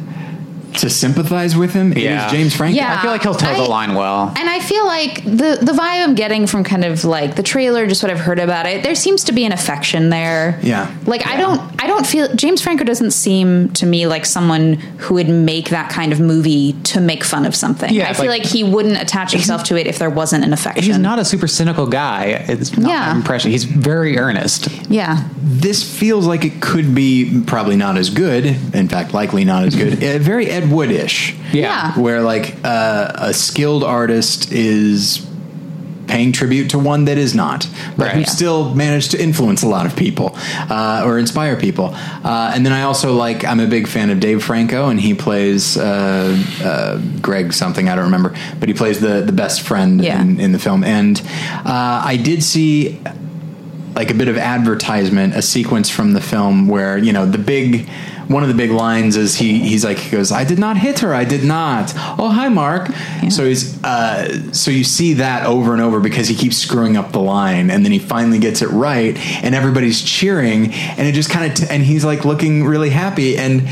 Speaker 1: to sympathize with him, it
Speaker 4: Yeah.
Speaker 1: is James Franco.
Speaker 3: Yeah.
Speaker 4: I feel like he'll toe
Speaker 3: I-
Speaker 4: the line well.
Speaker 3: And I feel like the the vibe I'm getting from kind of like the trailer, just what I've heard about it, there seems to be an affection there.
Speaker 1: Yeah.
Speaker 3: Like I don't I don't feel James Franco doesn't seem to me like someone who would make that kind of movie to make fun of something.
Speaker 4: Yeah,
Speaker 3: I
Speaker 4: it's
Speaker 3: feel
Speaker 4: like-
Speaker 3: like, he wouldn't attach himself to it if there wasn't an affection.
Speaker 4: He's not a super cynical guy. It's not
Speaker 3: Yeah.
Speaker 4: my impression. He's very earnest.
Speaker 3: Yeah.
Speaker 1: This feels like it could be probably not as good. In fact, likely not as good. Uh, very Ed Wood-ish,
Speaker 3: Yeah.
Speaker 1: where like uh, a skilled artist is paying tribute to one that is not, but
Speaker 4: Right.
Speaker 1: who
Speaker 4: Yeah.
Speaker 1: still managed to influence a lot of people uh, or inspire people. Uh, and then I also like I'm a big fan of Dave Franco, and he plays uh, uh, Greg something I don't remember, but he plays the the best friend
Speaker 3: Yeah.
Speaker 1: in, in the film. And uh, I did see like a bit of advertisement, a sequence from the film where you know the big one of the big lines is he he's like he goes I did not hit her I did not oh hi Mark so he's uh, so you see that over and over because he keeps screwing up the line and then he finally gets it right and everybody's cheering and it just kind of t- and he's like looking really happy and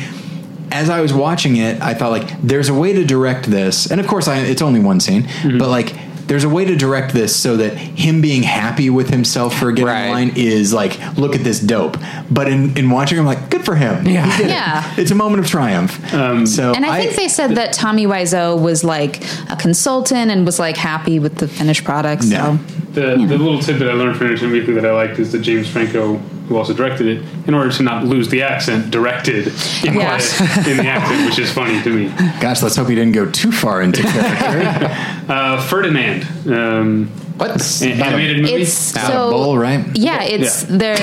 Speaker 1: as I was watching it I thought like there's a way to direct this and of course I, it's only one scene but like there's a way to direct this so that him being happy with himself for getting
Speaker 4: Right.
Speaker 1: the line is like, look at this dope. But in, in watching, I'm like, good for him. Yeah. He did it.
Speaker 3: Yeah.
Speaker 1: It's a moment of triumph. so
Speaker 3: And I think they said that Tommy Wiseau was like a consultant and was like happy with the finished product. So
Speaker 1: No.
Speaker 2: The, the little tidbit I learned from Entertainment Weekly that I liked is that James Franco, who also directed it, in order to not lose the accent, directed in,
Speaker 3: Yeah.
Speaker 2: quiet in the accent, which is funny to me.
Speaker 1: gosh, let's hope he didn't go too far into character.
Speaker 2: Uh, Ferdinand, um,
Speaker 4: What?
Speaker 2: an animated movie.
Speaker 3: it's
Speaker 1: Out of
Speaker 3: so
Speaker 1: bowl, right?
Speaker 3: Yeah, it's there.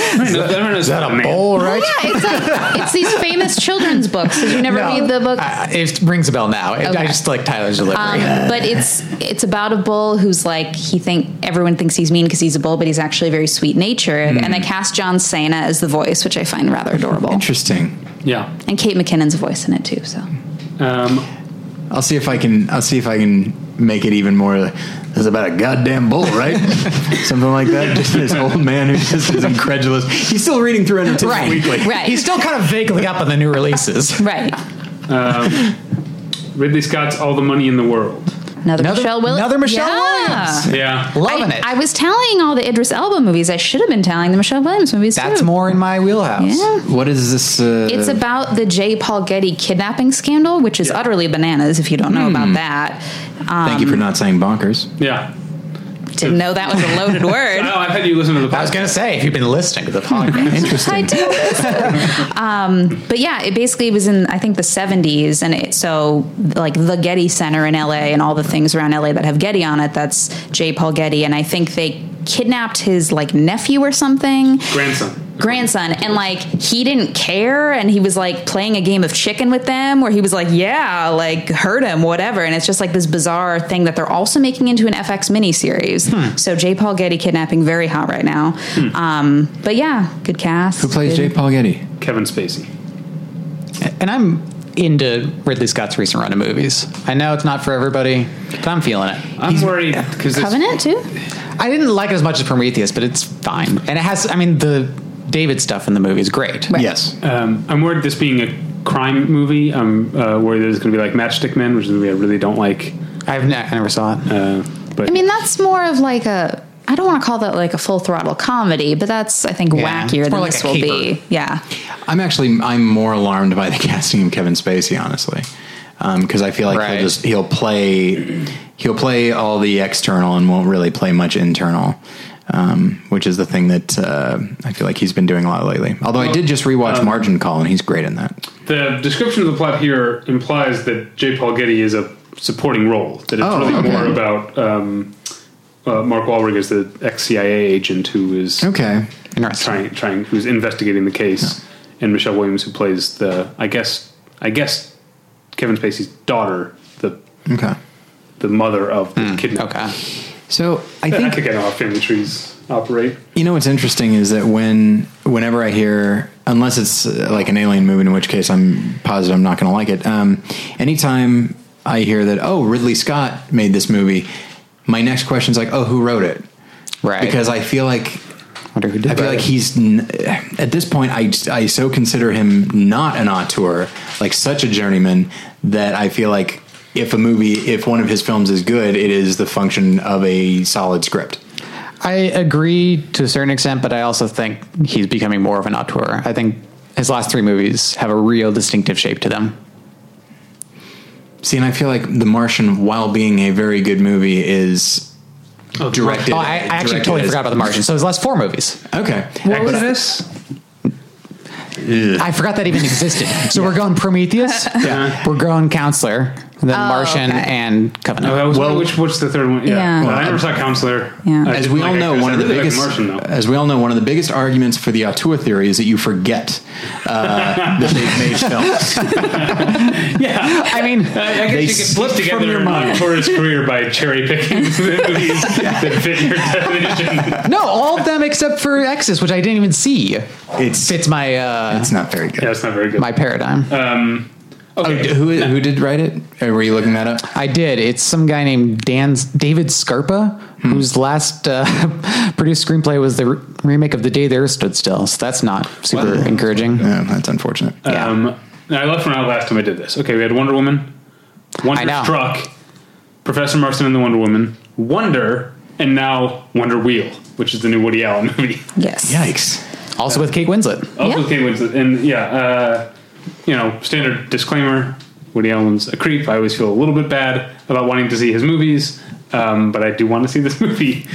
Speaker 2: I don't
Speaker 3: It's,
Speaker 2: know- I don't know
Speaker 4: Is that a
Speaker 2: man.
Speaker 4: bowl, right?
Speaker 3: Oh, yeah, it's like it's these famous children's books. Did you never
Speaker 4: No.
Speaker 3: read the book?
Speaker 4: I- Uh, it rings a bell now. It- I
Speaker 3: Okay.
Speaker 4: just like Tyler's delivery.
Speaker 3: Um, but it's it's about a bull who's like he think everyone thinks he's mean because he's a bull, but he's actually very sweet natured. And
Speaker 4: Mm.
Speaker 3: they cast John Cena as the voice, which I find rather adorable,
Speaker 1: Interesting.
Speaker 2: Yeah.
Speaker 3: and Kate McKinnon's a voice in it too. So
Speaker 2: Um,
Speaker 1: I'll see if I can, I'll see if I can make it even more. It's about a goddamn bull, right? Something like that. Just this old man who just is incredulous. He's still reading through Entertainment
Speaker 4: Right.
Speaker 1: Weekly.
Speaker 3: right,
Speaker 4: He's still kind of vaguely up on the new releases.
Speaker 3: right.
Speaker 2: Ridley Scott's All the Money in the World.
Speaker 3: Another,
Speaker 4: Another-
Speaker 3: Michelle Williams.
Speaker 4: another Michelle Williams.
Speaker 2: Yeah.
Speaker 4: Loving
Speaker 3: I,
Speaker 4: it.
Speaker 3: I was tallying all the Idris Elba movies. I should have been tallying the Michelle Williams movies.
Speaker 4: That's
Speaker 3: too.
Speaker 4: more in my wheelhouse.
Speaker 3: Yeah.
Speaker 1: What is this? Uh,
Speaker 3: It's about the J. Paul Getty kidnapping scandal, which is utterly bananas if you don't know
Speaker 4: Hmm.
Speaker 3: about that. Um,
Speaker 1: thank you for not saying bonkers.
Speaker 2: Yeah.
Speaker 3: didn't know that was a loaded word.
Speaker 2: Oh, I've had you listen to the podcast.
Speaker 4: I was going to say, if you've been listening to the podcast,
Speaker 3: I do. um, but yeah, it basically was in I think the 70s, and it, so like the Getty Center in LA and all the things around LA that have Getty on it. That's J. Paul Getty, and I think they kidnapped his like nephew or something.
Speaker 2: Grandson.
Speaker 3: grandson and like he didn't care and he was like playing a game of chicken with them where he was like yeah like hurt him whatever and it's just like this bizarre thing that they're also making into an FX miniseries
Speaker 4: Hmm.
Speaker 3: so J Paul Getty kidnapping very hot right now um but yeah good cast
Speaker 1: Who plays
Speaker 3: good.
Speaker 1: J. Paul Getty?
Speaker 2: Kevin Spacey.
Speaker 4: and I'm into Ridley Scott's recent run of movies. I know it's not for everybody, but I'm feeling it.
Speaker 2: I'm worried because
Speaker 3: Covenant too
Speaker 4: I didn't like it as much as Prometheus, but it's fine. And it has, I mean, the David stuff in the movie is great.
Speaker 3: Right.
Speaker 1: Yes.
Speaker 2: Um, I'm worried this being a crime movie. I'm uh, worried that it's going to be like Matchstick Men, which is a movie I really don't like.
Speaker 4: I've ne- I never saw it.
Speaker 2: Uh, but
Speaker 3: I mean that's more of like a I don't want to call that like a full throttle comedy but that's I think
Speaker 4: Yeah.
Speaker 3: wackier
Speaker 4: It's
Speaker 3: than
Speaker 4: more like
Speaker 3: this
Speaker 4: a
Speaker 3: will
Speaker 4: caper.
Speaker 3: be yeah
Speaker 1: I'm actually I'm more alarmed by the casting of Kevin Spacey, honestly, because I feel like
Speaker 4: Right.
Speaker 1: he'll just he'll play he'll play all the external and won't really play much internal, um, which is the thing that uh, I feel like he's been doing a lot lately. Although I did just rewatch Margin Call and he's great in that.
Speaker 2: the description of the plot here implies that J. Paul Getty is a supporting role. That it's
Speaker 1: Oh,
Speaker 2: really
Speaker 1: okay.
Speaker 2: more about um, uh, Mark Wahlberg as the ex CIA agent who is
Speaker 1: Okay,
Speaker 4: Interesting.
Speaker 2: trying trying who's investigating the case, and Michelle Williams who plays the I guess I guess Kevin Spacey's daughter, the
Speaker 1: okay.
Speaker 2: the mother of the kidnapper.
Speaker 4: Okay.
Speaker 1: So I
Speaker 2: I
Speaker 1: think
Speaker 2: think I know how family trees operate.
Speaker 1: You know what's interesting is that when whenever I hear, unless it's uh, like an alien movie, in which case I'm positive I'm not going to like it. Um, anytime I hear that, oh, Ridley Scott made this movie, my next question's like, oh, who wrote it?
Speaker 4: Right.
Speaker 1: Because I feel like
Speaker 4: wonder who did
Speaker 1: I feel
Speaker 4: that.
Speaker 1: like he's n- at this point. I I so consider him not an auteur, like such a journeyman that I feel like if a movie, if one of his films is good, it is the function of a solid script.
Speaker 4: I agree to a certain extent, but I also think he's becoming more of an auteur. I think his last three movies have a real distinctive shape to them.
Speaker 1: See, and I feel like The Martian, while being a very good movie, is directed.
Speaker 4: Oh, I, I actually
Speaker 1: directed
Speaker 4: totally
Speaker 1: as-
Speaker 4: forgot about The Martian. So his last four movies.
Speaker 1: Okay,
Speaker 2: this?
Speaker 4: I forgot that even existed. So we're going Prometheus. We're going Counselor. then
Speaker 3: Oh,
Speaker 4: Martian
Speaker 3: okay.
Speaker 4: and Covenant.
Speaker 2: Oh, that was
Speaker 1: Well- um,
Speaker 2: which what's the third one? Yeah,
Speaker 3: Yeah.
Speaker 2: Well, I never saw Counselor.
Speaker 3: Yeah.
Speaker 2: I-
Speaker 1: As we
Speaker 2: like
Speaker 1: all
Speaker 2: I
Speaker 1: know,
Speaker 2: guess
Speaker 1: one
Speaker 2: I
Speaker 1: of the
Speaker 2: really like
Speaker 1: biggest
Speaker 2: Martian, though.
Speaker 1: as we all know, one of the biggest arguments for the auteur theory is that you forget uh, that they've made films.
Speaker 2: yeah,
Speaker 4: I
Speaker 2: I, I
Speaker 4: mean,
Speaker 2: guess
Speaker 1: They
Speaker 2: you could put
Speaker 1: slipped
Speaker 2: together
Speaker 1: from your
Speaker 2: your
Speaker 1: mind.
Speaker 2: tourist career by cherry picking the movies that fit your definition.
Speaker 4: no, all of them except for Exodus, which I didn't even see.
Speaker 1: It's
Speaker 4: Fits my uh,
Speaker 1: it's not very good.
Speaker 2: That's not very good.
Speaker 4: my paradigm.
Speaker 1: Oh, d- who who did write it? Uh, Were you looking that up?
Speaker 4: I did. It's some guy named Dan David Scarpa, whose last uh, produced screenplay was the re- remake of The Day the Earth Stood Still. So that's not super
Speaker 1: Wow.
Speaker 4: encouraging.
Speaker 1: Yeah, Oh, that's unfortunate.
Speaker 2: Um, now, I left one out last time I did this. Okay, we had Wonder Woman,
Speaker 4: know.
Speaker 2: Wonderstruck, Professor Marston and the Wonder Woman, Wonder, and now Wonder Wheel, which is the new Woody Allen movie.
Speaker 3: Yes.
Speaker 1: Yikes!
Speaker 4: Also with Kate Winslet.
Speaker 2: Also,
Speaker 3: Yeah.
Speaker 2: Kate Winslet, and yeah, uh, you know, standard disclaimer: Woody Allen's a creep. I always feel a little bit bad about wanting to see his movies, um, but I do want to see this movie.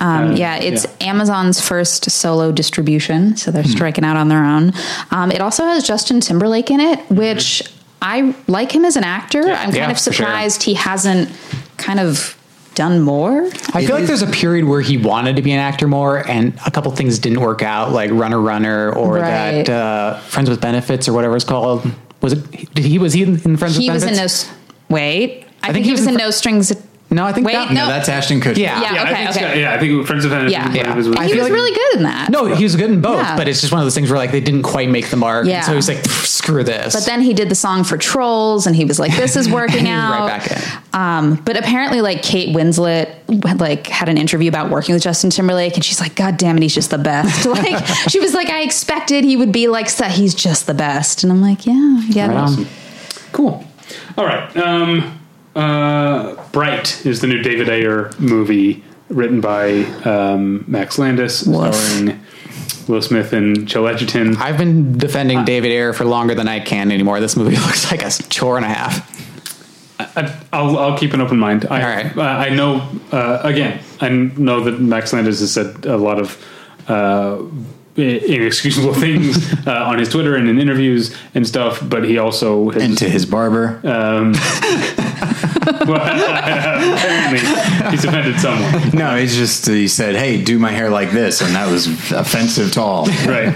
Speaker 3: Um,
Speaker 2: Uh,
Speaker 4: Mm.
Speaker 3: yeah, it's
Speaker 2: yeah.
Speaker 3: Amazon's first solo distribution, so they're
Speaker 4: Mm.
Speaker 3: striking out on their own. Um, it also has Justin Timberlake in it, which I like him as an actor. I'm kind
Speaker 4: Mm-hmm. Yeah,
Speaker 3: of
Speaker 4: for sure.
Speaker 3: surprised he hasn't kind of done more.
Speaker 4: I feel like there's a period where he wanted to be an actor more, and a couple things didn't work out, like Runner Runner or
Speaker 3: Right.
Speaker 4: that uh, Friends with Benefits or whatever it's called. Was it? Did he was he in, in Friends
Speaker 3: He
Speaker 4: with
Speaker 3: was in
Speaker 4: Benefits?
Speaker 3: no. s- Wait, I,
Speaker 4: think
Speaker 3: think
Speaker 4: he
Speaker 3: he
Speaker 4: was
Speaker 3: was
Speaker 4: in
Speaker 3: in
Speaker 4: fr-
Speaker 3: No Strings.
Speaker 4: no, I think
Speaker 3: Wait,
Speaker 4: that,
Speaker 3: no.
Speaker 1: No, that's Ashton Kutcher.
Speaker 4: Yeah.
Speaker 3: Yeah,
Speaker 2: I
Speaker 3: okay,
Speaker 2: think it's
Speaker 3: okay.
Speaker 2: got- yeah, I think Friends of Venice.
Speaker 3: Yeah.
Speaker 2: is
Speaker 3: Yeah.
Speaker 2: one of his-
Speaker 3: And he was
Speaker 4: like-
Speaker 3: really good in that.
Speaker 4: No, he was good in both,
Speaker 3: Yeah.
Speaker 4: but it's just one of those things where like they didn't quite make the mark.
Speaker 3: Yeah.
Speaker 4: And so he's like, "Pff, screw this.
Speaker 3: But then he did the song for Trolls, and he was like, "This is working
Speaker 4: He was right
Speaker 3: out."
Speaker 4: back in.
Speaker 3: Um, but apparently, like Kate Winslet, had, like had an interview about working with Justin Timberlake, and she's like, "God damn it, he's just the best." Like she was like, "I expected he would be like, so he's just the best," and I'm like, "Yeah, yeah."
Speaker 4: Right on.
Speaker 2: Cool. All right. Um, uh, Bright is the new David Ayer movie written by um, Max Landis,
Speaker 3: Woof.
Speaker 2: starring Will Smith and Joe Edgerton.
Speaker 4: I've been
Speaker 3: Uh,
Speaker 4: defending David Ayer for longer than I can anymore. This movie looks like a chore and a half.
Speaker 2: I, I'll, I'll keep an open mind. I,
Speaker 4: All right.
Speaker 2: uh, I know. Uh, again, I know that Max Landis has said a lot of uh, i- inexcusable things uh, on his Twitter and in interviews and stuff, but he also has Um,
Speaker 1: And to his barber.
Speaker 2: apparently he's offended someone.
Speaker 1: no, it's just he said, "Hey, do my hair like this," and that was offensive to all.
Speaker 2: Right.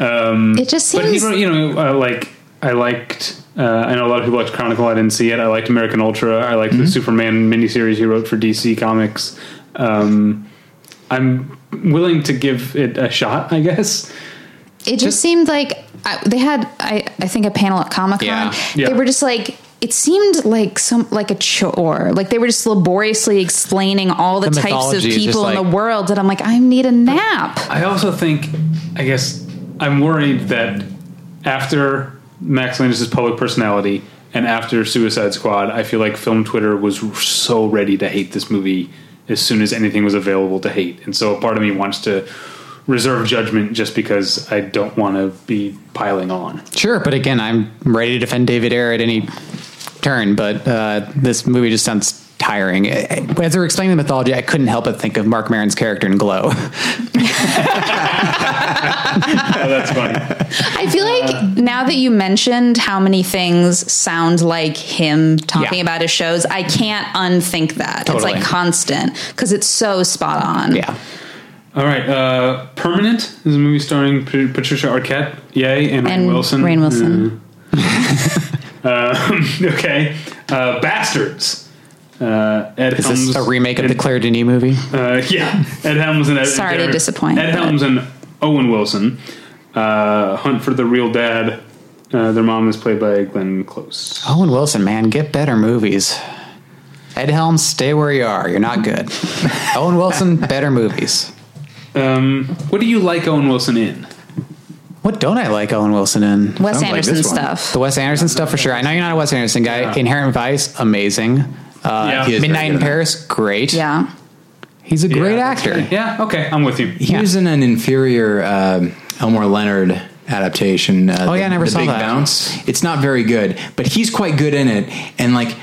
Speaker 3: It just
Speaker 2: But he
Speaker 3: seems.
Speaker 2: wrote, you know, uh, like I liked. Uh, I know a lot of people liked Chronicle. I didn't see it. I liked American Ultra. I liked the
Speaker 3: Mm-hmm.
Speaker 2: Superman miniseries he wrote for DC Comics. Um, I'm willing to give it a shot, I guess.
Speaker 3: It just, seemed like I, they had, I, I think, a panel at Comic Con.
Speaker 4: Yeah.
Speaker 2: Yeah.
Speaker 3: They were just like, it seemed like some like a chore. Like they were just laboriously explaining all the,
Speaker 4: The
Speaker 3: types of
Speaker 4: mythology is just
Speaker 3: people in
Speaker 4: like-
Speaker 3: the world that I'm like, I need a nap.
Speaker 2: I also think, I guess, I'm worried that after Max Landis' public personality and after Suicide Squad, I feel like film Twitter was so ready to hate this movie as soon as anything was available to hate. And so a part of me wants to reserve judgment just because I don't want to be piling on.
Speaker 4: Sure, but again, I'm ready to defend David Ayer at any turn, but uh, this movie just sounds tiring. As they were explaining the mythology, I couldn't help but think of Mark Maron's character in Glow.
Speaker 2: Oh, that's funny.
Speaker 3: I feel
Speaker 4: Uh,
Speaker 3: like now that you mentioned how many things sound like him talking
Speaker 4: Yeah.
Speaker 3: about his shows, I can't unthink that.
Speaker 4: Totally.
Speaker 3: It's like constant because it's so spot on.
Speaker 4: yeah.
Speaker 2: All right. Uh, Permanent is a movie starring Pat- Patricia Arquette, yay, and, Rainn
Speaker 3: And
Speaker 2: Wilson.
Speaker 3: Rainn Wilson.
Speaker 2: Uh, okay. Uh, Bastards. Uh, Ed
Speaker 4: Is
Speaker 2: Helms
Speaker 4: this a remake of
Speaker 2: and,
Speaker 4: the Claire Denis movie?
Speaker 2: Uh, yeah, Ed Helms and Ed,
Speaker 3: Sorry to
Speaker 2: Derek-
Speaker 3: disappoint,
Speaker 2: Ed
Speaker 3: but-
Speaker 2: Helms and Owen Wilson. Uh, Hunt for the Real Dad. Uh, their mom is played by Glenn Close.
Speaker 4: Owen Wilson, man, get better movies. Ed Helms, stay where you are. You're not good. Owen Wilson, better movies.
Speaker 2: Um, what do you like Owen Wilson in?
Speaker 4: What don't I like Owen Wilson in?
Speaker 2: Hmm.
Speaker 3: Wes
Speaker 1: Sounds like
Speaker 3: Anderson
Speaker 1: this one.
Speaker 3: stuff.
Speaker 4: The Wes Anderson stuff for sure. I know you're not a Wes Anderson guy.
Speaker 2: Yeah.
Speaker 4: Inherent Vice, amazing. Uh,
Speaker 2: Yeah. He is
Speaker 1: very
Speaker 4: Midnight
Speaker 1: good
Speaker 4: in
Speaker 1: at that.
Speaker 4: Paris, great.
Speaker 3: Yeah.
Speaker 4: he's a great
Speaker 2: Yeah,
Speaker 4: actor.
Speaker 2: Yeah, okay, I'm with you.
Speaker 1: He
Speaker 4: Yeah.
Speaker 1: was in an inferior um Elmore Leonard adaptation. Uh,
Speaker 4: Oh, yeah, I never
Speaker 1: the
Speaker 4: saw
Speaker 1: Big
Speaker 4: that.
Speaker 1: Bounce. It's not very good, but he's quite good in it, and like.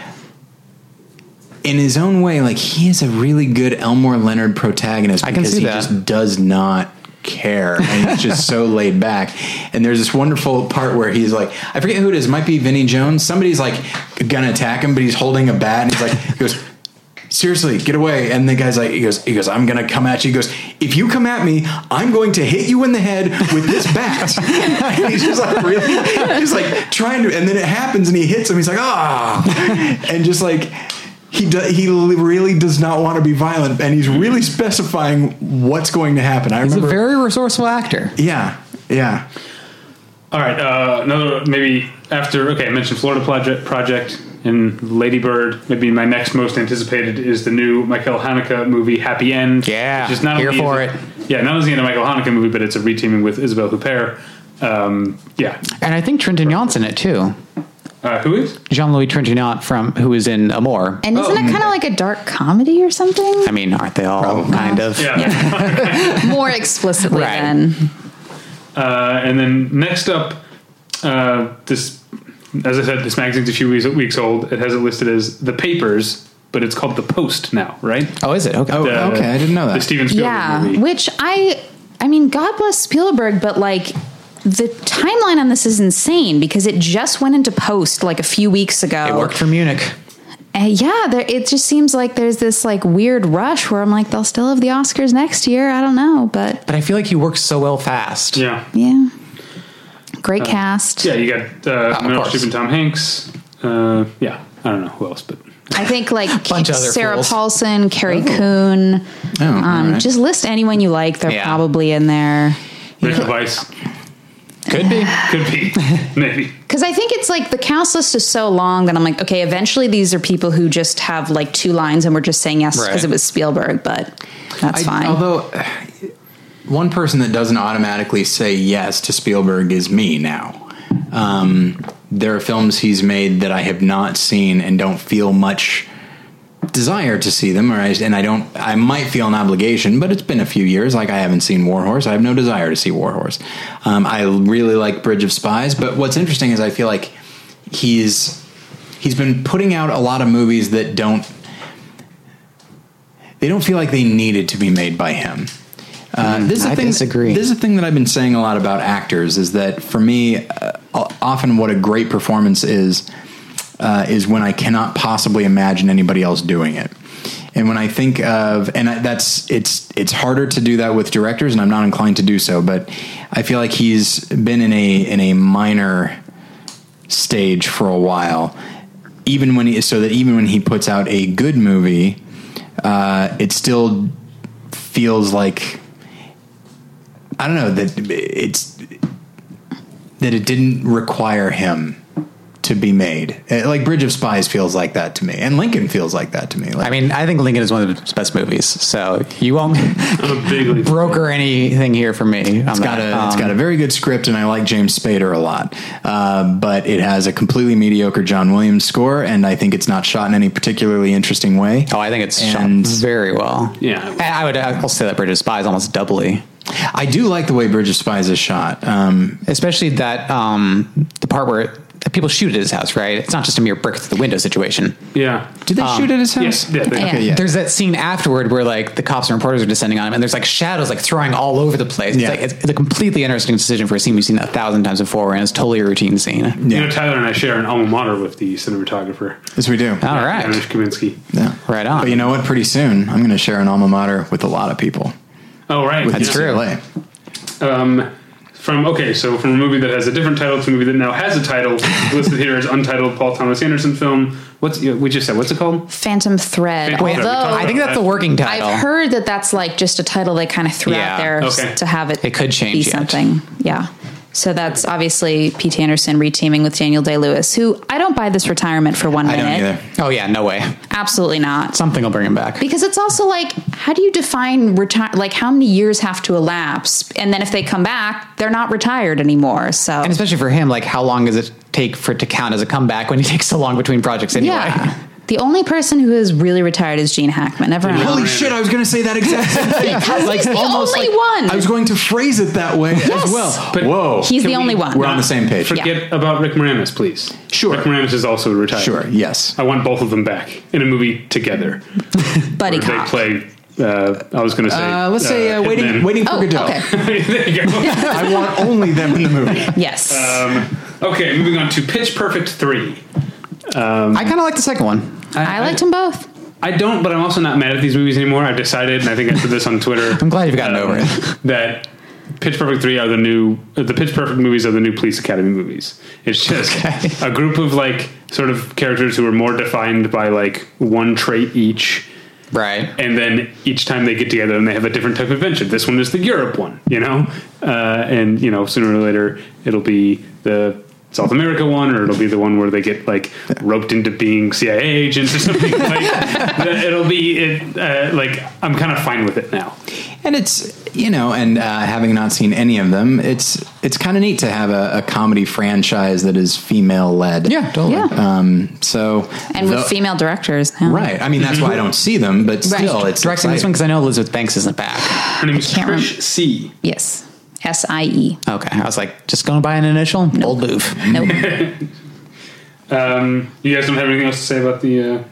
Speaker 1: In his own way, like he is a really good Elmore Leonard protagonist
Speaker 4: I can see
Speaker 1: he
Speaker 4: that.
Speaker 1: just does not care. And he's just so laid back. And there's this wonderful part where he's like, I forget who it is, it might be Vinnie Jones. Somebody's like gonna attack him, but he's holding a bat and he's like, he goes, seriously, get away. And the guy's like, he goes, he goes, I'm gonna come at you. He goes, if you come at me, I'm going to hit you in the head with this bat. and he's just like really, he's like trying to, and then it happens and he hits him. He's like, ah, and just like. He, do, he li- really does not want to be violent, and he's really specifying what's going to happen. I
Speaker 4: He's a
Speaker 1: remember,
Speaker 4: very resourceful actor.
Speaker 1: yeah, yeah.
Speaker 2: All right, uh, another maybe after. Okay, I mentioned Florida Project, Project and Lady Bird. Maybe my next most anticipated is the new Michael Haneke movie, Happy End.
Speaker 4: Yeah,
Speaker 2: which is not
Speaker 4: here
Speaker 2: only
Speaker 4: for
Speaker 2: is
Speaker 4: it.
Speaker 2: Yeah, not only is it a Michael Haneke movie, but it's a reteaming with Isabelle Huppert. Um, yeah,
Speaker 4: And I think Trenton Yaunt's in it too.
Speaker 2: uh, who is?
Speaker 4: Jean Louis Trenton Yaunt from who is in Amour.
Speaker 3: And isn't it
Speaker 2: Oh.
Speaker 3: kind of like a dark comedy or something?
Speaker 4: I mean, aren't they all kind of?
Speaker 2: Yeah.
Speaker 3: More explicitly
Speaker 4: Right.
Speaker 3: than
Speaker 2: Uh, and then next up, uh, this, as I said, this magazine's a few weeks, weeks old. It has it listed as The Papers, but it's called The Post now, right?
Speaker 4: Oh, is it? Okay.
Speaker 1: Oh,
Speaker 2: The-
Speaker 1: okay, I didn't know
Speaker 2: The
Speaker 1: that.
Speaker 2: Steven Spielberg
Speaker 3: yeah,
Speaker 2: movie.
Speaker 3: which I I mean, God bless Spielberg, but like the timeline on this is insane because it just went into post like a few weeks ago.
Speaker 4: It worked for Munich.
Speaker 3: And yeah, there, it just seems like there's this like weird rush where I'm like, they'll still have the Oscars next year. I don't know, but
Speaker 4: But I feel like he works so well fast.
Speaker 2: Yeah.
Speaker 3: yeah, great
Speaker 4: Uh,
Speaker 3: cast.
Speaker 2: Yeah, you got uh,
Speaker 4: of
Speaker 2: Meryl
Speaker 4: course.
Speaker 2: Streep and Tom Hanks. Uh, yeah, I don't know who else, but
Speaker 3: I think like
Speaker 4: Bunch of other
Speaker 3: Sarah
Speaker 4: fools.
Speaker 3: Paulson, Carrie Coon.
Speaker 1: Oh,
Speaker 3: Um,
Speaker 1: alright.
Speaker 3: Just list anyone you like; they're
Speaker 4: Yeah.
Speaker 3: probably in there.
Speaker 2: Rachel Weisz
Speaker 4: Could be.
Speaker 2: could be maybe.
Speaker 3: Because I think it's like the cast list is so long that I'm like, okay, eventually these are people who just have like two lines and we're just saying yes because
Speaker 4: Right.
Speaker 3: it was Spielberg, but that's
Speaker 1: I-
Speaker 3: fine.
Speaker 1: Although one person that doesn't automatically say yes to Spielberg is me now. Um, there are films he's made that I have not seen and don't feel much desire to see them, or I, and I don't. I might feel an obligation, but it's been a few years. Like I haven't seen War Horse. I have no desire to see War Horse. Um, I really like Bridge of Spies, but what's interesting is I feel like he's he's been putting out a lot of movies that don't they don't feel like they needed to be made by him. Uh, this is a
Speaker 4: Mm-hmm. I
Speaker 1: thing,
Speaker 4: disagree.
Speaker 1: This is a thing that I've been saying a lot about actors is that for me, uh, o- often what a great performance is uh, is when I cannot possibly imagine anybody else doing it. And when I think of, and I, that's it's it's harder to do that with directors, and I'm not inclined to do so. But I feel like he's been in a in a minor stage for a while, even when he so that even when he puts out a good movie, uh, it still feels like I don't know that it's that it didn't require him to be made. Uh, Like Bridge of Spies feels like that to me, and Lincoln feels like that to me. Like,
Speaker 4: I mean, I think Lincoln is one of his best movies. So you won't
Speaker 2: I'm a big league.
Speaker 4: broker anything here for me.
Speaker 1: It's got a
Speaker 4: um,
Speaker 1: it's got a very good script, and I like James Spader a lot. Uh, but it has a completely mediocre John Williams score, and I think it's not shot in any particularly interesting way.
Speaker 4: Oh, I think it's
Speaker 1: And-
Speaker 4: shot very well.
Speaker 2: Yeah.
Speaker 4: And I would I'll say that Bridge of Spies almost doubly,
Speaker 1: I do like the way Bridge of Spies is shot. Um,
Speaker 4: especially that um, the part where people shoot at his house. Right? It's not just a mere brick through the window situation.
Speaker 2: Yeah,
Speaker 1: did they
Speaker 4: Um,
Speaker 1: shoot at his
Speaker 2: yes,
Speaker 1: house?
Speaker 2: yeah, they-
Speaker 1: Okay, yeah.
Speaker 4: There's that scene afterward where like the cops and reporters are descending on him, and there's like shadows like throwing all over the place.
Speaker 1: Yeah.
Speaker 4: It's, like, it's, it's a completely interesting decision for a scene we've seen a thousand times before, and it's totally a routine scene.
Speaker 2: You know, Tyler and I share an alma mater with the cinematographer,
Speaker 1: Yes, we do.
Speaker 4: All right,
Speaker 2: Janusz Kaminski.
Speaker 1: Yeah.
Speaker 4: right on.
Speaker 1: But you know what? Pretty soon, I'm going to share an alma mater with a lot of people.
Speaker 2: Oh, right,
Speaker 1: With
Speaker 4: That's true.
Speaker 1: UCLA.
Speaker 2: Um, from okay, so from a movie that has a different title to a movie that now has a title listed here as untitled Paul Thomas Anderson film. What's yeah, we just said? What's it called?
Speaker 3: Phantom Thread.
Speaker 2: Phantom Thread, we
Speaker 3: although
Speaker 2: talked
Speaker 4: I
Speaker 3: I
Speaker 4: think that's the working title.
Speaker 3: have heard that that's like just a title they kind of threw
Speaker 4: Yeah,
Speaker 3: out there s-
Speaker 2: okay.
Speaker 3: to have it.
Speaker 4: It could
Speaker 3: be
Speaker 4: change yet.
Speaker 3: something. Yeah. So that's obviously Pete Anderson reteaming with Daniel Day Lewis, who I don't buy this retirement for one
Speaker 1: I
Speaker 3: minute.
Speaker 1: don't either.
Speaker 4: Oh yeah, no way.
Speaker 3: Absolutely not.
Speaker 4: Something will bring him back.
Speaker 3: Because it's also like, how do you define retire? Like, how many years have to elapse? And then if they come back, they're not retired anymore. So
Speaker 4: And especially for him, like how long does it take for it to count as a comeback when he takes so long between projects anyway?
Speaker 3: yeah, the only person who is really retired is Gene Hackman. Everyone else.
Speaker 1: Holy shit! I was going to say that exact same thing.
Speaker 3: he's the only one.
Speaker 1: I was going to phrase it that way
Speaker 3: Yes.
Speaker 1: as well.
Speaker 2: But-
Speaker 1: Whoa!
Speaker 3: He's
Speaker 2: Can
Speaker 3: the
Speaker 2: we-
Speaker 3: only one.
Speaker 1: We're on the same page.
Speaker 2: Forget about Rick Moranis, please.
Speaker 1: Sure.
Speaker 2: Rick Moranis is also retired.
Speaker 1: Sure. Yes.
Speaker 2: I want both of them back in a movie together.
Speaker 3: Buddy
Speaker 2: They
Speaker 3: cop.
Speaker 2: play. Uh, I was going to say.
Speaker 1: Uh, let's say uh, waiting,
Speaker 2: Hitman.
Speaker 1: waiting for
Speaker 3: Oh,
Speaker 1: Godot.
Speaker 3: okay.
Speaker 2: there you go.
Speaker 1: I want only them in the movie.
Speaker 2: Uh,
Speaker 3: Yes.
Speaker 2: um, okay, moving on to Pitch Perfect three.
Speaker 4: I kind of like the second one.
Speaker 3: I, liked them both.
Speaker 2: I don't, but I'm also not mad at these movies anymore. I've decided, and I think I said this on Twitter.
Speaker 4: I'm glad you've gotten
Speaker 2: um,
Speaker 4: over it.
Speaker 2: That Pitch Perfect three are the new uh, the Pitch Perfect movies are the new Police Academy movies. It's just a group of like sort of characters who are more defined by like one trait each.
Speaker 4: Right.
Speaker 2: And then each time they get together and they have a different type of adventure. This one is the Europe one, you know? Uh, and, you know, sooner or later it'll be the South America one or it'll be the one where they get, like, roped into being CIA agents or something. like, the- it'll be, it, uh, like, I'm kind of fine with it now.
Speaker 1: And it's you know, and uh, having not seen any of them, it's it's kind of neat to have a, a comedy franchise that is female led.
Speaker 4: Yeah, totally.
Speaker 3: Yeah.
Speaker 1: Um, so
Speaker 3: and
Speaker 1: the-
Speaker 3: with female directors now.
Speaker 1: right? I mean, that's why I don't see them, but still, it's
Speaker 4: directing this one because I know Elizabeth Banks isn't back.
Speaker 2: Her name is
Speaker 3: can't rem-
Speaker 2: Trish C.
Speaker 3: Yes. S I E.
Speaker 4: Okay, I was like, just going to buy an initial bold move.
Speaker 3: Nope.
Speaker 2: Um, you guys don't have anything else to say about the uh,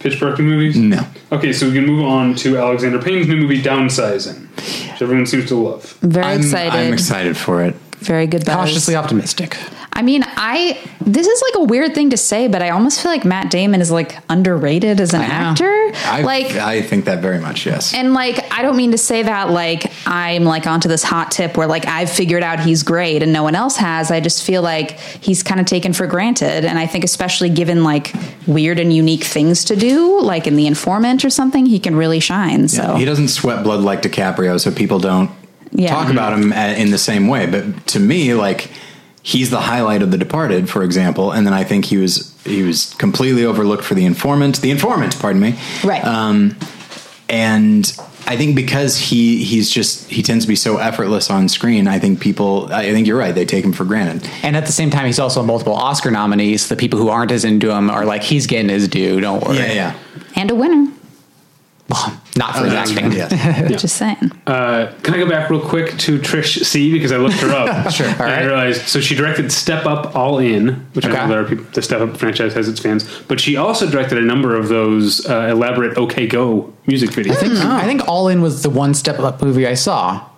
Speaker 2: Pitch Perfect movies?
Speaker 1: No.
Speaker 2: Okay, so we can move on to Alexander Payne's new movie, Downsizing, which everyone seems to love.
Speaker 3: Very
Speaker 1: I'm
Speaker 3: excited.
Speaker 1: I'm excited for it.
Speaker 3: Very good. Buzz.
Speaker 4: Cautiously optimistic.
Speaker 3: I mean, I this is like a weird thing to say, but I almost feel like Matt Damon is like underrated as an
Speaker 4: know.
Speaker 3: actor.
Speaker 1: I,
Speaker 3: like
Speaker 1: I think that very much. Yes.
Speaker 3: and like I don't mean to say that like I'm like onto this hot tip where like I've figured out he's great and no one else has. I just feel like he's kind of taken for granted and I think especially given like weird and unique things to do, like in The Informant or something, he can really shine. So
Speaker 1: He doesn't sweat blood like DiCaprio, so people don't
Speaker 3: Yeah.
Speaker 1: talk about him a- in the same way. But to me, like he's the highlight of The Departed, for example, and then I think he was he was completely overlooked for The Informant. The Informant, pardon me.
Speaker 3: Right.
Speaker 1: Um, and I think because he he's just he tends to be so effortless on screen. I think people. I think you're right. They take him for granted.
Speaker 4: And at the same time, he's also multiple Oscar nominees. The people who aren't as into him are like, he's getting his due. Don't worry.
Speaker 1: Yeah. Oh, Yeah.
Speaker 3: and a winner.
Speaker 4: Not for his acting.
Speaker 1: Yes.
Speaker 3: Just saying.
Speaker 2: Uh, can I go back real quick to Trish C because I looked her up. sure.
Speaker 4: All
Speaker 2: I
Speaker 4: right.
Speaker 2: realized so she directed Step Up All In, which I
Speaker 4: Okay.
Speaker 2: know there are people, the Step Up franchise has its fans, but she also directed a number of those uh, elaborate OK Go music videos.
Speaker 4: I think, I think All In was the one step up movie I saw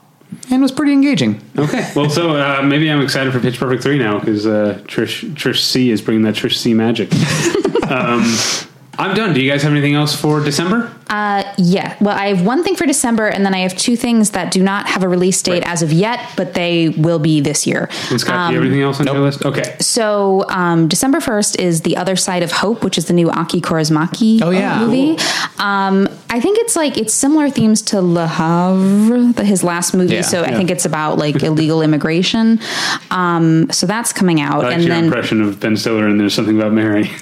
Speaker 4: and was pretty engaging.
Speaker 2: okay. Well, so uh, maybe I'm excited for Pitch Perfect three now because uh, Trish Trish C is bringing that Trish C magic. um, I'm done. Do you guys have anything else for December?
Speaker 3: Uh, yeah. Well, I have one thing for December, and then I have two things that do not have a release date as of yet, but they will be this year. Um,
Speaker 2: And Scott, do you have anything else on your list? Okay.
Speaker 3: So um, December first is the Other Side of Hope, which is the new Aki Kaurismaki
Speaker 4: Oh, yeah.
Speaker 3: uh, movie. Um, I think it's like it's similar themes to Le Havre, the, his last movie.
Speaker 4: Yeah.
Speaker 3: so I
Speaker 2: Yeah.
Speaker 3: think it's about like illegal immigration. Um, so that's coming out,
Speaker 2: I like
Speaker 3: and
Speaker 2: your
Speaker 3: then
Speaker 2: impression of Ben Stiller and there's something about Mary.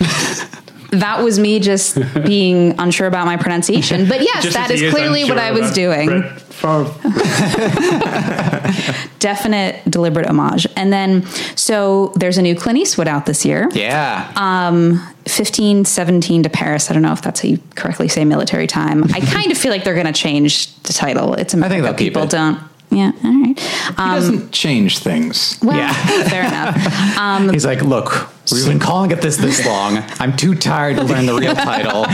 Speaker 3: that was me just being unsure about my pronunciation. But yes,
Speaker 2: Just
Speaker 3: that
Speaker 2: as
Speaker 3: is
Speaker 2: he
Speaker 3: clearly
Speaker 2: unsure
Speaker 3: what I was
Speaker 2: about
Speaker 3: doing.
Speaker 2: Brett Favre.
Speaker 3: definite deliberate homage. And then so there's a new Clint Eastwood out this year.
Speaker 4: Yeah.
Speaker 3: 15, 17 to Paris. I don't know if that's how you correctly say military time. I kind of feel like they're going to change the title. It's America.
Speaker 4: they'll keep
Speaker 3: people
Speaker 4: it.
Speaker 3: don't. Yeah. All right. Um,
Speaker 1: He doesn't change things.
Speaker 3: Well,
Speaker 4: Yeah.
Speaker 3: fair enough.
Speaker 4: he's like, look, we've been calling it this this long. I'm too tired to learn the real title.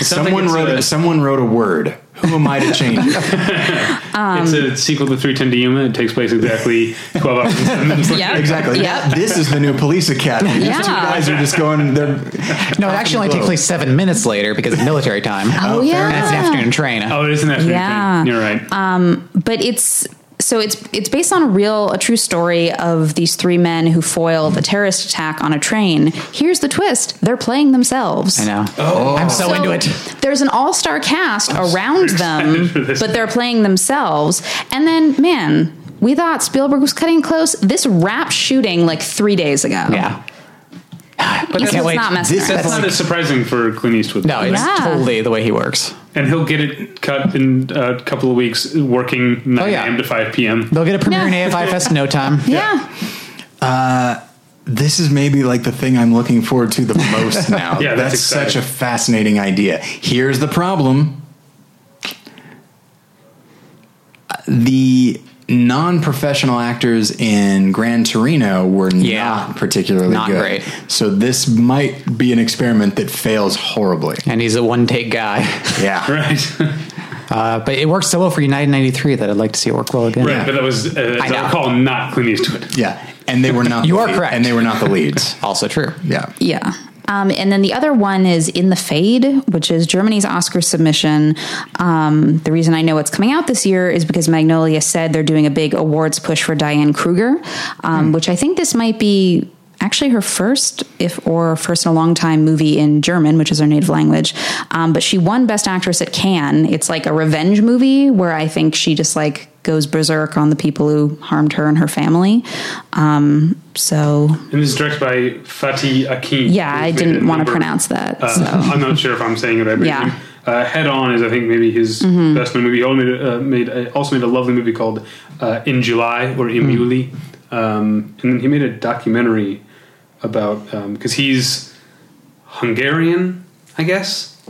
Speaker 1: Someone
Speaker 2: it's
Speaker 1: wrote
Speaker 2: a-
Speaker 1: a, someone wrote a word. Who am I to change? it?
Speaker 2: it's
Speaker 3: Um,
Speaker 2: a sequel to 310 to Yuma. It takes place exactly 12 hours. and seven minutes.
Speaker 3: Yep.
Speaker 1: Exactly.
Speaker 3: Yep.
Speaker 1: This is the new police academy.
Speaker 3: Yeah.
Speaker 1: These two guys are just going. They're
Speaker 4: No, it actually only takes place seven minutes later because it's military time.
Speaker 3: Oh, yeah.
Speaker 4: And it's an afternoon train.
Speaker 2: Oh, it isn't that
Speaker 3: Yeah. Uh,
Speaker 2: You're right.
Speaker 3: but it's so it's it's based on a real a true story of these three men who foiled a terrorist attack on a train. Here's the twist: they're playing themselves.
Speaker 4: I know. Oh. I'm so, into it.
Speaker 3: There's an all-star cast around them, but they're playing themselves. And then, man, we thought Spielberg was cutting close. This rap shooting like three days ago.
Speaker 4: Yeah. But
Speaker 3: Eastwood's not messing
Speaker 4: This-
Speaker 3: around.
Speaker 2: That's not as surprising for Clint Eastwood.
Speaker 4: No, it's
Speaker 3: Yeah.
Speaker 4: totally the way he works.
Speaker 2: And he'll get it cut in a couple of weeks, working 9
Speaker 4: Oh, yeah.
Speaker 2: a.m. to 5 p.m.
Speaker 4: They'll get a premiere
Speaker 3: Yeah.
Speaker 4: in AFI Fest in no time.
Speaker 3: Yeah.
Speaker 1: this is maybe like the thing I'm looking forward to the most now.
Speaker 2: Yeah, that's
Speaker 1: such
Speaker 2: exciting.
Speaker 1: a fascinating idea. Here's the problem. The non-professional actors in Gran Torino were
Speaker 4: Yeah.
Speaker 1: not particularly
Speaker 4: Not
Speaker 1: good.
Speaker 4: great.
Speaker 1: So this might be an experiment that fails horribly.
Speaker 4: And he's a one take guy.
Speaker 1: Yeah.
Speaker 2: Right.
Speaker 4: Uh, but it worked so well for United 93 that I'd like to see it work well again.
Speaker 2: Right. But that was, uh,
Speaker 4: I
Speaker 2: as I
Speaker 4: know.
Speaker 2: recall, not Clint Eastwood.
Speaker 1: Yeah. And they were not
Speaker 4: You
Speaker 1: the
Speaker 4: are
Speaker 1: lead-
Speaker 4: correct.
Speaker 1: And they were not the leads.
Speaker 4: Also true.
Speaker 1: Yeah.
Speaker 3: Yeah. Um, and then the other one is In the Fade, which is Germany's Oscar submission. Um, the reason I know it's coming out this year is because Magnolia said they're doing a big awards push for Diane Kruger, um, which I think this might be actually her first if or first in a long time movie in german which is her native language um, but she won best actress at cannes it's like a revenge movie where i think she just like goes berserk on the people who harmed her and her family um, so
Speaker 2: And this is directed by Fatih Akin.
Speaker 3: yeah i didn't want to pronounce that
Speaker 2: Uh,
Speaker 3: so
Speaker 2: I'm not sure if I'm saying it right. But
Speaker 3: Yeah.
Speaker 2: Uh, Head On is, I think, maybe his best known movie. He only made, uh, made uh, also made a lovely movie called uh, In July or In July, um, and then he made a documentary about because he's Hungarian, I guess,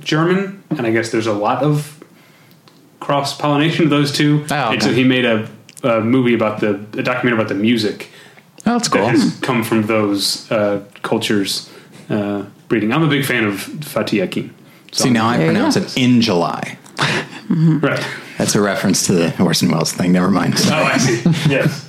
Speaker 2: German, and I guess there's a lot of cross pollination of those two.
Speaker 4: Oh,
Speaker 2: And so
Speaker 4: okay.
Speaker 2: he made a, a movie about the a documentary about the music
Speaker 4: Oh, that's cool.
Speaker 2: that has come from those uh, cultures uh, breeding. I'm a big fan of Fatih Akin. So-
Speaker 1: See, now I
Speaker 3: There you
Speaker 1: pronounce
Speaker 3: go.
Speaker 1: it in July.
Speaker 2: right?
Speaker 1: That's a reference to the Orson Welles thing. Never mind.
Speaker 2: Oh, I see. yes,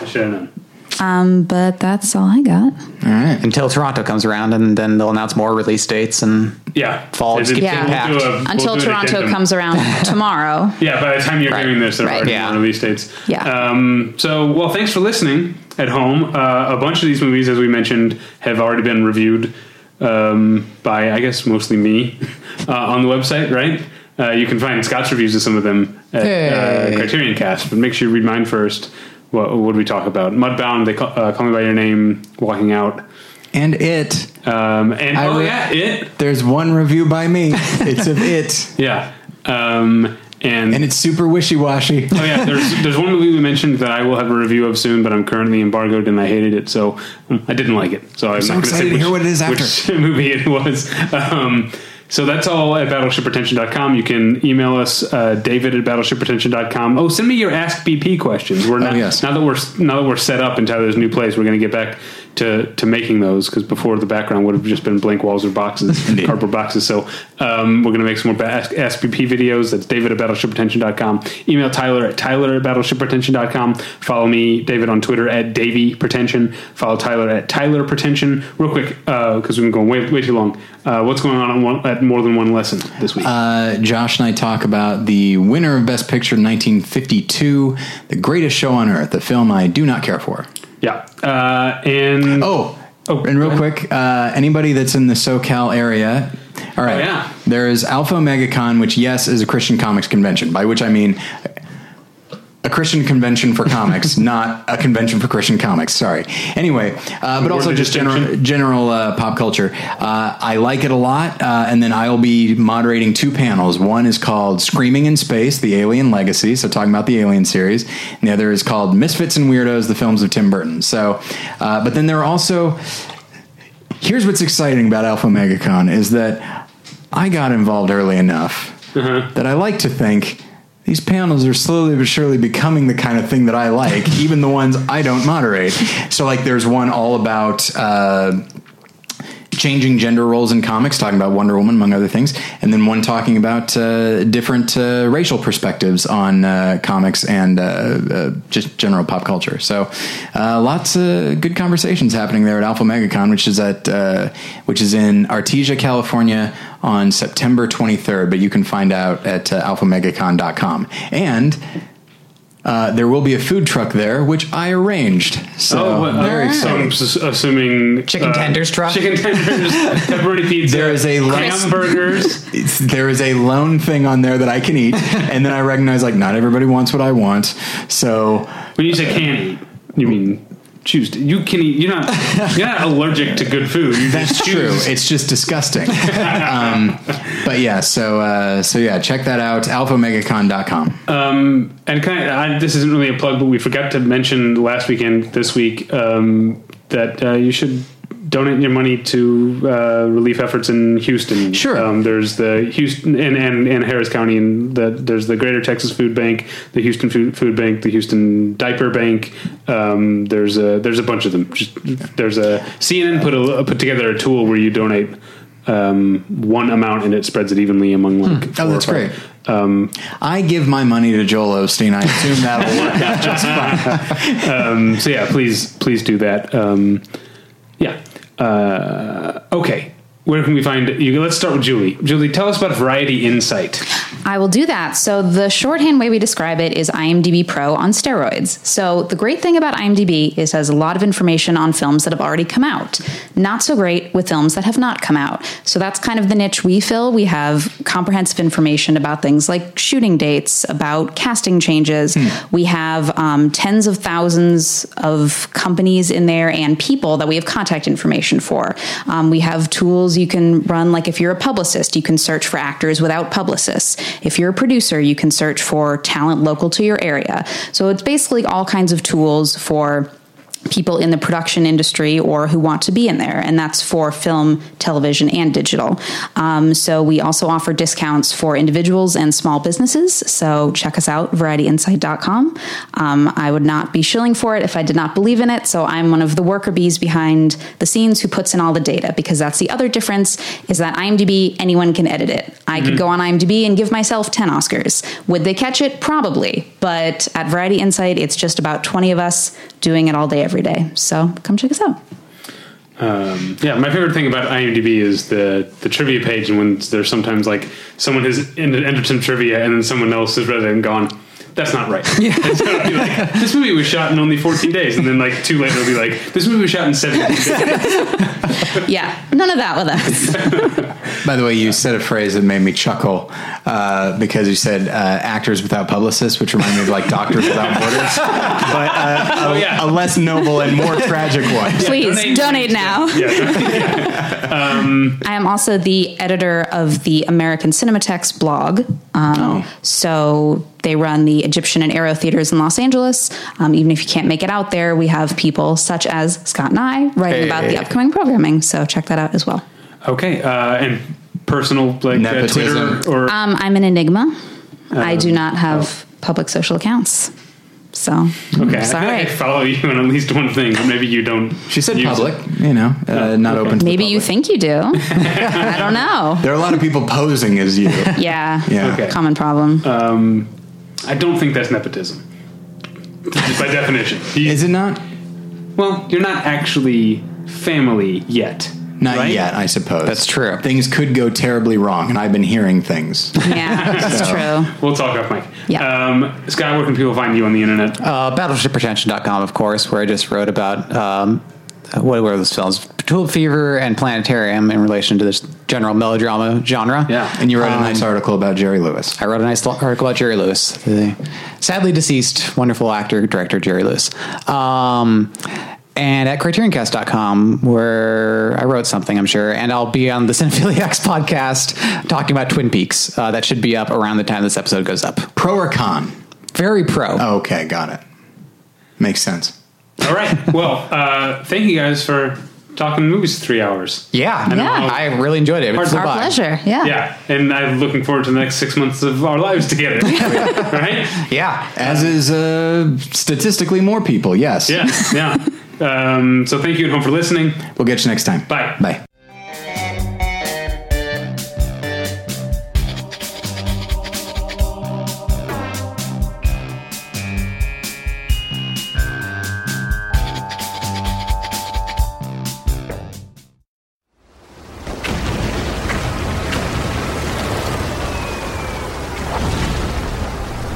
Speaker 2: I should have known.
Speaker 3: um, but that's all i got
Speaker 1: All right.
Speaker 4: Until Toronto comes around, and then they'll announce more release dates and
Speaker 2: Yeah,
Speaker 4: Fall
Speaker 2: Is it-
Speaker 4: keeps
Speaker 3: getting
Speaker 2: we'll
Speaker 4: packed.
Speaker 2: do a- we'll
Speaker 3: until
Speaker 2: do an
Speaker 3: toronto
Speaker 2: addendum.
Speaker 3: comes around tomorrow
Speaker 2: Yeah, by the time you're hearing this, there are
Speaker 3: Right.
Speaker 2: already
Speaker 4: Yeah.
Speaker 2: on release dates.
Speaker 3: Yeah.
Speaker 2: Um, so, well, thanks for listening at home. Uh, a bunch of these movies, as we mentioned, have already been reviewed um, by, I guess, mostly me uh, on the website, right? Uh, you can find Scott's reviews of some of them at
Speaker 4: Hey.
Speaker 2: uh, Criterion Cast, but make sure you read mine first. What, what did we talk about? Mudbound, they call, uh, call me by your name, Walking Out,
Speaker 1: And it.
Speaker 2: um, and
Speaker 1: I
Speaker 2: oh
Speaker 1: re-
Speaker 2: yeah, it,
Speaker 1: There's one review by me. It's of it.
Speaker 2: yeah, um, and
Speaker 1: And it's super wishy washy.
Speaker 2: Oh yeah, there's there's one movie we mentioned that I will have a review of soon, but I'm currently embargoed and I hated it, so mm, I didn't like it. So I'm,
Speaker 1: so
Speaker 2: not going
Speaker 1: excited to
Speaker 2: which,
Speaker 1: hear what it is after.
Speaker 2: which movie it was. Um, so that's all at battleshipretention.com. You can email us uh, David at battleshipretention.com. Oh, send me your Ask BP questions. We're not,
Speaker 1: Oh, yes.
Speaker 2: now that we're now that we're set up in Tyler's new place, we're going to get back to to making those because before the background would have just been blank walls or boxes,
Speaker 1: Indeed.
Speaker 2: cardboard boxes. So um, we're going to make some more ba- Ask, Ask BP videos. That's David at battleshipretention.com. Email Tyler at Tyler at battleshipretention.com. Follow me, David, on Twitter at Davy Pretension. Follow Tyler at Tyler Pretension. Real quick, because we've been going way, way too long. Uh, what's going on at, one, at more than one lesson this week?
Speaker 1: Uh, Josh and I talk about the winner of Best Picture in 1952, The Greatest Show on Earth, a film I do not care for.
Speaker 2: yeah. Uh, and
Speaker 1: Oh,
Speaker 2: Oh,
Speaker 1: and real
Speaker 2: go
Speaker 1: quick, uh, anybody that's in the SoCal area, all right,
Speaker 2: Oh, yeah.
Speaker 1: there is Alpha Omega Con, which yes is a Christian comics convention, by which I mean a Christian convention for comics, not a convention for Christian comics. Sorry. Anyway, uh, but
Speaker 2: Word
Speaker 1: also
Speaker 2: of
Speaker 1: just general
Speaker 2: distinction.
Speaker 1: general uh, pop culture. Uh, I like it a lot, uh, and then I'll be moderating two panels. One is called "Screaming in Space: The Alien Legacy," so talking about the Alien series, and the other is called "Misfits and Weirdos: The Films of Tim Burton." So, uh, but then there are also here's what's exciting about Alpha MegaCon is that I got involved early enough that I like to think these panels are slowly but surely becoming the kind of thing that I like, even the ones I don't moderate. So, like, there's one all about. Uh, Changing gender roles in comics, talking about Wonder Woman, among other things, and then one talking about uh, different uh, racial perspectives on uh, comics and uh, uh, just general pop culture. So, uh, lots of good conversations happening there at Alpha MegaCon, which is at uh, which is in Artesia, California, on September 23rd. But you can find out at uh, alphamegacon.com. And uh, there will be a food truck there, which I arranged. So
Speaker 2: Oh, what,
Speaker 1: very
Speaker 2: so
Speaker 1: exciting.
Speaker 2: I'm s- assuming
Speaker 4: Chicken
Speaker 2: uh,
Speaker 4: tenders truck?
Speaker 2: chicken tenders, pepperoni pizza.
Speaker 1: There is a
Speaker 2: lamb
Speaker 1: crisp-
Speaker 2: burgers.
Speaker 1: it's- there is a lone thing on there that I can eat, and then I recognize like not everybody wants what I want. So
Speaker 2: When you say can eat, you mean choose. To, you can eat. You're not. You're not allergic to good food. You
Speaker 1: that's
Speaker 2: just
Speaker 1: true.
Speaker 2: choose.
Speaker 1: It's just disgusting. um, but yeah, so uh, so yeah, check that out. AlphaOmegaCon.com.
Speaker 2: Um, and kind of, I, this isn't really a plug, but we forgot to mention last weekend, this week, um, that uh, you should donate your money to uh, relief efforts in Houston.
Speaker 1: Sure.
Speaker 2: Um, there's the Houston and, and, and Harris County, and the, there's the Greater Texas Food Bank, the Houston Food, Food Bank, the Houston Diaper Bank. Um, there's a there's a bunch of them. Just, there's a CNN put a, put together a tool where you donate um, one amount and it spreads it evenly among like. four
Speaker 1: Oh,
Speaker 2: or
Speaker 1: that's
Speaker 2: five-
Speaker 1: great. I give my money to Joel Osteen. I assume that'll work out just fine.
Speaker 2: so yeah, please please do that. Um, yeah. Uh, okay. Where can we find you? Let's start with Julie. Julie, tell us about Variety Insight.
Speaker 3: I will do that. So, the shorthand way we describe it is IMDb Pro on steroids. So, the great thing about IMDb is it has a lot of information on films that have already come out. Not so great with films that have not come out. So, that's kind of the niche we fill. We have comprehensive information about things like shooting dates, about casting changes. We have um, tens of thousands of companies in there and people that we have contact information for. Um, we have tools you can run, like if you're a publicist, you can search for actors without publicists. If you're a producer, you can search for talent local to your area. So it's basically all kinds of tools for people in the production industry or who want to be in there and that's for film television and digital um, so we also offer discounts for individuals and small businesses so check us out varietyinsight.com um, i would not be shilling for it if i did not believe in it so i'm one of the worker bees behind the scenes who puts in all the data because that's the other difference is that imdb anyone can edit it i could go on imdb and give myself 10 oscars would they catch it probably but at variety insight it's just about 20 of us doing it all day every day. So come check us out.
Speaker 2: Um, yeah, my favorite thing about IMDb is the the trivia page, and when there's sometimes like someone has en- entered some trivia, and then someone else has read it and gone, "That's not right." Yeah. like, this movie was shot in only 14 days, and then like two later, it'll be like, "This movie was shot in 17 days."
Speaker 3: Yeah, none of that with us.
Speaker 1: By the way, you said a phrase that made me chuckle uh, because you said uh, actors without publicists, which reminded me of like doctors without borders, but uh, a,
Speaker 2: Oh, yeah.
Speaker 1: a less noble and more tragic one.
Speaker 3: Please donate, now.
Speaker 2: yeah.
Speaker 3: I am also the editor of the American Cinematex blog. Um, So they run the Egyptian and Aero theaters in Los Angeles. Um, even if you can't make it out there, we have people such as Scott and I writing about
Speaker 4: Hey.
Speaker 3: the upcoming programming. So check that out as well.
Speaker 2: Okay, uh, and personal like uh, Twitter
Speaker 1: Nepotism.
Speaker 2: or
Speaker 3: Um, I'm an enigma. I do not have public social accounts. So
Speaker 2: okay,
Speaker 3: sorry.
Speaker 2: I, think I follow you on at least one thing, but maybe you don't.
Speaker 1: She said
Speaker 2: use it.
Speaker 1: public, you know, uh, not open. To the
Speaker 3: Maybe you
Speaker 1: public.
Speaker 3: think you do. I don't know.
Speaker 1: there are a lot of people posing as you.
Speaker 3: Yeah.
Speaker 1: Yeah.
Speaker 2: Okay.
Speaker 3: Common problem.
Speaker 2: I don't think that's nepotism by definition. You-
Speaker 1: Is it not?
Speaker 2: well, you're not actually family yet.
Speaker 1: Not
Speaker 2: right?
Speaker 1: yet, I suppose.
Speaker 4: That's true.
Speaker 1: Things could go terribly wrong, and I've been hearing things.
Speaker 3: yeah, that's true.
Speaker 2: We'll talk off mic.
Speaker 3: Yeah.
Speaker 2: Um, Scott, where can people find you on the internet?
Speaker 1: Oh.
Speaker 4: Uh, BattleshipRetention.com, of course, where I just wrote about um, what were those films? Tulip Fever and Planetarium in relation to this general melodrama genre.
Speaker 2: Yeah.
Speaker 1: And you wrote
Speaker 2: Uh,
Speaker 1: a nice article about Jerry Lewis.
Speaker 4: I wrote a nice article about Jerry Lewis, the sadly deceased, wonderful actor, director Jerry Lewis. Um, and at CriterionCast.com, where I wrote something, I'm sure, and I'll be on the Cinephiliacs podcast talking about Twin Peaks. Uh, that should be up around the time this episode goes up.
Speaker 1: Pro or con?
Speaker 4: Very pro.
Speaker 1: Okay, got it. Makes sense.
Speaker 2: All right. Well, uh, thank you guys for talking movies for three hours.
Speaker 4: Yeah,
Speaker 3: Yeah.
Speaker 4: I really enjoyed it. It
Speaker 2: Our
Speaker 4: flew
Speaker 3: Our
Speaker 4: by.
Speaker 3: pleasure. Yeah.
Speaker 2: Yeah, and I'm looking forward to the next six months of our lives together. right?
Speaker 4: Yeah,
Speaker 1: As is uh, statistically more people, yes.
Speaker 2: Yeah, yeah. Um, so thank you at home for listening.
Speaker 1: We'll get you next time.
Speaker 2: Bye.
Speaker 1: Bye.